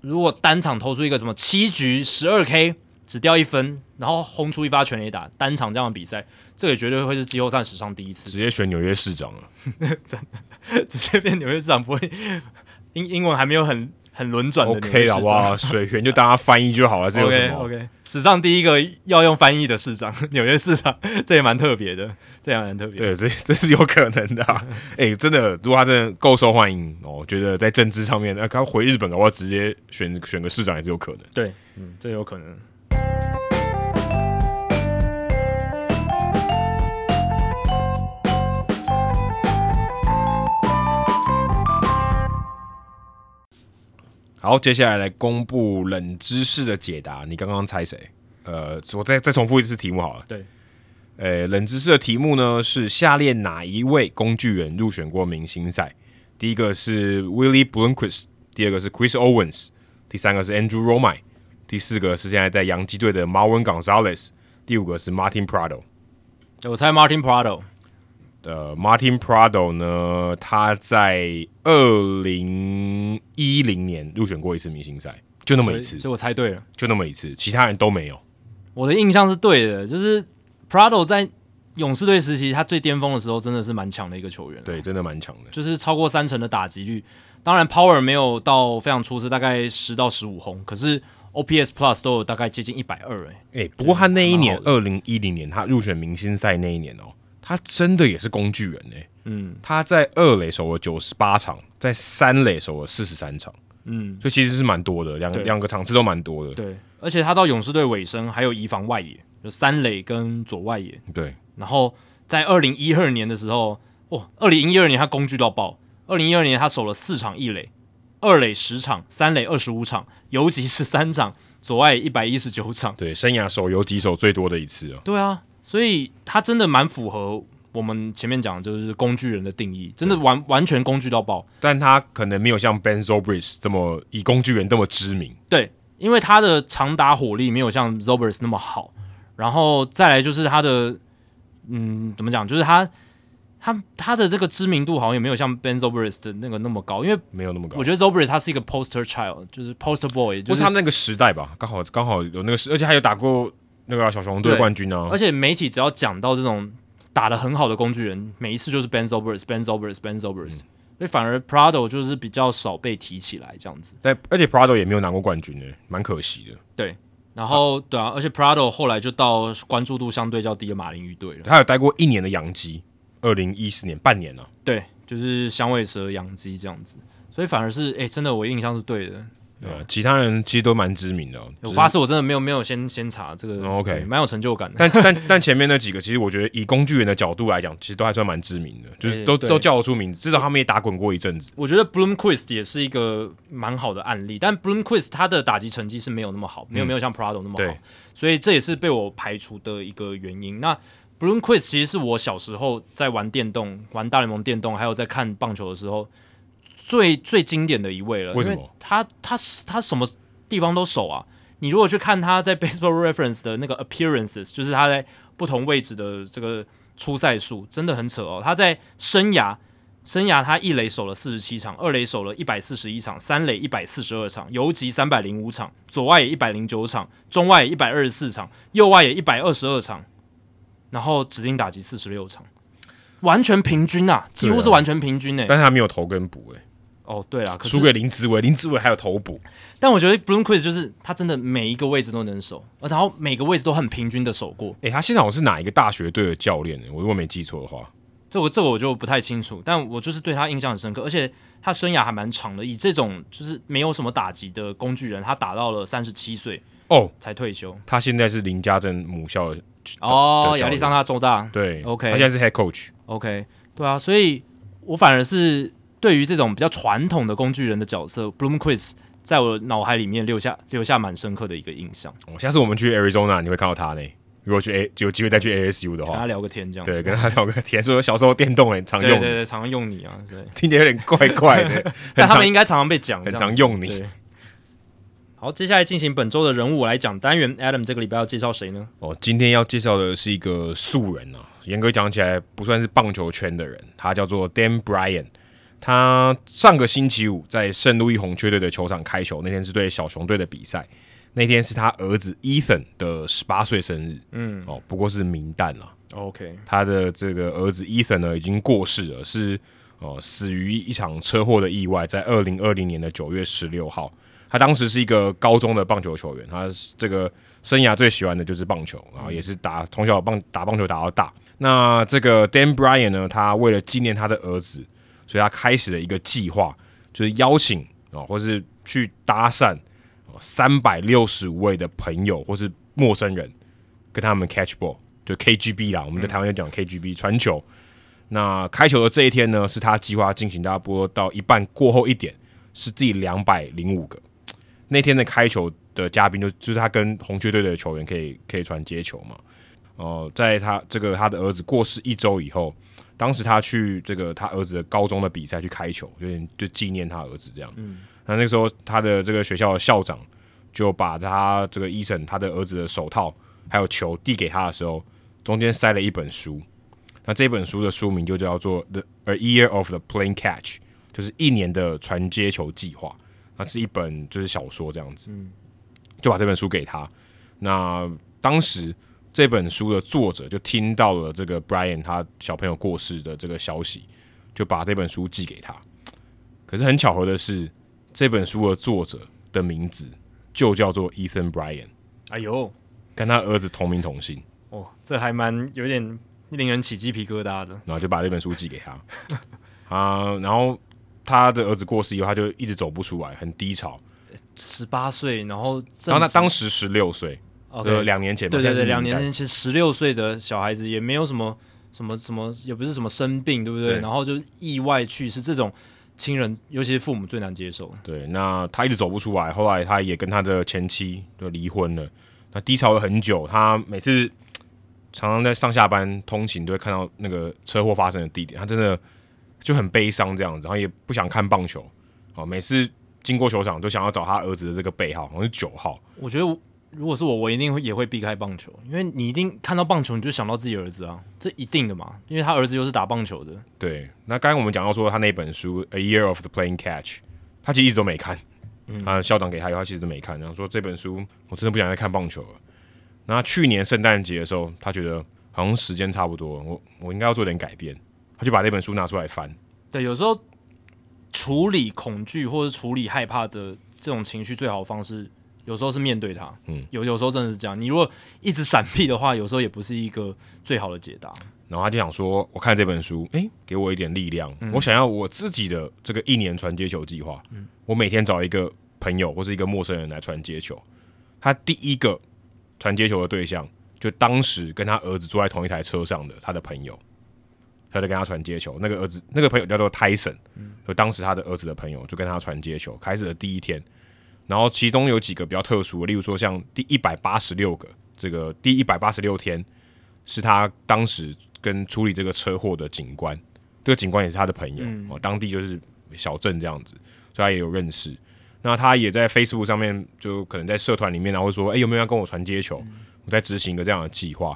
Speaker 2: 如果单场投出一个什么七局十二 K，只掉一分，然后轰出一发全垒打，单场这样的比赛，这也绝对会是季后赛史上第一次，
Speaker 1: 直接选纽约市长了。
Speaker 2: 直接变纽约市场不会英英文还没有很很轮转的
Speaker 1: OK 了，好不好？水源就当他翻译就好了，这有什
Speaker 2: OK
Speaker 1: 么
Speaker 2: OK，史上第一个要用翻译的市长，纽约市长，这也蛮特别的，这也蛮特别的。
Speaker 1: 对，这这是有可能的、 啊。哎、真的，如果他真的够受欢迎，哦我觉得在政治上面，那、呃他回日本，搞不好直接选选个市长也是有可能。
Speaker 2: 对，嗯，这有可能。
Speaker 1: 好，接下来来公布冷知识的解答。你刚刚猜谁？呃，我再再重复一次题目好了。
Speaker 2: 对，
Speaker 1: 呃，冷知识的题目呢是下列哪一位工具人入选过明星赛？第一个是 Willie Bloomquist，第二个是 Chris Owens，第三个是 Andrew Romine，第四个是现在在洋基队的 Marvin Gonzalez，第五个是 Martin Prado。
Speaker 2: 我猜 Martin Prado，
Speaker 1: 呃，Martin Prado 呢，他在二零一零年入选过一次明星赛，就那么一次
Speaker 2: 所以，所以我猜对了。
Speaker 1: 就那么一次，其他人都没有。
Speaker 2: 我的印象是对的，就是 Prado 在勇士队时期，他最巅峰的时候真的是蛮强的一个球员，，
Speaker 1: 对，真的蛮强的。
Speaker 2: 就是超过三成的打击率。当然，Power 没有到非常出色，大概十到十五轰，可是 OPS Plus 都有大概接近一百二，哎，
Speaker 1: 哎、不过他那一年
Speaker 2: 蛮，
Speaker 1: 二零一零年，他入选明星赛那一年哦，他真的也是工具人哎、
Speaker 2: 嗯
Speaker 1: 他在二垒守了九十八场，在三垒守了四十三场，
Speaker 2: 嗯，
Speaker 1: 所以其实是蛮多的，两
Speaker 2: 对
Speaker 1: 两个场次都蛮多的。
Speaker 2: 对，而且他到勇士队尾声还有移防外野，就三垒跟左外野，
Speaker 1: 对，
Speaker 2: 然后在二零一二年的时候，哇、哦，二零一二年他工具到爆，二零一二年他守了四场一垒，二垒十场，三垒二十五场，游击十三场，左外一百一十九场。
Speaker 1: 对，生涯手游几手最多的一次哦。
Speaker 2: 对啊，所以他真的蛮符合我们前面讲的就是工具人的定义，真的完完全工具到爆。
Speaker 1: 但他可能没有像 Ben Zobrist 这么以工具人这么知名。
Speaker 2: 对，因为他的长打火力没有像 Zobers 那么好，然后再来就是他的，嗯，怎么讲？就是他他他的这个知名度好像也没有像 Ben Zobers 的那个那么高，因为
Speaker 1: 没有那么高。
Speaker 2: 我觉得 Zobers 他是一个 poster child，就是 poster boy，
Speaker 1: 不
Speaker 2: 就是是
Speaker 1: 他们那个时代吧，刚好刚好有那个时，而且还有打过那个啊小熊队
Speaker 2: 对
Speaker 1: 冠军啊
Speaker 2: 而。且媒体只要讲到这种打得很好的工具人，每一次就是 Ben Zobers、Ben Zobers、Ben Zobers，、所以反而 Prado 就是比较少被提起来这样子。
Speaker 1: 但而且 Prado 也没有拿过冠军诶、蛮可惜的。
Speaker 2: 对，然后、对啊，而且 Prado 后来就到关注度相对较低的马林鱼队了。
Speaker 1: 他有待过一年的洋基，二零一四年半年啊。
Speaker 2: 对，就是响尾蛇、养鸡这样子，所以反而是哎、诶真的我印象是对的。
Speaker 1: 对啊，其他人其实都蛮知名的、哦。
Speaker 2: 我发誓我真的没嗯有没有先先查这个、
Speaker 1: 哦，OK
Speaker 2: 对蛮有成就感的。
Speaker 1: 但但 但前面那几个，其实我觉得以工具人的角度来讲，其实都还算蛮知名的，就是
Speaker 2: 哎
Speaker 1: 都、
Speaker 2: 对
Speaker 1: 都叫得出名字，至少他们也打滚过一阵子。
Speaker 2: 我觉得 Bloomquist 也是一个蛮好的案例，但 Bloomquist 他的打击成绩是没有那么好，没有没有像 Prado 那么好
Speaker 1: 嗯对，
Speaker 2: 所以这也是被我排除的一个原因。那 Bloomquist 其实是我小时候在玩电动、玩大联盟电动，还有在看棒球的时候最最经典的一位了。
Speaker 1: 为什么
Speaker 2: 因他他他什么地方都守啊！你如果去看他在 Baseball Reference 的那个 appearances，就是他在不同位置的这个出赛数，真的很扯哦。他在生涯生涯他一垒守了四十七场，二垒守了一百四十一场，三垒一百四十二场，游击三百零五场，左外野一百零九场，中外野一百二十四场，右外野一百二十二场，然后指定打击四十六场，完全平均啊，几乎是完全平均诶、欸
Speaker 1: 但是他没有投跟补、欸，
Speaker 2: 哦，对了，可是
Speaker 1: 输给林志伟，林志伟还有投补，
Speaker 2: 但我觉得 Bloomquist 就是他真的每一个位置都能守，呃然后每个位置都很平均的守过。
Speaker 1: 欸诶、他现在好像是哪一个大学队的教练、欸？我如果没记错的话，
Speaker 2: 这我这个我就不太清楚，但我就是对他印象很深刻，而且他生涯还蛮长的，以这种就是没有什么打击的工具人，他打到了三十七岁
Speaker 1: 哦，
Speaker 2: 才退休。
Speaker 1: 他现在是林家镇母校的，
Speaker 2: 哦
Speaker 1: 对，
Speaker 2: 亚利桑那州大，
Speaker 1: 对
Speaker 2: OK
Speaker 1: 他现在是 head coach，
Speaker 2: OK，对啊，所以我反而是对于这种比较传统的工具人的角色，Bloomquist 在我脑海里面留下留下蛮深刻的一个印象，
Speaker 1: 哦，下次我们去 Arizona 你会看到他呢。如果去 A 有机会再去 ASU 的
Speaker 2: 跟
Speaker 1: 话
Speaker 2: 他，聊个天这样子。
Speaker 1: 对，跟他聊个 天，说小时候电动很常
Speaker 2: 对对
Speaker 1: 用
Speaker 2: 对
Speaker 1: 你，
Speaker 2: 常常用你啊，对。
Speaker 1: 听起来有点怪怪 的，很
Speaker 2: 但他们
Speaker 1: 常
Speaker 2: 应该常常被讲，
Speaker 1: 很
Speaker 2: 这样
Speaker 1: 常
Speaker 2: 子
Speaker 1: 用你。
Speaker 2: 对。好，接下来进行本周的人物来讲单元。Adam 这个礼拜要介绍谁呢？
Speaker 1: 哦，今天要介绍的是一个素人啊，严格讲起来不算是棒球圈的人，他叫做 Dan Bryan。他上个星期五在圣路易红雀队的球场开球，那天是对小熊队的比赛，那天是他儿子 Ethan 的十八岁生日，嗯，哦，不过是明旦了。
Speaker 2: OK，
Speaker 1: 他的这个儿子 Ethan 呢已经过世了，是呃死于一场车祸的意外，在二零二零年的九月十六号。他当时是一个高中的棒球球员，他是这个生涯最喜欢的就是棒球，然后也是打从小棒打棒球打到大。那这个 Dan Bryan 呢，他为了纪念他的儿子，所以他开始了一个计划，就是邀请啊、哦或是去搭讪哦三百六十五位的朋友或是陌生人，跟他们 catch ball，就 KGB 啦，我们在台湾就讲 KGB 传球。那开球的这一天呢，是他计划进行大波到一半过后一点，是第两百零五个。那天的开球的嘉宾就就是他跟红雀队的球员可以可以传接球嘛。哦、在他这个他的儿子过世一周以后，当时他去这个他儿子的高中的比赛去开球，有点就纪念他儿子这样。那那个时候他的这个学校的校长就把他这个医生他的儿子的手套还有球递给他的时候，中间塞了一本书。那这本书的书名就叫做《The A Year of the Plane Catch》，就是一年的传接球计划。那是一本就是小说这样子，就把这本书给他。那当时这本书的作者就听到了这个 Brian 他小朋友过世的这个消息，就把这本书寄给他。可是很巧合的是，这本书的作者的名字就叫做 Ethan Bryan，
Speaker 2: 哎呦，
Speaker 1: 跟他儿子同名同姓，
Speaker 2: 哦，这还蛮有点令人起鸡皮疙瘩的。
Speaker 1: 然后就把这本书寄给他。 啊，然后他的儿子过世以后，他就一直走不出来，很低潮。
Speaker 2: 十八岁，然后
Speaker 1: 然后他当
Speaker 2: 时
Speaker 1: 时十六岁，呃，
Speaker 2: OK，
Speaker 1: 两年前吧，
Speaker 2: 对对
Speaker 1: 现在
Speaker 2: 对，
Speaker 1: 是
Speaker 2: 两
Speaker 1: 明
Speaker 2: 年
Speaker 1: 代
Speaker 2: 前，其实十六岁的小孩子也没有什么什么什么，也不是什么生病，对不对？
Speaker 1: 对
Speaker 2: 然后就意外去世这种。亲人，尤其是父母最难接受。
Speaker 1: 对，那他一直走不出来，后来他也跟他的前妻就离婚了。那低潮了很久，他每次常常在上下班通勤都会看到那个车祸发生的地点，他真的就很悲伤这样子，然后也不想看棒球，哦，每次经过球场都想要找他儿子的这个背号，好像是九号，
Speaker 2: 我觉得我如果是我，我一定会也会避开棒球，因为你一定看到棒球你就想到自己儿子啊，这一定的嘛，因为他儿子又是打棒球的。
Speaker 1: 对，那刚刚我们讲到说他那本书《A Year of the Playing Catch》，他其实一直都没看，他校长给他以后，他其实都没看，然后说这本书我真的不想再看棒球了。那去年圣诞节的时候，他觉得好像时间差不多，我我应该要做点改变，他就把那本书拿出来翻。
Speaker 2: 对，有时候处理恐惧或者处理害怕的这种情绪，最好的方式有时候是面对它。
Speaker 1: 嗯，
Speaker 2: 有有时候真的是这样。你如果一直闪避的话，有时候也不是一个最好的解答。
Speaker 1: 然后他就想说，我看这本书，诶，给我一点力量。我想要我自己的这个一年传接球计划。我每天找一个朋友或是一个陌生人来传接球。他第一个传接球的对象，就当时跟他儿子坐在同一台车上的他的朋友，他就跟他传接球。那个儿子，那个朋友叫做 Tyson，就当时他的儿子的朋友就跟他传接球。开始的第一天，然后其中有几个比较特殊的，例如说像第一百八十六个，这个第一百八十六天。是他当时跟处理这个车祸的警官，这个警官也是他的朋友、哦，当地就是小镇这样子，所以他也有认识。那他也在 Facebook 上面，就可能在社团里面，然后说，哎、有没有人要跟我传接球？我在执行一个这样的计划，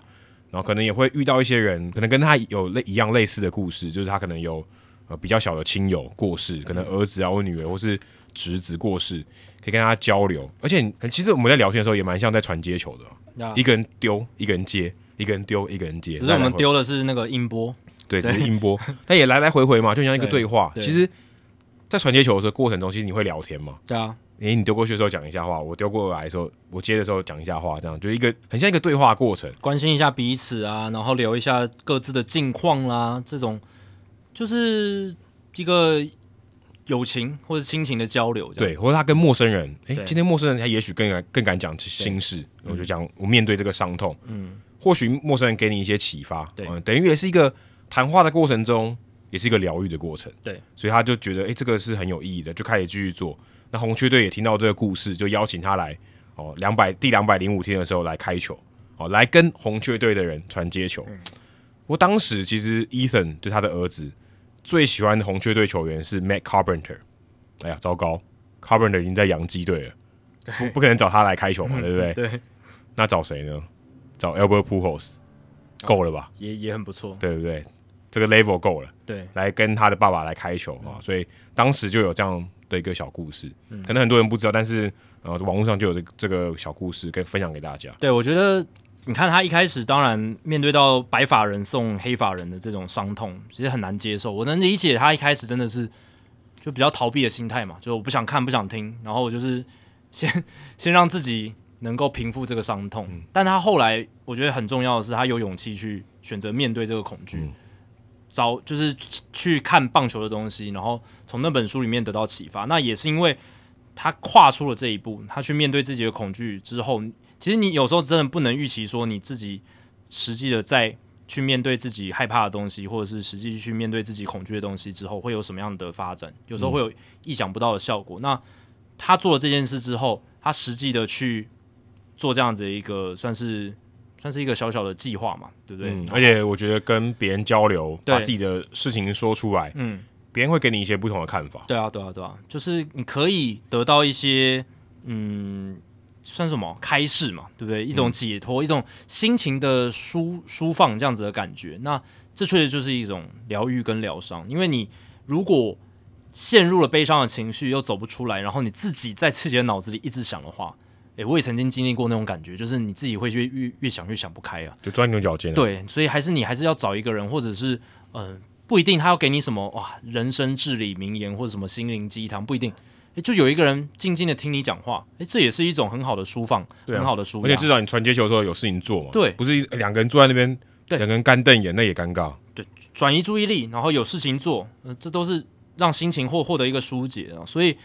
Speaker 1: 然后可能也会遇到一些人，可能跟他有类一样类似的故事，就是他可能有呃比较小的亲友过世，可能儿子啊或女儿或是侄子过世，可以跟他交流。而且你其实我们在聊天的时候也蛮像在传接球的、哦
Speaker 2: 那
Speaker 1: 一个人丢，一个人接，一个人丢，一个人接。
Speaker 2: 只是我
Speaker 1: 来
Speaker 2: 们
Speaker 1: 来回，
Speaker 2: 丢的是那个音波，
Speaker 1: 对，只是音波，但也来来回回嘛，就像一个
Speaker 2: 对
Speaker 1: 对话。
Speaker 2: 对
Speaker 1: 其实，在传接球的时候过程中，其实你会聊天嘛。
Speaker 2: 对啊，
Speaker 1: 诶，你丢过去的时候讲一下话，我丢过来的时候，我接的时候讲一下话，这样就一个很像一个对话过程。
Speaker 2: 关心一下彼此啊，然后聊一下各自的近况啦，这种就是一个友情或者亲情的交流。这样
Speaker 1: 对，，或者他跟陌生人，诶，
Speaker 2: 对
Speaker 1: 今天陌生人他也许更敢更敢讲心事，我就讲我面对这个伤痛，
Speaker 2: 嗯，
Speaker 1: 或许陌生人给你一些启发，
Speaker 2: 对
Speaker 1: 嗯，等于也是一个谈话的过程中，也是一个疗愈的过程，
Speaker 2: 对，
Speaker 1: 所以他就觉得，诶，这个是很有意义的，就开始继续做。那红雀队也听到这个故事，就邀请他来，哦，两百第两百零五天的时候来开球，哦，来跟红雀队的人传接球。我当时其实 Ethan 就他的儿子最喜欢的红雀队球员是 Matt Carpenter，哎呀，糟糕，Carpenter 已经在洋基队了，不不可能找他来开球嘛，对不对？
Speaker 2: 对，
Speaker 1: 那找谁呢？找 Albert Pujols，够了吧？
Speaker 2: 也也很不错。
Speaker 1: 对不对？这个 level 够了，
Speaker 2: 对，
Speaker 1: 来跟他的爸爸来开球
Speaker 2: 嗯
Speaker 1: 啊、所以当时就有这样的一个小故事，可能很多人不知道，但是呃，网络上就有这这个小故事跟分享给大家。
Speaker 2: 对，我觉得你看他一开始，当然面对到白发人送黑发人的这种伤痛，其实很难接受。我能理解他一开始真的是就比较逃避的心态嘛，就我不想看，不想听，然后我就是先 先让自己能够平复这个伤痛。但他后来，我觉得很重要的是，他有勇气去选择面对这个恐惧。
Speaker 1: 嗯
Speaker 2: 找就是去去看棒球的东西，然后从那本书里面得到启发。那也是因为他跨出了这一步，他去面对自己的恐惧之后，其实你有时候真的不能预期说你自己实际的在去面对自己害怕的东西，或者是实际去面对自己恐惧的东西之后，会有什么样的发展？有时候会有意想不到的效果。那他做了这件事之后，他实际的去做这样子的一个算是算是一个小小的计划嘛，对不对？
Speaker 1: 嗯，而且我觉得跟别人交流，
Speaker 2: 对
Speaker 1: 把自己的事情说出来，
Speaker 2: 嗯，
Speaker 1: 别人会给你一些不同的看法。
Speaker 2: 对啊，对啊，对啊，就是你可以得到一些嗯，算什么开示嘛，对不对？一种解脱，一种心情的舒舒放这样子的感觉。那这确实就是一种疗愈跟疗伤，因为你如果陷入了悲伤的情绪又走不出来，然后你自己在自己的脑子里一直想的话。诶，我也曾经经历过那种感觉，就是你自己会越越越想越想不开啊。
Speaker 1: 就钻牛角尖、啊，，
Speaker 2: 对，所以还是你还是要找一个人，或者是嗯、呃不一定他要给你什么哇人生至理名言或者什么心灵鸡汤，不一定。诶就有一个人静静的听你讲话，诶，这也是一种很好的舒放，
Speaker 1: 对啊
Speaker 2: 很好的舒
Speaker 1: 而
Speaker 2: 压
Speaker 1: 且。至少你传接球的时候有事情做嘛，
Speaker 2: 对
Speaker 1: 不是一两个人坐在那边，
Speaker 2: 对
Speaker 1: 两个人干瞪眼，那也尴尬。
Speaker 2: 转移注意力，然后有事情做，呃、这都是让心情或获得一个疏解啊。所以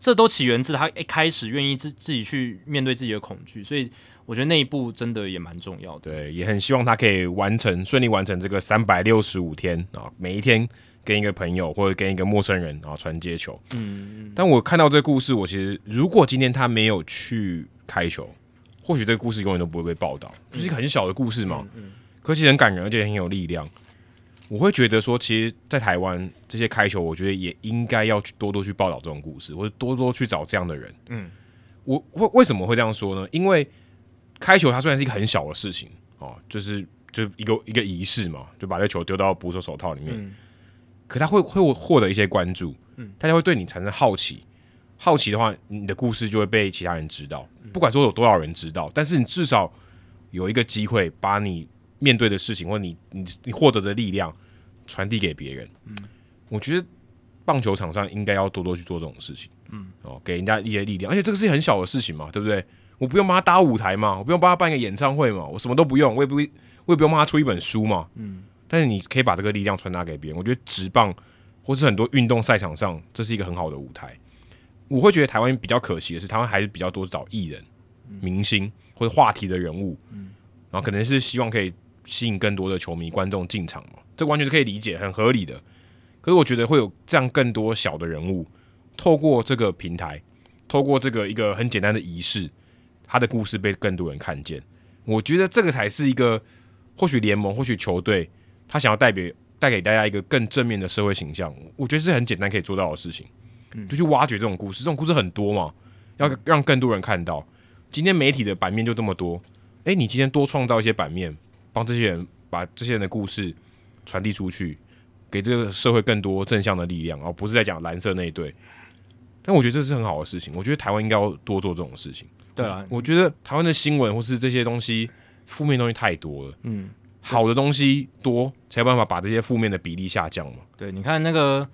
Speaker 2: 这都起源自他一开始愿意自自己去面对自己的恐惧，所以我觉得那一步真的也蛮重要的。
Speaker 1: 对，也很希望他可以完成顺利完成这个三百六十五天啊，每一天跟一个朋友或者跟一个陌生人然后传接球。嗯，但我看到这个故事，我其实如果今天他没有去开球，或许这个故事永远都不会被报道，就是一个很小的故事嘛。可其实很感人，而且很有力量。我会觉得说，其实，在台湾这些开球，我觉得也应该要去多多去报道这种故事，或者多多去找这样的人。嗯，我为为什么会这样说呢？因为开球它虽然是一个很小的事情哦，就是就一个一个仪式嘛，就把这球丢到捕手手套里面，可它会会获得一些关注，大家会对你产生好奇。好奇的话，你的故事就会被其他人知道，不管说有多少人知道，但是你至少有一个机会把你面对的事情或你你你获得的力量传递给别人。嗯，我觉得棒球场上应该要多多去做这种事情。嗯，哦，给人家一些力量，而且这个是很小的事情嘛，对不对？我不用帮他搭舞台嘛，我不用帮他办个演唱会嘛，我什么都不用，我也不我也不用帮他出一本书嘛。嗯，但是你可以把这个力量传达给别人，我觉得直棒或是很多运动赛场上，这是一个很好的舞台。我会觉得台湾比较可惜的是，台湾还是比较多找艺人、明星或者话题的人物，然后可能是希望可以吸引更多的球迷观众进场嘛，这完全是可以理解，很合理的。可是我觉得会有这样更多小的人物，透过这个平台，透过这个一个很简单的仪式，他的故事被更多人看见。我觉得这个才是一个或许联盟，或许球队，他想要代表带给大家一个更正面的社会形象，我觉得是很简单可以做到的事情。就去挖掘这种故事，这种故事很多嘛，要让更多人看到。今天媒体的版面就这么多，诶，你今天多创造一些版面，帮这些人把这些人的故事传递出去，给这个社会更多正向的力量，而、哦不是在讲蓝色那一队。但我觉得这是很好的事情，我觉得台湾应该要多做这种事情。
Speaker 2: 对啊，
Speaker 1: 我觉得台湾的新闻或是这些东西，负面东西太多了，
Speaker 2: 嗯，
Speaker 1: 好的东西多，才有办法把这些负面的比例下降嘛。
Speaker 2: 对，你看那个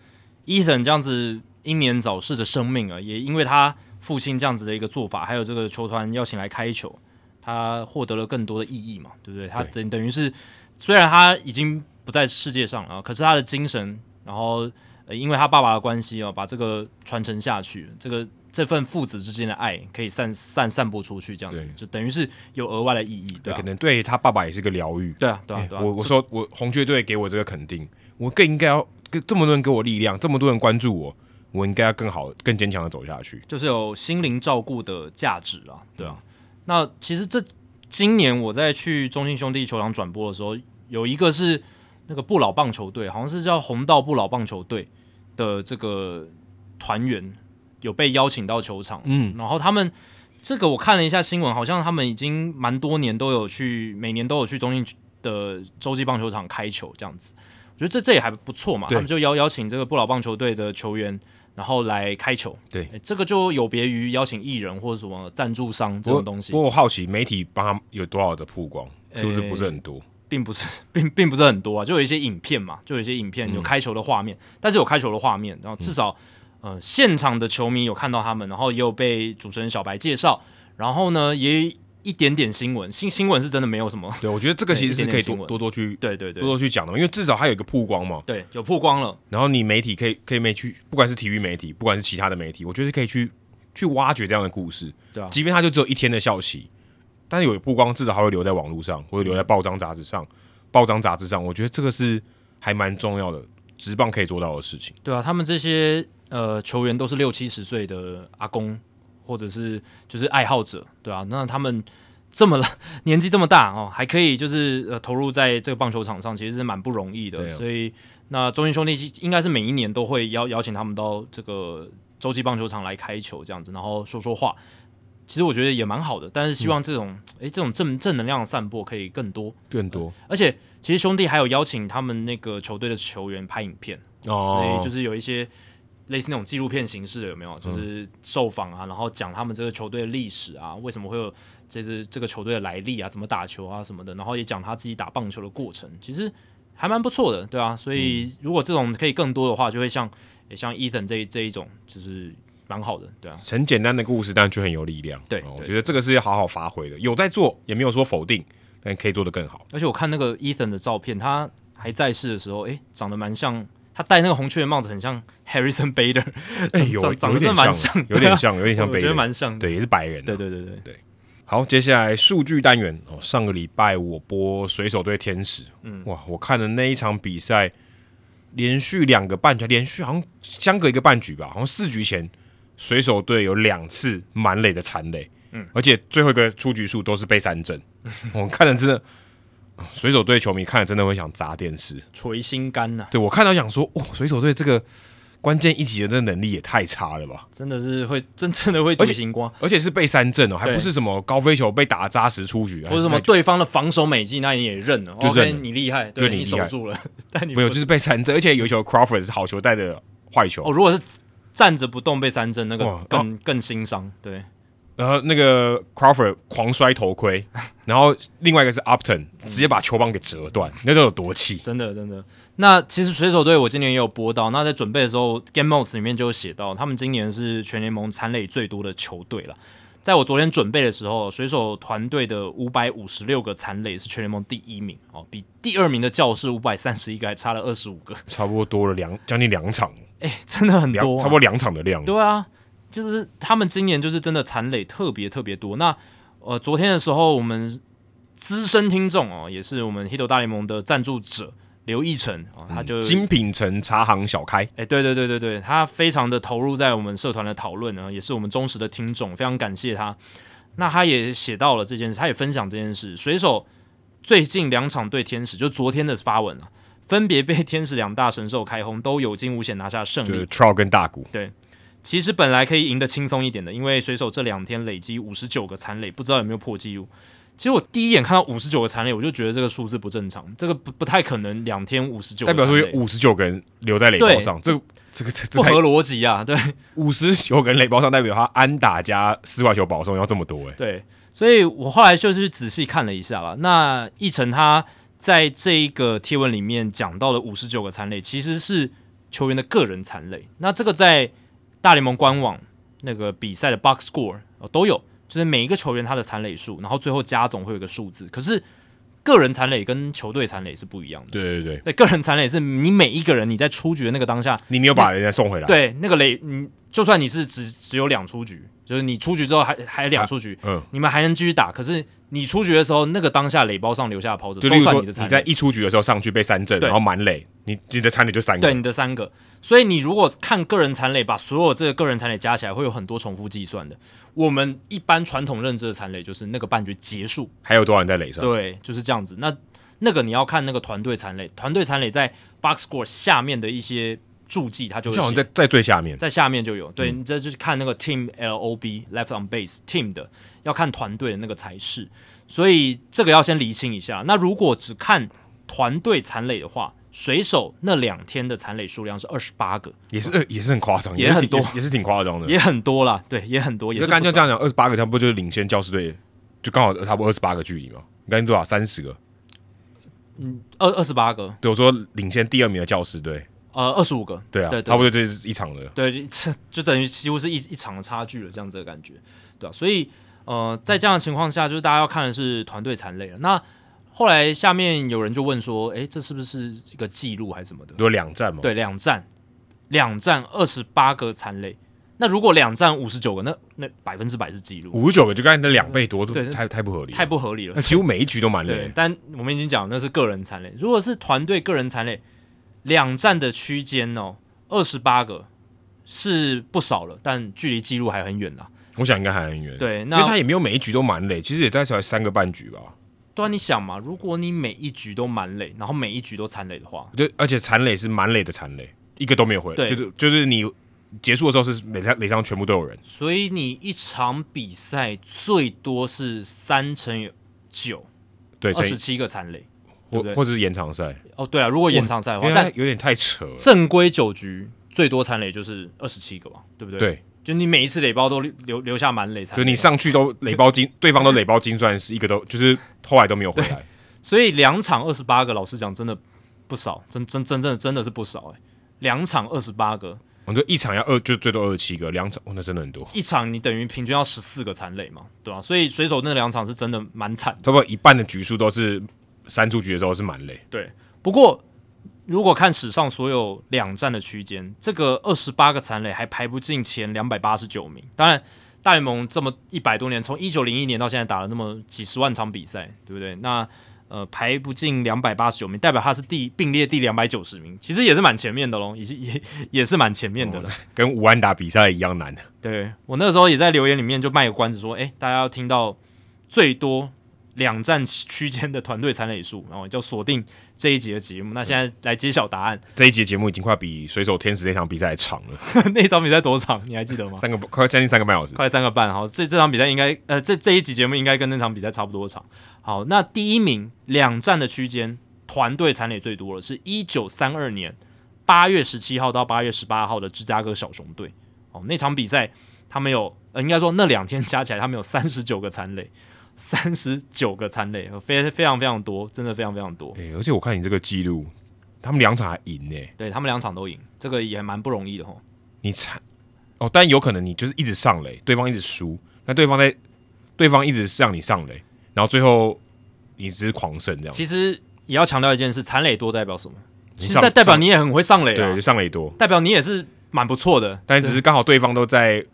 Speaker 2: Ethan 这样子英年早逝的生命啊，也因为他父亲这样子的一个做法，还有这个球团邀请来开球，他获得了更多的意义嘛，对不对？他
Speaker 1: 对
Speaker 2: 等等于是虽然他已经不在世界上了啊，可是他的精神，然后、呃、因为他爸爸的关系哦，把这个传承下去，这个。这份父子之间的爱可以散散散播出去，这样子
Speaker 1: 对
Speaker 2: 就等于是有额外的意义，对
Speaker 1: 可
Speaker 2: 啊，
Speaker 1: 能对他爸爸也是个疗愈。哎
Speaker 2: 对啊，对啊，对啊。
Speaker 1: 我我说我红雀队给我这个肯定，我更应该要跟这么多人给我力量，这么多人关注我，我应该要更好、更坚强的走下去。
Speaker 2: 就是有心灵照顾的价值啊，对啊。那其实这今年我在去中信兄弟球场转播的时候，有一个是那个不老棒球队，好像是叫红道不老棒球队的这个团员有被邀请到球场，
Speaker 1: 嗯，
Speaker 2: 然后他们这个我看了一下新闻，好像他们已经蛮多年都有去，每年都有去中信的洲际棒球场开球这样子。我觉得这这也还不错嘛，他
Speaker 1: 对
Speaker 2: 们就邀邀请这个不老棒球队的球员，然后来开球。
Speaker 1: 对
Speaker 2: 诶，这个就有别于邀请艺人或者什么赞助商这
Speaker 1: 不过
Speaker 2: 种东西
Speaker 1: 不，过我好奇，媒体帮他有多少的曝光，是不是
Speaker 2: 哎
Speaker 1: 不是很多？
Speaker 2: 并不是 并并不是很多啊，就有一些影片嘛，就有一些影片有开球的画面，但是有开球的画面，然后至少、呃现场的球迷有看到他们，然后也有被主持人小白介绍，然后呢也一点点新闻，新新闻是真的没有什么，
Speaker 1: 对，我觉得这个其实是可
Speaker 2: 哎对一点
Speaker 1: 以
Speaker 2: 点新
Speaker 1: 多
Speaker 2: 闻
Speaker 1: 多多去
Speaker 2: 对对
Speaker 1: 多
Speaker 2: 对
Speaker 1: 多去讲的，因为至少它有一个曝光嘛。
Speaker 2: 对，有曝光了，
Speaker 1: 然后你媒体可以可以没去，不管是体育媒体，不管是其他的媒体，我觉得可以去去挖掘这样的故事。
Speaker 2: 对啊
Speaker 1: 即便它就只有一天的消息，但是有曝光，至少还会留在网络上，或者留在报章杂志上。报章杂志上，我觉得这个是还蛮重要的，职棒可以做到的事情。
Speaker 2: 对啊，他们这些呃球员都是六七十岁的阿公，或者是就是爱好者，对啊，那他们这么了 年纪这么大哦，还可以就是呃投入在这个棒球场上，其实是蛮不容易的。
Speaker 1: 对啊
Speaker 2: 所以那中信兄弟应该是每一年都会邀邀请他们到这个洲际棒球场来开球这样子，然后说说话。其实我觉得也蛮好的，但是希望这种诶、这种正正能量的散播可以更多，
Speaker 1: 更多
Speaker 2: 而且其实兄弟还有邀请他们那个球队的球员拍影片。所
Speaker 1: 哦嗯
Speaker 2: 以就是有一些类似那种纪录片形式的，有没有？就是受访啊，然后讲他们这个球队的历史啊，为什么会有这支这个球队的来历啊，怎么打球啊什么的，然后也讲他自己打棒球的过程，其实还蛮不错的，对啊。所
Speaker 1: 嗯
Speaker 2: 以如果这种可以更多的话，就会像也像 Ethan 这一这一种，就是蛮好的，对啊。
Speaker 1: 很简单的故事，但却很有力量。
Speaker 2: 对
Speaker 1: 哦我
Speaker 2: 对
Speaker 1: 觉得这个是要好好发挥的，有在做，也没有说否定，但可以做得更好。
Speaker 2: 而且我看那个 Ethan 的照片，他还在世的时候，诶，长得蛮像。他戴那个红雀的帽子很像 Harrison Bader，
Speaker 1: 哎，
Speaker 2: 长
Speaker 1: 有
Speaker 2: 长长
Speaker 1: 有
Speaker 2: 得真的
Speaker 1: 点
Speaker 2: 蛮
Speaker 1: 像，
Speaker 2: 的
Speaker 1: 有 点像，有点像
Speaker 2: 我
Speaker 1: 北
Speaker 2: 觉得
Speaker 1: 人，
Speaker 2: 蛮像的。
Speaker 1: 对，也是白人啊。
Speaker 2: 对对对对，
Speaker 1: 好，接下来数据单元哦。上个礼拜我播水手对天使，嗯，哇，我看的那一场比赛，连续两个半局，连续好像相隔一个半局吧，好像四局前水手队有两次满垒的残垒，嗯，而且最后一个出局数都是被三振，我看了真的，哦水手队球迷看了真的会想砸电视。
Speaker 2: 捶心肝啊呐、
Speaker 1: 对我看到想说，哇、水手队这个关键一级的这能力也太差了吧，
Speaker 2: 真的是会 真正的会毒心瓜，
Speaker 1: 而且哎是被三振哦，还
Speaker 2: 对
Speaker 1: 不是什么高飞球被打扎实出局，
Speaker 2: 或者什么
Speaker 1: 还
Speaker 2: 对方的防守美技，那你也认了
Speaker 1: 就认
Speaker 2: ，OK，
Speaker 1: 了
Speaker 2: 你厉害，
Speaker 1: 哎对
Speaker 2: 对
Speaker 1: 你
Speaker 2: 你
Speaker 1: 厉害
Speaker 2: 守住了， 但你
Speaker 1: 没有，
Speaker 2: 不
Speaker 1: 就是被三振，而且有一球 Crawford 是好球带的坏球，
Speaker 2: 哦，如果是站着不动被三振，那
Speaker 1: 哇啊
Speaker 2: 个更更心伤，对，
Speaker 1: 然后那个 Crawford 狂摔头盔，然后另外一个是 Upton 直接把球棒给折断，那都有多气？
Speaker 2: 真的真的。那其实水手队我今年也有播到，那在准备的时候，Game Notes 里面就有写到，他们今年是全联盟残垒最多的球队了。在我昨天准备的时候，水手团队的五百五十六个残垒是全联盟第一名哦，比第二名的教士五百三十一个还差了二十五个，
Speaker 1: 差不多多了两将近两场，
Speaker 2: 哎、真的很
Speaker 1: 两、
Speaker 2: 多、啊，
Speaker 1: 差不多两场的量。
Speaker 2: 对啊，就是他们今年就是真的残垒特别特别多。那呃，昨天的时候，我们资深听众哦，也是我们《h i t 大联盟》的赞助者刘奕晨哦，他就
Speaker 1: 精品城茶行小开，
Speaker 2: 哎、对对对对对，他非常的投入在我们社团的讨论呢，也是我们忠实的听众，非常感谢他。那他也写到了这件事，他也分享这件事。水手最近两场对天使，就昨天的发文啊，分别被天使两大神兽开轰，都有惊无险拿下胜
Speaker 1: 就
Speaker 2: 利
Speaker 1: 是。Trout 跟大谷，
Speaker 2: 其实本来可以赢得轻松一点的，因为水手这两天累积五十九个残垒，不知道有没有破纪录。其实我第一眼看到五十九个残垒，我就觉得这个数字不正常，这个不不太可能两天五十九，
Speaker 1: 代表说有五十九个人留在垒包
Speaker 2: 对
Speaker 1: 上，这个这个这这
Speaker 2: 不合逻辑啊，对
Speaker 1: 五十九个人垒包上，代表他安打加四外球保送要这么多哎、
Speaker 2: 对，所以我后来就是仔细看了一下了。那奕晨他在这一个贴文里面讲到的五十九个残垒，其实是球员的个人残垒。那这个在大联盟官网那个比赛的 box score 哦都有，就是每一个球员他的残垒数，然后最后加总会有一个数字。可是个人残垒跟球队残垒是不一样的。
Speaker 1: 对对对，
Speaker 2: 对，个人残垒是你每一个人你在出局的那个当下，
Speaker 1: 你没有把人家送回来，，
Speaker 2: 对那个垒，你就算你是只只有两出局，就是你出局之后还还两出局，
Speaker 1: 嗯，
Speaker 2: 你们还能继续打。可是你出局的时候，那个当下垒包上留下的抛者
Speaker 1: 就
Speaker 2: 都
Speaker 1: 例如
Speaker 2: 算
Speaker 1: 说
Speaker 2: 你的
Speaker 1: 你
Speaker 2: 残
Speaker 1: 在
Speaker 2: 垒，
Speaker 1: 一出局的时候上去被三振，
Speaker 2: 对
Speaker 1: 然后满垒，你你的残垒就三个，
Speaker 2: 对你的三个。所以你如果看个人残垒，把所有这个个人残垒加起来，会有很多重复计算的。我们一般传统认知的残垒就是那个半局结束，
Speaker 1: 还有多少人在垒上？
Speaker 2: 对，就是这样子。那那个你要看那个团队残垒，团队残垒在 box score 下面的一些注记，它就
Speaker 1: 就
Speaker 2: 会
Speaker 1: 好像
Speaker 2: 写
Speaker 1: 在在最下面。
Speaker 2: 在下面就有。
Speaker 1: 嗯
Speaker 2: 对，你这就是看那个 team LOB left on base team 的，要看团队的那个才是。所以这个要先厘清一下。那如果只看团队残垒的话，水手那两天的残垒数量是二十八个，
Speaker 1: 也是呃也是很夸张，
Speaker 2: 也
Speaker 1: 是
Speaker 2: 很
Speaker 1: 挺
Speaker 2: 多
Speaker 1: 也是也是挺夸张的。
Speaker 2: 也很多啦，对，也很多，也
Speaker 1: 就是刚才就
Speaker 2: 不
Speaker 1: 这
Speaker 2: 少
Speaker 1: 样讲，二十八个差不多就是领先教师队，就刚好差不多二十八个距离嘛。你刚才多少？三十个。
Speaker 2: 二二十八个，
Speaker 1: 对，我说领先第二名的教师队，
Speaker 2: 呃，二十五个，
Speaker 1: 对啊，
Speaker 2: 对对
Speaker 1: 差不多就是一场的。
Speaker 2: 对，这就等于几乎是一一场的差距了，这样子的感觉，对啊，所以呃，在这样的情况下，就是大家要看的是团队残累了。那后来下面有人就问说，诶，这是不是一个记录还是什么的？
Speaker 1: 有两战嘛，
Speaker 2: 对，两战，两战二十八个残累。那如果两战五十九个，那那百分之百是记录，
Speaker 1: 五十九个就刚才那两倍多，都
Speaker 2: 对
Speaker 1: 太太不合理了，
Speaker 2: 太不合理了
Speaker 1: 那。几乎每一局都满
Speaker 2: 对
Speaker 1: 垒，，
Speaker 2: 但我们已经讲那是个人残累，如果是团队个人残累，两战的区间哦，二十八个是不少了，但距离记录还很远啊啦。
Speaker 1: 我想应该还很远。，
Speaker 2: 对，
Speaker 1: 因为他
Speaker 2: 那
Speaker 1: 也没有每一局都满垒，其实也大概才三个半局吧。
Speaker 2: 对啊，你想嘛，如果你每一局都满垒，然后每一局都残垒的话，
Speaker 1: 就而且残垒是满垒的残垒，一个都没有回来，
Speaker 2: 对
Speaker 1: 就是就是你结束的时候是垒上垒上全部都有人，
Speaker 2: 所以你一场比赛最多是三乘以九，
Speaker 1: 对，
Speaker 2: 二
Speaker 1: 所以
Speaker 2: 十七个残垒。
Speaker 1: 或
Speaker 2: 对不对
Speaker 1: 或者是延长赛。
Speaker 2: 哦，对啊，如果延长赛的
Speaker 1: 因
Speaker 2: 话
Speaker 1: 为，它
Speaker 2: 但
Speaker 1: 有点太扯了。
Speaker 2: 正规九局最多残垒就是二十七个吧，对不对？，
Speaker 1: 对，
Speaker 2: 就你每一次垒包都留留下满垒残垒，
Speaker 1: 就你上去都垒包金，对方都垒包金钻是一个都，就是后来都没有回来。
Speaker 2: 所以两场二十八个，老实讲，真的不少，真真真真的真的是不少哎、两场二十八个，
Speaker 1: 我就一场要二，就最多二十七个，两场、哦、那真的很多，
Speaker 2: 一场你等于平均要十四个残垒嘛，对吧、所以水手那两场是真的蛮惨的。
Speaker 1: 差不多一半的局数都是三出局的时候是满垒，
Speaker 2: 对，不过如果看史上所有两战的区间，这个二十八个残垒还排不进前两百八十九名。当然，大联盟这么一百多年，从一九零一年到现在打了那么几十万场比赛，对不对？那呃排不进两百八十九名，代表他是第并列第两百九十名，其实也是蛮前面的喽，也是也也是蛮前面的了。
Speaker 1: 跟吴安达比赛一样难。
Speaker 2: 对我那个时候也在留言里面就卖个关子说，哎，大家要听到最多两战区间的团队残垒数，然后就锁定这一集的节目。那现在来揭晓答案，
Speaker 1: 这一节节目已经快比水手天使那场比赛还长了，
Speaker 2: 那场比赛多长？你还记得吗？
Speaker 1: 三个快将近三个半小时。
Speaker 2: 快三个半，好，这这场比赛应该，呃，这这一集节目应该跟那场比赛差不多长。好，那第一名两战的区间，团队残垒最多的是一九三二年八月十七号到八月十八号的芝加哥小熊队。哦，那场比赛他们有，呃，应该说那两天加起来他们有三十九个残垒，三十九个残垒，呃非非常非常多，真的非常非常多。
Speaker 1: 哎、而且我看你这个记录，他们两场还赢呢、
Speaker 2: 对他们两场都赢，这个也蛮不容易的哦。
Speaker 1: 你惨哦，但有可能你就是一直上垒，对方一直输，那对方在对方一直让你上垒，然后最后你只是狂胜这样。
Speaker 2: 其实也要强调一件事，残垒多代表什么？
Speaker 1: 你
Speaker 2: 其实
Speaker 1: 上
Speaker 2: 代代表
Speaker 1: 上
Speaker 2: 你也很会上垒、啊，
Speaker 1: 对，就上垒多，
Speaker 2: 代表你也是蛮不错的，
Speaker 1: 但只是刚好对方都在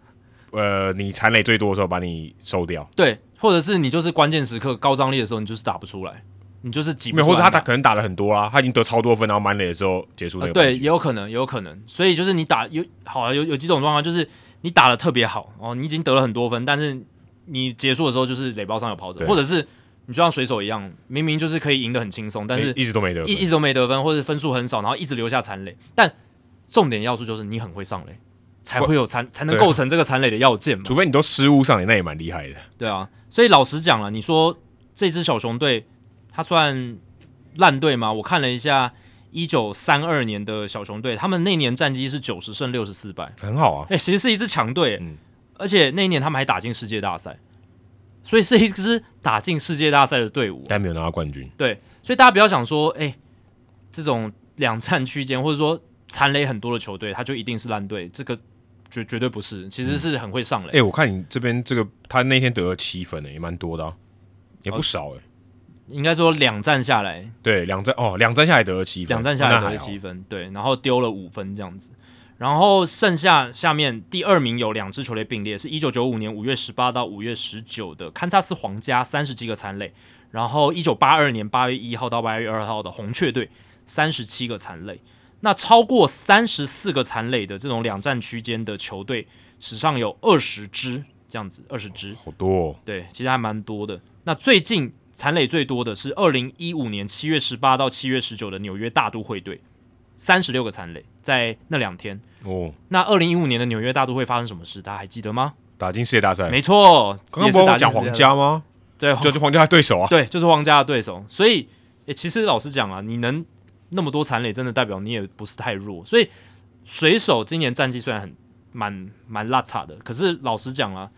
Speaker 1: 呃你残垒最多的时候把你收掉，
Speaker 2: 对，或者是你就是关键时刻高张力的时候，你就是打不出来，你就是挤不
Speaker 1: 没有，
Speaker 2: 出
Speaker 1: 或
Speaker 2: 来呃
Speaker 1: 者
Speaker 2: 嘛，
Speaker 1: 他打可能打了很多啊，他已经得超多分，然后满垒的时候结束那
Speaker 2: 呃
Speaker 1: 个、
Speaker 2: 对，也，有可能，也有可能，所以就是你打有好啊有有几种状况，就是你打的特别好哦，你已经得了很多分，但是你结束的时候就是垒包上有跑者，
Speaker 1: 对
Speaker 2: 或者是你就像水手一样，明明就是可以赢得很轻松，但是
Speaker 1: 一直都没得分
Speaker 2: 一一直都没得分，或者分数很少，然后一直留下残垒，但重点要素就是你很会上垒，才会有残才能
Speaker 1: 对啊
Speaker 2: 构成这个残垒的要件嘛。
Speaker 1: 除非你都失误上垒，那也蛮厉害的。
Speaker 2: 对啊，所以老实讲了，你说这支小熊队，它算烂队吗？我看了一下，一九三二年的小熊队，他们那年战绩是九十胜六十四败，
Speaker 1: 很好啊，
Speaker 2: 哎、其实是一支强队、
Speaker 1: 嗯
Speaker 2: 而且那一年他们还打进世界大赛，所以是一支打进世界大赛的队伍。
Speaker 1: 但没有拿到冠军。
Speaker 2: 对，所以大家不要想说，哎、这种两战区间或者说残垒很多的球队，他就一定是烂队，这个绝绝对不是，其实是很会上垒。
Speaker 1: 哎、我看你这边这个，他那天得了七分呢、也蛮多的、啊，也
Speaker 2: 哦
Speaker 1: 不少哎、
Speaker 2: 应该说两战下来，
Speaker 1: 对，两战哦，两战下来得了七分，哦
Speaker 2: 两战下来
Speaker 1: 那
Speaker 2: 得
Speaker 1: 还
Speaker 2: 了
Speaker 1: 好
Speaker 2: 七分，对，然后丢了五分这样子。然后剩下下面第二名有两支球队并列，是一九九五年五月十八到五月十九的堪萨斯皇家三十七个残垒，然后一九八二年八月一号到八月二号的红雀队三十七个残垒。那超过三十四个残垒的这种两战区间的球队，史上有二十支这样子，二十支。
Speaker 1: 好多、哦。
Speaker 2: 对，其实还蛮多的。那最近残垒最多的是二零一五年七月十八到七月十九的纽约大都会队，三十六个残垒在那两天。
Speaker 1: 哦，
Speaker 2: 那二零一五年的纽约大都会发生什么事？大家还记得吗？
Speaker 1: 打进世界大赛，
Speaker 2: 没错，
Speaker 1: 哎刚刚
Speaker 2: 也
Speaker 1: 不
Speaker 2: 是
Speaker 1: 是
Speaker 2: 打
Speaker 1: 我讲皇，家吗？
Speaker 2: 对，
Speaker 1: 就
Speaker 2: 皇
Speaker 1: 是皇家的对手啊。
Speaker 2: 对，就是皇家的对手。所以，诶其实老实讲啊，你能那么多残垒，真的代表你也不是太弱。所以，水手今年战绩虽然很蛮蛮拉差的，可是老实讲啊，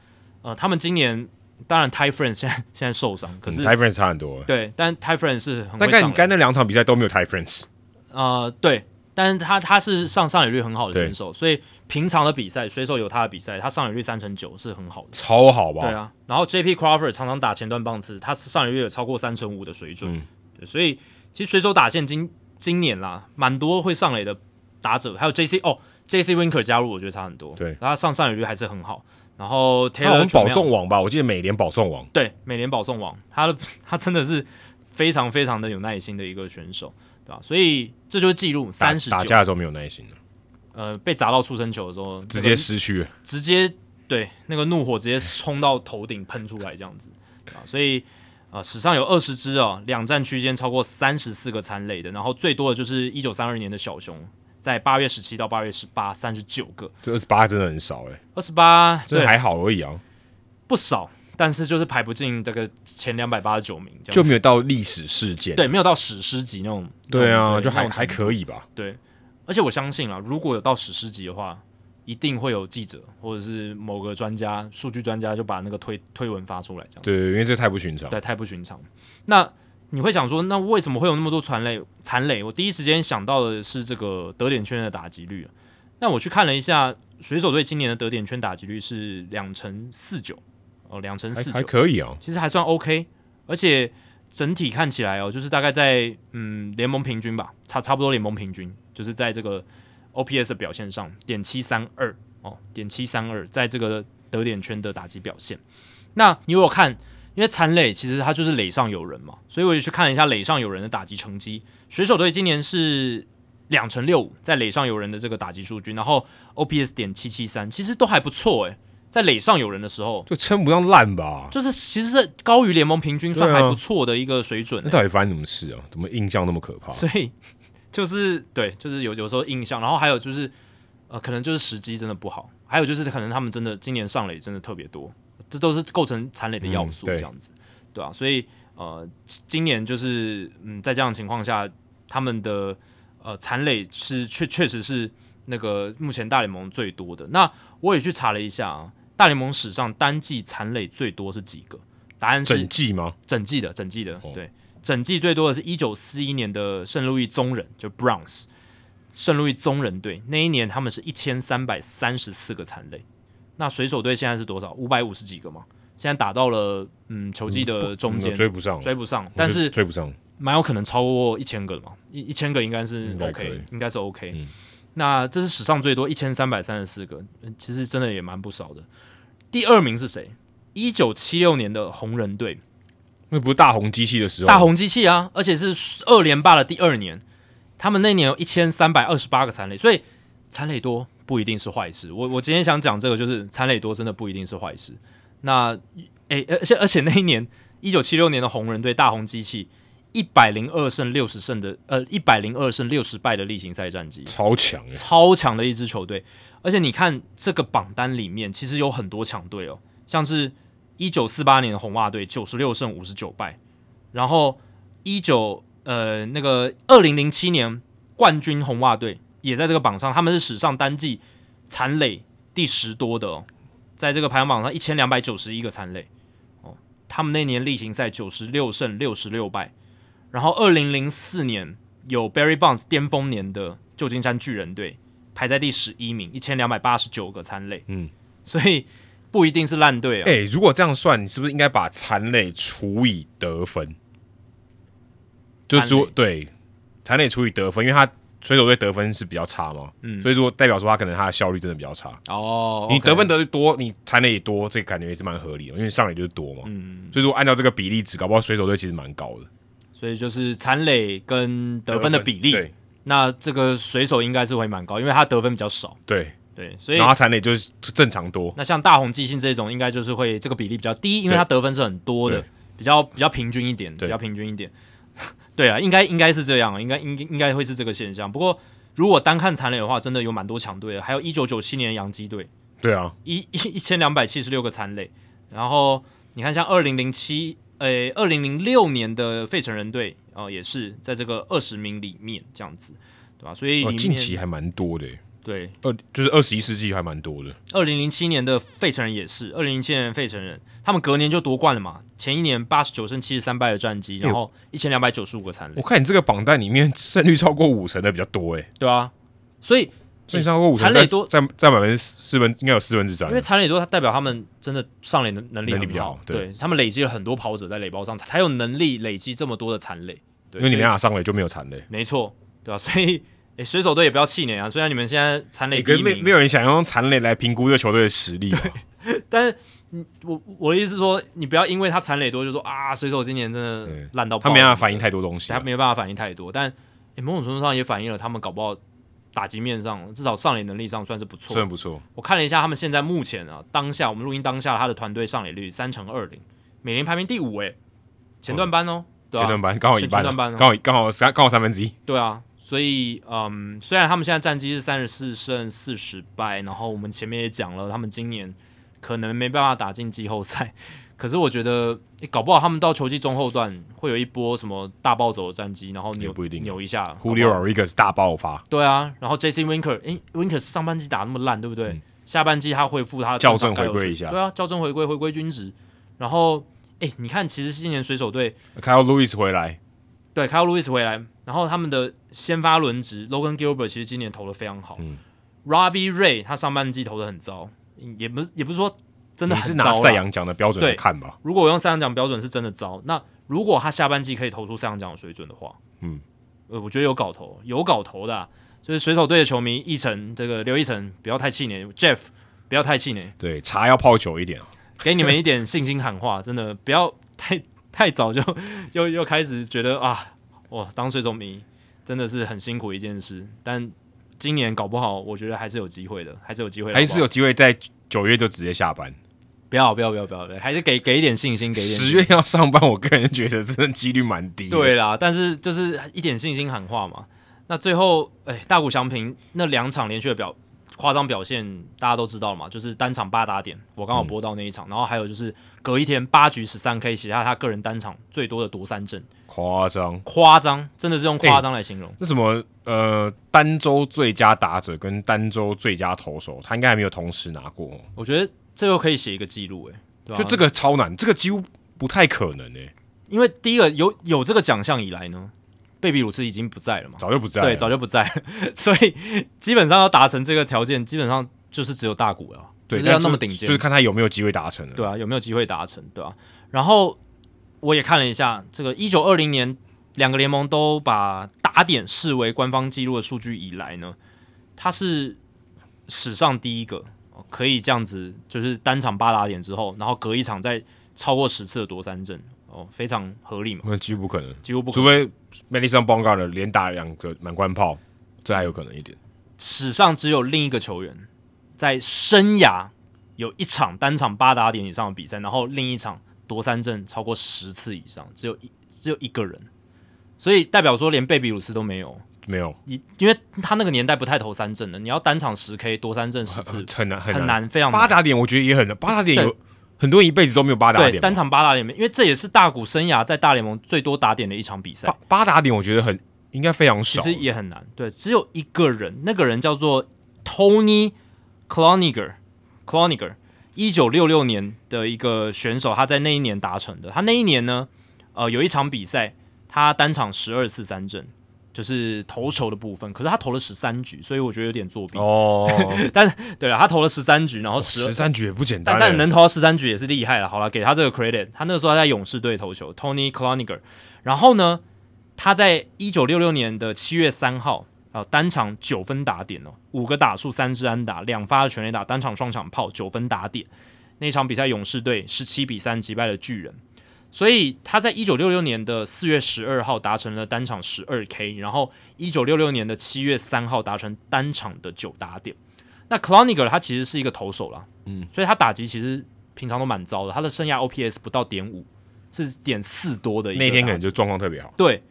Speaker 2: 呃，他们今年当然 Ty France 现在现在受伤，可是
Speaker 1: t y f r a n s 嗯差很多了。
Speaker 2: 对，但 t y f r a n 是很
Speaker 1: 但
Speaker 2: 会
Speaker 1: 看
Speaker 2: 上
Speaker 1: 你刚才
Speaker 2: 垒，
Speaker 1: 那两场比赛都没有 t y f r a n s
Speaker 2: 呃，对，但是他他是上上垒率很好的选手，所以平常的比赛，水手有他的比赛，他上垒率三成九是很好的。
Speaker 1: 超好吧？
Speaker 2: 对啊，然后 J.P. Crawford 常常打前段棒次，他上垒率有超过三成五的水准，
Speaker 1: 嗯
Speaker 2: 对，所以其实水手打线今今年啦，蛮多会上垒的打者，还有 J.C. 哦，J.C. Winker 加入，我觉得差很多。
Speaker 1: 对
Speaker 2: 然后他上上垒率还是很好，然后
Speaker 1: 那我
Speaker 2: Taylor
Speaker 1: 们保
Speaker 2: Trammell-
Speaker 1: 送王吧，我记得美联保送王，
Speaker 2: 对，美联保送王，他的他真的是非常非常的有耐心的一个选手，对吧、所以这就是记录
Speaker 1: 打
Speaker 2: 三十
Speaker 1: 打
Speaker 2: 九，
Speaker 1: 架的时候没有耐心了，
Speaker 2: 呃，被砸到触身球的时候，
Speaker 1: 直
Speaker 2: 那个
Speaker 1: 接失去了。
Speaker 2: 直接对那个怒火直接冲到头顶喷出来这样子，对吧、所以呃，史上有二十支哦，两战区间超过三十四个残垒的，然后最多的就是一九三二年的小熊，在八月十七到八月十八，三十九个，
Speaker 1: 这二十八真的很少哎、欸，
Speaker 2: 二十八
Speaker 1: 这
Speaker 2: 对
Speaker 1: 还好而已啊，
Speaker 2: 不少，但是就是排不进这个前两百八十九名这样子，
Speaker 1: 就没有到历史事件。
Speaker 2: 对，没有到史诗级那种。
Speaker 1: 对啊，
Speaker 2: 那种
Speaker 1: 就
Speaker 2: 那
Speaker 1: 还
Speaker 2: 种
Speaker 1: 还
Speaker 2: 程度
Speaker 1: 可以吧。
Speaker 2: 对，而且我相信啦，如果有到史诗级的话，一定会有记者或者是某个专家、数据专家就把那个推推文发出来，这样子
Speaker 1: 对，啊因为这太不寻常。
Speaker 2: 对，太不寻常。那你会想说，那为什么会有那么多残垒？残垒，我第一时间想到的是这个得点圈的打击率。那我去看了一下，水手队今年的得点圈打击率是两成四九，哦，两成
Speaker 1: 还
Speaker 2: 四
Speaker 1: 还
Speaker 2: 九，
Speaker 1: 可以啊，
Speaker 2: 其实还算 OK，而且整体看起来哦，就是大概在嗯联盟平均吧，差差不多联盟平均，就是在这个 OPS 的表现上，点七三二哦，点七三二，在这个得点圈的打击表现。那你如果看，因因为残垒其实它就是垒上有人嘛，所以我也去看了一下垒上有人的打击成绩。水手队今年是两成六五，在垒上有人的这个打击数据，然后 OPS 点七七三，其实都还不错诶、在垒上有人的时候，
Speaker 1: 就称不上烂吧？
Speaker 2: 就是其实是高于联盟平均，算
Speaker 1: 对啊
Speaker 2: 还不错的一个水准、
Speaker 1: 那
Speaker 2: 欸。
Speaker 1: 到底发生什么事啊？怎么印象那么可怕？
Speaker 2: 所以就是对，就是有有时候印象，然后还有就是呃，可能就是时机真的不好，还有就是可能他们真的今年上垒真的特别多，这都是构成残垒的要素，
Speaker 1: 嗯对
Speaker 2: 这样子，对啊，所以呃，今今年就是嗯，在这样的情况下，他们的呃残垒是确确实是那个目前大联盟最多的。那我也去查了一下啊，大联盟史上单季残垒最多是几个？答案是
Speaker 1: 整季吗？
Speaker 2: 整季的，整季的，
Speaker 1: 哦
Speaker 2: 对，整季最多的是一九四一年的圣路易宗人，就 Browns，圣路易宗人队那一年他们是一千三百三十四个残垒，那水手队现在是多少？五百五十几个嘛，现在打到了嗯球季的中间
Speaker 1: 嗯，追不上，
Speaker 2: 追不上，但
Speaker 1: 我
Speaker 2: 是
Speaker 1: 就追不上。
Speaker 2: 蛮有可能超过一千个的嘛，一一千个应该是
Speaker 1: 应该可
Speaker 2: OK，
Speaker 1: 以
Speaker 2: 应该是 OK。
Speaker 1: 嗯
Speaker 2: 那这是史上最多一千三百三十四个，嗯其实真的也蛮不少的。第二名是谁？一九七六年的红人队，
Speaker 1: 那不是大红机器的时候，
Speaker 2: 大红机器啊，而且是二连霸的第二年，他们那年有一千三百二十八个残垒，所以残垒多不一定是坏事。我我今天想讲这个，就是残垒多真的不一定是坏事。那诶、而且而且那一年一九七六年的红人队大红机器一百零二胜六十胜的呃一百零二胜六十败的例行赛战绩，
Speaker 1: 超强欸，
Speaker 2: 超强的一支球队。而且你看这个榜单里面，其实有很多强队哦，像是一九四八年的红袜队九十六胜五十九败，然后一九呃那个二零零七年冠军红袜队也在这个榜上，他们是史上单季残垒第十多的哦，在这个排行榜上一千两百九十一个残垒哦，他们那年例行赛九十六胜六十六败，然后二零零四年有 Barry Bonds 巅峰年的旧金山巨人队排在第十一名，一千两百八十九个残垒，
Speaker 1: 嗯，
Speaker 2: 所以不一定是烂队啊。
Speaker 1: 哎、如果这样算，你是不是应该把残垒除以得分？就是
Speaker 2: 残
Speaker 1: 说
Speaker 2: 垒
Speaker 1: 对残垒除以得分，因为他水手队得分是比较差嘛，
Speaker 2: 嗯
Speaker 1: 所以说代表说他可能他的效率真的比较差。
Speaker 2: 哦
Speaker 1: 你得分得多，你残垒也多，这个感觉也是蛮合理的，因为上垒就是多嘛。
Speaker 2: 嗯，
Speaker 1: 所以说按照这个比例值，搞不好水手队其实蛮高的
Speaker 2: 所以就是残垒跟得分的比例，
Speaker 1: 对
Speaker 2: 那这个水手应该是会蛮高，因为他得分比较少，
Speaker 1: 对，
Speaker 2: 对，所以
Speaker 1: 然后他残垒就是正常多，
Speaker 2: 那像大红季信这种，应该就是会这个比例比较低，因为
Speaker 1: 对
Speaker 2: 他得分是很多的
Speaker 1: 对，
Speaker 2: 比较比较平均一点，
Speaker 1: 对
Speaker 2: 比较平均一点。 对啊，应该应该是这样，应该应应该会是这个现象。不过如果单看残垒的话，真的有蛮多强队的，还有一九九七年的洋基队，
Speaker 1: 对啊，
Speaker 2: 一一一千两百七十六个残垒，然后你看像二零零七，呃，二零零六年的费城人队，哦，也是在这个二十名里面这样子，对吧？所以
Speaker 1: 哦
Speaker 2: 里面、
Speaker 1: 近期还蛮多的欸，
Speaker 2: 对
Speaker 1: 二就是二十一世纪还蛮多的，
Speaker 2: 二零零七年的费城人也是，二零零七年的费城人，他们隔年就夺冠了嘛，前一年八十九胜七十三败的战绩，
Speaker 1: 哎
Speaker 2: 然后一千两百九十五个残
Speaker 1: 我
Speaker 2: 垒，
Speaker 1: 看你这个榜单里面 胜率超过五成的比较多哎，
Speaker 2: 对啊，所以
Speaker 1: 胜率超过五成
Speaker 2: 残
Speaker 1: 在
Speaker 2: 垒多
Speaker 1: 在在百分之四分应该有四分之三
Speaker 2: 因，为残垒多，它代表他们真的上垒能能力
Speaker 1: 能力
Speaker 2: 很
Speaker 1: 比较好对
Speaker 2: 对他们累积了很多跑者在垒包上，才有能力累积这么多的残垒，对
Speaker 1: 因为你
Speaker 2: 所以
Speaker 1: 没办法上垒就没有残垒，
Speaker 2: 没错，对吧、啊 所以，诶，水手队也不要气馁啊。虽然你们现在残垒
Speaker 1: 欸
Speaker 2: 第
Speaker 1: 可
Speaker 2: 一
Speaker 1: 是没
Speaker 2: 名，
Speaker 1: 没有人想用残垒来评估这个球队的实力嘛，
Speaker 2: 但是你我我的意思是说，你不要因为他残垒多就说啊，水手今年真的
Speaker 1: 对
Speaker 2: 烂 到
Speaker 1: 他
Speaker 2: 爆，
Speaker 1: 没办法反映太多东西
Speaker 2: 他
Speaker 1: 啊，
Speaker 2: 没办法反应太多。但、诶某种程度上也反映了他们搞不好打击面上，至少上垒能力上算是不错
Speaker 1: 算。不错，
Speaker 2: 我看了一下他们现在目前啊，当下我们录音当下他的团队上垒率三乘二零，美联排名第五诶，前段班哦，对
Speaker 1: 嗯前
Speaker 2: 吧、
Speaker 1: 段班刚好一
Speaker 2: 前
Speaker 1: 半
Speaker 2: 前段班
Speaker 1: 啊，
Speaker 2: 哦
Speaker 1: 刚好刚好三刚好三分之一，
Speaker 2: 对啊，所以嗯，虽然他们现在战绩是三十四胜四十败，然后我们前面也讲了，他们今年可能没办法打进季后赛，可是我觉得、诶搞不好他们到球季中后段会有一波什么大暴走的战绩，然后扭
Speaker 1: 也不一定啊
Speaker 2: 扭一下。
Speaker 1: Julio
Speaker 2: 搞不好
Speaker 1: Rodriguez 大爆发，
Speaker 2: 对啊，然后 J.C. Winker，诶 w i n k e r 上半季打那么烂，对不对？下半季他恢复他的
Speaker 1: 嗯校正
Speaker 2: 该有
Speaker 1: 回归
Speaker 2: 水
Speaker 1: 一下
Speaker 2: 对啊，校正回归，回归均值。然后，诶，你看，其实今年水手队
Speaker 1: 看到 Louis 回来，
Speaker 2: 对，凯尔路易斯回来，然后他们的先发轮值，Logan Gilbert 其实今年投的非常好、
Speaker 1: 嗯
Speaker 2: r o b b i e Ray 他上半季投的很糟，也不是也不是说真的
Speaker 1: 你
Speaker 2: 很
Speaker 1: 是
Speaker 2: 糟
Speaker 1: 拿
Speaker 2: 啦
Speaker 1: 赛扬奖的标准
Speaker 2: 对
Speaker 1: 来看吧，
Speaker 2: 如果我用三洋奖标准是真的糟，那如果他下半季可以投出三洋奖的水准的话，
Speaker 1: 嗯，
Speaker 2: 呃，我觉得有搞头，有搞头的啊、就是水手队的球迷，一晨这个刘一晨不要太气馁，Jeff 不要太气馁，
Speaker 1: 对，茶要泡久一点啊，
Speaker 2: 给你们一点信心喊话，真的不要太 太早就又又开始觉得啊，哇，当水手迷真的是很辛苦一件事。但今年搞不好，我觉得还是有机会的，还是有机会的，
Speaker 1: 还是有机会在九月就直接下班，
Speaker 2: 不要不要不要不要，还是给给一点信心，给一点信
Speaker 1: 十
Speaker 2: 心
Speaker 1: 月要上班，我个人觉得真的几率蛮低。
Speaker 2: 对，啦，但是就是一点信心喊话嘛。那最后，哎，大谷翔平那两场连续的表夸张表现，大家都知道了嘛，就是单场八打点，我刚
Speaker 1: 嗯
Speaker 2: 好播到那一场，然后还有就是隔一天八局十三 K，写下他个人单场最多的夺三振，
Speaker 1: 夸张。
Speaker 2: 夸张，真的是用
Speaker 1: 哎
Speaker 2: 夸张来形容。
Speaker 1: 那什么呃，单周最佳打者跟单周最佳投手，他应该还没有同时拿过哦，
Speaker 2: 我觉得这个可以写一个记录，哎，对吧
Speaker 1: 就这个超难，这个几乎不太可能欸诶、
Speaker 2: 因为第一个有有这个奖项以来呢，贝比鲁斯已经不在了嘛，
Speaker 1: 早就不在了。
Speaker 2: 对，早就不在了， 所以基本上要达成这个条件，基本上就是只有大谷了，
Speaker 1: 对，
Speaker 2: 就是要
Speaker 1: 但
Speaker 2: 那么顶尖，
Speaker 1: 就是看他有没有机会达成了。
Speaker 2: 对啊，有没有机会达成，对啊？然后我也看了一下，这个一九二零年两个联盟都把打点视为官方记录的数据以来呢，它是史上第一个哦可以这样子，就是单场八打点之后，然后隔一场再超过十次的夺三振，哦，非常合理嘛，
Speaker 1: 那几乎不可能，
Speaker 2: 几乎不可
Speaker 1: 除
Speaker 2: 能。
Speaker 1: 非 Madison b o n g a r 连打两个满贯炮，这还有可能一点。
Speaker 2: 史上只有另一个球员在生涯有一场单场八打点以上的比赛，然后另一场夺三振超过十次以上，只有一只有一个人，所以代表说连贝比鲁斯都没有。
Speaker 1: 没有，
Speaker 2: 你因为他那个年代不太投三振的，你要单场十 K 夺三振 十次
Speaker 1: 很很难
Speaker 2: 很
Speaker 1: 难。
Speaker 2: 难，非常
Speaker 1: 八
Speaker 2: 难。
Speaker 1: 打点我觉得也很难，八打点
Speaker 2: 对
Speaker 1: 有很多人一辈子都没有八打
Speaker 2: 对
Speaker 1: 点嘛。
Speaker 2: 单场八打点，因为这也是大谷生涯在大联盟最多打点的一场比赛
Speaker 1: 八，八打点我觉得很应该非常
Speaker 2: 其
Speaker 1: 少。
Speaker 2: 实也很难。对，只有一个人，那个人叫做 Tony Cloniger。Cloniger，一九六六年的一个选手，他在那一年达成的。他那一年呢，呃，有一场比赛，他单场十二次三振，就是投球的部分。可是他投了十三局，所以我觉得有点作弊。
Speaker 1: 哦，
Speaker 2: 对啊了，他投了十三局，然后十
Speaker 1: 十三局也不简单
Speaker 2: 但
Speaker 1: 欸，
Speaker 2: 但能投到十三局也是厉害了。好了，给他这个 credit，他那个时候在勇士队投球，Tony Cloniger。然后呢，他在一九六六年的七月三号啊、呃单场九分打点哦，五个打数，三支安打，两发的全垒打，单场双场炮，九分打点。那场比赛，勇士队十七比三击败了巨人。所以他在一九六六年的四月十二号达成了单场十二 K，然后一九六六年的七月三号达成单场的九打点。那 Cloniger 他其实是一个投手啦，
Speaker 1: 嗯
Speaker 2: 所以他打击其实平常都蛮糟的，他的生涯 OPS 不到点五，是点四多的一个
Speaker 1: 那天可
Speaker 2: 打
Speaker 1: 能
Speaker 2: 击
Speaker 1: 就状况特别好，
Speaker 2: 对，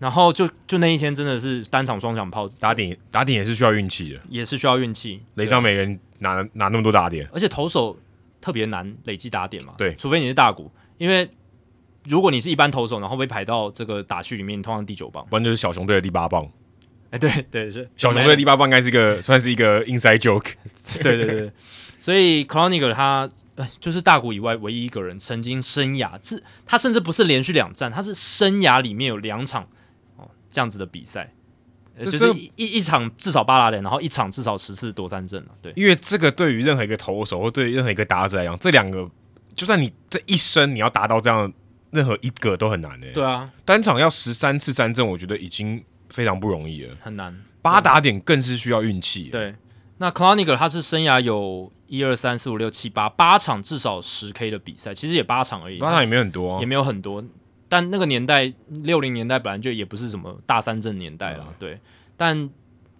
Speaker 2: 然后就就那一天真的是单场双响炮，
Speaker 1: 打点打点也是需要运气的。
Speaker 2: 也是需要运气，
Speaker 1: 雷上每人拿拿那么多打点，
Speaker 2: 而且投手特别难累积打点嘛，
Speaker 1: 对
Speaker 2: 除非你是大股，因为如果你是一般投手，然后被排到这个打序里面，你通常第九棒，
Speaker 1: 不然就是小熊队的第八棒。
Speaker 2: 哎，对对是
Speaker 1: 小熊队的第八棒应该是一个算是一个 inside joke，
Speaker 2: 对对对对，所以 Chronicle 他呃就是大谷以外唯一一个人曾经生涯，这他甚至不是连续两战，他是生涯里面有两场哦这样子的比赛，呃
Speaker 1: 这
Speaker 2: 就是
Speaker 1: 这
Speaker 2: 一一一场至少八打点，然后一场至少十次夺三振了，对
Speaker 1: 因为这个对于任何一个投手或对于任何一个打者来讲，这两个就算你这一生你要达到这样任何一个都很难诶、
Speaker 2: 对啊，
Speaker 1: 单场要十三次三振，我觉得已经非常不容易了。
Speaker 2: 很难
Speaker 1: 八打点更是需要运气。，
Speaker 2: 对。那 Chronicle 他是生涯有一二三四五六七八八场至少十 K 的比赛，其实也八场而已，
Speaker 1: 八打也没有很多、啊
Speaker 2: 也，没有很多。但那个年代，六零年代本来就也不是什么大三阵年代
Speaker 1: 嗯
Speaker 2: 了，对。但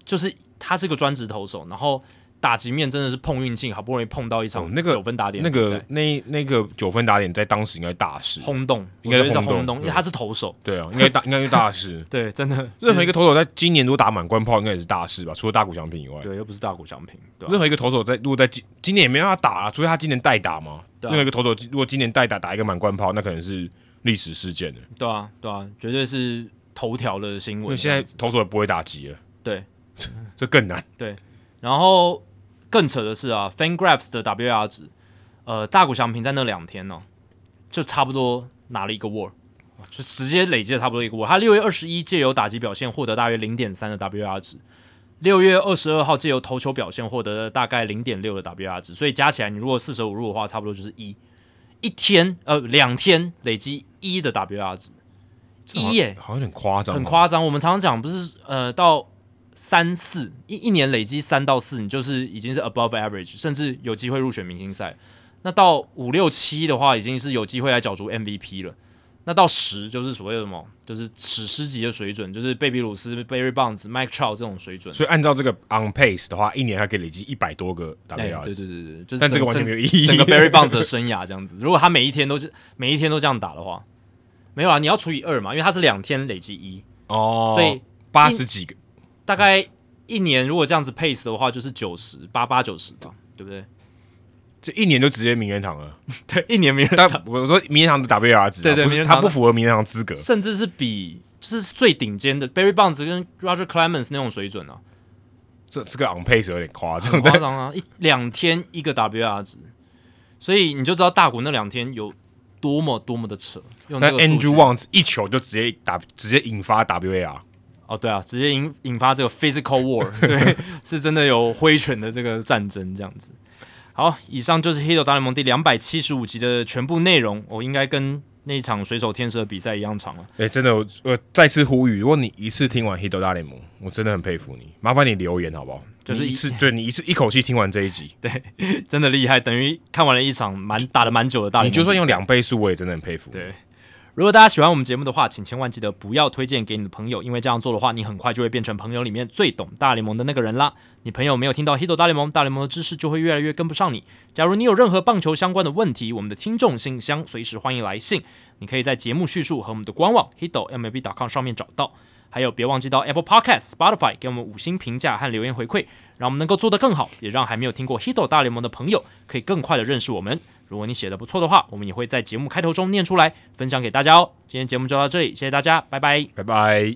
Speaker 2: 就是他是个专职投手，然后打击面真的是碰运气，好不容易碰到一
Speaker 1: 哦
Speaker 2: 场
Speaker 1: 那个
Speaker 2: 九分打点
Speaker 1: 那
Speaker 2: 的比赛、
Speaker 1: 个那那个九分打点在当时应该大事。
Speaker 2: 轰动，
Speaker 1: 应该是
Speaker 2: 我觉得
Speaker 1: 轰
Speaker 2: 是
Speaker 1: 动
Speaker 2: 轰动，因为
Speaker 1: 对
Speaker 2: 他是投手，
Speaker 1: 对啊，应该 大应该是大事。
Speaker 2: 对，真的
Speaker 1: 任何一个投手在今年如果打满贯炮，应该也是大事吧？除了大谷翔平以外，
Speaker 2: 啊对，又不是大谷翔平，对吧、
Speaker 1: 任何一个投手在如果在今今年也没办法打、啊，除非他今年代打嘛。
Speaker 2: 对
Speaker 1: 任
Speaker 2: 啊
Speaker 1: 何一个投手如果今年代打打一个满贯炮，那可能是历史事件的，
Speaker 2: 对啊，对啊，绝对是头条的新
Speaker 1: 因
Speaker 2: 闻。
Speaker 1: 为现在投手也不会打击了。
Speaker 2: 对，
Speaker 1: 这更难。
Speaker 2: 然后更扯的是啊，FanGraphs 的 WAR 值，呃，大谷翔平在那两天呢、就差不多拿了一个 WAR，就直接累积了差不多一个 WAR。他六月二十一借由打击表现获得大约零点三的 WAR 值，六月二十二号借由投球表现获得了大概零点六的 WAR 值，所以加起来你如果四舍五入的话，差不多就是一。一天呃两天累积一的 WAR 值，一耶、
Speaker 1: 好像有点夸张，啊
Speaker 2: 很。夸张。我们常常讲，不是呃，到三四一一年累积三到四，你就是已经是 above average，甚至有机会入选明星赛。那到五六七的话，已经是有机会来角逐 MVP 了。那到十就是所谓的什么，就是史诗级的水准，就是贝比鲁斯、贝瑞棒子、Mike Trout 这种水准。
Speaker 1: 所以按照这个 on pace 的话，一年还可以累积一百多个 W
Speaker 2: 哎
Speaker 1: R，、
Speaker 2: 对对对对，就是
Speaker 1: 但这
Speaker 2: 整
Speaker 1: 个完全
Speaker 2: 整
Speaker 1: 没有意义。
Speaker 2: 整个 Barry Bonds 的生涯这样子。如果他每一天都是每一天都这样打的话，没有啊，你要除以二嘛，因为他是两天累积一，
Speaker 1: 哦，
Speaker 2: 所以
Speaker 1: 八十几个，
Speaker 2: 大概一年如果这样子 pace 的话，就是九十八八九十吧，对不对？
Speaker 1: 这一年就直接名人堂了。
Speaker 2: 对，一年没人，
Speaker 1: 但我说名人堂的 W R 值、啊，
Speaker 2: 对对
Speaker 1: 不是
Speaker 2: 名人堂
Speaker 1: 他
Speaker 2: 的
Speaker 1: 不符合名人堂资格。
Speaker 2: 甚至是比就是最顶尖的 Barry Bonds 跟 Roger Clemens 那种水准啊，
Speaker 1: 这这个 on pace 有点夸张
Speaker 2: 很，夸张啊，一两天一个 WR 值，所以你就知道大谷那两天有多么多么的扯。用这
Speaker 1: 但
Speaker 2: 个数据
Speaker 1: Andrew Wang 一球就直接打，直接引发 WAR，
Speaker 2: 哦，对啊，直接引引发这个 physical war，对，是真的有挥拳的这个战争这样子。好，以上就是《黑手大联盟》第两百七十五集的全部内容。我、应该跟那一场水手天使的比赛一样长了。
Speaker 1: 哎、真的，我我再次呼吁，如果你一次听完《黑豆大联盟》，我真的很佩服你，麻烦你留言好不好？
Speaker 2: 就是
Speaker 1: 你一
Speaker 2: 一
Speaker 1: 次，对你一次一口气听完这一 集，
Speaker 2: 真的厉害，等于看完了一场蛮打的蛮久的大
Speaker 1: 啊
Speaker 2: 联
Speaker 1: 你
Speaker 2: 盟。
Speaker 1: 就算用两倍速，我也真的很佩服。
Speaker 2: 对。如果大家喜欢我们节目的话，请千万记得不要推荐给你的朋友，因为这样做的话，你很快就会变成朋友里面最懂大联盟的那个人啦。你朋友没有听到《h i t 大联盟》，大联盟的知识就会越来越跟不上你。假如你有任何棒球相关的问题，我们的听众信箱随时欢迎来信，你可以在节目叙述和我们的官网 h i t mlb.com 上面找到。还有，别忘记到 Apple Podcast、Spotify 给我们五星评价和留言回馈，让我们能够做得更好，也让还没有听过《h i t 大联盟》的朋友可以更快的认识我们。如果你写的不错的话，我们也会在节目开头中念出来，分享给大家哦。今天节目就到这里，谢谢大家，拜拜。
Speaker 1: 拜拜。